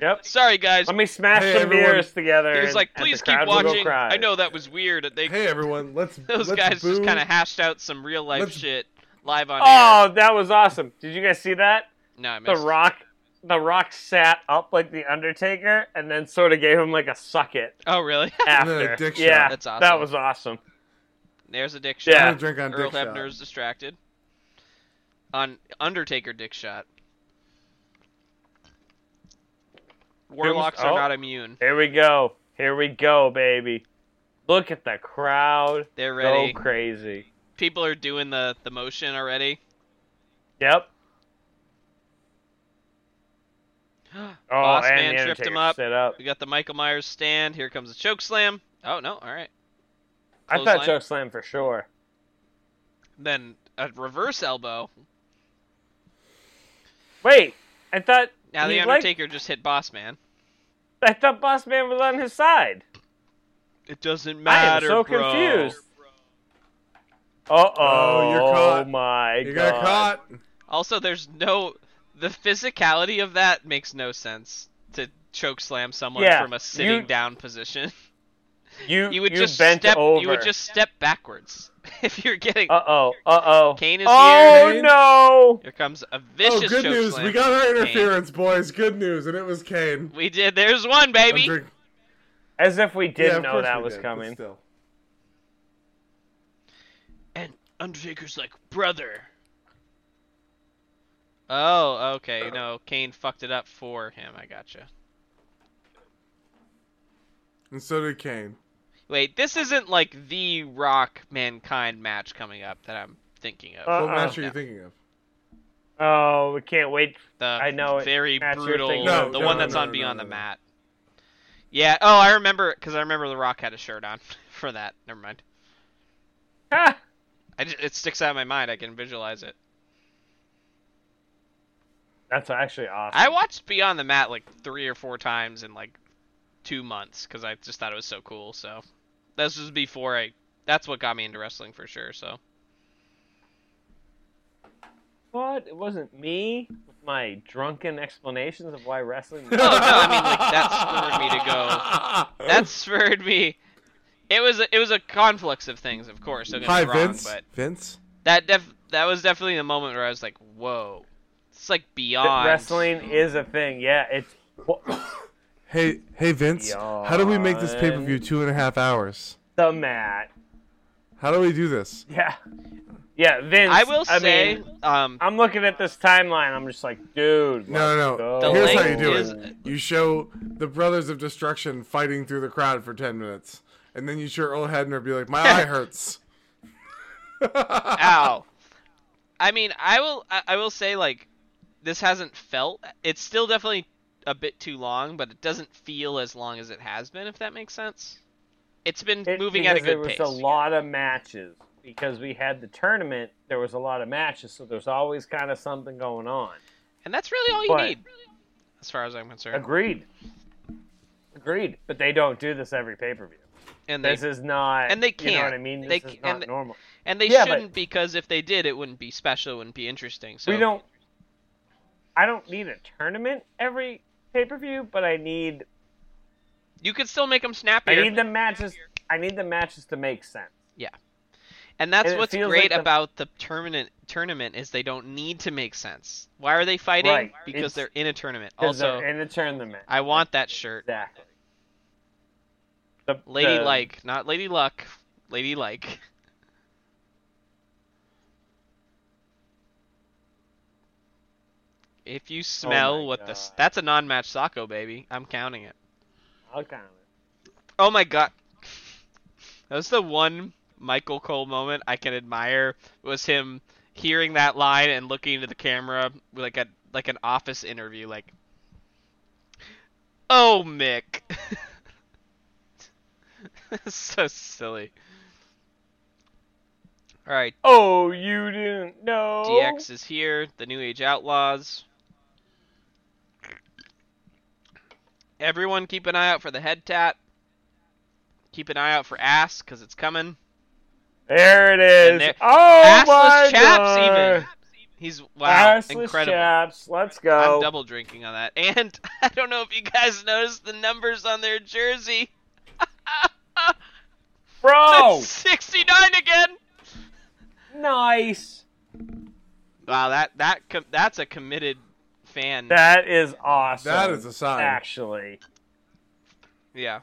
[SPEAKER 1] Yep.
[SPEAKER 2] sorry, guys.
[SPEAKER 1] Let me smash
[SPEAKER 3] Hey,
[SPEAKER 1] some
[SPEAKER 3] everyone.
[SPEAKER 1] beers together.
[SPEAKER 2] He was
[SPEAKER 1] and-
[SPEAKER 2] like,
[SPEAKER 1] and
[SPEAKER 2] please
[SPEAKER 1] the
[SPEAKER 2] keep
[SPEAKER 1] crowd will go
[SPEAKER 2] watching.
[SPEAKER 1] cry.
[SPEAKER 2] I know that was weird. and They
[SPEAKER 3] hey everyone, let's
[SPEAKER 2] Those
[SPEAKER 3] let's
[SPEAKER 2] guys
[SPEAKER 3] boo.
[SPEAKER 2] just kind of hashed out some real life
[SPEAKER 3] Let's-
[SPEAKER 2] shit live on air.
[SPEAKER 1] Oh, that was awesome! Did you guys see that?
[SPEAKER 2] No, I
[SPEAKER 1] The
[SPEAKER 2] missed.
[SPEAKER 1] Rock, The Rock sat up like the Undertaker, and then sort of gave him like a suck it.
[SPEAKER 2] Oh, really?
[SPEAKER 1] after.
[SPEAKER 3] Yeah, dick shot.
[SPEAKER 1] yeah,
[SPEAKER 2] That's awesome.
[SPEAKER 1] That was awesome.
[SPEAKER 2] There's a dick shot.
[SPEAKER 1] Yeah.
[SPEAKER 3] I'm gonna drink on
[SPEAKER 2] Earl
[SPEAKER 3] dick shot.
[SPEAKER 2] Hebner's distracted. On Undertaker dick shot. Warlocks
[SPEAKER 1] oh.
[SPEAKER 2] are not immune.
[SPEAKER 1] Here we go. Here we go, baby. Look at the crowd.
[SPEAKER 2] They're ready.
[SPEAKER 1] Go crazy.
[SPEAKER 2] People are doing the, the motion already.
[SPEAKER 1] Yep.
[SPEAKER 2] oh,
[SPEAKER 1] Oh,
[SPEAKER 2] Boss
[SPEAKER 1] and
[SPEAKER 2] man
[SPEAKER 1] the
[SPEAKER 2] tripped him
[SPEAKER 1] Undertaker
[SPEAKER 2] up.
[SPEAKER 1] Sit up.
[SPEAKER 2] We got the Michael Myers stand. Here comes the choke slam. Oh no! All right.
[SPEAKER 1] I thought
[SPEAKER 2] Clothesline.
[SPEAKER 1] choke slam for sure.
[SPEAKER 2] Then a reverse elbow.
[SPEAKER 1] Wait, I thought
[SPEAKER 2] Now
[SPEAKER 1] he
[SPEAKER 2] the
[SPEAKER 1] liked-
[SPEAKER 2] Undertaker just hit Boss Man.
[SPEAKER 1] I thought Boss Man was on his side.
[SPEAKER 2] It doesn't
[SPEAKER 1] I am so confused. Uh
[SPEAKER 3] Oh, you're
[SPEAKER 1] oh
[SPEAKER 3] caught.
[SPEAKER 1] my
[SPEAKER 3] you
[SPEAKER 1] god.
[SPEAKER 2] "Oh,
[SPEAKER 3] got caught.
[SPEAKER 2] Also, there's no the physicality of that makes no sense to choke slam someone
[SPEAKER 1] Yeah,
[SPEAKER 2] from a sitting
[SPEAKER 1] you-
[SPEAKER 2] down position.
[SPEAKER 1] You,
[SPEAKER 2] You would
[SPEAKER 1] you
[SPEAKER 2] just
[SPEAKER 1] bent
[SPEAKER 2] step.
[SPEAKER 1] over.
[SPEAKER 2] You would just step backwards if you're getting.
[SPEAKER 1] Uh oh. Uh oh.
[SPEAKER 2] Kane is
[SPEAKER 1] oh
[SPEAKER 3] here.
[SPEAKER 1] no!
[SPEAKER 2] Here comes a
[SPEAKER 3] Oh,
[SPEAKER 2] vicious
[SPEAKER 3] good
[SPEAKER 2] choke
[SPEAKER 3] news!
[SPEAKER 2] slam.
[SPEAKER 3] We got our
[SPEAKER 2] Kane.
[SPEAKER 3] interference, boys. Good news, and it was Kane.
[SPEAKER 2] We did. There's one
[SPEAKER 3] I'm
[SPEAKER 2] baby.
[SPEAKER 3] drink-
[SPEAKER 1] As if we
[SPEAKER 3] Yeah,
[SPEAKER 1] didn't
[SPEAKER 3] of
[SPEAKER 1] know
[SPEAKER 3] course
[SPEAKER 1] that
[SPEAKER 3] we
[SPEAKER 1] was
[SPEAKER 3] did, but
[SPEAKER 1] coming.
[SPEAKER 3] Still.
[SPEAKER 2] And Undertaker's like brother. Oh, okay. No, Kane fucked it up for him. I gotcha.
[SPEAKER 3] And so did Kane.
[SPEAKER 2] Wait, this isn't like the Rock Mankind match coming up that I'm thinking of.
[SPEAKER 1] Uh,
[SPEAKER 3] What match are
[SPEAKER 2] no.
[SPEAKER 3] you thinking of?
[SPEAKER 1] Oh, we can't wait
[SPEAKER 2] The
[SPEAKER 1] I know it.
[SPEAKER 2] very
[SPEAKER 1] Matt, you're
[SPEAKER 2] brutal.
[SPEAKER 1] thinking
[SPEAKER 3] No, of-
[SPEAKER 2] the
[SPEAKER 3] no,
[SPEAKER 2] one
[SPEAKER 3] no,
[SPEAKER 2] that's
[SPEAKER 3] no,
[SPEAKER 2] on
[SPEAKER 3] no,
[SPEAKER 2] Beyond
[SPEAKER 3] no,
[SPEAKER 2] the
[SPEAKER 3] no.
[SPEAKER 2] Mat. Yeah. Oh, I remember because I remember The Rock had a shirt on for that. Never mind.
[SPEAKER 1] Ha!
[SPEAKER 2] I ju- it sticks out of my mind. I can visualize it.
[SPEAKER 1] That's actually awesome.
[SPEAKER 2] I watched Beyond the Mat like three or four times in like two months because I just thought it was so cool. So this was before I. That's what got me into wrestling for sure. So
[SPEAKER 3] Oh.
[SPEAKER 1] What? It wasn't me with my drunken explanations of why wrestling.
[SPEAKER 2] Oh, no, I mean, like, that spurred me to go. that spurred me. It was a, it was a conflux of things, of course. Don't get me
[SPEAKER 3] Hi,
[SPEAKER 2] wrong,
[SPEAKER 3] Vince.
[SPEAKER 2] But
[SPEAKER 3] Vince.
[SPEAKER 2] that def that was definitely the moment where I was like, "Whoa, It's like
[SPEAKER 1] that
[SPEAKER 2] beyond
[SPEAKER 1] wrestling is a thing. Yeah, it's
[SPEAKER 3] Hey, hey, Vince. How do we make this pay per view
[SPEAKER 1] Yawn.
[SPEAKER 3] two and a half hours?
[SPEAKER 1] the mat.
[SPEAKER 3] How do we do this?
[SPEAKER 1] Yeah, yeah. Vince,
[SPEAKER 2] I will say,
[SPEAKER 1] mean,
[SPEAKER 2] um,
[SPEAKER 1] I'm looking at this timeline. I'm just like, dude.
[SPEAKER 3] No,
[SPEAKER 1] let's
[SPEAKER 3] no, no.
[SPEAKER 1] go.
[SPEAKER 3] Here's how you
[SPEAKER 2] length
[SPEAKER 3] do
[SPEAKER 2] is-
[SPEAKER 3] it. You show the Brothers of Destruction fighting through the crowd for ten minutes, and then you show Earl Hebner be like, "My eye hurts."
[SPEAKER 2] ow. I mean, I will. I, I will say like, this hasn't felt. It's still definitely a bit too long, but it doesn't feel as long as it has been. If that makes sense. It's been
[SPEAKER 1] It-
[SPEAKER 2] moving at a
[SPEAKER 1] because
[SPEAKER 2] good
[SPEAKER 1] there
[SPEAKER 2] pace.
[SPEAKER 1] was a lot of matches because we had the tournament. There was a lot of matches, so there's always kind of something going on.
[SPEAKER 2] And that's really all you
[SPEAKER 1] But-
[SPEAKER 2] need, as far as I'm concerned.
[SPEAKER 1] Agreed. Agreed. But they don't do this every pay per view.
[SPEAKER 2] And they
[SPEAKER 1] This is not.
[SPEAKER 2] and they
[SPEAKER 1] You know what
[SPEAKER 2] can't.
[SPEAKER 1] I mean? This
[SPEAKER 2] They
[SPEAKER 1] is
[SPEAKER 2] ca-
[SPEAKER 1] not
[SPEAKER 2] and-
[SPEAKER 1] normal.
[SPEAKER 2] and they
[SPEAKER 1] Yeah, but-
[SPEAKER 2] shouldn't because if they did, it wouldn't be special. It wouldn't be interesting. So
[SPEAKER 1] We don't. I don't need a tournament every pay per view, but I need.
[SPEAKER 2] You could still make them
[SPEAKER 1] I
[SPEAKER 2] snappier.
[SPEAKER 1] need the matches. I need the matches to make sense.
[SPEAKER 2] And that's
[SPEAKER 1] And it
[SPEAKER 2] what's
[SPEAKER 1] feels
[SPEAKER 2] great
[SPEAKER 1] like the-
[SPEAKER 2] about the tournament tournament is they don't need to make sense. Why are they fighting?
[SPEAKER 1] Right.
[SPEAKER 2] Because
[SPEAKER 1] It's-
[SPEAKER 2] they're in a tournament.
[SPEAKER 1] 'Cause
[SPEAKER 2] Also,
[SPEAKER 1] they're in a tournament.
[SPEAKER 2] I want that shirt.
[SPEAKER 1] exactly. The,
[SPEAKER 2] Lady
[SPEAKER 1] the-
[SPEAKER 2] like, not Lady Luck. Lady like. If you smell
[SPEAKER 1] Oh my
[SPEAKER 2] what this
[SPEAKER 1] God.
[SPEAKER 2] that's a non-match Sacco baby. I'm counting it.
[SPEAKER 1] I'll count it.
[SPEAKER 2] Oh my god. That was the one Michael Cole moment I can admire was him hearing that line and looking into the camera with like a like an office interview like Oh Mick So silly. Alright,
[SPEAKER 1] Oh, you didn't know.
[SPEAKER 2] DX is here, the New Age Outlaws. Everyone keep an eye out for the head tat. Keep an eye out for ass, because it's coming.
[SPEAKER 1] There it
[SPEAKER 2] And
[SPEAKER 1] is.
[SPEAKER 2] there-
[SPEAKER 1] Oh my
[SPEAKER 2] Assless chaps,
[SPEAKER 1] god.
[SPEAKER 2] even. He's, wow,
[SPEAKER 1] Assless
[SPEAKER 2] incredible.
[SPEAKER 1] chaps. Let's
[SPEAKER 2] I'm
[SPEAKER 1] go.
[SPEAKER 2] double drinking on that. And I don't know if you guys noticed the numbers on their jersey.
[SPEAKER 1] Bro,
[SPEAKER 2] 69 again!
[SPEAKER 1] nice.
[SPEAKER 2] Wow, that, that com- that's a committed fan.
[SPEAKER 1] That is awesome.
[SPEAKER 3] That is a sign.
[SPEAKER 1] Actually,
[SPEAKER 2] yeah.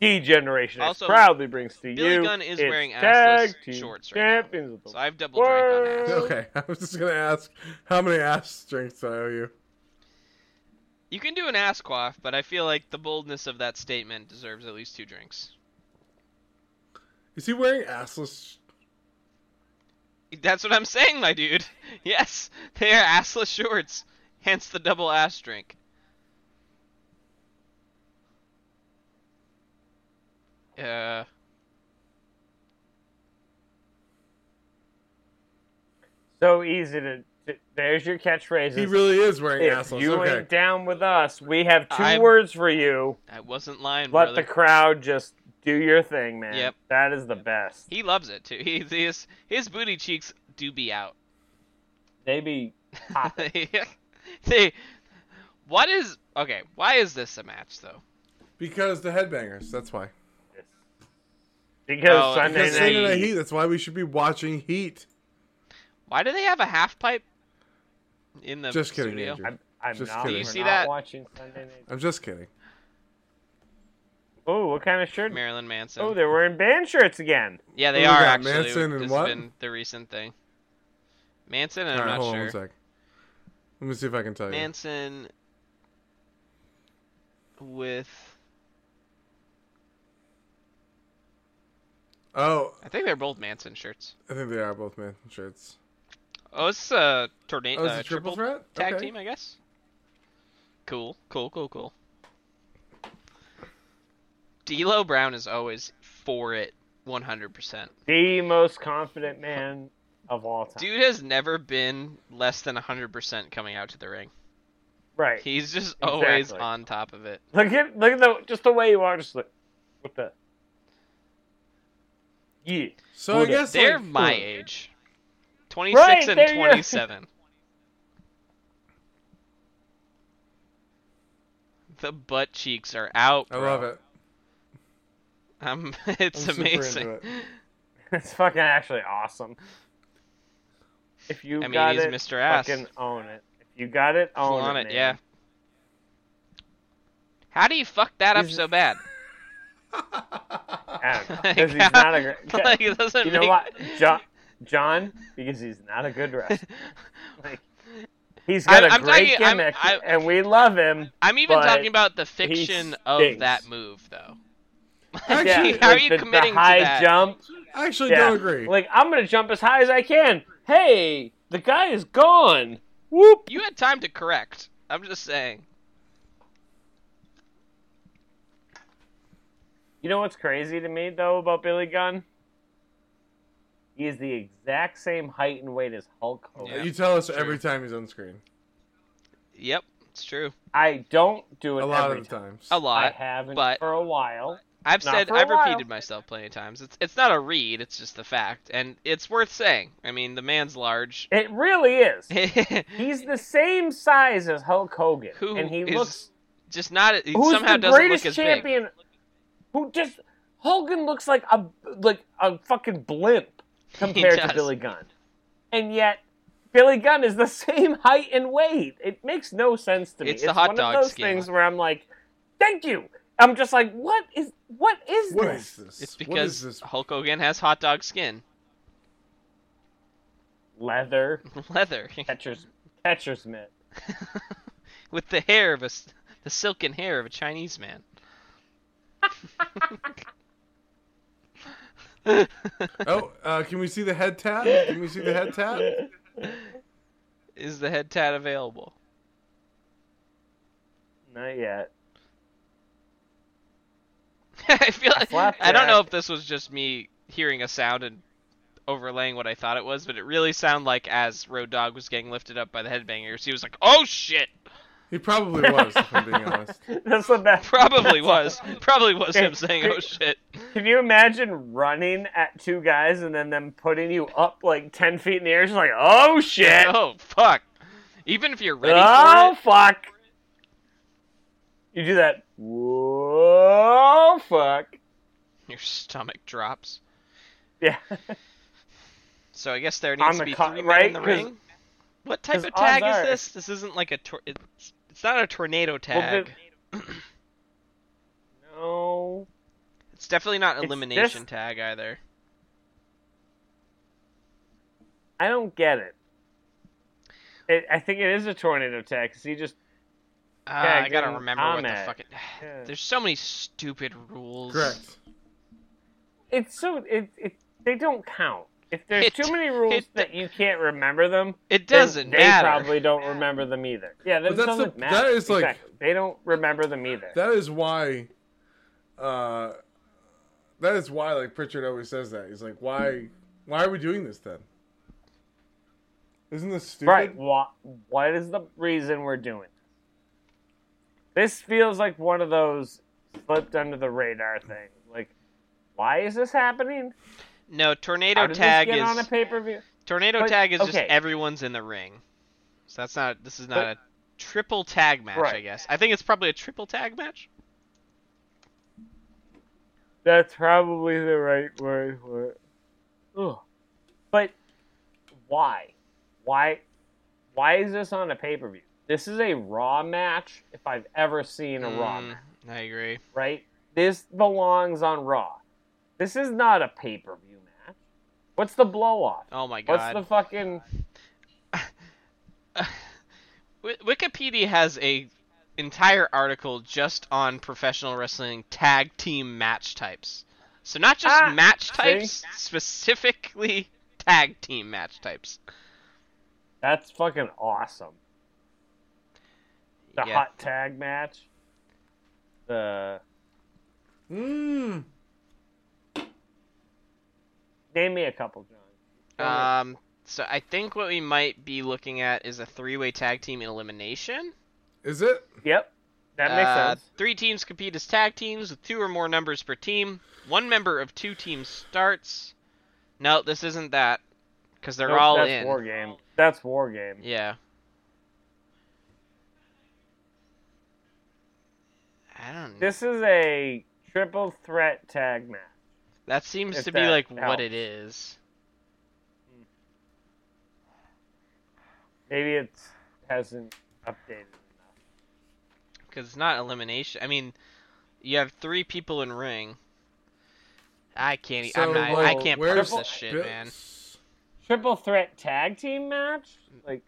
[SPEAKER 1] D Generation X
[SPEAKER 2] Also,
[SPEAKER 1] proudly brings to
[SPEAKER 2] Billy
[SPEAKER 1] you.
[SPEAKER 2] Gunn is
[SPEAKER 1] its
[SPEAKER 2] wearing
[SPEAKER 1] tag
[SPEAKER 2] assless
[SPEAKER 1] team
[SPEAKER 2] shorts right now.
[SPEAKER 1] champions of the
[SPEAKER 2] So I've double drank on ass.
[SPEAKER 1] world.
[SPEAKER 3] okay, I was just gonna ask, how many ass drinks do I owe you?
[SPEAKER 2] You can do an Asquith, but I feel like the boldness of that statement deserves at least two drinks.
[SPEAKER 3] Is he wearing assless?
[SPEAKER 2] That's what I'm saying, my dude. Yes, they are assless shorts, hence the double ass drink. Uh,
[SPEAKER 1] So easy to. to- There's your catchphrases.
[SPEAKER 3] He really is wearing
[SPEAKER 1] If
[SPEAKER 3] assless.
[SPEAKER 1] you
[SPEAKER 3] okay.
[SPEAKER 1] ain't down with us, we have 2
[SPEAKER 2] I'm-
[SPEAKER 1] words for you.
[SPEAKER 2] I wasn't lying,
[SPEAKER 1] Let
[SPEAKER 2] brother.
[SPEAKER 1] the crowd just do your thing, man.
[SPEAKER 2] Yep.
[SPEAKER 1] That is the best.
[SPEAKER 2] He loves it too. He, his his booty cheeks do be out.
[SPEAKER 1] They be popping.
[SPEAKER 2] they, what is okay? Why is this a match though?
[SPEAKER 3] Because the headbangers. That's why.
[SPEAKER 1] because
[SPEAKER 2] Oh,
[SPEAKER 1] Sunday
[SPEAKER 3] Because
[SPEAKER 2] Because
[SPEAKER 1] night.
[SPEAKER 3] Sunday Night Heat. That's why we should be watching Heat.
[SPEAKER 2] Why do they have a half pipe in the
[SPEAKER 3] Just kidding,
[SPEAKER 2] studio?
[SPEAKER 3] Andrew.
[SPEAKER 1] I'm, I'm
[SPEAKER 3] Just
[SPEAKER 1] not.
[SPEAKER 3] kidding. Do you
[SPEAKER 1] we're
[SPEAKER 2] see
[SPEAKER 1] not
[SPEAKER 2] that?
[SPEAKER 1] Watching Sunday night.
[SPEAKER 3] I'm just kidding.
[SPEAKER 1] Oh, what kind of shirt?
[SPEAKER 2] Marilyn Manson.
[SPEAKER 1] Oh, they're wearing band shirts again.
[SPEAKER 2] yeah,
[SPEAKER 3] Who
[SPEAKER 2] they
[SPEAKER 3] oh, we
[SPEAKER 2] are
[SPEAKER 3] got,
[SPEAKER 2] actually.
[SPEAKER 3] Manson and
[SPEAKER 2] this
[SPEAKER 3] what?
[SPEAKER 2] has been the recent thing. Manson, and
[SPEAKER 3] All
[SPEAKER 2] I'm
[SPEAKER 3] right,
[SPEAKER 2] not
[SPEAKER 3] hold on
[SPEAKER 2] sure.
[SPEAKER 3] one sec. Let me see if I can tell you.
[SPEAKER 2] Manson with
[SPEAKER 3] Oh,
[SPEAKER 2] I think they're both Manson shirts.
[SPEAKER 3] I think they are both man shirts.
[SPEAKER 2] Oh, it's a tornado.
[SPEAKER 3] Oh, is
[SPEAKER 2] uh,
[SPEAKER 3] it triple, threat?
[SPEAKER 2] tag
[SPEAKER 3] Okay.
[SPEAKER 2] team, I guess. Cool, cool, cool, cool. D'Lo Brown is always for it, 100%.
[SPEAKER 1] The most confident man of all time.
[SPEAKER 2] Dude has never been less than 100% coming out to the ring.
[SPEAKER 1] right.
[SPEAKER 2] He's just always
[SPEAKER 1] Exactly.
[SPEAKER 2] on top of it.
[SPEAKER 1] look at look at the just the way you are. Just like what the. Yeah.
[SPEAKER 3] So I
[SPEAKER 1] Hold it.
[SPEAKER 3] guess
[SPEAKER 2] They're
[SPEAKER 3] like,
[SPEAKER 2] my age. 26
[SPEAKER 1] there
[SPEAKER 2] and
[SPEAKER 1] you go.
[SPEAKER 2] 27. the butt cheeks are out.
[SPEAKER 3] I
[SPEAKER 2] bro.
[SPEAKER 3] love it.
[SPEAKER 2] I'm, Um, it's
[SPEAKER 3] I'm super into
[SPEAKER 2] amazing.
[SPEAKER 3] it.
[SPEAKER 1] It's fucking actually awesome. If you
[SPEAKER 2] I mean,
[SPEAKER 1] got
[SPEAKER 2] he's
[SPEAKER 1] it,
[SPEAKER 2] Mr. Ass.
[SPEAKER 1] fucking own it. If you got it,
[SPEAKER 2] Full
[SPEAKER 1] own
[SPEAKER 2] on it,
[SPEAKER 1] man.
[SPEAKER 2] yeah. How do you fuck that up
[SPEAKER 1] He's-
[SPEAKER 2] so bad?
[SPEAKER 1] I don't know, 'cause he's not a gr-
[SPEAKER 2] like, it doesn't
[SPEAKER 1] You know
[SPEAKER 2] make-
[SPEAKER 1] what, John? John, because he's not a good wrestler. Like, he's got
[SPEAKER 2] I-
[SPEAKER 1] a
[SPEAKER 2] I'm
[SPEAKER 1] great
[SPEAKER 2] talking- I'm-
[SPEAKER 1] gimmick,
[SPEAKER 2] I-
[SPEAKER 1] and we love him.
[SPEAKER 2] I'm even
[SPEAKER 1] but
[SPEAKER 2] talking about the
[SPEAKER 1] he
[SPEAKER 2] fiction of
[SPEAKER 1] stinks.
[SPEAKER 2] that move, though.
[SPEAKER 1] Yeah,
[SPEAKER 3] Actually,
[SPEAKER 2] how are
[SPEAKER 1] like
[SPEAKER 2] you
[SPEAKER 1] the,
[SPEAKER 2] committing
[SPEAKER 1] the
[SPEAKER 2] to
[SPEAKER 1] high
[SPEAKER 2] that?
[SPEAKER 1] jump?
[SPEAKER 3] I actually
[SPEAKER 1] Yeah.
[SPEAKER 3] don't agree.
[SPEAKER 1] Like I'm gonna jump as high as I can. Hey, the guy is gone. Whoop!
[SPEAKER 2] You had time to correct. I'm just saying.
[SPEAKER 1] You know what's crazy to me though about Billy Gunn? He is the exact same height and weight as Hulk Hogan.
[SPEAKER 2] Yeah.
[SPEAKER 3] you tell us every time he's on screen.
[SPEAKER 2] Yep, it's true.
[SPEAKER 1] I don't do it
[SPEAKER 3] A lot
[SPEAKER 1] every
[SPEAKER 3] of the
[SPEAKER 1] time.
[SPEAKER 3] times.
[SPEAKER 2] A
[SPEAKER 1] I
[SPEAKER 2] lot.
[SPEAKER 1] haven't
[SPEAKER 2] but-
[SPEAKER 1] for a while.
[SPEAKER 2] I've
[SPEAKER 1] Not
[SPEAKER 2] said
[SPEAKER 1] for a
[SPEAKER 2] I've repeated
[SPEAKER 1] while.
[SPEAKER 2] myself plenty of times. It's it's not a read, it's just a fact, and it's worth saying. I mean, the man's large.
[SPEAKER 1] It really is.
[SPEAKER 2] Who
[SPEAKER 1] He's the same size as Hulk Hogan, and he
[SPEAKER 2] is
[SPEAKER 1] looks.
[SPEAKER 2] just not he
[SPEAKER 1] Who's
[SPEAKER 2] somehow
[SPEAKER 1] the
[SPEAKER 2] doesn't look
[SPEAKER 1] greatest
[SPEAKER 2] as big.
[SPEAKER 1] champion? Who just Hogan looks like a like a fucking blimp compared to
[SPEAKER 2] does.
[SPEAKER 1] Billy Gunn, and yet Billy Gunn is the same height and weight. It makes no sense to me.
[SPEAKER 2] It's the hot
[SPEAKER 1] one
[SPEAKER 2] dog
[SPEAKER 1] of those
[SPEAKER 2] schema.
[SPEAKER 1] things where I'm like, thank you. I'm just like, what is what is
[SPEAKER 3] What
[SPEAKER 1] this?
[SPEAKER 3] is this?
[SPEAKER 2] It's
[SPEAKER 3] what is
[SPEAKER 2] because
[SPEAKER 3] this?
[SPEAKER 2] Hulk Hogan has hot dog skin.
[SPEAKER 1] Leather
[SPEAKER 2] Leather.
[SPEAKER 1] catcher's catcher's mitt.
[SPEAKER 2] with the hair of a s- the silken hair of a Chinese man.
[SPEAKER 3] Oh, uh, can we see the head tap? Can we see the head tap?
[SPEAKER 2] Is the head tat available?
[SPEAKER 1] Not yet.
[SPEAKER 2] I feel
[SPEAKER 1] A
[SPEAKER 2] I don't
[SPEAKER 1] flapjack.
[SPEAKER 2] know if this was just me hearing a sound and overlaying what I thought it was, but it really sounded like as Road Dog was getting lifted up by the headbangers, he was like, "Oh shit!"
[SPEAKER 3] He probably was, if I'm being honest.
[SPEAKER 1] That's the best.
[SPEAKER 2] Probably
[SPEAKER 1] that's-
[SPEAKER 2] was. Probably was him saying, "Oh shit."
[SPEAKER 1] Can you imagine running at two guys and then them putting you up like ten feet in the air? Just like, oh shit,
[SPEAKER 2] Oh fuck. Even if you're ready
[SPEAKER 1] oh
[SPEAKER 2] for
[SPEAKER 1] fuck. You do that. Whoa, fuck.
[SPEAKER 2] it, your stomach drops.
[SPEAKER 1] Yeah.
[SPEAKER 2] So I guess there
[SPEAKER 1] On
[SPEAKER 2] needs
[SPEAKER 1] the
[SPEAKER 2] to be
[SPEAKER 1] co-
[SPEAKER 2] three men
[SPEAKER 1] right?
[SPEAKER 2] in the
[SPEAKER 1] 'Cause-
[SPEAKER 2] ring. What type
[SPEAKER 1] 'cause
[SPEAKER 2] of tag
[SPEAKER 1] odds
[SPEAKER 2] is
[SPEAKER 1] are-
[SPEAKER 2] this? This isn't like a tor- it's, it's not a tornado tag.
[SPEAKER 1] the- no.
[SPEAKER 2] it's definitely not an
[SPEAKER 1] it's
[SPEAKER 2] elimination
[SPEAKER 1] just-
[SPEAKER 2] tag either.
[SPEAKER 1] I don't get it. it I think it is a tornado attack because he just.
[SPEAKER 2] Ah, I gotta
[SPEAKER 1] given
[SPEAKER 2] remember what the
[SPEAKER 1] Ahmed.
[SPEAKER 2] fucking.
[SPEAKER 1] Yeah.
[SPEAKER 2] There's so many stupid rules.
[SPEAKER 3] Correct.
[SPEAKER 1] It's so. It, it, they don't count. If there's
[SPEAKER 2] It-
[SPEAKER 1] too many rules
[SPEAKER 2] it-
[SPEAKER 1] that you can't remember them,
[SPEAKER 2] It
[SPEAKER 1] then
[SPEAKER 2] doesn't
[SPEAKER 1] they
[SPEAKER 2] matter.
[SPEAKER 1] probably don't remember them either. Yeah, that
[SPEAKER 3] But that's
[SPEAKER 1] doesn't
[SPEAKER 3] the-
[SPEAKER 1] matter.
[SPEAKER 3] that is, like-
[SPEAKER 1] Exactly. they don't remember them either.
[SPEAKER 3] That is why. Uh, that is why, like Pritchard always says that. He's like, why, why are we doing this then? Isn't this stupid?
[SPEAKER 1] right? What? What is the reason we're doing this? This feels like one of those slipped under the radar things. Like, why is this happening?
[SPEAKER 2] No, tornado
[SPEAKER 1] How did
[SPEAKER 2] tag
[SPEAKER 1] this get on a
[SPEAKER 2] is
[SPEAKER 1] pay per view?
[SPEAKER 2] tornado
[SPEAKER 1] but-
[SPEAKER 2] tag is just
[SPEAKER 1] okay.
[SPEAKER 2] everyone's in the ring. So that's not. This is not
[SPEAKER 1] But-
[SPEAKER 2] a triple tag match. I
[SPEAKER 1] Right.
[SPEAKER 2] guess. I think it's probably a triple tag match.
[SPEAKER 1] That's probably the right word for it. Ugh. But why? Why why is this on a pay-per-view? This is a raw match if I've ever seen a raw
[SPEAKER 2] Mm,
[SPEAKER 1] match,
[SPEAKER 2] I agree.
[SPEAKER 1] right? This belongs on Raw. This is not a pay-per-view match. What's the blow off?
[SPEAKER 2] Oh my
[SPEAKER 1] What's
[SPEAKER 2] god.
[SPEAKER 1] the fucking
[SPEAKER 2] Wi- Wikipedia has a entire article just on professional wrestling tag team match types. So not just
[SPEAKER 1] Ah,
[SPEAKER 2] match
[SPEAKER 1] see?
[SPEAKER 2] types, specifically tag team match types.
[SPEAKER 1] That's fucking awesome. The
[SPEAKER 2] Yeah.
[SPEAKER 1] hot tag match. The
[SPEAKER 3] Mm.
[SPEAKER 1] name me a couple, John.
[SPEAKER 2] Um, so I think what we might be looking at is a three-way tag team in elimination.
[SPEAKER 3] Is it?
[SPEAKER 1] Yep. That makes
[SPEAKER 2] Uh,
[SPEAKER 1] sense.
[SPEAKER 2] Three teams compete as tag teams with two or more numbers per team. One member of two teams starts. No, this isn't that, because they're
[SPEAKER 1] Nope,
[SPEAKER 2] all
[SPEAKER 1] that's
[SPEAKER 2] in.
[SPEAKER 1] war game. That's war game.
[SPEAKER 2] Yeah. I don't know.
[SPEAKER 1] This is a triple threat tag match.
[SPEAKER 2] That seems
[SPEAKER 1] if
[SPEAKER 2] to be
[SPEAKER 1] that
[SPEAKER 2] like what
[SPEAKER 1] helps.
[SPEAKER 2] it is.
[SPEAKER 1] Maybe it hasn't updated.
[SPEAKER 2] because it's not elimination. I mean, you have three people in ring. I can't. e- I'm
[SPEAKER 3] So,
[SPEAKER 2] not,
[SPEAKER 3] like,
[SPEAKER 2] I can't parse
[SPEAKER 3] where's
[SPEAKER 2] this shit,
[SPEAKER 3] Bi-
[SPEAKER 2] man.
[SPEAKER 1] Triple threat tag team match? Like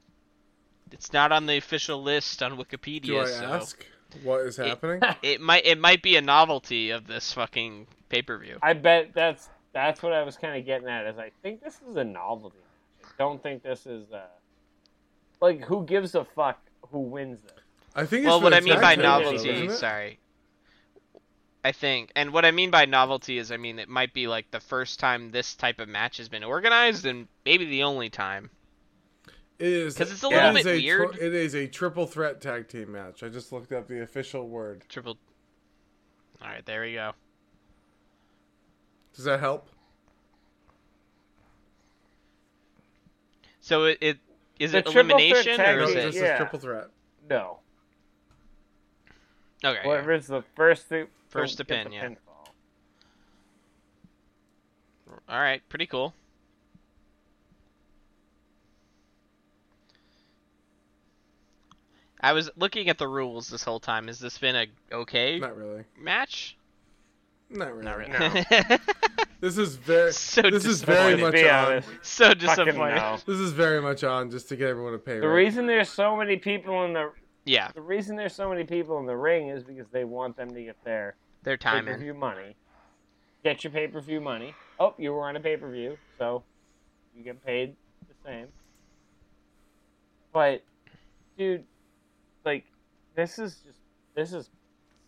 [SPEAKER 2] It's not on the official list on Wikipedia,
[SPEAKER 3] Do I
[SPEAKER 2] so
[SPEAKER 3] ask what is happening?
[SPEAKER 2] it might it might be a novelty of this fucking pay per view.
[SPEAKER 1] I bet that's that's what I was kind of getting at. Is I think this is a novelty match. I don't think this is uh like who gives a fuck who wins this.
[SPEAKER 3] I think. It's
[SPEAKER 2] Well,
[SPEAKER 3] for
[SPEAKER 2] what
[SPEAKER 3] the
[SPEAKER 2] I mean
[SPEAKER 3] tag
[SPEAKER 2] by
[SPEAKER 3] titles,
[SPEAKER 2] novelty,
[SPEAKER 3] though, isn't it?
[SPEAKER 2] sorry. I think, and what I mean by novelty is, I mean it might be like the first time this type of match has been organized, and maybe the only time.
[SPEAKER 3] It is
[SPEAKER 2] 'Cause it's a
[SPEAKER 3] it
[SPEAKER 2] little
[SPEAKER 3] is
[SPEAKER 2] bit
[SPEAKER 3] tw-
[SPEAKER 2] weird.
[SPEAKER 3] it is a triple threat tag team match. I just looked up the official word.
[SPEAKER 2] Triple. All right, there we go.
[SPEAKER 3] Does that help?
[SPEAKER 2] So it, it is
[SPEAKER 1] The
[SPEAKER 2] it
[SPEAKER 1] triple threat
[SPEAKER 2] elimination
[SPEAKER 1] tag
[SPEAKER 2] or
[SPEAKER 3] No,
[SPEAKER 2] is
[SPEAKER 1] team-
[SPEAKER 3] this
[SPEAKER 2] it
[SPEAKER 3] is
[SPEAKER 1] Yeah.
[SPEAKER 3] triple threat.
[SPEAKER 1] No,
[SPEAKER 2] okay? yeah.
[SPEAKER 1] whoever's the first to
[SPEAKER 2] First
[SPEAKER 1] to
[SPEAKER 2] to
[SPEAKER 1] get
[SPEAKER 2] pin,
[SPEAKER 1] the
[SPEAKER 2] yeah.
[SPEAKER 1] pinfall.
[SPEAKER 2] All right, pretty cool. I was looking at the rules this whole time. Has this been a okay
[SPEAKER 3] Not really.
[SPEAKER 2] match?
[SPEAKER 3] Not really.
[SPEAKER 2] Not really.
[SPEAKER 3] This is very.
[SPEAKER 2] So
[SPEAKER 3] this is very
[SPEAKER 2] disappointed.
[SPEAKER 3] much
[SPEAKER 1] Be
[SPEAKER 3] on.
[SPEAKER 1] honest.
[SPEAKER 2] so
[SPEAKER 1] Fucking
[SPEAKER 2] disappointed.
[SPEAKER 1] no.
[SPEAKER 3] This is very much on just to get everyone to pay.
[SPEAKER 1] The
[SPEAKER 3] right?
[SPEAKER 1] reason there's so many people in the
[SPEAKER 2] Yeah,
[SPEAKER 1] the reason there's so many people in the ring is because they want them to get their
[SPEAKER 2] their
[SPEAKER 1] pay
[SPEAKER 2] time
[SPEAKER 1] per
[SPEAKER 2] in.
[SPEAKER 1] view money. Get your pay per view money. Oh, you were on a pay per view, so you get paid the same. But, dude, like, this is just this is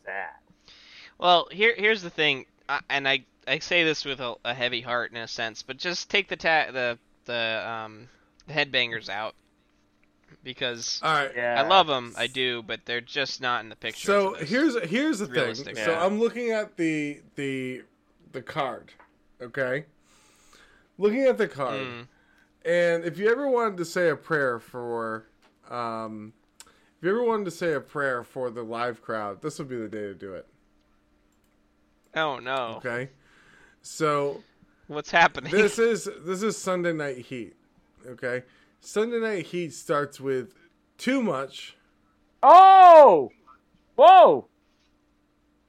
[SPEAKER 1] sad.
[SPEAKER 2] Well, here here's the thing, I, and I I say this with a, a heavy heart in a sense, but just take the ta- the the um the headbangers out because
[SPEAKER 3] All right.
[SPEAKER 1] Yeah,
[SPEAKER 2] I love them, I do, but they're just not in the picture.
[SPEAKER 3] So
[SPEAKER 2] for this.
[SPEAKER 3] here's here's the thing.
[SPEAKER 2] Realistic.
[SPEAKER 3] So
[SPEAKER 1] Yeah.
[SPEAKER 3] I'm looking at the the the card, okay. Looking at the card,
[SPEAKER 1] Hmm.
[SPEAKER 2] Mm.
[SPEAKER 3] and if you ever wanted to say a prayer for, um, if you ever wanted to say a prayer for the live crowd, this would be the day to do it.
[SPEAKER 2] oh no,
[SPEAKER 3] Okay. So
[SPEAKER 2] what's happening?
[SPEAKER 3] this is this is Sunday Night Heat. Okay. Sunday Night Heat starts with too much.
[SPEAKER 1] Oh, whoa,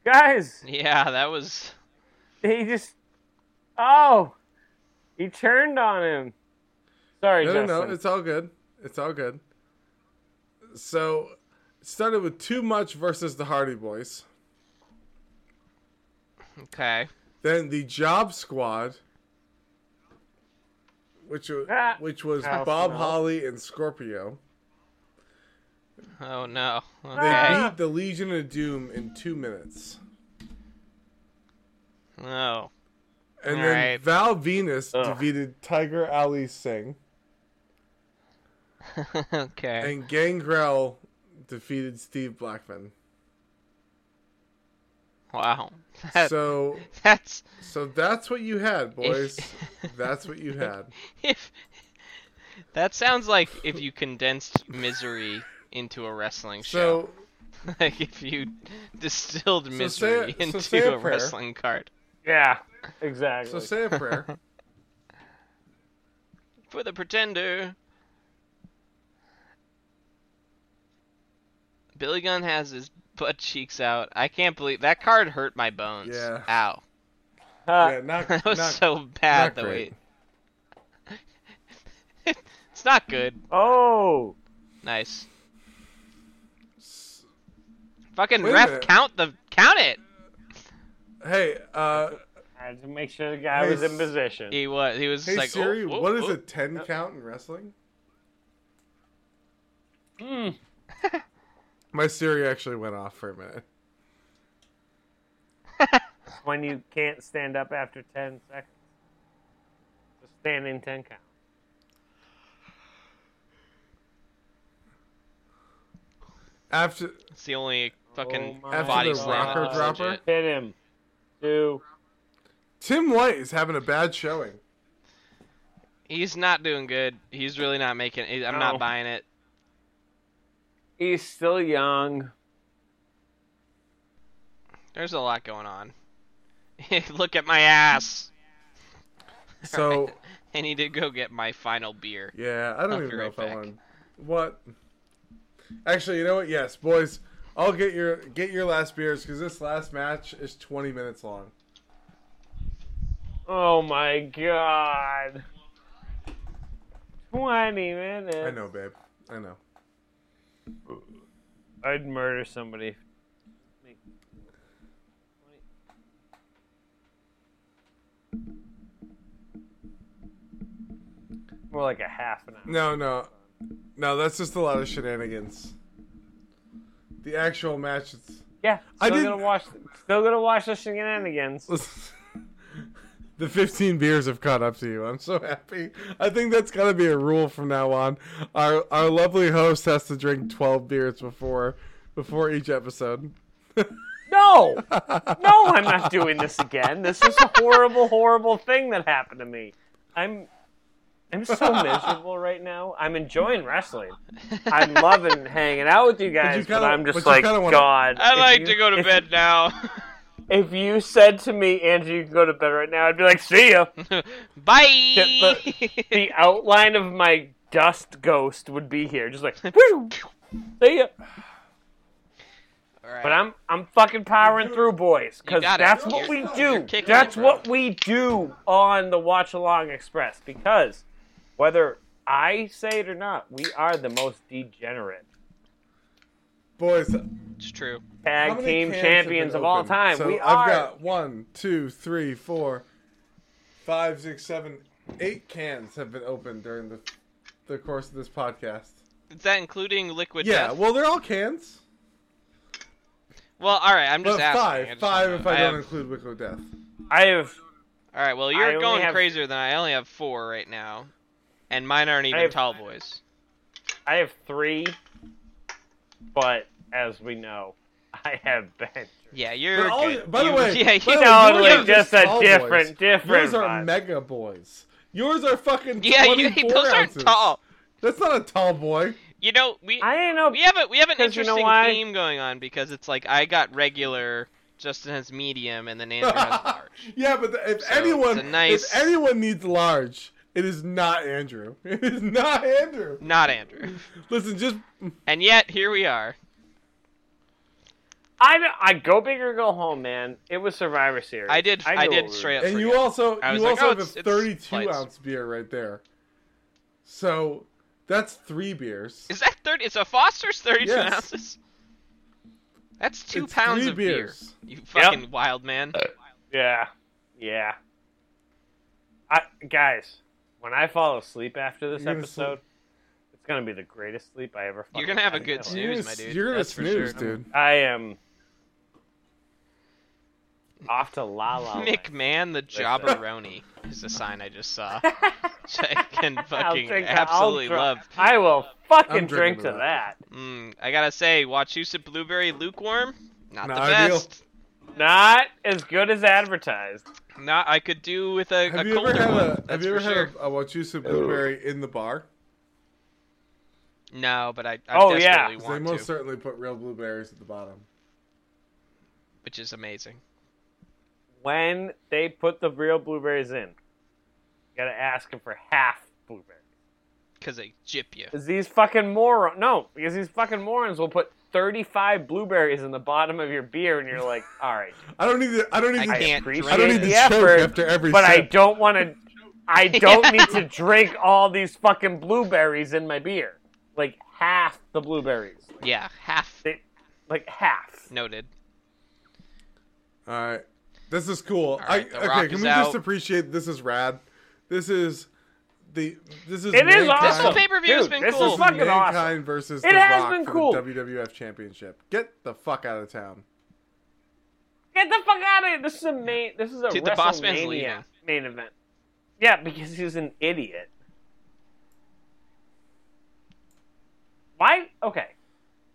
[SPEAKER 1] guys,
[SPEAKER 2] Yeah, that was
[SPEAKER 1] he just oh, he turned on him. Sorry,
[SPEAKER 3] No, no,
[SPEAKER 1] Justin.
[SPEAKER 3] no. It's all good. It's all good. So, it started with Too Much versus the Hardy Boys.
[SPEAKER 2] okay.
[SPEAKER 3] Then the Job Squad, which, wa-
[SPEAKER 1] Ah.
[SPEAKER 3] which was
[SPEAKER 1] House
[SPEAKER 3] Bob
[SPEAKER 1] Mel.
[SPEAKER 3] Holly and Scorpio.
[SPEAKER 2] Oh no.
[SPEAKER 3] They
[SPEAKER 2] Okay.
[SPEAKER 3] beat the Legion of Doom in two minutes.
[SPEAKER 2] Oh.
[SPEAKER 3] And
[SPEAKER 2] All
[SPEAKER 3] then
[SPEAKER 2] right.
[SPEAKER 3] Val Venus
[SPEAKER 1] Ugh.
[SPEAKER 3] defeated Tiger Ali Singh.
[SPEAKER 2] okay.
[SPEAKER 3] And Gangrel defeated Steve Blackman.
[SPEAKER 2] Wow. That,
[SPEAKER 3] so
[SPEAKER 2] that's
[SPEAKER 3] so that's what you had, boys. that's what you had.
[SPEAKER 2] if that sounds like if you condensed misery into a wrestling show.
[SPEAKER 3] So
[SPEAKER 2] like if you distilled
[SPEAKER 3] say
[SPEAKER 2] misery
[SPEAKER 3] a- so
[SPEAKER 2] into
[SPEAKER 3] say a
[SPEAKER 2] a
[SPEAKER 3] prayer.
[SPEAKER 2] wrestling card.
[SPEAKER 1] yeah, exactly.
[SPEAKER 3] so say a prayer.
[SPEAKER 2] For the pretender. Billy Gunn has his butt cheeks out. I can't believe that card hurt my bones.
[SPEAKER 3] Yeah.
[SPEAKER 2] Ow.
[SPEAKER 1] Huh.
[SPEAKER 3] yeah, not,
[SPEAKER 2] That was
[SPEAKER 3] not-
[SPEAKER 2] so bad the
[SPEAKER 3] not
[SPEAKER 2] way
[SPEAKER 3] great.
[SPEAKER 2] it's not good.
[SPEAKER 1] Oh,
[SPEAKER 2] Nice. Fucking
[SPEAKER 3] Wait a
[SPEAKER 2] ref,
[SPEAKER 3] minute.
[SPEAKER 2] count the count it.
[SPEAKER 3] Hey, uh,
[SPEAKER 1] I had to make sure the guy
[SPEAKER 3] Hey,
[SPEAKER 1] was in
[SPEAKER 3] s-
[SPEAKER 1] position.
[SPEAKER 2] He was. He was
[SPEAKER 3] hey
[SPEAKER 2] like,
[SPEAKER 3] Siri,
[SPEAKER 2] oh, oh,
[SPEAKER 3] what is
[SPEAKER 2] oh.
[SPEAKER 3] a ten count in wrestling?
[SPEAKER 1] Hmm.
[SPEAKER 3] My Siri actually went off for a minute.
[SPEAKER 1] when you can't stand up after 10 seconds. Just standing 10 count.
[SPEAKER 3] After
[SPEAKER 2] It's the only fucking
[SPEAKER 1] my After
[SPEAKER 2] body
[SPEAKER 1] the
[SPEAKER 2] slam. that
[SPEAKER 1] rocker
[SPEAKER 2] was
[SPEAKER 3] dropper?
[SPEAKER 2] legit.
[SPEAKER 1] Pin him. Two.
[SPEAKER 3] Tim White is having a bad showing.
[SPEAKER 2] He's not doing good. He's really not making. It. I'm
[SPEAKER 1] No.
[SPEAKER 3] Oh.
[SPEAKER 2] not buying it.
[SPEAKER 1] He's still young.
[SPEAKER 2] There's a lot going on. Look at my ass.
[SPEAKER 3] So
[SPEAKER 2] I need to go get my final beer.
[SPEAKER 3] yeah, I don't
[SPEAKER 2] I'll be
[SPEAKER 3] even know
[SPEAKER 2] right
[SPEAKER 3] if I
[SPEAKER 2] back.
[SPEAKER 3] want What? Actually, you know what? Yes, boys, I'll get your get your last beers because this last match is 20 minutes long.
[SPEAKER 1] Oh my god. 20 minutes.
[SPEAKER 3] I know, babe. I know.
[SPEAKER 1] I'd murder somebody. More like a half an hour.
[SPEAKER 3] No, no, no. That's just a lot of shenanigans. The actual match. It's...
[SPEAKER 1] Yeah, still
[SPEAKER 3] I didn't-
[SPEAKER 1] gonna watch. Still gonna watch the shenanigans.
[SPEAKER 3] the 15 beers have caught up to you. I'm so happy. I think that's got to be a rule from now on. Our our lovely host has to drink 12 beers before before each episode.
[SPEAKER 1] No, no, I'm not doing this again. This is a horrible, horrible thing that happened to me. I'm, I'm so miserable right now. I'm enjoying wrestling. I'm loving hanging out with you guys, but,
[SPEAKER 3] kinda-
[SPEAKER 1] I'm just
[SPEAKER 3] but you
[SPEAKER 1] like,
[SPEAKER 3] kinda wanna-
[SPEAKER 1] God.
[SPEAKER 2] I
[SPEAKER 1] if
[SPEAKER 2] like
[SPEAKER 1] you-
[SPEAKER 2] to go to
[SPEAKER 1] if-
[SPEAKER 2] bed now.
[SPEAKER 1] If you said to me, Andrew, you can go to bed right now, I'd be like, see ya.
[SPEAKER 2] Bye.
[SPEAKER 1] The outline of my dust ghost would be here, just like, whew, see ya.
[SPEAKER 2] All right.
[SPEAKER 1] But I'm I'm fucking powering through, boys, because
[SPEAKER 2] got it.
[SPEAKER 1] that's what we
[SPEAKER 2] You're-
[SPEAKER 1] do.
[SPEAKER 2] kicking
[SPEAKER 1] That's
[SPEAKER 2] it, bro.
[SPEAKER 1] what we do on the Watch Along Express. Because whether I say it or not, we are the most degenerate
[SPEAKER 3] Boys,
[SPEAKER 2] it's true.
[SPEAKER 3] how
[SPEAKER 1] tag
[SPEAKER 3] many
[SPEAKER 1] team
[SPEAKER 3] cans have
[SPEAKER 1] champions
[SPEAKER 3] been
[SPEAKER 1] of all
[SPEAKER 3] opened?
[SPEAKER 1] time.
[SPEAKER 3] So
[SPEAKER 1] we
[SPEAKER 3] I've
[SPEAKER 1] are.
[SPEAKER 3] got one, two, three, four, five, six, seven, eight cans have been opened during the the course of this podcast.
[SPEAKER 2] Is that including liquid
[SPEAKER 3] Yeah,
[SPEAKER 2] death?
[SPEAKER 3] well, they're all cans,
[SPEAKER 2] Well, all right. I'm
[SPEAKER 3] but
[SPEAKER 2] just asking. I
[SPEAKER 3] five,
[SPEAKER 2] just
[SPEAKER 3] five
[SPEAKER 2] don't
[SPEAKER 3] if
[SPEAKER 2] know.
[SPEAKER 3] I, don't
[SPEAKER 2] have-
[SPEAKER 3] include Wicklow Death.
[SPEAKER 1] I have
[SPEAKER 2] All right. Well,
[SPEAKER 1] I
[SPEAKER 2] you're
[SPEAKER 1] only
[SPEAKER 2] going
[SPEAKER 1] have-
[SPEAKER 2] crazier than I. I only have four right now, and mine aren't even
[SPEAKER 1] have-
[SPEAKER 2] tall boys.
[SPEAKER 1] I have three, but as we know, I have been.
[SPEAKER 2] Yeah, you're.
[SPEAKER 3] They're all-
[SPEAKER 2] good.
[SPEAKER 3] by the
[SPEAKER 2] You-
[SPEAKER 3] way,
[SPEAKER 2] yeah,
[SPEAKER 3] by
[SPEAKER 2] you-
[SPEAKER 3] the way,
[SPEAKER 1] know,
[SPEAKER 3] yours
[SPEAKER 1] like,
[SPEAKER 3] are
[SPEAKER 1] just a
[SPEAKER 3] tall
[SPEAKER 1] different-
[SPEAKER 3] boys.
[SPEAKER 1] different
[SPEAKER 3] Yours are
[SPEAKER 1] vibe.
[SPEAKER 3] mega boys. Yours are fucking
[SPEAKER 2] yeah, you,
[SPEAKER 3] 24
[SPEAKER 2] those
[SPEAKER 3] ounces.
[SPEAKER 2] aren't tall.
[SPEAKER 3] That's not a tall boy.
[SPEAKER 2] You know, we
[SPEAKER 1] I didn't know.
[SPEAKER 2] we have a we have an
[SPEAKER 1] 'Cause you know
[SPEAKER 2] interesting
[SPEAKER 1] why?
[SPEAKER 2] theme going on because it's like I got regular, Justin has medium, and then Andrew has large.
[SPEAKER 3] Yeah, but the- if
[SPEAKER 2] So,
[SPEAKER 3] anyone
[SPEAKER 2] it's a nice-
[SPEAKER 3] if anyone needs large, it is not Andrew. It is not Andrew.
[SPEAKER 2] Not Andrew.
[SPEAKER 3] Listen, just
[SPEAKER 2] And yet here we are.
[SPEAKER 1] I, I go big or go home, man. It was Survivor Series.
[SPEAKER 2] I did.
[SPEAKER 1] knew
[SPEAKER 2] I,
[SPEAKER 1] it
[SPEAKER 2] did
[SPEAKER 1] was-
[SPEAKER 2] straight up.
[SPEAKER 3] and you
[SPEAKER 2] forget.
[SPEAKER 3] also
[SPEAKER 2] I was
[SPEAKER 3] you
[SPEAKER 2] like,
[SPEAKER 3] also
[SPEAKER 2] oh,
[SPEAKER 3] have a
[SPEAKER 2] it's- it's
[SPEAKER 3] 32
[SPEAKER 2] lights.
[SPEAKER 3] ounce beer right there. So that's three beers.
[SPEAKER 2] Is that thirty? It's a Foster's thirty-two
[SPEAKER 3] Yes.
[SPEAKER 2] ounces. That's two
[SPEAKER 3] It's
[SPEAKER 2] pounds
[SPEAKER 3] three
[SPEAKER 2] of beer.
[SPEAKER 3] beers.
[SPEAKER 2] You fucking wild man.
[SPEAKER 1] Uh, Yeah, yeah. I guys, when I fall asleep after this
[SPEAKER 3] You're gonna
[SPEAKER 1] episode, it's gonna be the greatest sleep I ever.
[SPEAKER 2] You're
[SPEAKER 1] fucking
[SPEAKER 2] gonna have a
[SPEAKER 1] had in
[SPEAKER 2] good
[SPEAKER 1] my life.
[SPEAKER 2] snooze.
[SPEAKER 3] You're gonna-
[SPEAKER 2] my dude.
[SPEAKER 3] You're gonna
[SPEAKER 2] That's for
[SPEAKER 3] snooze,
[SPEAKER 2] sure.
[SPEAKER 3] dude.
[SPEAKER 1] I am off to La La. Land.
[SPEAKER 2] McMahon the Jobberoni is a sign I just saw. Which I can
[SPEAKER 1] I'll
[SPEAKER 2] fucking
[SPEAKER 1] drink- I'll
[SPEAKER 2] absolutely
[SPEAKER 1] dr-
[SPEAKER 2] love.
[SPEAKER 1] I will
[SPEAKER 3] I'm
[SPEAKER 1] fucking drink
[SPEAKER 3] drinking
[SPEAKER 1] to
[SPEAKER 3] to
[SPEAKER 1] that.
[SPEAKER 2] Mm, I gotta say, Wachusett Blueberry Lukewarm, not,
[SPEAKER 3] Not
[SPEAKER 2] the
[SPEAKER 3] ideal.
[SPEAKER 2] best.
[SPEAKER 1] Not as good as advertised.
[SPEAKER 2] Not I could do with a,
[SPEAKER 3] Have
[SPEAKER 2] a
[SPEAKER 3] you
[SPEAKER 2] colder
[SPEAKER 3] ever had
[SPEAKER 2] one.
[SPEAKER 3] a Have
[SPEAKER 2] that's
[SPEAKER 3] you ever
[SPEAKER 2] for
[SPEAKER 3] had
[SPEAKER 2] sure.
[SPEAKER 3] a, a Wachusett blueberry in the bar?
[SPEAKER 2] No, but I, I
[SPEAKER 1] Oh, yeah.
[SPEAKER 2] desperately
[SPEAKER 3] 'Cause They
[SPEAKER 2] want
[SPEAKER 3] most
[SPEAKER 2] to,
[SPEAKER 3] certainly put real blueberries at the bottom.
[SPEAKER 2] which is amazing.
[SPEAKER 1] When they put the real blueberries in, you gotta ask them for half blueberries.
[SPEAKER 2] Cause they jip you.
[SPEAKER 1] Because these fucking morons. No, because these fucking morons will put 35 blueberries in the bottom of your beer, and you're like, all right.
[SPEAKER 3] I don't need to. I don't need
[SPEAKER 2] I
[SPEAKER 3] to.
[SPEAKER 2] can't
[SPEAKER 1] appreciate
[SPEAKER 2] drink
[SPEAKER 3] I don't
[SPEAKER 2] it.
[SPEAKER 1] the
[SPEAKER 3] need to choke
[SPEAKER 1] effort,
[SPEAKER 3] after every.
[SPEAKER 1] But I
[SPEAKER 3] sip.
[SPEAKER 1] don't want to. I don't need to drink all these fucking blueberries in my beer. Like half the blueberries.
[SPEAKER 2] Yeah, half
[SPEAKER 1] They, like half.
[SPEAKER 2] noted.
[SPEAKER 3] All right, this is cool.
[SPEAKER 2] right, The
[SPEAKER 3] I, okay,
[SPEAKER 2] Rock
[SPEAKER 3] can
[SPEAKER 2] is
[SPEAKER 3] we
[SPEAKER 2] out.
[SPEAKER 3] just appreciate this is rad? This is the. This is.
[SPEAKER 1] It is
[SPEAKER 3] mankind.
[SPEAKER 1] awesome.
[SPEAKER 2] This whole pay-per-view has
[SPEAKER 1] Dude,
[SPEAKER 2] been
[SPEAKER 1] this
[SPEAKER 2] cool.
[SPEAKER 1] Is
[SPEAKER 3] This
[SPEAKER 1] fucking
[SPEAKER 3] is mankind
[SPEAKER 1] awesome.
[SPEAKER 3] versus
[SPEAKER 1] It
[SPEAKER 3] the
[SPEAKER 1] has
[SPEAKER 3] Rock
[SPEAKER 1] been
[SPEAKER 3] for
[SPEAKER 1] cool.
[SPEAKER 3] the WWF Championship. Get the fuck out of town.
[SPEAKER 1] Get the fuck out of here. This is a main. This is a
[SPEAKER 2] Dude, the boss man's
[SPEAKER 1] WrestleMania
[SPEAKER 2] leaving.
[SPEAKER 1] main event. Yeah, because he's an idiot. Why? Okay,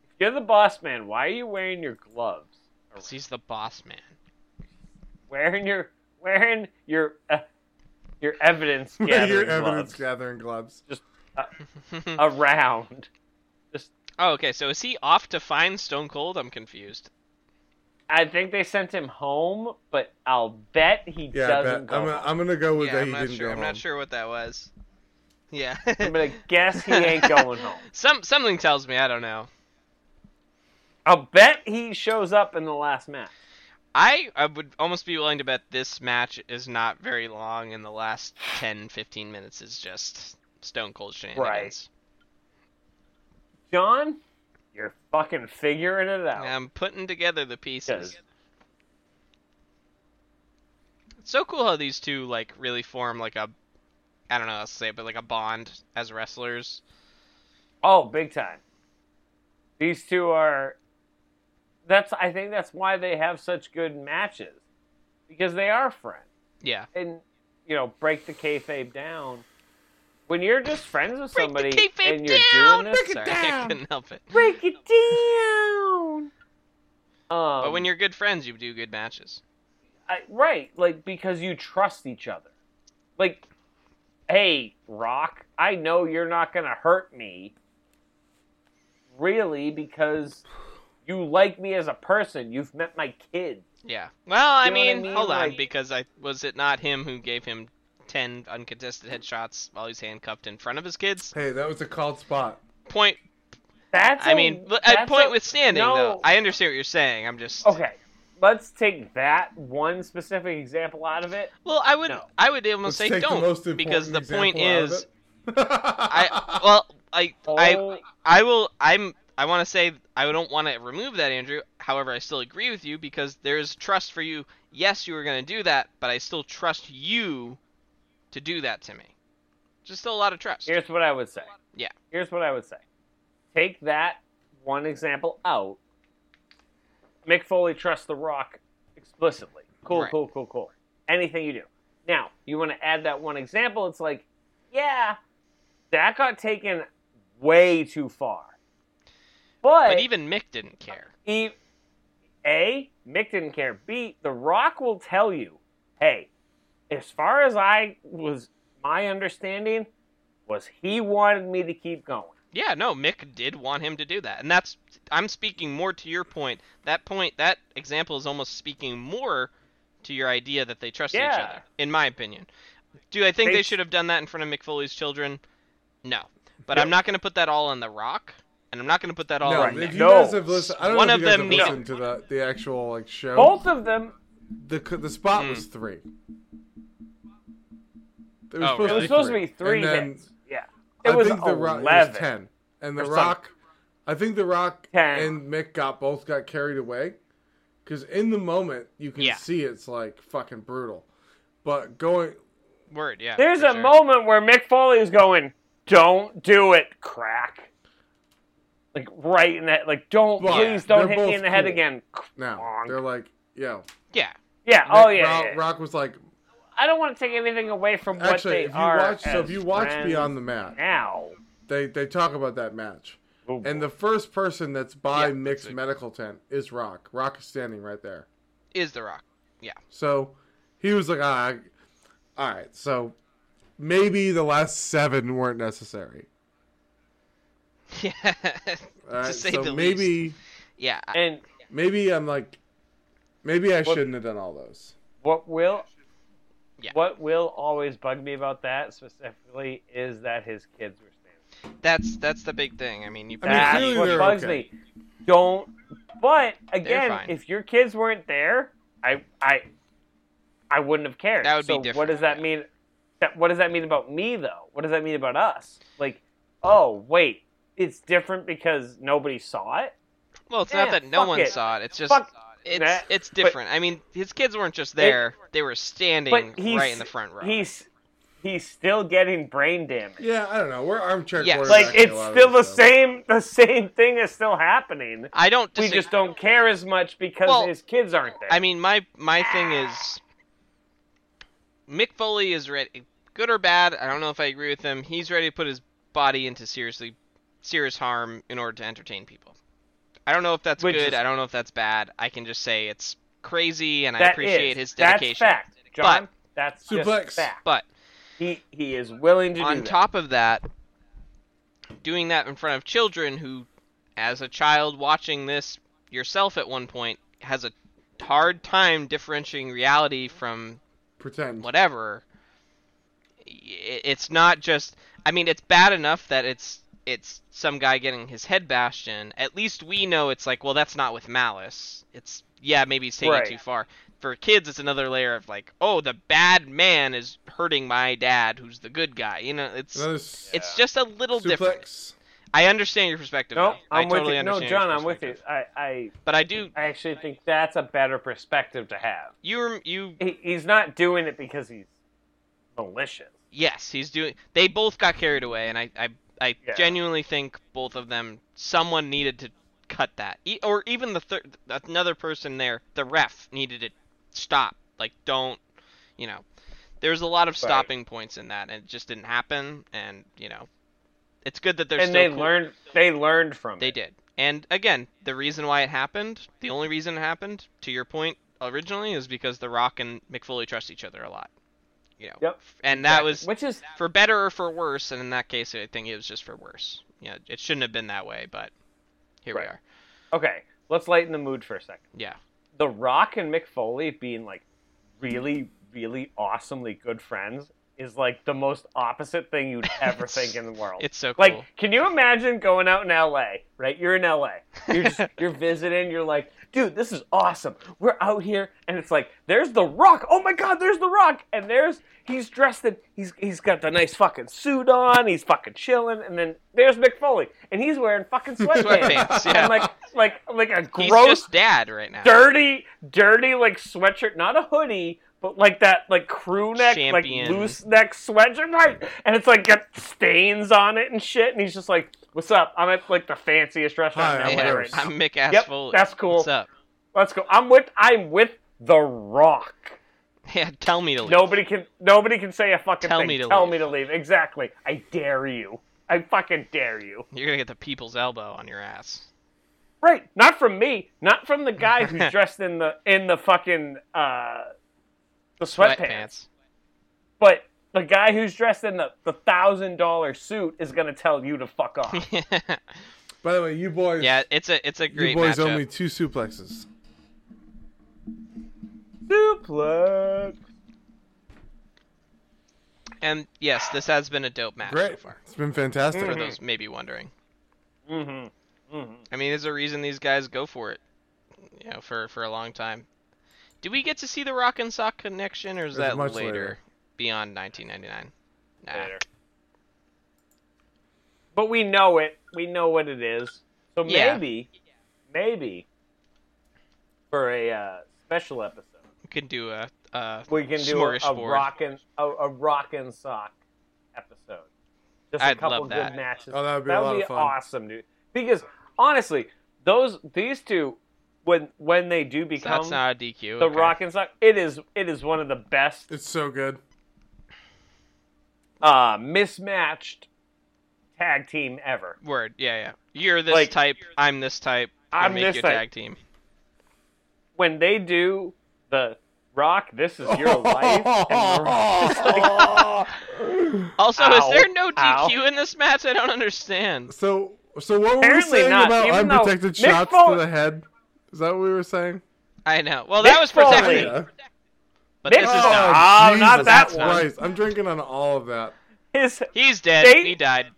[SPEAKER 1] if you're the boss man, why are you wearing your gloves?
[SPEAKER 2] Cause he's the boss man.
[SPEAKER 1] Wearing your wearing your uh, your evidence gathering
[SPEAKER 3] Your
[SPEAKER 1] gloves uh,
[SPEAKER 3] evidence gathering gloves.
[SPEAKER 1] around.
[SPEAKER 2] Oh, okay. So is he off to find Stone Cold? I'm confused.
[SPEAKER 1] I think they sent him home, but I'll bet he
[SPEAKER 3] Yeah, I
[SPEAKER 1] doesn't
[SPEAKER 3] bet.
[SPEAKER 1] go.
[SPEAKER 3] I'm,
[SPEAKER 1] home.
[SPEAKER 3] gonna- I'm gonna go with
[SPEAKER 2] yeah,
[SPEAKER 3] that
[SPEAKER 2] I'm
[SPEAKER 3] he
[SPEAKER 2] not
[SPEAKER 3] didn't
[SPEAKER 2] sure.
[SPEAKER 3] go
[SPEAKER 2] I'm
[SPEAKER 3] home.
[SPEAKER 2] not sure what that was. Yeah.
[SPEAKER 1] I'm gonna guess he ain't going home.
[SPEAKER 2] Some something tells me I don't know.
[SPEAKER 1] I'll bet he shows up in the last match.
[SPEAKER 2] I, I would almost be willing to bet this match is not very long, and the last 10, 15 minutes is just Stone Cold shenanigans.
[SPEAKER 1] John, you're fucking figuring it out.
[SPEAKER 2] I'm putting together the pieces.
[SPEAKER 1] Yes.
[SPEAKER 2] It's so cool how these two like really form like a, I don't know how to say it, but like a bond as wrestlers.
[SPEAKER 1] Oh, big time. These two are. That's I think that's why they have such good matches, because they are friends.
[SPEAKER 2] Yeah.
[SPEAKER 1] and you know break the kayfabe down. When you're just friends with
[SPEAKER 4] Break the
[SPEAKER 1] somebody
[SPEAKER 4] kayfabe
[SPEAKER 1] and you're
[SPEAKER 4] down,
[SPEAKER 1] doing this,
[SPEAKER 2] Sorry, I couldn't help it.
[SPEAKER 1] break it down. Um,
[SPEAKER 2] But when you're good friends, you do good matches.
[SPEAKER 1] I, right, like because you trust each other. Like, hey, Rock, I know you're not gonna hurt me. Really, because you like me as a person. You've met my kid.
[SPEAKER 2] Yeah. Well, I,
[SPEAKER 1] You know what I
[SPEAKER 2] mean,
[SPEAKER 1] mean?
[SPEAKER 2] hold on,
[SPEAKER 1] Like-
[SPEAKER 2] because I was it not him who gave him ten uncontested headshots while he's handcuffed in front of his kids?
[SPEAKER 3] Hey, that was a called spot.
[SPEAKER 2] Point.
[SPEAKER 1] That's.
[SPEAKER 2] I
[SPEAKER 1] a-
[SPEAKER 2] mean, l-
[SPEAKER 1] that's
[SPEAKER 2] at point
[SPEAKER 1] a-
[SPEAKER 2] withstanding,
[SPEAKER 1] no.
[SPEAKER 2] though, I understand what you're saying. I'm just
[SPEAKER 1] Okay, let's take that one specific example out of it.
[SPEAKER 2] Well, I would
[SPEAKER 1] No.
[SPEAKER 2] I would
[SPEAKER 3] Let's
[SPEAKER 2] almost say
[SPEAKER 3] take the most
[SPEAKER 2] don't
[SPEAKER 3] important
[SPEAKER 2] because the point
[SPEAKER 3] example out of
[SPEAKER 2] is
[SPEAKER 3] it.
[SPEAKER 2] I well I I
[SPEAKER 1] Oh.
[SPEAKER 2] I will I'm I want to say I don't want to remove that Andrew. However, I still agree with you because there is trust for you. Yes, you were going to do that, but I still trust you to do that to me. Just still a lot of trust.
[SPEAKER 1] Here's what I would say.
[SPEAKER 2] Yeah.
[SPEAKER 1] Here's what I would say. Take that one example out. Mick Foley trusts The Rock explicitly. Cool,
[SPEAKER 2] Right.
[SPEAKER 1] cool, cool, cool. Anything you do. Now, you want to add that one example, it's like, yeah, that got taken way too far. But,
[SPEAKER 2] But even Mick didn't care.
[SPEAKER 1] e- A, Mick didn't care. B, The Rock will tell you, hey, as far as I was, my understanding was he wanted me to keep going.
[SPEAKER 2] Yeah, no, Mick did want him to do that. And that's I'm speaking more to your point. That point that example is almost speaking more to your idea that they trusted each
[SPEAKER 1] Yeah.
[SPEAKER 2] other, in my opinion. Do I think
[SPEAKER 1] They-
[SPEAKER 2] they, should have done that in front of Mick Foley's children? No. But
[SPEAKER 1] No.
[SPEAKER 2] I'm not gonna put that all on the rock and I'm not gonna put that all
[SPEAKER 3] no,
[SPEAKER 2] on
[SPEAKER 1] right
[SPEAKER 3] if
[SPEAKER 2] Mick.
[SPEAKER 3] you
[SPEAKER 1] No.
[SPEAKER 3] guys have listened, I don't
[SPEAKER 2] oh, One
[SPEAKER 3] know if
[SPEAKER 2] of
[SPEAKER 3] you guys
[SPEAKER 2] them
[SPEAKER 3] have
[SPEAKER 2] needs-
[SPEAKER 3] listened to the, the actual like show.
[SPEAKER 1] Both of them.
[SPEAKER 3] The c- the spot
[SPEAKER 2] Hmm.
[SPEAKER 3] was three. It was,
[SPEAKER 2] Oh,
[SPEAKER 3] supposed,
[SPEAKER 1] It
[SPEAKER 2] really?
[SPEAKER 1] was supposed to be three
[SPEAKER 3] and then
[SPEAKER 1] hits. Yeah. It
[SPEAKER 3] I
[SPEAKER 1] was
[SPEAKER 3] think the Rock it was
[SPEAKER 1] 11.
[SPEAKER 3] ten, and the
[SPEAKER 1] Or something.
[SPEAKER 3] Rock. I think the Rock
[SPEAKER 1] 10.
[SPEAKER 3] and Mick got both got carried away, because in the moment you can
[SPEAKER 2] Yeah.
[SPEAKER 3] see it's like fucking brutal, but going
[SPEAKER 2] Word, yeah.
[SPEAKER 1] There's
[SPEAKER 2] for
[SPEAKER 1] a
[SPEAKER 2] sure.
[SPEAKER 1] moment where Mick Foley is going, "Don't do it, crack." Like right in that, like don't
[SPEAKER 3] But
[SPEAKER 1] please don't
[SPEAKER 3] they're
[SPEAKER 1] hit me
[SPEAKER 3] both
[SPEAKER 1] in the head
[SPEAKER 3] cool.
[SPEAKER 1] again.
[SPEAKER 3] now
[SPEAKER 1] Bonk.
[SPEAKER 3] they're like yo.
[SPEAKER 2] Yeah.
[SPEAKER 1] Yeah. oh
[SPEAKER 3] Mick-
[SPEAKER 1] yeah.
[SPEAKER 3] Rock,
[SPEAKER 1] yeah.
[SPEAKER 3] Rock was like
[SPEAKER 1] I don't want to take anything away from what
[SPEAKER 3] actually
[SPEAKER 1] they
[SPEAKER 3] if you
[SPEAKER 1] are.
[SPEAKER 3] watch so if
[SPEAKER 1] as
[SPEAKER 3] you watch
[SPEAKER 1] friends
[SPEAKER 3] Beyond the Mat,
[SPEAKER 1] now,
[SPEAKER 3] they they talk about that match.
[SPEAKER 1] Oh, boy.
[SPEAKER 3] And the first person that's by
[SPEAKER 2] Yeah,
[SPEAKER 3] Mick's
[SPEAKER 2] exactly.
[SPEAKER 3] medical tent is Rock. Rock is standing right there.
[SPEAKER 2] Is the rock.
[SPEAKER 3] So he was like, ah, all right, so maybe the last seven weren't necessary.
[SPEAKER 2] Yeah.
[SPEAKER 3] All right,
[SPEAKER 2] to say
[SPEAKER 3] so
[SPEAKER 2] the
[SPEAKER 3] maybe,
[SPEAKER 2] least. Yeah. I-
[SPEAKER 1] and
[SPEAKER 3] maybe I'm like, maybe I shouldn't have done all those.
[SPEAKER 1] What will
[SPEAKER 2] Yeah.
[SPEAKER 1] what will always bug me about that specifically is that his kids were standing.
[SPEAKER 2] That's that's the big thing. I mean you
[SPEAKER 3] I mean,
[SPEAKER 1] That's
[SPEAKER 3] clearly
[SPEAKER 1] what
[SPEAKER 3] they're
[SPEAKER 1] bugs
[SPEAKER 3] okay.
[SPEAKER 1] me. Don't but again,
[SPEAKER 2] fine.
[SPEAKER 1] if your kids weren't there, I I I wouldn't have cared.
[SPEAKER 2] That would be
[SPEAKER 1] so What
[SPEAKER 2] different,
[SPEAKER 1] does that
[SPEAKER 2] yeah.
[SPEAKER 1] mean that what does that mean about me though? What does that mean about us? Like, oh wait, it's different because nobody saw it?
[SPEAKER 2] Well, it's
[SPEAKER 1] Yeah,
[SPEAKER 2] not that no
[SPEAKER 1] fuck
[SPEAKER 2] one
[SPEAKER 1] it.
[SPEAKER 2] saw it. It's just
[SPEAKER 1] Fuck
[SPEAKER 2] it's
[SPEAKER 1] that.
[SPEAKER 2] it's different. I mean, his kids weren't just there; they were standing
[SPEAKER 1] But he's
[SPEAKER 2] right in the front row.
[SPEAKER 1] He's he's still getting brain damage.
[SPEAKER 3] Yeah, I don't know. We're armchair
[SPEAKER 2] Yes.
[SPEAKER 3] quarterbacking
[SPEAKER 1] like
[SPEAKER 3] a
[SPEAKER 1] it's
[SPEAKER 3] lot of
[SPEAKER 1] still the
[SPEAKER 3] this stuff.
[SPEAKER 1] same the same thing is still happening
[SPEAKER 2] I don't.
[SPEAKER 1] we
[SPEAKER 2] disagree-
[SPEAKER 1] just don't care as much because
[SPEAKER 2] Well,
[SPEAKER 1] his kids aren't there
[SPEAKER 2] I mean, my my thing is, Mick Foley is ready, good or bad. I don't know if I agree with him. He's ready to put his body into seriously serious harm in order to entertain people. I don't know if that's
[SPEAKER 1] Which
[SPEAKER 2] good.
[SPEAKER 1] is-
[SPEAKER 2] I don't know if that's bad. I can just say it's crazy, and I
[SPEAKER 1] That
[SPEAKER 2] appreciate
[SPEAKER 1] is-
[SPEAKER 2] his dedication.
[SPEAKER 1] that's fact john
[SPEAKER 2] But-
[SPEAKER 1] that's just
[SPEAKER 3] Suplex.
[SPEAKER 1] fact
[SPEAKER 2] But
[SPEAKER 1] he he is willing to do
[SPEAKER 2] on
[SPEAKER 1] that.
[SPEAKER 2] top of that, doing that in front of children who, as a child watching this yourself at one point, has a hard time differentiating reality from
[SPEAKER 3] Pretend.
[SPEAKER 2] whatever. i- It's not just I mean, it's bad enough that it's it's some guy getting his head bashed in. At least we know it's like, well, that's not with malice. It's yeah, maybe he's taking
[SPEAKER 1] Right.
[SPEAKER 2] it too far. For kids, it's another layer of like, oh, the bad man is hurting my dad, who's the good guy. You know, it's
[SPEAKER 3] Another s-
[SPEAKER 2] it's just a little different.
[SPEAKER 3] suplex.
[SPEAKER 2] I understand your perspective.
[SPEAKER 1] No,
[SPEAKER 2] though. I
[SPEAKER 1] I'm with
[SPEAKER 2] totally
[SPEAKER 1] you. No,
[SPEAKER 2] understand
[SPEAKER 1] John,
[SPEAKER 2] your
[SPEAKER 1] I'm with you.
[SPEAKER 2] perspective.
[SPEAKER 1] I, I,
[SPEAKER 2] But I do.
[SPEAKER 1] I actually think that's a better perspective to have.
[SPEAKER 2] You rem- you
[SPEAKER 1] He, he's not doing it because he's malicious.
[SPEAKER 2] Yes, he's doing. They both got carried away, and I, I, I
[SPEAKER 1] Yeah.
[SPEAKER 2] genuinely think both of them. Someone needed to cut that, e- or even the third, another person there, the ref needed to stop. Like, don't, you know, there's a lot of stopping points in that, and it just didn't happen. And you know, it's good that they're
[SPEAKER 1] and
[SPEAKER 2] still
[SPEAKER 1] they
[SPEAKER 2] cool.
[SPEAKER 1] learned. They learned from
[SPEAKER 2] They
[SPEAKER 1] it.
[SPEAKER 2] did. And again, the reason why it happened, the only reason it happened, to your point originally, is because The Rock and McFoley trust each other a lot. You know.
[SPEAKER 1] Yep,
[SPEAKER 2] And that was
[SPEAKER 1] Which is
[SPEAKER 2] for better or for worse, and in that case, I think it was just for worse. Yeah, it shouldn't have been that way, but here
[SPEAKER 1] Right.
[SPEAKER 2] we are.
[SPEAKER 1] okay. Let's lighten the mood for a second.
[SPEAKER 2] Yeah,
[SPEAKER 1] The Rock and Mick Foley being like really, really awesomely good friends is like the most opposite thing you'd ever
[SPEAKER 2] It's-
[SPEAKER 1] think in the world.
[SPEAKER 2] it's so cool.
[SPEAKER 1] Like, can you imagine going out in LA, right? You're in LA. You're just you're visiting, you're like, dude, this is awesome. We're out here and it's like, there's the rock. Oh my god, there's the rock. And there's he's dressed in he's he's got the nice fucking suit on, he's fucking chilling, and then there's Mick Foley, and he's wearing fucking sweatpants.
[SPEAKER 2] Sweatpants, yeah.
[SPEAKER 1] And like like like a
[SPEAKER 2] He's
[SPEAKER 1] gross
[SPEAKER 2] just dad right now.
[SPEAKER 1] dirty, dirty like sweatshirt, not a hoodie, but like that like crew neck,
[SPEAKER 2] Champion.
[SPEAKER 1] like loose neck sweatshirt, right? And it's like got stains on it and shit. And he's just like, "What's up? I'm at like the fanciest restaurant
[SPEAKER 3] Hi,
[SPEAKER 1] now.
[SPEAKER 3] I'm
[SPEAKER 2] Yeah,
[SPEAKER 1] Whatever.
[SPEAKER 3] Harris.
[SPEAKER 2] I'm Mick Ass
[SPEAKER 1] Yep,
[SPEAKER 2] Foley.
[SPEAKER 1] that's cool.
[SPEAKER 2] What's up?
[SPEAKER 1] Let's go. I'm with I'm with the Rock.
[SPEAKER 2] Yeah, tell me to leave.
[SPEAKER 1] Nobody can nobody can say a fucking
[SPEAKER 2] Tell
[SPEAKER 1] thing.
[SPEAKER 2] me to
[SPEAKER 1] Tell
[SPEAKER 2] leave.
[SPEAKER 1] me to leave. Exactly. I dare you. I fucking dare you.
[SPEAKER 2] You're gonna get the people's elbow on your ass.
[SPEAKER 1] Right. Not from me. Not from the guy who's dressed in the in the fucking uh the sweatpants. But the guy who's dressed in the the thousand dollar suit is gonna tell you to fuck off.
[SPEAKER 2] Sweatpants.
[SPEAKER 3] By the way, you boys.
[SPEAKER 2] yeah, it's a it's a
[SPEAKER 3] You
[SPEAKER 2] great
[SPEAKER 3] boys
[SPEAKER 2] matchup.
[SPEAKER 3] owe me two suplexes.
[SPEAKER 1] Suplex.
[SPEAKER 2] And yes, this has been a dope match so
[SPEAKER 3] Great.
[SPEAKER 2] far.
[SPEAKER 3] It's been fantastic.
[SPEAKER 2] For those maybe wondering,
[SPEAKER 1] Mm-hmm.
[SPEAKER 2] I mean, there's a reason these guys go for it. You know, for for a long time. Do we get to see the Rock and Sock connection, or is
[SPEAKER 3] That's
[SPEAKER 2] that
[SPEAKER 3] much
[SPEAKER 2] later,
[SPEAKER 3] later.
[SPEAKER 2] beyond 1999? Nah.
[SPEAKER 1] Later. But we know it. We know what it is. So
[SPEAKER 2] Yeah.
[SPEAKER 1] maybe, maybe for a uh, special episode,
[SPEAKER 2] We can do a, a
[SPEAKER 1] we can do a, a
[SPEAKER 2] Smorgasbord.
[SPEAKER 1] rockin' a, a rockin' sock episode. Just a
[SPEAKER 2] I'd
[SPEAKER 1] couple
[SPEAKER 2] love that.
[SPEAKER 1] good matches.
[SPEAKER 3] Oh, that would be a lot of fun.
[SPEAKER 1] awesome, dude. Because honestly, those these two, when when they do
[SPEAKER 2] So
[SPEAKER 1] become
[SPEAKER 2] that's not a DQ.
[SPEAKER 1] the
[SPEAKER 2] okay.
[SPEAKER 1] rock and sock, it is it is one of the best
[SPEAKER 3] It's so good.
[SPEAKER 1] uh, mismatched tag team ever.
[SPEAKER 2] Word. Yeah, yeah. You're this
[SPEAKER 1] Like-
[SPEAKER 2] type. I'm this type. I
[SPEAKER 1] I'm
[SPEAKER 2] make
[SPEAKER 1] this
[SPEAKER 2] you a
[SPEAKER 1] type.
[SPEAKER 2] tag team.
[SPEAKER 1] When they do the rock, this is your life. And Rock-
[SPEAKER 2] Also, is
[SPEAKER 1] Ow,
[SPEAKER 2] there no
[SPEAKER 1] ow.
[SPEAKER 2] DQ in this match? I don't understand.
[SPEAKER 3] so, so what were we
[SPEAKER 1] Apparently
[SPEAKER 3] saying
[SPEAKER 1] not,
[SPEAKER 3] about
[SPEAKER 1] even though
[SPEAKER 3] unprotected
[SPEAKER 1] Mick
[SPEAKER 3] shots
[SPEAKER 1] Foley-
[SPEAKER 3] to the head? Is that what we were saying?
[SPEAKER 2] I know. Well,
[SPEAKER 1] Mick
[SPEAKER 2] that was
[SPEAKER 1] Foley.
[SPEAKER 2] protected,
[SPEAKER 3] Yeah.
[SPEAKER 2] but this is
[SPEAKER 1] Mick
[SPEAKER 2] not.
[SPEAKER 1] Oh,
[SPEAKER 3] Jesus
[SPEAKER 1] not that
[SPEAKER 2] one.
[SPEAKER 3] Christ. I'm drinking on all of that.
[SPEAKER 1] His
[SPEAKER 2] He's dead.
[SPEAKER 1] They-
[SPEAKER 2] He died.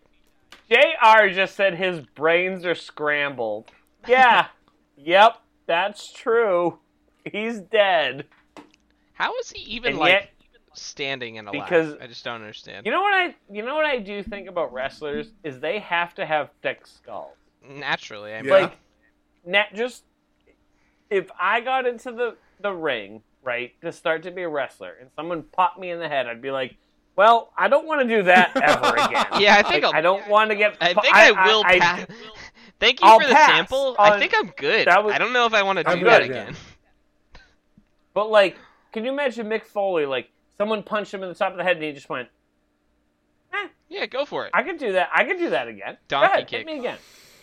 [SPEAKER 1] Jr. just said his brains are scrambled. Yeah. yep. That's true. He's dead.
[SPEAKER 2] How is he even
[SPEAKER 1] And
[SPEAKER 2] like
[SPEAKER 1] yet-
[SPEAKER 2] standing and alive?
[SPEAKER 1] Because-
[SPEAKER 2] I just don't understand.
[SPEAKER 1] You know what I? You know what I do think about wrestlers is they have to have thick skulls.
[SPEAKER 2] Naturally, I mean,
[SPEAKER 3] Yeah.
[SPEAKER 1] Like, net just if I got into the the ring right to start to be a wrestler, and someone popped me in the head, I'd be like, "Well, I don't want to do that ever again."
[SPEAKER 2] yeah. I
[SPEAKER 1] Like,
[SPEAKER 2] think I'll,
[SPEAKER 1] I don't want to get.
[SPEAKER 2] I
[SPEAKER 1] po-
[SPEAKER 2] think I, will
[SPEAKER 1] I-
[SPEAKER 2] pass. Thank you
[SPEAKER 1] I'll
[SPEAKER 2] for the
[SPEAKER 1] pass
[SPEAKER 2] sample. I
[SPEAKER 1] on-
[SPEAKER 2] think I'm good.
[SPEAKER 1] That was-
[SPEAKER 2] I don't know if I want to do
[SPEAKER 3] I'm
[SPEAKER 2] that
[SPEAKER 3] good, yeah.
[SPEAKER 2] again.
[SPEAKER 1] But like, can you imagine Mick Foley? Like, someone punched him in the top of the head, and he just went,
[SPEAKER 2] Yeah, go for it.
[SPEAKER 1] "I could do that. I could do that again." Go
[SPEAKER 2] Donkey
[SPEAKER 1] ahead,
[SPEAKER 2] kick.
[SPEAKER 1] Hit me again.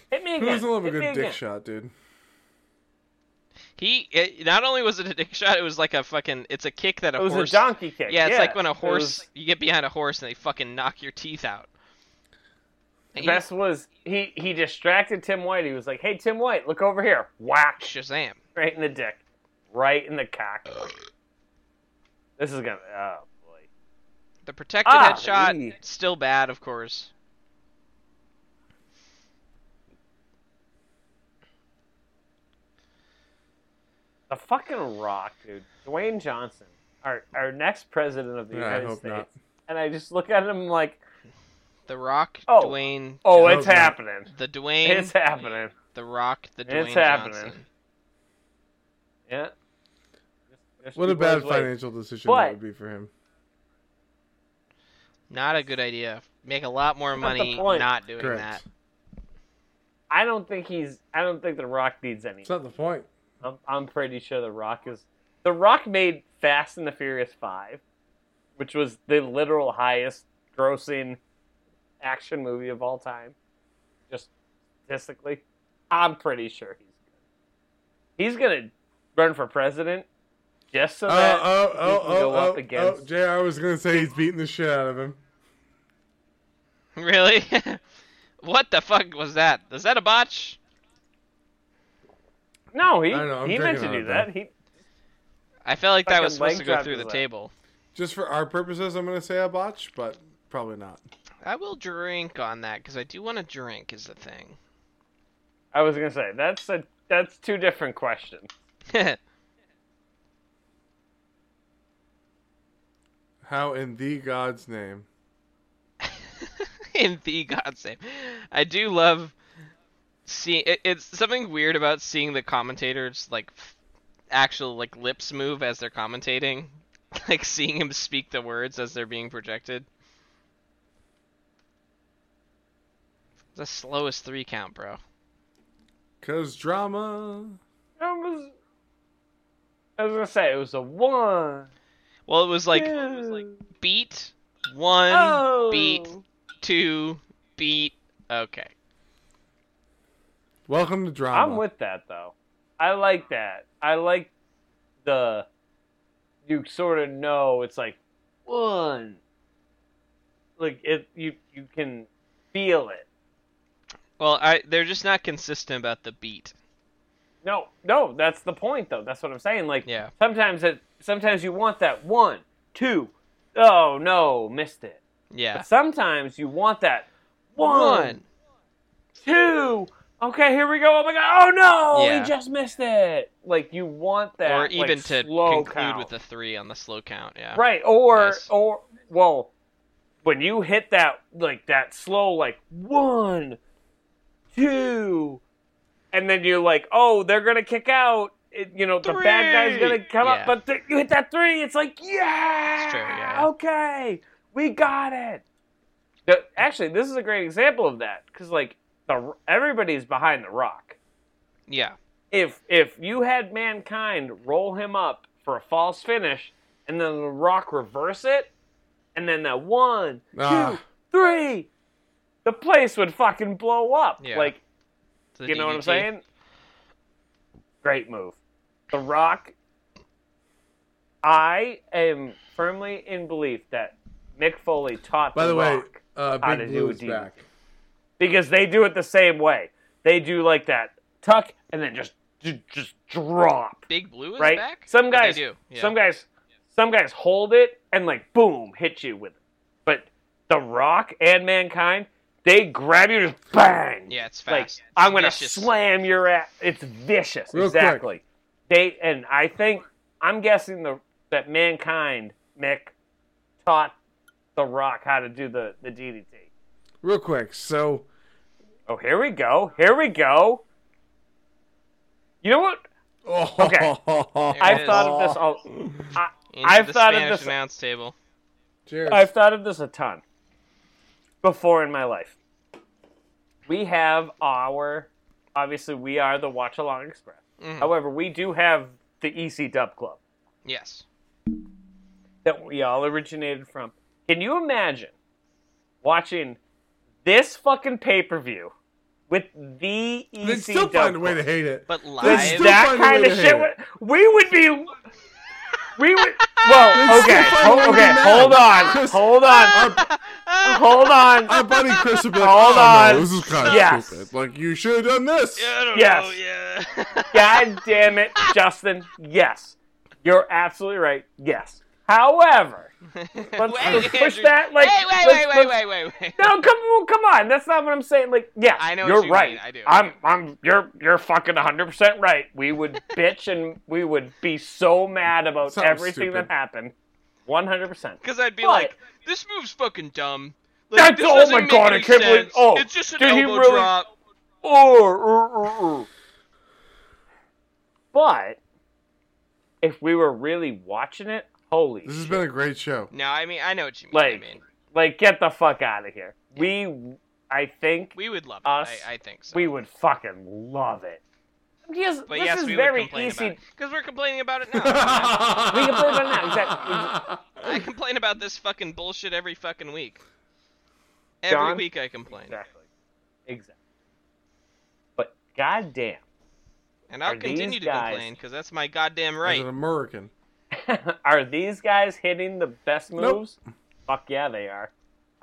[SPEAKER 1] Hit me
[SPEAKER 3] Who
[SPEAKER 1] again.
[SPEAKER 3] doesn't love a
[SPEAKER 1] hit me
[SPEAKER 3] good dick
[SPEAKER 1] again.
[SPEAKER 3] shot, dude?
[SPEAKER 2] He it, not only was it a dick shot, it was like a fucking. It's a kick that a
[SPEAKER 1] It was
[SPEAKER 2] horse.
[SPEAKER 1] a donkey kick.
[SPEAKER 2] Yeah, it's like when a
[SPEAKER 1] it
[SPEAKER 2] horse.
[SPEAKER 1] was-
[SPEAKER 2] You get behind a horse and they fucking knock your teeth out. And
[SPEAKER 1] The
[SPEAKER 2] he-
[SPEAKER 1] best was he he distracted Tim White. He was like, "Hey, Tim White, look over here." Whack.
[SPEAKER 2] Shazam!
[SPEAKER 1] Right in the dick. Right in the cock. This is gonna. Oh boy.
[SPEAKER 2] The protected
[SPEAKER 1] Ah,
[SPEAKER 2] headshot
[SPEAKER 1] wee.
[SPEAKER 2] still bad, of course.
[SPEAKER 1] The fucking rock, dude. Dwayne Johnson, our our next president of the
[SPEAKER 3] Yeah, I
[SPEAKER 1] United
[SPEAKER 3] hope
[SPEAKER 1] States.
[SPEAKER 3] not.
[SPEAKER 1] And I just look at him like,
[SPEAKER 2] The Rock,
[SPEAKER 1] Oh.
[SPEAKER 2] Dwayne,
[SPEAKER 1] oh,
[SPEAKER 3] I
[SPEAKER 1] it's
[SPEAKER 3] hope not.
[SPEAKER 1] happening.
[SPEAKER 2] the Dwayne,
[SPEAKER 1] It's happening.
[SPEAKER 2] the Rock, the Dwayne
[SPEAKER 1] It's happening.
[SPEAKER 2] Johnson.
[SPEAKER 1] Yeah. There's
[SPEAKER 3] What a
[SPEAKER 1] two
[SPEAKER 3] bad
[SPEAKER 1] ways to wait.
[SPEAKER 3] financial decision
[SPEAKER 1] But-
[SPEAKER 3] that would be for him.
[SPEAKER 2] Not a good idea. Make a lot more
[SPEAKER 1] Not the
[SPEAKER 2] money
[SPEAKER 1] point.
[SPEAKER 2] not doing
[SPEAKER 3] Correct.
[SPEAKER 2] that.
[SPEAKER 1] I don't think he's. I don't think The Rock needs any.
[SPEAKER 3] It's not the point.
[SPEAKER 1] I'm, I'm pretty sure The Rock is. The Rock made Fast and the Furious 5, which was the literal highest grossing action movie of all time, just statistically. I'm pretty sure he's good. He's going to run for president just so
[SPEAKER 3] Oh,
[SPEAKER 1] that
[SPEAKER 3] oh,
[SPEAKER 1] he
[SPEAKER 3] oh,
[SPEAKER 1] can go
[SPEAKER 3] oh,
[SPEAKER 1] up
[SPEAKER 3] oh, oh,
[SPEAKER 1] against.
[SPEAKER 3] JR was going to say he's beating the shit out of him.
[SPEAKER 2] Really? what the fuck was that? Is that a botch?
[SPEAKER 1] No, he,
[SPEAKER 3] I don't know, I'm
[SPEAKER 1] he meant
[SPEAKER 3] drinking
[SPEAKER 1] to
[SPEAKER 3] on
[SPEAKER 1] do
[SPEAKER 3] it,
[SPEAKER 1] that.
[SPEAKER 3] though.
[SPEAKER 1] He,
[SPEAKER 2] I felt like that
[SPEAKER 1] Fucking
[SPEAKER 2] was
[SPEAKER 1] leg
[SPEAKER 2] supposed to go
[SPEAKER 1] drive
[SPEAKER 2] through
[SPEAKER 1] his
[SPEAKER 2] the
[SPEAKER 1] leg.
[SPEAKER 2] table.
[SPEAKER 3] Just for our purposes, I'm going to say a botch, but probably not.
[SPEAKER 2] I will drink on that because I do want to drink. Is the thing.
[SPEAKER 1] I was going to say, that's, a, that's two different questions.
[SPEAKER 3] How in the God's name?
[SPEAKER 2] in the God's name. I do love seeing. It, it's something weird about seeing the commentators like f- actual like lips move as they're commentating, like seeing him speak the words as they're being projected. The slowest three count, bro.
[SPEAKER 3] Because drama.
[SPEAKER 1] I was, I was going to say, it was a one.
[SPEAKER 2] Well, it was like
[SPEAKER 1] two.
[SPEAKER 2] beat one,
[SPEAKER 1] Oh.
[SPEAKER 2] beat two, beat. Okay.
[SPEAKER 3] Welcome to drama.
[SPEAKER 1] I'm with that though. I like that. I like the you sort of know it's like one like it you you can feel it.
[SPEAKER 2] Well, I they're just not consistent about the beat.
[SPEAKER 1] No, no, that's the point though. That's what I'm saying. Like
[SPEAKER 2] Yeah.
[SPEAKER 1] sometimes it sometimes you want that one, two, oh no, missed it.
[SPEAKER 2] Yeah.
[SPEAKER 1] But sometimes you want that
[SPEAKER 2] One.
[SPEAKER 1] one, two. Okay, here we go. Oh my god! Oh no,
[SPEAKER 2] Yeah.
[SPEAKER 1] he just missed it. Like you want that,
[SPEAKER 2] or even
[SPEAKER 1] like,
[SPEAKER 2] to
[SPEAKER 1] slow
[SPEAKER 2] conclude
[SPEAKER 1] count.
[SPEAKER 2] with a three on the slow count. Yeah.
[SPEAKER 1] right, or
[SPEAKER 2] Nice.
[SPEAKER 1] or well, when you hit that like that slow like one, two, and then you're like, oh, they're gonna kick out. It, you know, the bad guy's
[SPEAKER 2] Three!
[SPEAKER 1] gonna come
[SPEAKER 2] Yeah.
[SPEAKER 1] up, but th- you hit that three. It's like, yeah,
[SPEAKER 2] It's true, yeah.
[SPEAKER 1] okay, we got it. The- actually, this is a great example of that because like the everybody's behind the rock
[SPEAKER 2] Yeah.
[SPEAKER 1] if if you had mankind roll him up for a false finish and then the rock reverse it and then that one
[SPEAKER 3] Ah.
[SPEAKER 1] two three the place would fucking blow up
[SPEAKER 2] Yeah.
[SPEAKER 1] like
[SPEAKER 2] The
[SPEAKER 1] you know what i'm
[SPEAKER 2] DDT.
[SPEAKER 1] saying great move the rock i am firmly in belief that mick foley taught
[SPEAKER 3] By the way,
[SPEAKER 1] Rock
[SPEAKER 3] uh,
[SPEAKER 1] how to
[SPEAKER 3] Big
[SPEAKER 1] do
[SPEAKER 3] Blue
[SPEAKER 1] a
[SPEAKER 3] is
[SPEAKER 1] DDT.
[SPEAKER 3] back.
[SPEAKER 1] because they do it the same way they do like that tuck and then just ju- just drop
[SPEAKER 2] Big Blue is
[SPEAKER 1] right?
[SPEAKER 2] back.
[SPEAKER 1] Some
[SPEAKER 2] What'd
[SPEAKER 1] guys,
[SPEAKER 2] they do. Yeah.
[SPEAKER 1] some guys, some guys hold it and like boom, hit you with it. But The Rock and Mankind, they grab you just bang.
[SPEAKER 2] Yeah, it's
[SPEAKER 1] like
[SPEAKER 2] fast.
[SPEAKER 1] I'm gonna
[SPEAKER 2] Vicious.
[SPEAKER 1] slam your ass. It's vicious,
[SPEAKER 3] Real quick.
[SPEAKER 1] exactly. They and I think I'm guessing the that Mankind Mick taught The Rock how to do the the DDT.
[SPEAKER 3] Real quick. So,
[SPEAKER 1] Oh, here we go. Here we go. You know what? Okay.
[SPEAKER 2] is.
[SPEAKER 1] I've thought of this. All,
[SPEAKER 2] Into
[SPEAKER 1] I've
[SPEAKER 2] the
[SPEAKER 1] thought of
[SPEAKER 2] Spanish
[SPEAKER 1] this-
[SPEAKER 2] announce table.
[SPEAKER 3] Cheers.
[SPEAKER 1] I've thought of this a ton before in my life. We have our obviously we are the Watch Along Express.
[SPEAKER 3] Mm-hmm.
[SPEAKER 2] Mhm.
[SPEAKER 1] However, we do have the EC Dub Club
[SPEAKER 2] Yes.
[SPEAKER 1] that we all originated from. Can you imagine watching this fucking pay per view with the EC
[SPEAKER 3] They'd still
[SPEAKER 1] Dub
[SPEAKER 3] find a
[SPEAKER 1] Club?
[SPEAKER 3] way to hate it.
[SPEAKER 2] But
[SPEAKER 3] They'd
[SPEAKER 2] live.
[SPEAKER 1] With
[SPEAKER 3] still
[SPEAKER 1] that
[SPEAKER 3] find a
[SPEAKER 1] kind
[SPEAKER 3] way
[SPEAKER 1] of
[SPEAKER 3] to
[SPEAKER 1] shit,
[SPEAKER 3] hate
[SPEAKER 1] we would be. We would. Well,
[SPEAKER 3] They'd still
[SPEAKER 1] okay,
[SPEAKER 3] find a
[SPEAKER 1] ho-
[SPEAKER 3] way to
[SPEAKER 1] okay,
[SPEAKER 3] be mad.
[SPEAKER 1] hold on,
[SPEAKER 3] Chris-
[SPEAKER 1] hold on,
[SPEAKER 3] Our,
[SPEAKER 1] hold on.
[SPEAKER 3] our buddy Chris would be like,
[SPEAKER 1] Hold
[SPEAKER 3] oh,
[SPEAKER 1] on.
[SPEAKER 3] No, this is kind of
[SPEAKER 1] Yes.
[SPEAKER 3] stupid. Like, you should have done this.
[SPEAKER 2] Yeah, I don't
[SPEAKER 1] Yes.
[SPEAKER 2] know, Oh, yeah.
[SPEAKER 1] God damn it, Justin. Yes. You're absolutely right. Yes. However, let's,
[SPEAKER 2] Wait,
[SPEAKER 1] let's push
[SPEAKER 2] Andrew.
[SPEAKER 1] that like.
[SPEAKER 2] Wait, wait,
[SPEAKER 1] let's-
[SPEAKER 2] wait, wait,
[SPEAKER 1] let's-
[SPEAKER 2] wait, wait, wait.
[SPEAKER 1] No, come well, come on. That's not what I'm saying. Like, yeah,
[SPEAKER 2] I know what
[SPEAKER 1] you're
[SPEAKER 2] you
[SPEAKER 1] right.
[SPEAKER 2] mean, I do.
[SPEAKER 1] I'm I'm you're you're fucking 100 percent right. We would bitch and we would be so mad about
[SPEAKER 3] Something
[SPEAKER 1] everything
[SPEAKER 3] stupid.
[SPEAKER 1] that happened. 100 percent.
[SPEAKER 2] Because I'd be
[SPEAKER 1] But-
[SPEAKER 2] like, this move's fucking dumb. Like,
[SPEAKER 1] That's-
[SPEAKER 2] this
[SPEAKER 1] oh
[SPEAKER 2] doesn't
[SPEAKER 1] my
[SPEAKER 2] make
[SPEAKER 1] God, I
[SPEAKER 2] any
[SPEAKER 1] can't believe-
[SPEAKER 2] sense.
[SPEAKER 1] oh,
[SPEAKER 2] it's just an
[SPEAKER 1] did he
[SPEAKER 2] elbow
[SPEAKER 1] really-
[SPEAKER 2] drop.
[SPEAKER 1] Or, or, or, or. But if we were really watching it, holy
[SPEAKER 3] This has
[SPEAKER 1] shit.
[SPEAKER 3] been a great show.
[SPEAKER 2] No, I mean, I know what you mean. I
[SPEAKER 1] Like-
[SPEAKER 2] mean,
[SPEAKER 1] like get the fuck out of here. We I think
[SPEAKER 2] we would love
[SPEAKER 1] us,
[SPEAKER 2] it. I, I think so.
[SPEAKER 1] we would fucking love it. Because
[SPEAKER 2] but
[SPEAKER 1] this
[SPEAKER 2] yes,
[SPEAKER 1] is
[SPEAKER 2] we would
[SPEAKER 1] very
[SPEAKER 2] complain
[SPEAKER 1] easy.
[SPEAKER 2] about it. Because we're complaining about it now.
[SPEAKER 1] We can play
[SPEAKER 3] can
[SPEAKER 1] it now, exactly.
[SPEAKER 2] I complain about this fucking bullshit every fucking week. Every
[SPEAKER 1] John?
[SPEAKER 2] week I complain.
[SPEAKER 1] Exactly. Exactly. But goddamn.
[SPEAKER 2] And I'll
[SPEAKER 1] Are these
[SPEAKER 2] continue to
[SPEAKER 1] guys-
[SPEAKER 2] complain because that's my goddamn
[SPEAKER 3] As
[SPEAKER 2] right.
[SPEAKER 3] an American.
[SPEAKER 1] are these guys hitting the best
[SPEAKER 3] Nope.
[SPEAKER 1] moves? Fuck yeah, they are.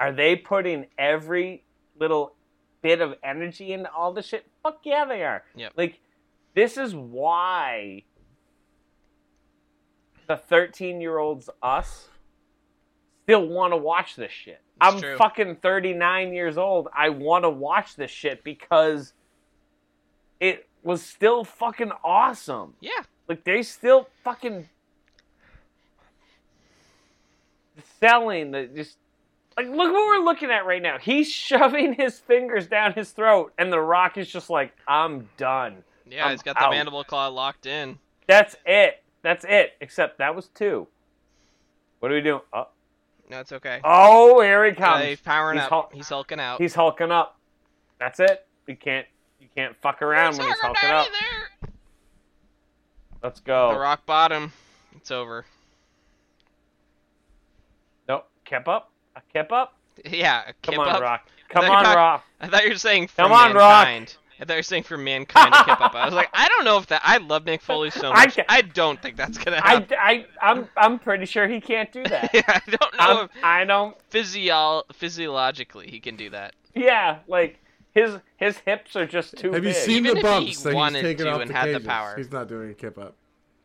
[SPEAKER 1] Are they putting every little bit of energy into all this shit? Fuck yeah, they are.
[SPEAKER 2] Yep.
[SPEAKER 1] Like, this is why the 13 year olds us still want to watch this shit.
[SPEAKER 2] It's
[SPEAKER 1] I'm
[SPEAKER 2] true.
[SPEAKER 1] fucking 39 years old. I want to watch this shit because it was still fucking awesome.
[SPEAKER 2] Yeah.
[SPEAKER 1] Like they still fucking selling the just like look what we're looking at right now. He's shoving his fingers down his throat, and The Rock is just like, "I'm done.
[SPEAKER 2] Yeah,
[SPEAKER 1] I'm
[SPEAKER 2] he's got the
[SPEAKER 1] out.
[SPEAKER 2] mandible claw locked in.
[SPEAKER 1] That's it. That's it." Except that was two. What are we doing? Oh,
[SPEAKER 2] No, it's okay.
[SPEAKER 1] oh here he
[SPEAKER 2] Uh,
[SPEAKER 1] comes.
[SPEAKER 2] he's powering
[SPEAKER 1] He's
[SPEAKER 2] up.
[SPEAKER 1] hul-
[SPEAKER 2] he's hulking out.
[SPEAKER 1] He's hulking up. That's it. You can't you can't fuck around when he's
[SPEAKER 2] Sucker
[SPEAKER 1] hulking up.
[SPEAKER 2] daddy there!
[SPEAKER 1] Let's go.
[SPEAKER 2] The rock bottom. It's over.
[SPEAKER 1] Nope. Kept up. I kept up.
[SPEAKER 2] Yeah.
[SPEAKER 1] Come
[SPEAKER 2] kip
[SPEAKER 1] on,
[SPEAKER 2] up.
[SPEAKER 1] Rock. Come
[SPEAKER 2] They're
[SPEAKER 1] on,
[SPEAKER 2] not-
[SPEAKER 1] Rock.
[SPEAKER 2] I thought you were saying for
[SPEAKER 1] Come on, Rock.
[SPEAKER 2] mankind. I thought you were saying for mankind to kip up. I was like, I don't know if that. I love Nick Foley so
[SPEAKER 1] I
[SPEAKER 2] much.
[SPEAKER 1] ca-
[SPEAKER 2] I, don't think that's gonna
[SPEAKER 1] I,
[SPEAKER 2] happen.
[SPEAKER 1] I, I'm, I'm pretty sure he can't do that.
[SPEAKER 2] yeah, I don't know
[SPEAKER 1] I'm,
[SPEAKER 2] if
[SPEAKER 1] I don't.
[SPEAKER 2] physio- physiologically he can do that.
[SPEAKER 1] Yeah, like his his hips are just too
[SPEAKER 3] Have you
[SPEAKER 1] big.
[SPEAKER 3] seen
[SPEAKER 2] Even
[SPEAKER 3] the
[SPEAKER 2] if he
[SPEAKER 3] bumps that he's
[SPEAKER 2] wanted
[SPEAKER 3] taken
[SPEAKER 2] to
[SPEAKER 3] off
[SPEAKER 2] and
[SPEAKER 3] the
[SPEAKER 2] had the
[SPEAKER 3] cages?
[SPEAKER 2] power.
[SPEAKER 3] He's not doing a kip up.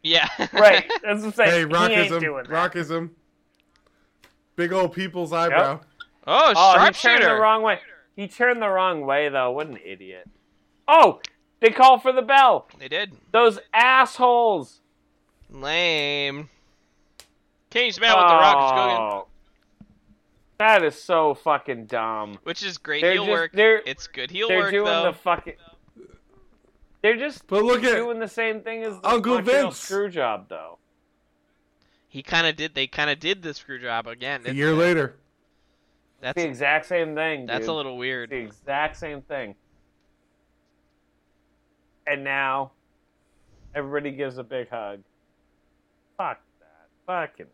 [SPEAKER 2] Yeah.
[SPEAKER 1] Right. That's what I'm saying.
[SPEAKER 3] Hey,
[SPEAKER 1] he ain't doing
[SPEAKER 3] rockism,
[SPEAKER 1] that.
[SPEAKER 3] rockism. Big old people's eyebrow.
[SPEAKER 2] oh,
[SPEAKER 1] Oh, he turned the
[SPEAKER 2] sharpshooter.
[SPEAKER 1] wrong way. He turned the wrong way though. What an idiot. Oh, they call for the bell.
[SPEAKER 2] They did.
[SPEAKER 1] Those assholes.
[SPEAKER 2] Lame. Can you smell what the rock is cooking?
[SPEAKER 1] Oh. That is so fucking dumb.
[SPEAKER 2] Which is great
[SPEAKER 1] They're
[SPEAKER 2] heel
[SPEAKER 1] just-
[SPEAKER 2] work.
[SPEAKER 1] they're-
[SPEAKER 2] It's good heel
[SPEAKER 1] They're
[SPEAKER 2] work
[SPEAKER 1] doing
[SPEAKER 2] though.
[SPEAKER 1] the fucking. They're just
[SPEAKER 3] But look at-
[SPEAKER 1] doing the same thing as the
[SPEAKER 3] Uncle
[SPEAKER 1] Montreal
[SPEAKER 3] Vince.
[SPEAKER 1] screw job though.
[SPEAKER 2] He kind of did. They kind of did the screw job again.
[SPEAKER 3] A
[SPEAKER 2] It's-
[SPEAKER 3] year later.
[SPEAKER 2] That's
[SPEAKER 1] the exact same thing.
[SPEAKER 2] that's
[SPEAKER 1] dude.
[SPEAKER 2] a little weird.
[SPEAKER 1] the exact same thing. And now everybody gives a big hug. Fuck that. Fucking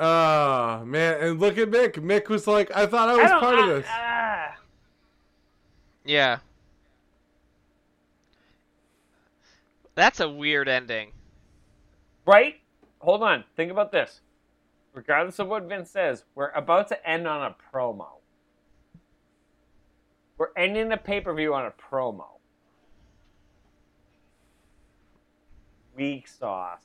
[SPEAKER 3] Ah, man. And look at Mick. Mick was like, I thought I was
[SPEAKER 1] I don't,
[SPEAKER 3] part
[SPEAKER 1] I-
[SPEAKER 3] of this.
[SPEAKER 1] ah.
[SPEAKER 2] Yeah. That's a weird ending.
[SPEAKER 1] right? Hold on. Think about this. Regardless of what Vince says, we're about to end on a promo. We're ending the pay per view on a promo. Weak sauce.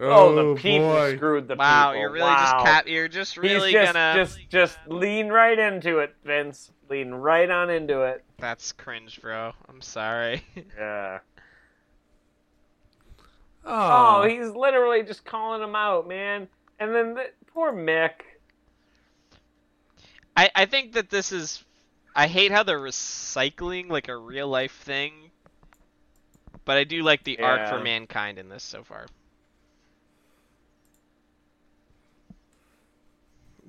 [SPEAKER 1] Oh, the people
[SPEAKER 3] boy.
[SPEAKER 1] screwed the
[SPEAKER 2] Wow,
[SPEAKER 1] people.
[SPEAKER 2] you're really
[SPEAKER 1] Wow.
[SPEAKER 2] just cap. You're just
[SPEAKER 1] He's
[SPEAKER 2] really
[SPEAKER 1] just,
[SPEAKER 2] gonna.
[SPEAKER 1] just just lean right into it, Vince. Lean right on into it.
[SPEAKER 2] That's cringe, bro. I'm sorry.
[SPEAKER 1] Yeah.
[SPEAKER 3] Oh,
[SPEAKER 1] Oh, he's literally just calling him out, man. And then the, poor Mick.
[SPEAKER 2] I I think that this is. I hate how they're recycling like a real life thing. But I do like the arc for
[SPEAKER 1] Yeah.
[SPEAKER 2] mankind in this so far.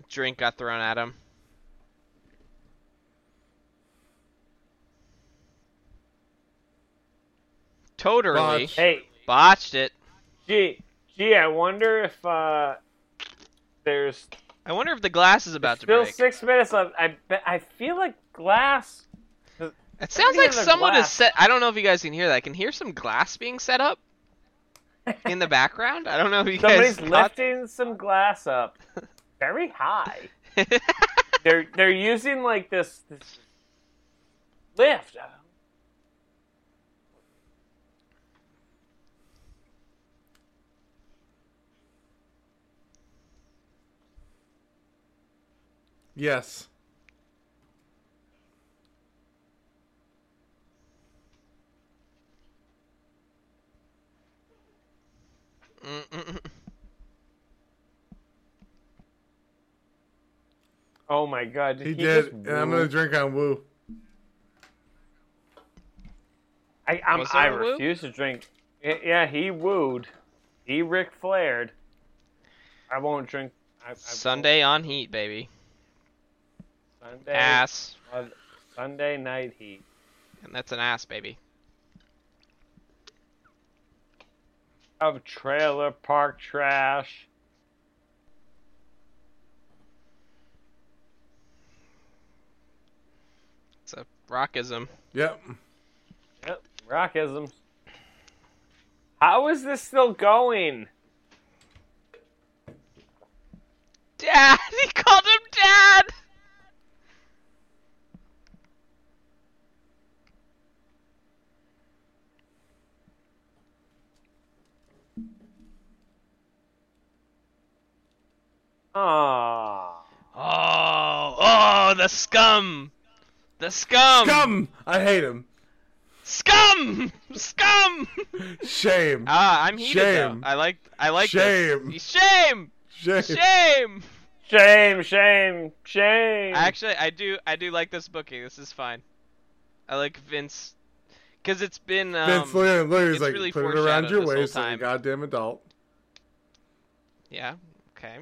[SPEAKER 2] Drink got thrown at him. Totally
[SPEAKER 3] Botch.
[SPEAKER 1] Hey,
[SPEAKER 2] botched it.
[SPEAKER 1] gee, gee, I wonder if uh, there's
[SPEAKER 2] I wonder if the glass is about to
[SPEAKER 1] still
[SPEAKER 2] break.
[SPEAKER 1] six minutes left. I bet I feel like glass.
[SPEAKER 2] It sounds
[SPEAKER 1] Yeah,
[SPEAKER 2] like
[SPEAKER 1] there's
[SPEAKER 2] someone is
[SPEAKER 1] glass.
[SPEAKER 2] set. I don't know if you guys can hear that. I can hear some glass being set up in the background. I don't know if you
[SPEAKER 1] Somebody's
[SPEAKER 2] guys. caught-
[SPEAKER 1] lifting some glass up, very high. they're they're using like this, this lift.
[SPEAKER 3] Yes.
[SPEAKER 2] Mm-mm-mm.
[SPEAKER 1] Oh my god.
[SPEAKER 3] He,
[SPEAKER 1] just
[SPEAKER 3] did. And I'm going to
[SPEAKER 1] woo?
[SPEAKER 3] drink on Woo.
[SPEAKER 1] I, I'm,
[SPEAKER 2] Was there
[SPEAKER 1] I
[SPEAKER 2] a woo?
[SPEAKER 1] refuse to drink. Y- Yeah, he wooed. He Ric Flaired. I won't drink. I, I won't.
[SPEAKER 2] Sunday on heat, baby.
[SPEAKER 1] Sunday.
[SPEAKER 2] Ass.
[SPEAKER 1] uh, Sunday night heat.
[SPEAKER 2] And that's an ass, baby.
[SPEAKER 1] Of trailer park trash.
[SPEAKER 2] It's a rockism.
[SPEAKER 3] Yep.
[SPEAKER 1] Yep, rockism. How is this still going?
[SPEAKER 2] Dad! He called him Dad!
[SPEAKER 1] Ah.
[SPEAKER 2] Oh, oh, the scum! The scum!
[SPEAKER 3] Come! I hate him.
[SPEAKER 2] Scum! Scum!
[SPEAKER 3] Shame.
[SPEAKER 2] Ah, I'm heated
[SPEAKER 3] Shame.
[SPEAKER 2] though. I like, I like
[SPEAKER 3] Shame.
[SPEAKER 2] this. Shame!
[SPEAKER 3] Shame.
[SPEAKER 2] Shame!
[SPEAKER 1] Shame, shame, shame.
[SPEAKER 2] Actually, I do, I do like this booking. This is fine. I like Vince, cause it's been um,
[SPEAKER 3] Vince Leon Larry's
[SPEAKER 2] it's
[SPEAKER 3] like,
[SPEAKER 2] really
[SPEAKER 3] put it around
[SPEAKER 2] foreshadowed
[SPEAKER 3] your
[SPEAKER 2] this whole
[SPEAKER 3] waist like a
[SPEAKER 2] time.
[SPEAKER 3] goddamn adult.
[SPEAKER 2] Yeah, okay.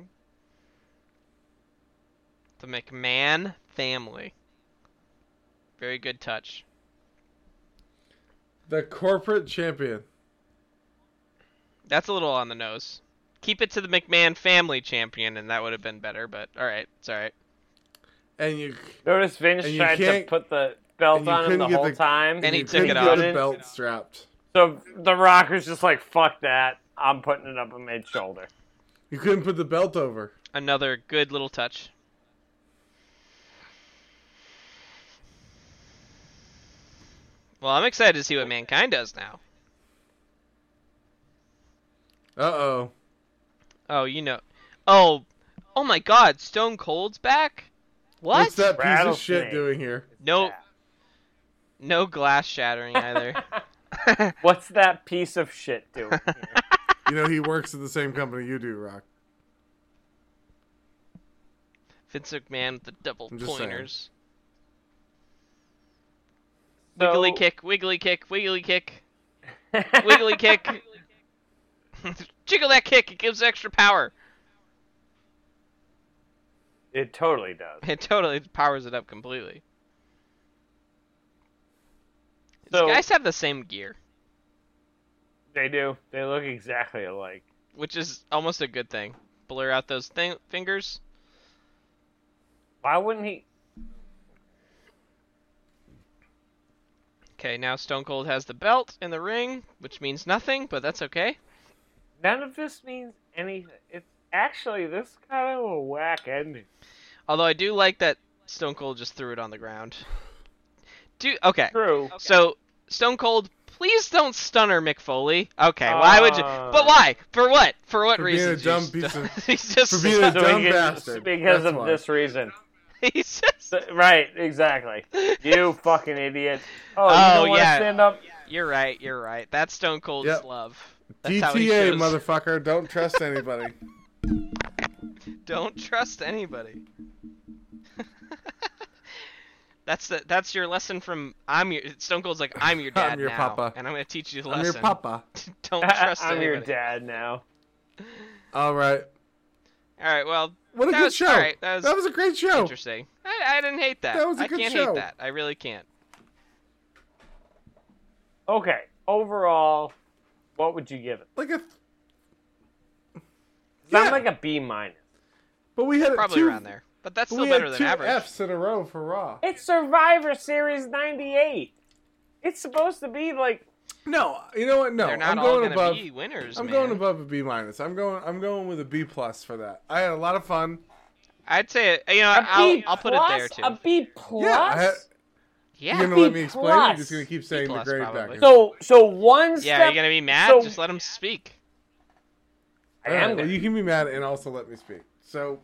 [SPEAKER 2] The McMahon family. Very good touch.
[SPEAKER 3] The corporate champion.
[SPEAKER 2] That's a little on the nose. Keep it to the McMahon family champion, and that would have been better, but alright, it's alright.
[SPEAKER 3] And you
[SPEAKER 1] Notice Vince
[SPEAKER 3] And you
[SPEAKER 1] tried to
[SPEAKER 3] can't-
[SPEAKER 1] put the belt
[SPEAKER 3] and you
[SPEAKER 1] on him
[SPEAKER 3] couldn't
[SPEAKER 1] the
[SPEAKER 3] get
[SPEAKER 1] whole
[SPEAKER 3] the-
[SPEAKER 1] time.
[SPEAKER 2] And he
[SPEAKER 3] you
[SPEAKER 2] took
[SPEAKER 3] couldn't
[SPEAKER 2] it
[SPEAKER 3] get
[SPEAKER 2] off.
[SPEAKER 3] the belt strapped.
[SPEAKER 1] So the Rocker's just like, fuck that. I'm putting it up on mid shoulder.
[SPEAKER 3] You couldn't put the belt over.
[SPEAKER 2] Another good little touch. Well, I'm excited to see what Mankind does now.
[SPEAKER 3] Uh oh.
[SPEAKER 2] Oh, you know. Oh, oh my God! Stone Cold's back. What?
[SPEAKER 3] What's that piece of
[SPEAKER 1] Rattlesnake.
[SPEAKER 3] shit doing here?
[SPEAKER 2] No,
[SPEAKER 1] Yeah.
[SPEAKER 2] no glass shattering either.
[SPEAKER 1] What's that piece of shit doing? here?
[SPEAKER 3] You know he works at the same company you do, Rock.
[SPEAKER 2] Vince McMahon with the double
[SPEAKER 3] I'm just saying.
[SPEAKER 2] pointers.
[SPEAKER 1] So-
[SPEAKER 2] Wiggly kick, wiggly kick, wiggly kick, wiggly kick. Jiggle that kick, it gives extra power.
[SPEAKER 1] It totally does.
[SPEAKER 2] It totally powers it up completely.
[SPEAKER 1] So-
[SPEAKER 2] These guys have the same gear,
[SPEAKER 1] They do. They look exactly alike.
[SPEAKER 2] which is almost a good thing. Blur out those thi- fingers.
[SPEAKER 1] Why wouldn't he?
[SPEAKER 2] Okay, now Stone Cold has the belt and the ring, which means nothing, but that's okay.
[SPEAKER 1] None of this means anything. It's actually this kind of a whack ending.
[SPEAKER 2] Although I do like that Stone Cold just threw it on the ground. Do okay.
[SPEAKER 1] True.
[SPEAKER 2] So Stone Cold, please don't stunner Mick Foley. Okay, why would you?
[SPEAKER 1] Uh.
[SPEAKER 2] But why? For what? For what
[SPEAKER 3] For being a
[SPEAKER 2] reason?
[SPEAKER 3] dumb piece of-
[SPEAKER 2] he's just
[SPEAKER 3] for being a
[SPEAKER 1] we
[SPEAKER 3] dumb
[SPEAKER 1] get-
[SPEAKER 3] bastard.
[SPEAKER 1] Because
[SPEAKER 3] That's
[SPEAKER 1] of
[SPEAKER 3] why.
[SPEAKER 1] this reason.
[SPEAKER 2] he's just.
[SPEAKER 1] So- right, exactly. You fucking idiot. Oh,
[SPEAKER 2] Oh,
[SPEAKER 1] you don't want to
[SPEAKER 2] yeah.
[SPEAKER 1] stand up?
[SPEAKER 2] You're right. You're right. That's Stone Cold's
[SPEAKER 3] Yep.
[SPEAKER 2] love. That's how he
[SPEAKER 3] DTA,
[SPEAKER 2] shows-
[SPEAKER 3] motherfucker. Don't trust anybody.
[SPEAKER 2] Don't trust anybody. that's the, That's your lesson from I'm your Stone Cold's like I'm your
[SPEAKER 3] I'm
[SPEAKER 2] dad
[SPEAKER 3] your
[SPEAKER 2] now,
[SPEAKER 3] papa.
[SPEAKER 2] and I'm gonna teach you the
[SPEAKER 3] I'm your
[SPEAKER 2] lesson.
[SPEAKER 3] papa.
[SPEAKER 2] don't trust
[SPEAKER 1] I'm
[SPEAKER 2] anybody.
[SPEAKER 1] your dad now.
[SPEAKER 3] All right.
[SPEAKER 2] All right. Well,
[SPEAKER 3] What a
[SPEAKER 2] That
[SPEAKER 3] good
[SPEAKER 2] was-
[SPEAKER 3] show.
[SPEAKER 2] all right, that was
[SPEAKER 3] a great show.
[SPEAKER 2] interesting. I, I didn't hate that.
[SPEAKER 3] That was a
[SPEAKER 2] I
[SPEAKER 3] good
[SPEAKER 2] can't
[SPEAKER 3] show.
[SPEAKER 2] hate that. I really can't.
[SPEAKER 1] Okay, overall, what would you give it?
[SPEAKER 3] Like a,
[SPEAKER 1] It's not
[SPEAKER 3] Yeah.
[SPEAKER 1] like a B minus.
[SPEAKER 3] but we had
[SPEAKER 2] Probably
[SPEAKER 3] two,
[SPEAKER 2] around there. But that's
[SPEAKER 3] but
[SPEAKER 2] still
[SPEAKER 3] we
[SPEAKER 2] better
[SPEAKER 3] had
[SPEAKER 2] than
[SPEAKER 3] two
[SPEAKER 2] average.
[SPEAKER 3] Fs in a row for Raw.
[SPEAKER 1] It's Survivor Series 98. It's supposed to be like
[SPEAKER 3] No, you know what? No,
[SPEAKER 2] They're not
[SPEAKER 3] I'm
[SPEAKER 2] all
[SPEAKER 3] going
[SPEAKER 2] gonna
[SPEAKER 3] above.
[SPEAKER 2] be winners,
[SPEAKER 3] I'm
[SPEAKER 2] man.
[SPEAKER 3] going above a B minus. I'm going. I'm going with a B plus for that. I had a lot of fun.
[SPEAKER 2] I'd say you know
[SPEAKER 1] a
[SPEAKER 2] I'll,
[SPEAKER 1] B
[SPEAKER 2] I'll put it
[SPEAKER 1] plus,
[SPEAKER 2] there too.
[SPEAKER 1] A B plus.
[SPEAKER 3] Yeah, I had,
[SPEAKER 2] yeah.
[SPEAKER 3] you're gonna
[SPEAKER 1] B
[SPEAKER 3] let me explain. You're just
[SPEAKER 1] plus.
[SPEAKER 3] gonna keep saying the
[SPEAKER 2] plus,
[SPEAKER 3] grade
[SPEAKER 2] probably.
[SPEAKER 3] back.
[SPEAKER 1] So so one step.
[SPEAKER 2] yeah, you're gonna be mad.
[SPEAKER 1] so-
[SPEAKER 2] Just let him speak.
[SPEAKER 1] I am
[SPEAKER 3] well,
[SPEAKER 1] gonna-
[SPEAKER 3] you can be mad and also let me speak. So,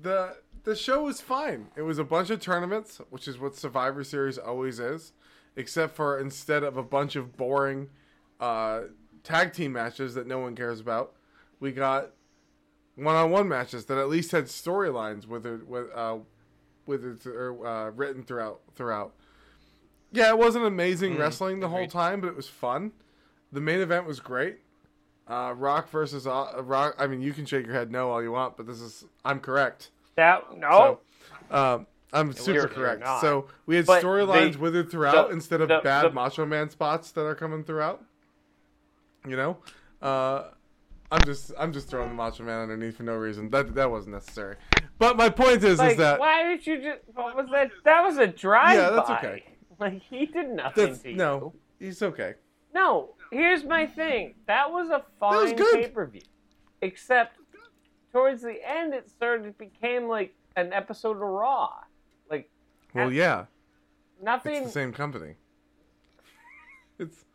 [SPEAKER 3] the the show was fine. It was a bunch of tournaments, which is what Survivor Series always is, except for instead of a bunch of boring uh, tag team matches that no one cares about, we got one-on-one matches that at least had storylines with it, with uh, with it or, uh, written throughout throughout. Yeah, it wasn't amazing wrestling the whole
[SPEAKER 2] agreed.
[SPEAKER 3] time, but it was fun. The main event was great. Uh, Rock versus uh, Rock. I mean, you can shake your head no all you want, but this is I'm correct.
[SPEAKER 1] That no.
[SPEAKER 3] So,
[SPEAKER 1] Oh.
[SPEAKER 3] um, I'm super
[SPEAKER 1] you're
[SPEAKER 3] correct.
[SPEAKER 1] not.
[SPEAKER 3] So we had
[SPEAKER 1] But
[SPEAKER 3] storylines
[SPEAKER 1] they-
[SPEAKER 3] withered throughout
[SPEAKER 1] the-
[SPEAKER 3] instead of
[SPEAKER 1] the-
[SPEAKER 3] bad
[SPEAKER 1] the-
[SPEAKER 3] Macho Man spots that are coming throughout. You know, uh, I'm just I'm just throwing the Macho Man underneath for no reason. That that wasn't necessary. But my point is
[SPEAKER 1] like,
[SPEAKER 3] is that
[SPEAKER 1] why did you just? What was that? That was a drive-by.
[SPEAKER 3] Yeah, that's okay.
[SPEAKER 1] Like he did nothing
[SPEAKER 3] that's,
[SPEAKER 1] to you.
[SPEAKER 3] no, he's okay.
[SPEAKER 1] No, here's my thing. That was a
[SPEAKER 3] was
[SPEAKER 1] fine
[SPEAKER 3] good.
[SPEAKER 1] pay per view. Except towards the end, it started it became like an episode of Raw. Like
[SPEAKER 3] Well, yeah, it's
[SPEAKER 1] nothing.
[SPEAKER 3] the same company. It's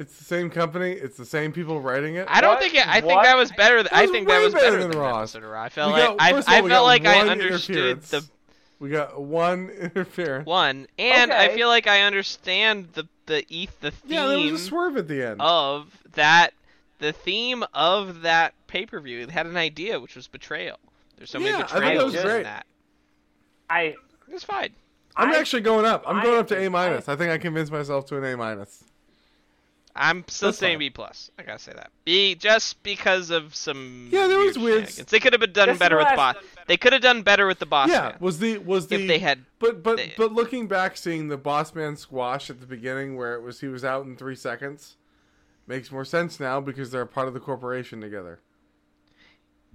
[SPEAKER 3] it's the same company. It's the same people writing it.
[SPEAKER 2] I don't
[SPEAKER 1] What?
[SPEAKER 2] think it, I think
[SPEAKER 1] What?
[SPEAKER 2] that was better. Th-
[SPEAKER 3] That
[SPEAKER 2] I
[SPEAKER 3] was
[SPEAKER 2] think
[SPEAKER 3] way
[SPEAKER 2] that was
[SPEAKER 3] better
[SPEAKER 2] better
[SPEAKER 3] than
[SPEAKER 2] than,
[SPEAKER 3] Raw.
[SPEAKER 2] episode of Raw. I felt
[SPEAKER 3] We got-
[SPEAKER 2] like
[SPEAKER 3] first of
[SPEAKER 2] I, I
[SPEAKER 3] all, we
[SPEAKER 2] felt
[SPEAKER 3] got
[SPEAKER 2] like I
[SPEAKER 3] one
[SPEAKER 2] understood
[SPEAKER 3] interference.
[SPEAKER 2] the
[SPEAKER 3] We got one interference.
[SPEAKER 2] one, and I
[SPEAKER 1] Okay.
[SPEAKER 2] feel like I understand the the eth the theme
[SPEAKER 3] Yeah, there was a swerve at the end.
[SPEAKER 2] of that the theme of that pay per view. It had an idea, which was betrayal. There's so
[SPEAKER 3] Yeah, I
[SPEAKER 2] many
[SPEAKER 3] think that
[SPEAKER 2] betrayals
[SPEAKER 1] was
[SPEAKER 2] in
[SPEAKER 3] great.
[SPEAKER 2] that.
[SPEAKER 1] I
[SPEAKER 2] It's fine.
[SPEAKER 3] I'm
[SPEAKER 1] I-
[SPEAKER 3] actually going up. I'm
[SPEAKER 1] I-
[SPEAKER 3] going up to A minus. I think I convinced myself to an A minus.
[SPEAKER 2] I'm still
[SPEAKER 3] That's
[SPEAKER 2] saying
[SPEAKER 3] fine.
[SPEAKER 2] B plus. I gotta say that B just because of some
[SPEAKER 3] Yeah, there was weird s-
[SPEAKER 2] shenanigans. They could have been done
[SPEAKER 1] That's
[SPEAKER 2] better with
[SPEAKER 1] the
[SPEAKER 2] boss.
[SPEAKER 1] last-
[SPEAKER 2] They could have done better with the boss.
[SPEAKER 3] yeah,
[SPEAKER 2] man.
[SPEAKER 3] was the was the
[SPEAKER 2] if they had
[SPEAKER 3] But but
[SPEAKER 2] they-
[SPEAKER 3] but looking back, seeing the boss man squash at the beginning where it was he was out in three seconds makes more sense now because they're a part of the corporation together.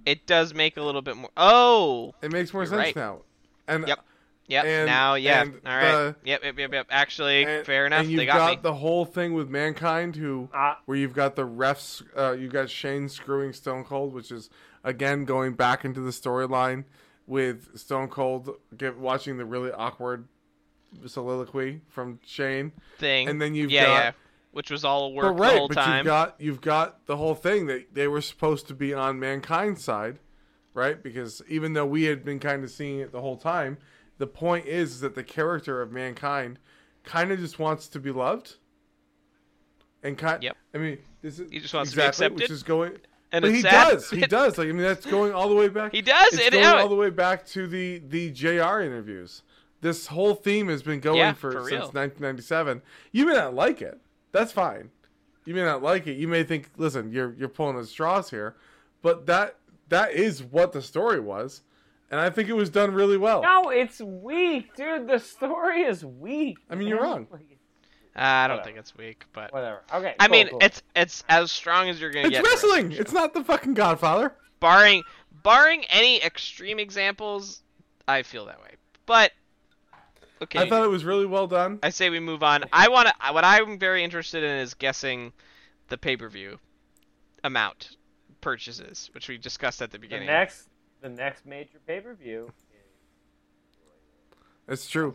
[SPEAKER 2] it does make a little bit more. Oh,
[SPEAKER 3] It makes more
[SPEAKER 2] You're
[SPEAKER 3] sense
[SPEAKER 2] right.
[SPEAKER 3] now. And
[SPEAKER 2] Yep. yep.
[SPEAKER 3] And-
[SPEAKER 2] now, yeah.
[SPEAKER 3] and
[SPEAKER 2] All right.
[SPEAKER 3] the-
[SPEAKER 2] Yep, yep, yep, yep. Actually,
[SPEAKER 3] and-
[SPEAKER 2] fair enough.
[SPEAKER 3] And you've
[SPEAKER 2] They got, me.
[SPEAKER 3] the whole thing with mankind who
[SPEAKER 1] uh,
[SPEAKER 3] where you've got the refs, uh, you've got Shane screwing Stone Cold, which is again going back into the storyline with Stone Cold get, watching the really awkward soliloquy from Shane.
[SPEAKER 2] thing.
[SPEAKER 3] and then you've
[SPEAKER 2] yeah,
[SPEAKER 3] got-
[SPEAKER 2] yeah, which was all work
[SPEAKER 3] but right,
[SPEAKER 2] the whole
[SPEAKER 3] but
[SPEAKER 2] time.
[SPEAKER 3] you've got you've got the whole thing that they were supposed to be on mankind's side, right? Because even though we had been kind of seeing it the whole time, the point is that the character of mankind kind of just wants to be loved. And kind,
[SPEAKER 2] Yep.
[SPEAKER 3] I mean, this is
[SPEAKER 2] He just wants to be
[SPEAKER 3] exactly, which
[SPEAKER 2] accepted.
[SPEAKER 3] is going
[SPEAKER 2] and
[SPEAKER 3] but
[SPEAKER 2] it's
[SPEAKER 3] he
[SPEAKER 2] sad.
[SPEAKER 3] does. He does. Like I mean, that's going all the way back.
[SPEAKER 2] He does,
[SPEAKER 3] It's
[SPEAKER 2] it-
[SPEAKER 3] going
[SPEAKER 2] yeah.
[SPEAKER 3] all the way back to the the Jr. interviews. This whole theme has been going
[SPEAKER 2] Yeah,
[SPEAKER 3] for,
[SPEAKER 2] for
[SPEAKER 3] since
[SPEAKER 2] real.
[SPEAKER 3] 1997. You may not like it. That's fine. You may not like it. You may think, listen, you're you're pulling at straws here, but that that is what the story was, and I think it was done really well.
[SPEAKER 1] no, it's weak, dude. The story is weak.
[SPEAKER 3] I mean, you're
[SPEAKER 1] man.
[SPEAKER 3] wrong.
[SPEAKER 1] Like,
[SPEAKER 2] I don't
[SPEAKER 1] Whatever.
[SPEAKER 2] think it's weak, but
[SPEAKER 1] Whatever. Okay.
[SPEAKER 2] I
[SPEAKER 1] cool,
[SPEAKER 2] mean,
[SPEAKER 1] cool.
[SPEAKER 2] it's it's as strong as you're gonna
[SPEAKER 3] It's
[SPEAKER 2] get. in a
[SPEAKER 3] wrestling. It's not the fucking Godfather.
[SPEAKER 2] barring barring any extreme examples, I feel that way. But okay,
[SPEAKER 3] I thought it was really well done.
[SPEAKER 2] I say we move on. I want to. What I'm very interested in is guessing the pay-per-view amount purchases, which we discussed at the
[SPEAKER 1] the
[SPEAKER 2] beginning.
[SPEAKER 1] next the next major pay per view.
[SPEAKER 3] It's true.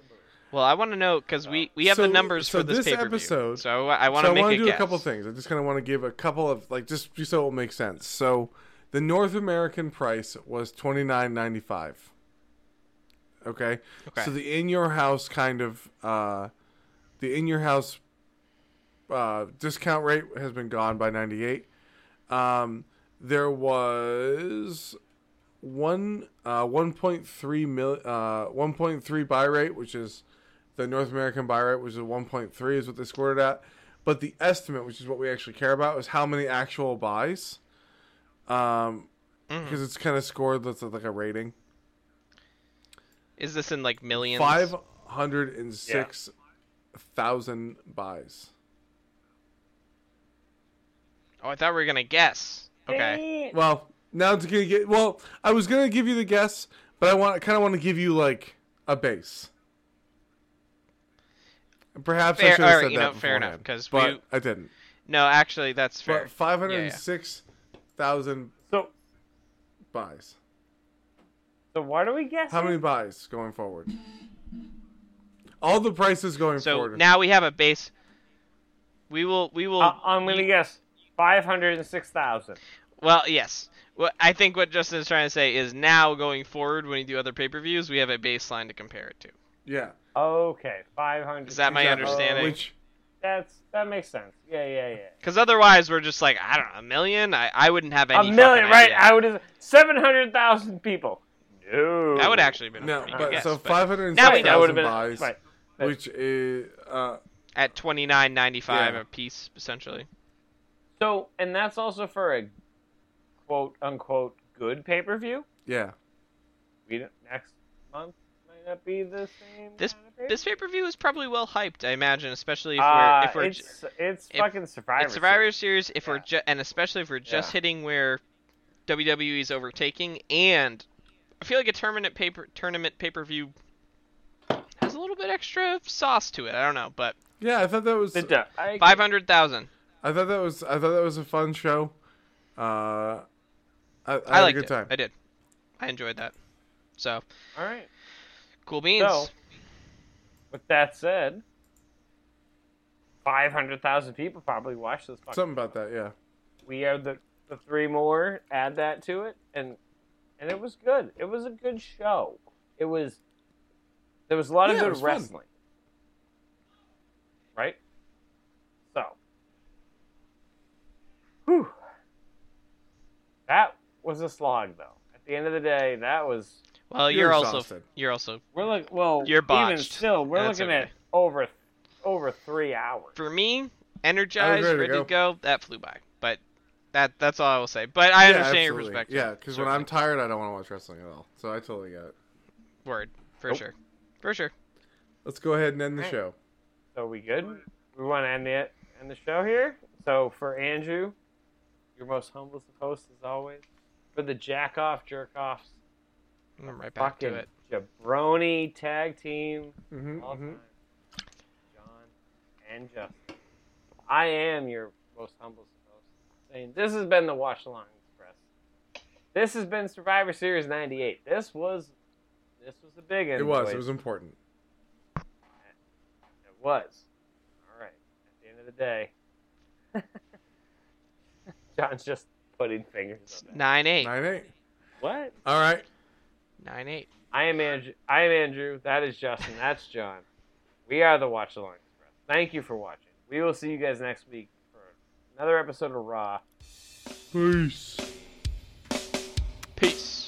[SPEAKER 2] Well, I want to know because
[SPEAKER 1] Oh.
[SPEAKER 2] we we have
[SPEAKER 3] So-
[SPEAKER 2] the numbers
[SPEAKER 3] so
[SPEAKER 2] for this,
[SPEAKER 3] this
[SPEAKER 2] pay-per-view.
[SPEAKER 3] episode-
[SPEAKER 2] so I, I want to
[SPEAKER 3] so I
[SPEAKER 2] make
[SPEAKER 3] want
[SPEAKER 2] a
[SPEAKER 3] to do
[SPEAKER 2] guess.
[SPEAKER 3] a couple things. I just kind of want to give a couple of like just just so it makes sense. So the North American price was twenty nine ninety five. Okay?
[SPEAKER 2] Okay.
[SPEAKER 3] So the in your house kind of uh, the in your house uh, discount rate has been gone by ninety eight. Um, there was one uh, one point three mil uh, one point three buy rate, which is the North American buy rate, which is one point three, is what they scored it at. But the estimate, which is what we actually care about, is how many actual buys, um,
[SPEAKER 2] Mm-hmm.
[SPEAKER 3] because it's kind of scored that's like a rating.
[SPEAKER 2] Is this in like millions?
[SPEAKER 3] Five hundred and six thousand buys.
[SPEAKER 2] Oh, I thought we were gonna guess. Okay.
[SPEAKER 1] Damn.
[SPEAKER 3] Well, now it's gonna get. Well, I was gonna give you the guess, but I want kind of want to give you like a base. Perhaps I
[SPEAKER 2] Fair-
[SPEAKER 3] should have
[SPEAKER 2] alright,
[SPEAKER 3] said
[SPEAKER 2] you
[SPEAKER 3] that
[SPEAKER 2] know, fair enough,
[SPEAKER 3] beforehand,
[SPEAKER 2] 'cause
[SPEAKER 3] but
[SPEAKER 2] we-
[SPEAKER 3] I didn't.
[SPEAKER 2] No, actually, that's fair.
[SPEAKER 3] But five hundred six thousand
[SPEAKER 1] So
[SPEAKER 3] buys.
[SPEAKER 1] so why do we guess?
[SPEAKER 3] How many buys going forward? All the prices going
[SPEAKER 2] so
[SPEAKER 3] forward.
[SPEAKER 2] now we have a base. We will. We will.
[SPEAKER 1] Uh, I'm gonna guess five hundred and six thousand.
[SPEAKER 2] Well, yes. What I think what Justin is trying to say is now going forward, when you do other pay per views, we have a baseline to compare it to.
[SPEAKER 3] Yeah.
[SPEAKER 1] Okay, five hundred.
[SPEAKER 2] Is that my
[SPEAKER 3] exactly.
[SPEAKER 2] understanding?
[SPEAKER 3] Which
[SPEAKER 1] That's that makes sense. Yeah, yeah, yeah.
[SPEAKER 2] Because otherwise, we're just like I don't know, a million. I, I wouldn't have any.
[SPEAKER 1] a million,
[SPEAKER 2] fucking
[SPEAKER 1] right?
[SPEAKER 2] idea.
[SPEAKER 1] I would seven hundred thousand people. No,
[SPEAKER 2] that would actually have been a
[SPEAKER 3] no,
[SPEAKER 2] pretty good
[SPEAKER 3] but
[SPEAKER 2] guess,
[SPEAKER 3] so
[SPEAKER 2] but
[SPEAKER 3] five hundred
[SPEAKER 2] Now we know.
[SPEAKER 1] that would have
[SPEAKER 3] thousand
[SPEAKER 1] been
[SPEAKER 3] buys,
[SPEAKER 1] right.
[SPEAKER 3] which is uh,
[SPEAKER 2] at twenty nine ninety five
[SPEAKER 3] Yeah.
[SPEAKER 2] a piece essentially.
[SPEAKER 1] So, and that's also for a quote unquote good pay per view.
[SPEAKER 3] yeah,
[SPEAKER 1] We don't, next month might not be the same.
[SPEAKER 2] This-
[SPEAKER 1] kind of pay-per-view.
[SPEAKER 2] This pay per view is probably well hyped, I imagine, especially if we're
[SPEAKER 1] Uh,
[SPEAKER 2] if we're ju-
[SPEAKER 1] it's it's
[SPEAKER 2] if-
[SPEAKER 1] fucking Survivor.
[SPEAKER 2] it's Survivor Series. If we're
[SPEAKER 1] Yeah.
[SPEAKER 2] ju- and especially if we're just
[SPEAKER 1] Yeah.
[SPEAKER 2] hitting where WWE is overtaking, and I feel like a tournament paper tournament pay per view has a little bit extra sauce to it. I don't know, but
[SPEAKER 3] yeah. I thought that was
[SPEAKER 1] Series. It does. I,
[SPEAKER 2] five hundred thousand.
[SPEAKER 3] I thought that was I thought that was a fun show. Uh, I, I, had
[SPEAKER 2] I
[SPEAKER 3] a
[SPEAKER 2] liked
[SPEAKER 3] good
[SPEAKER 2] it.
[SPEAKER 3] time.
[SPEAKER 2] I did. I enjoyed that. So
[SPEAKER 1] all right.
[SPEAKER 2] cool beans.
[SPEAKER 1] So, with that said, five hundred thousand people probably watched this. Fucking
[SPEAKER 3] Something about that, yeah.
[SPEAKER 1] we are the, the three more add that to it and and it was good it was a good show it was there was a lot of
[SPEAKER 3] Yeah, it
[SPEAKER 1] good
[SPEAKER 3] was fun.
[SPEAKER 1] wrestling right so whew that was a slog though at the end of the day that was
[SPEAKER 2] well,
[SPEAKER 3] you're
[SPEAKER 2] you're, also
[SPEAKER 3] exhausted.
[SPEAKER 2] you're also
[SPEAKER 1] we're like well
[SPEAKER 2] You're
[SPEAKER 1] even
[SPEAKER 2] botched.
[SPEAKER 1] still we're
[SPEAKER 2] That's
[SPEAKER 1] looking at
[SPEAKER 2] okay.
[SPEAKER 1] over over three hours
[SPEAKER 2] for me energized,
[SPEAKER 3] ready to
[SPEAKER 2] ready to
[SPEAKER 3] go.
[SPEAKER 2] go. That flew by, but that that's all I will say. But I
[SPEAKER 3] yeah,
[SPEAKER 2] understand your
[SPEAKER 3] absolutely.
[SPEAKER 2] perspective.
[SPEAKER 3] Yeah, because when
[SPEAKER 2] certainly.
[SPEAKER 3] I'm tired, I don't want to watch wrestling at all. So I totally get it.
[SPEAKER 2] word for
[SPEAKER 1] Nope.
[SPEAKER 2] sure, for sure.
[SPEAKER 3] Let's go ahead and end the
[SPEAKER 1] Alright.
[SPEAKER 3] show.
[SPEAKER 1] So we good? We want to end the end the show here. So for Andrew, your most humblest of hosts as always, for the jack off jerk offs,
[SPEAKER 2] I'm right back
[SPEAKER 1] fucking
[SPEAKER 2] to it.
[SPEAKER 1] jabroni tag team,
[SPEAKER 3] Mm-hmm,
[SPEAKER 1] all time, John and Justin. I am your most humblest of hosts. Saying this has been the Watch Along Express. This has been Survivor Series '98. This was this was a big one.
[SPEAKER 3] It was. It was important.
[SPEAKER 1] It was. All right. At the end of the day, John's just putting fingers
[SPEAKER 2] It's
[SPEAKER 1] on that.
[SPEAKER 2] nine eight.
[SPEAKER 3] Nine eight.
[SPEAKER 1] What?
[SPEAKER 3] All right.
[SPEAKER 2] Nine eight.
[SPEAKER 1] I am Andrew. I am Andrew. That is Justin. That's John. We are the Watch Along Express. Thank you for watching. We will see you guys next week for another episode of Raw.
[SPEAKER 3] Peace.
[SPEAKER 2] Peace.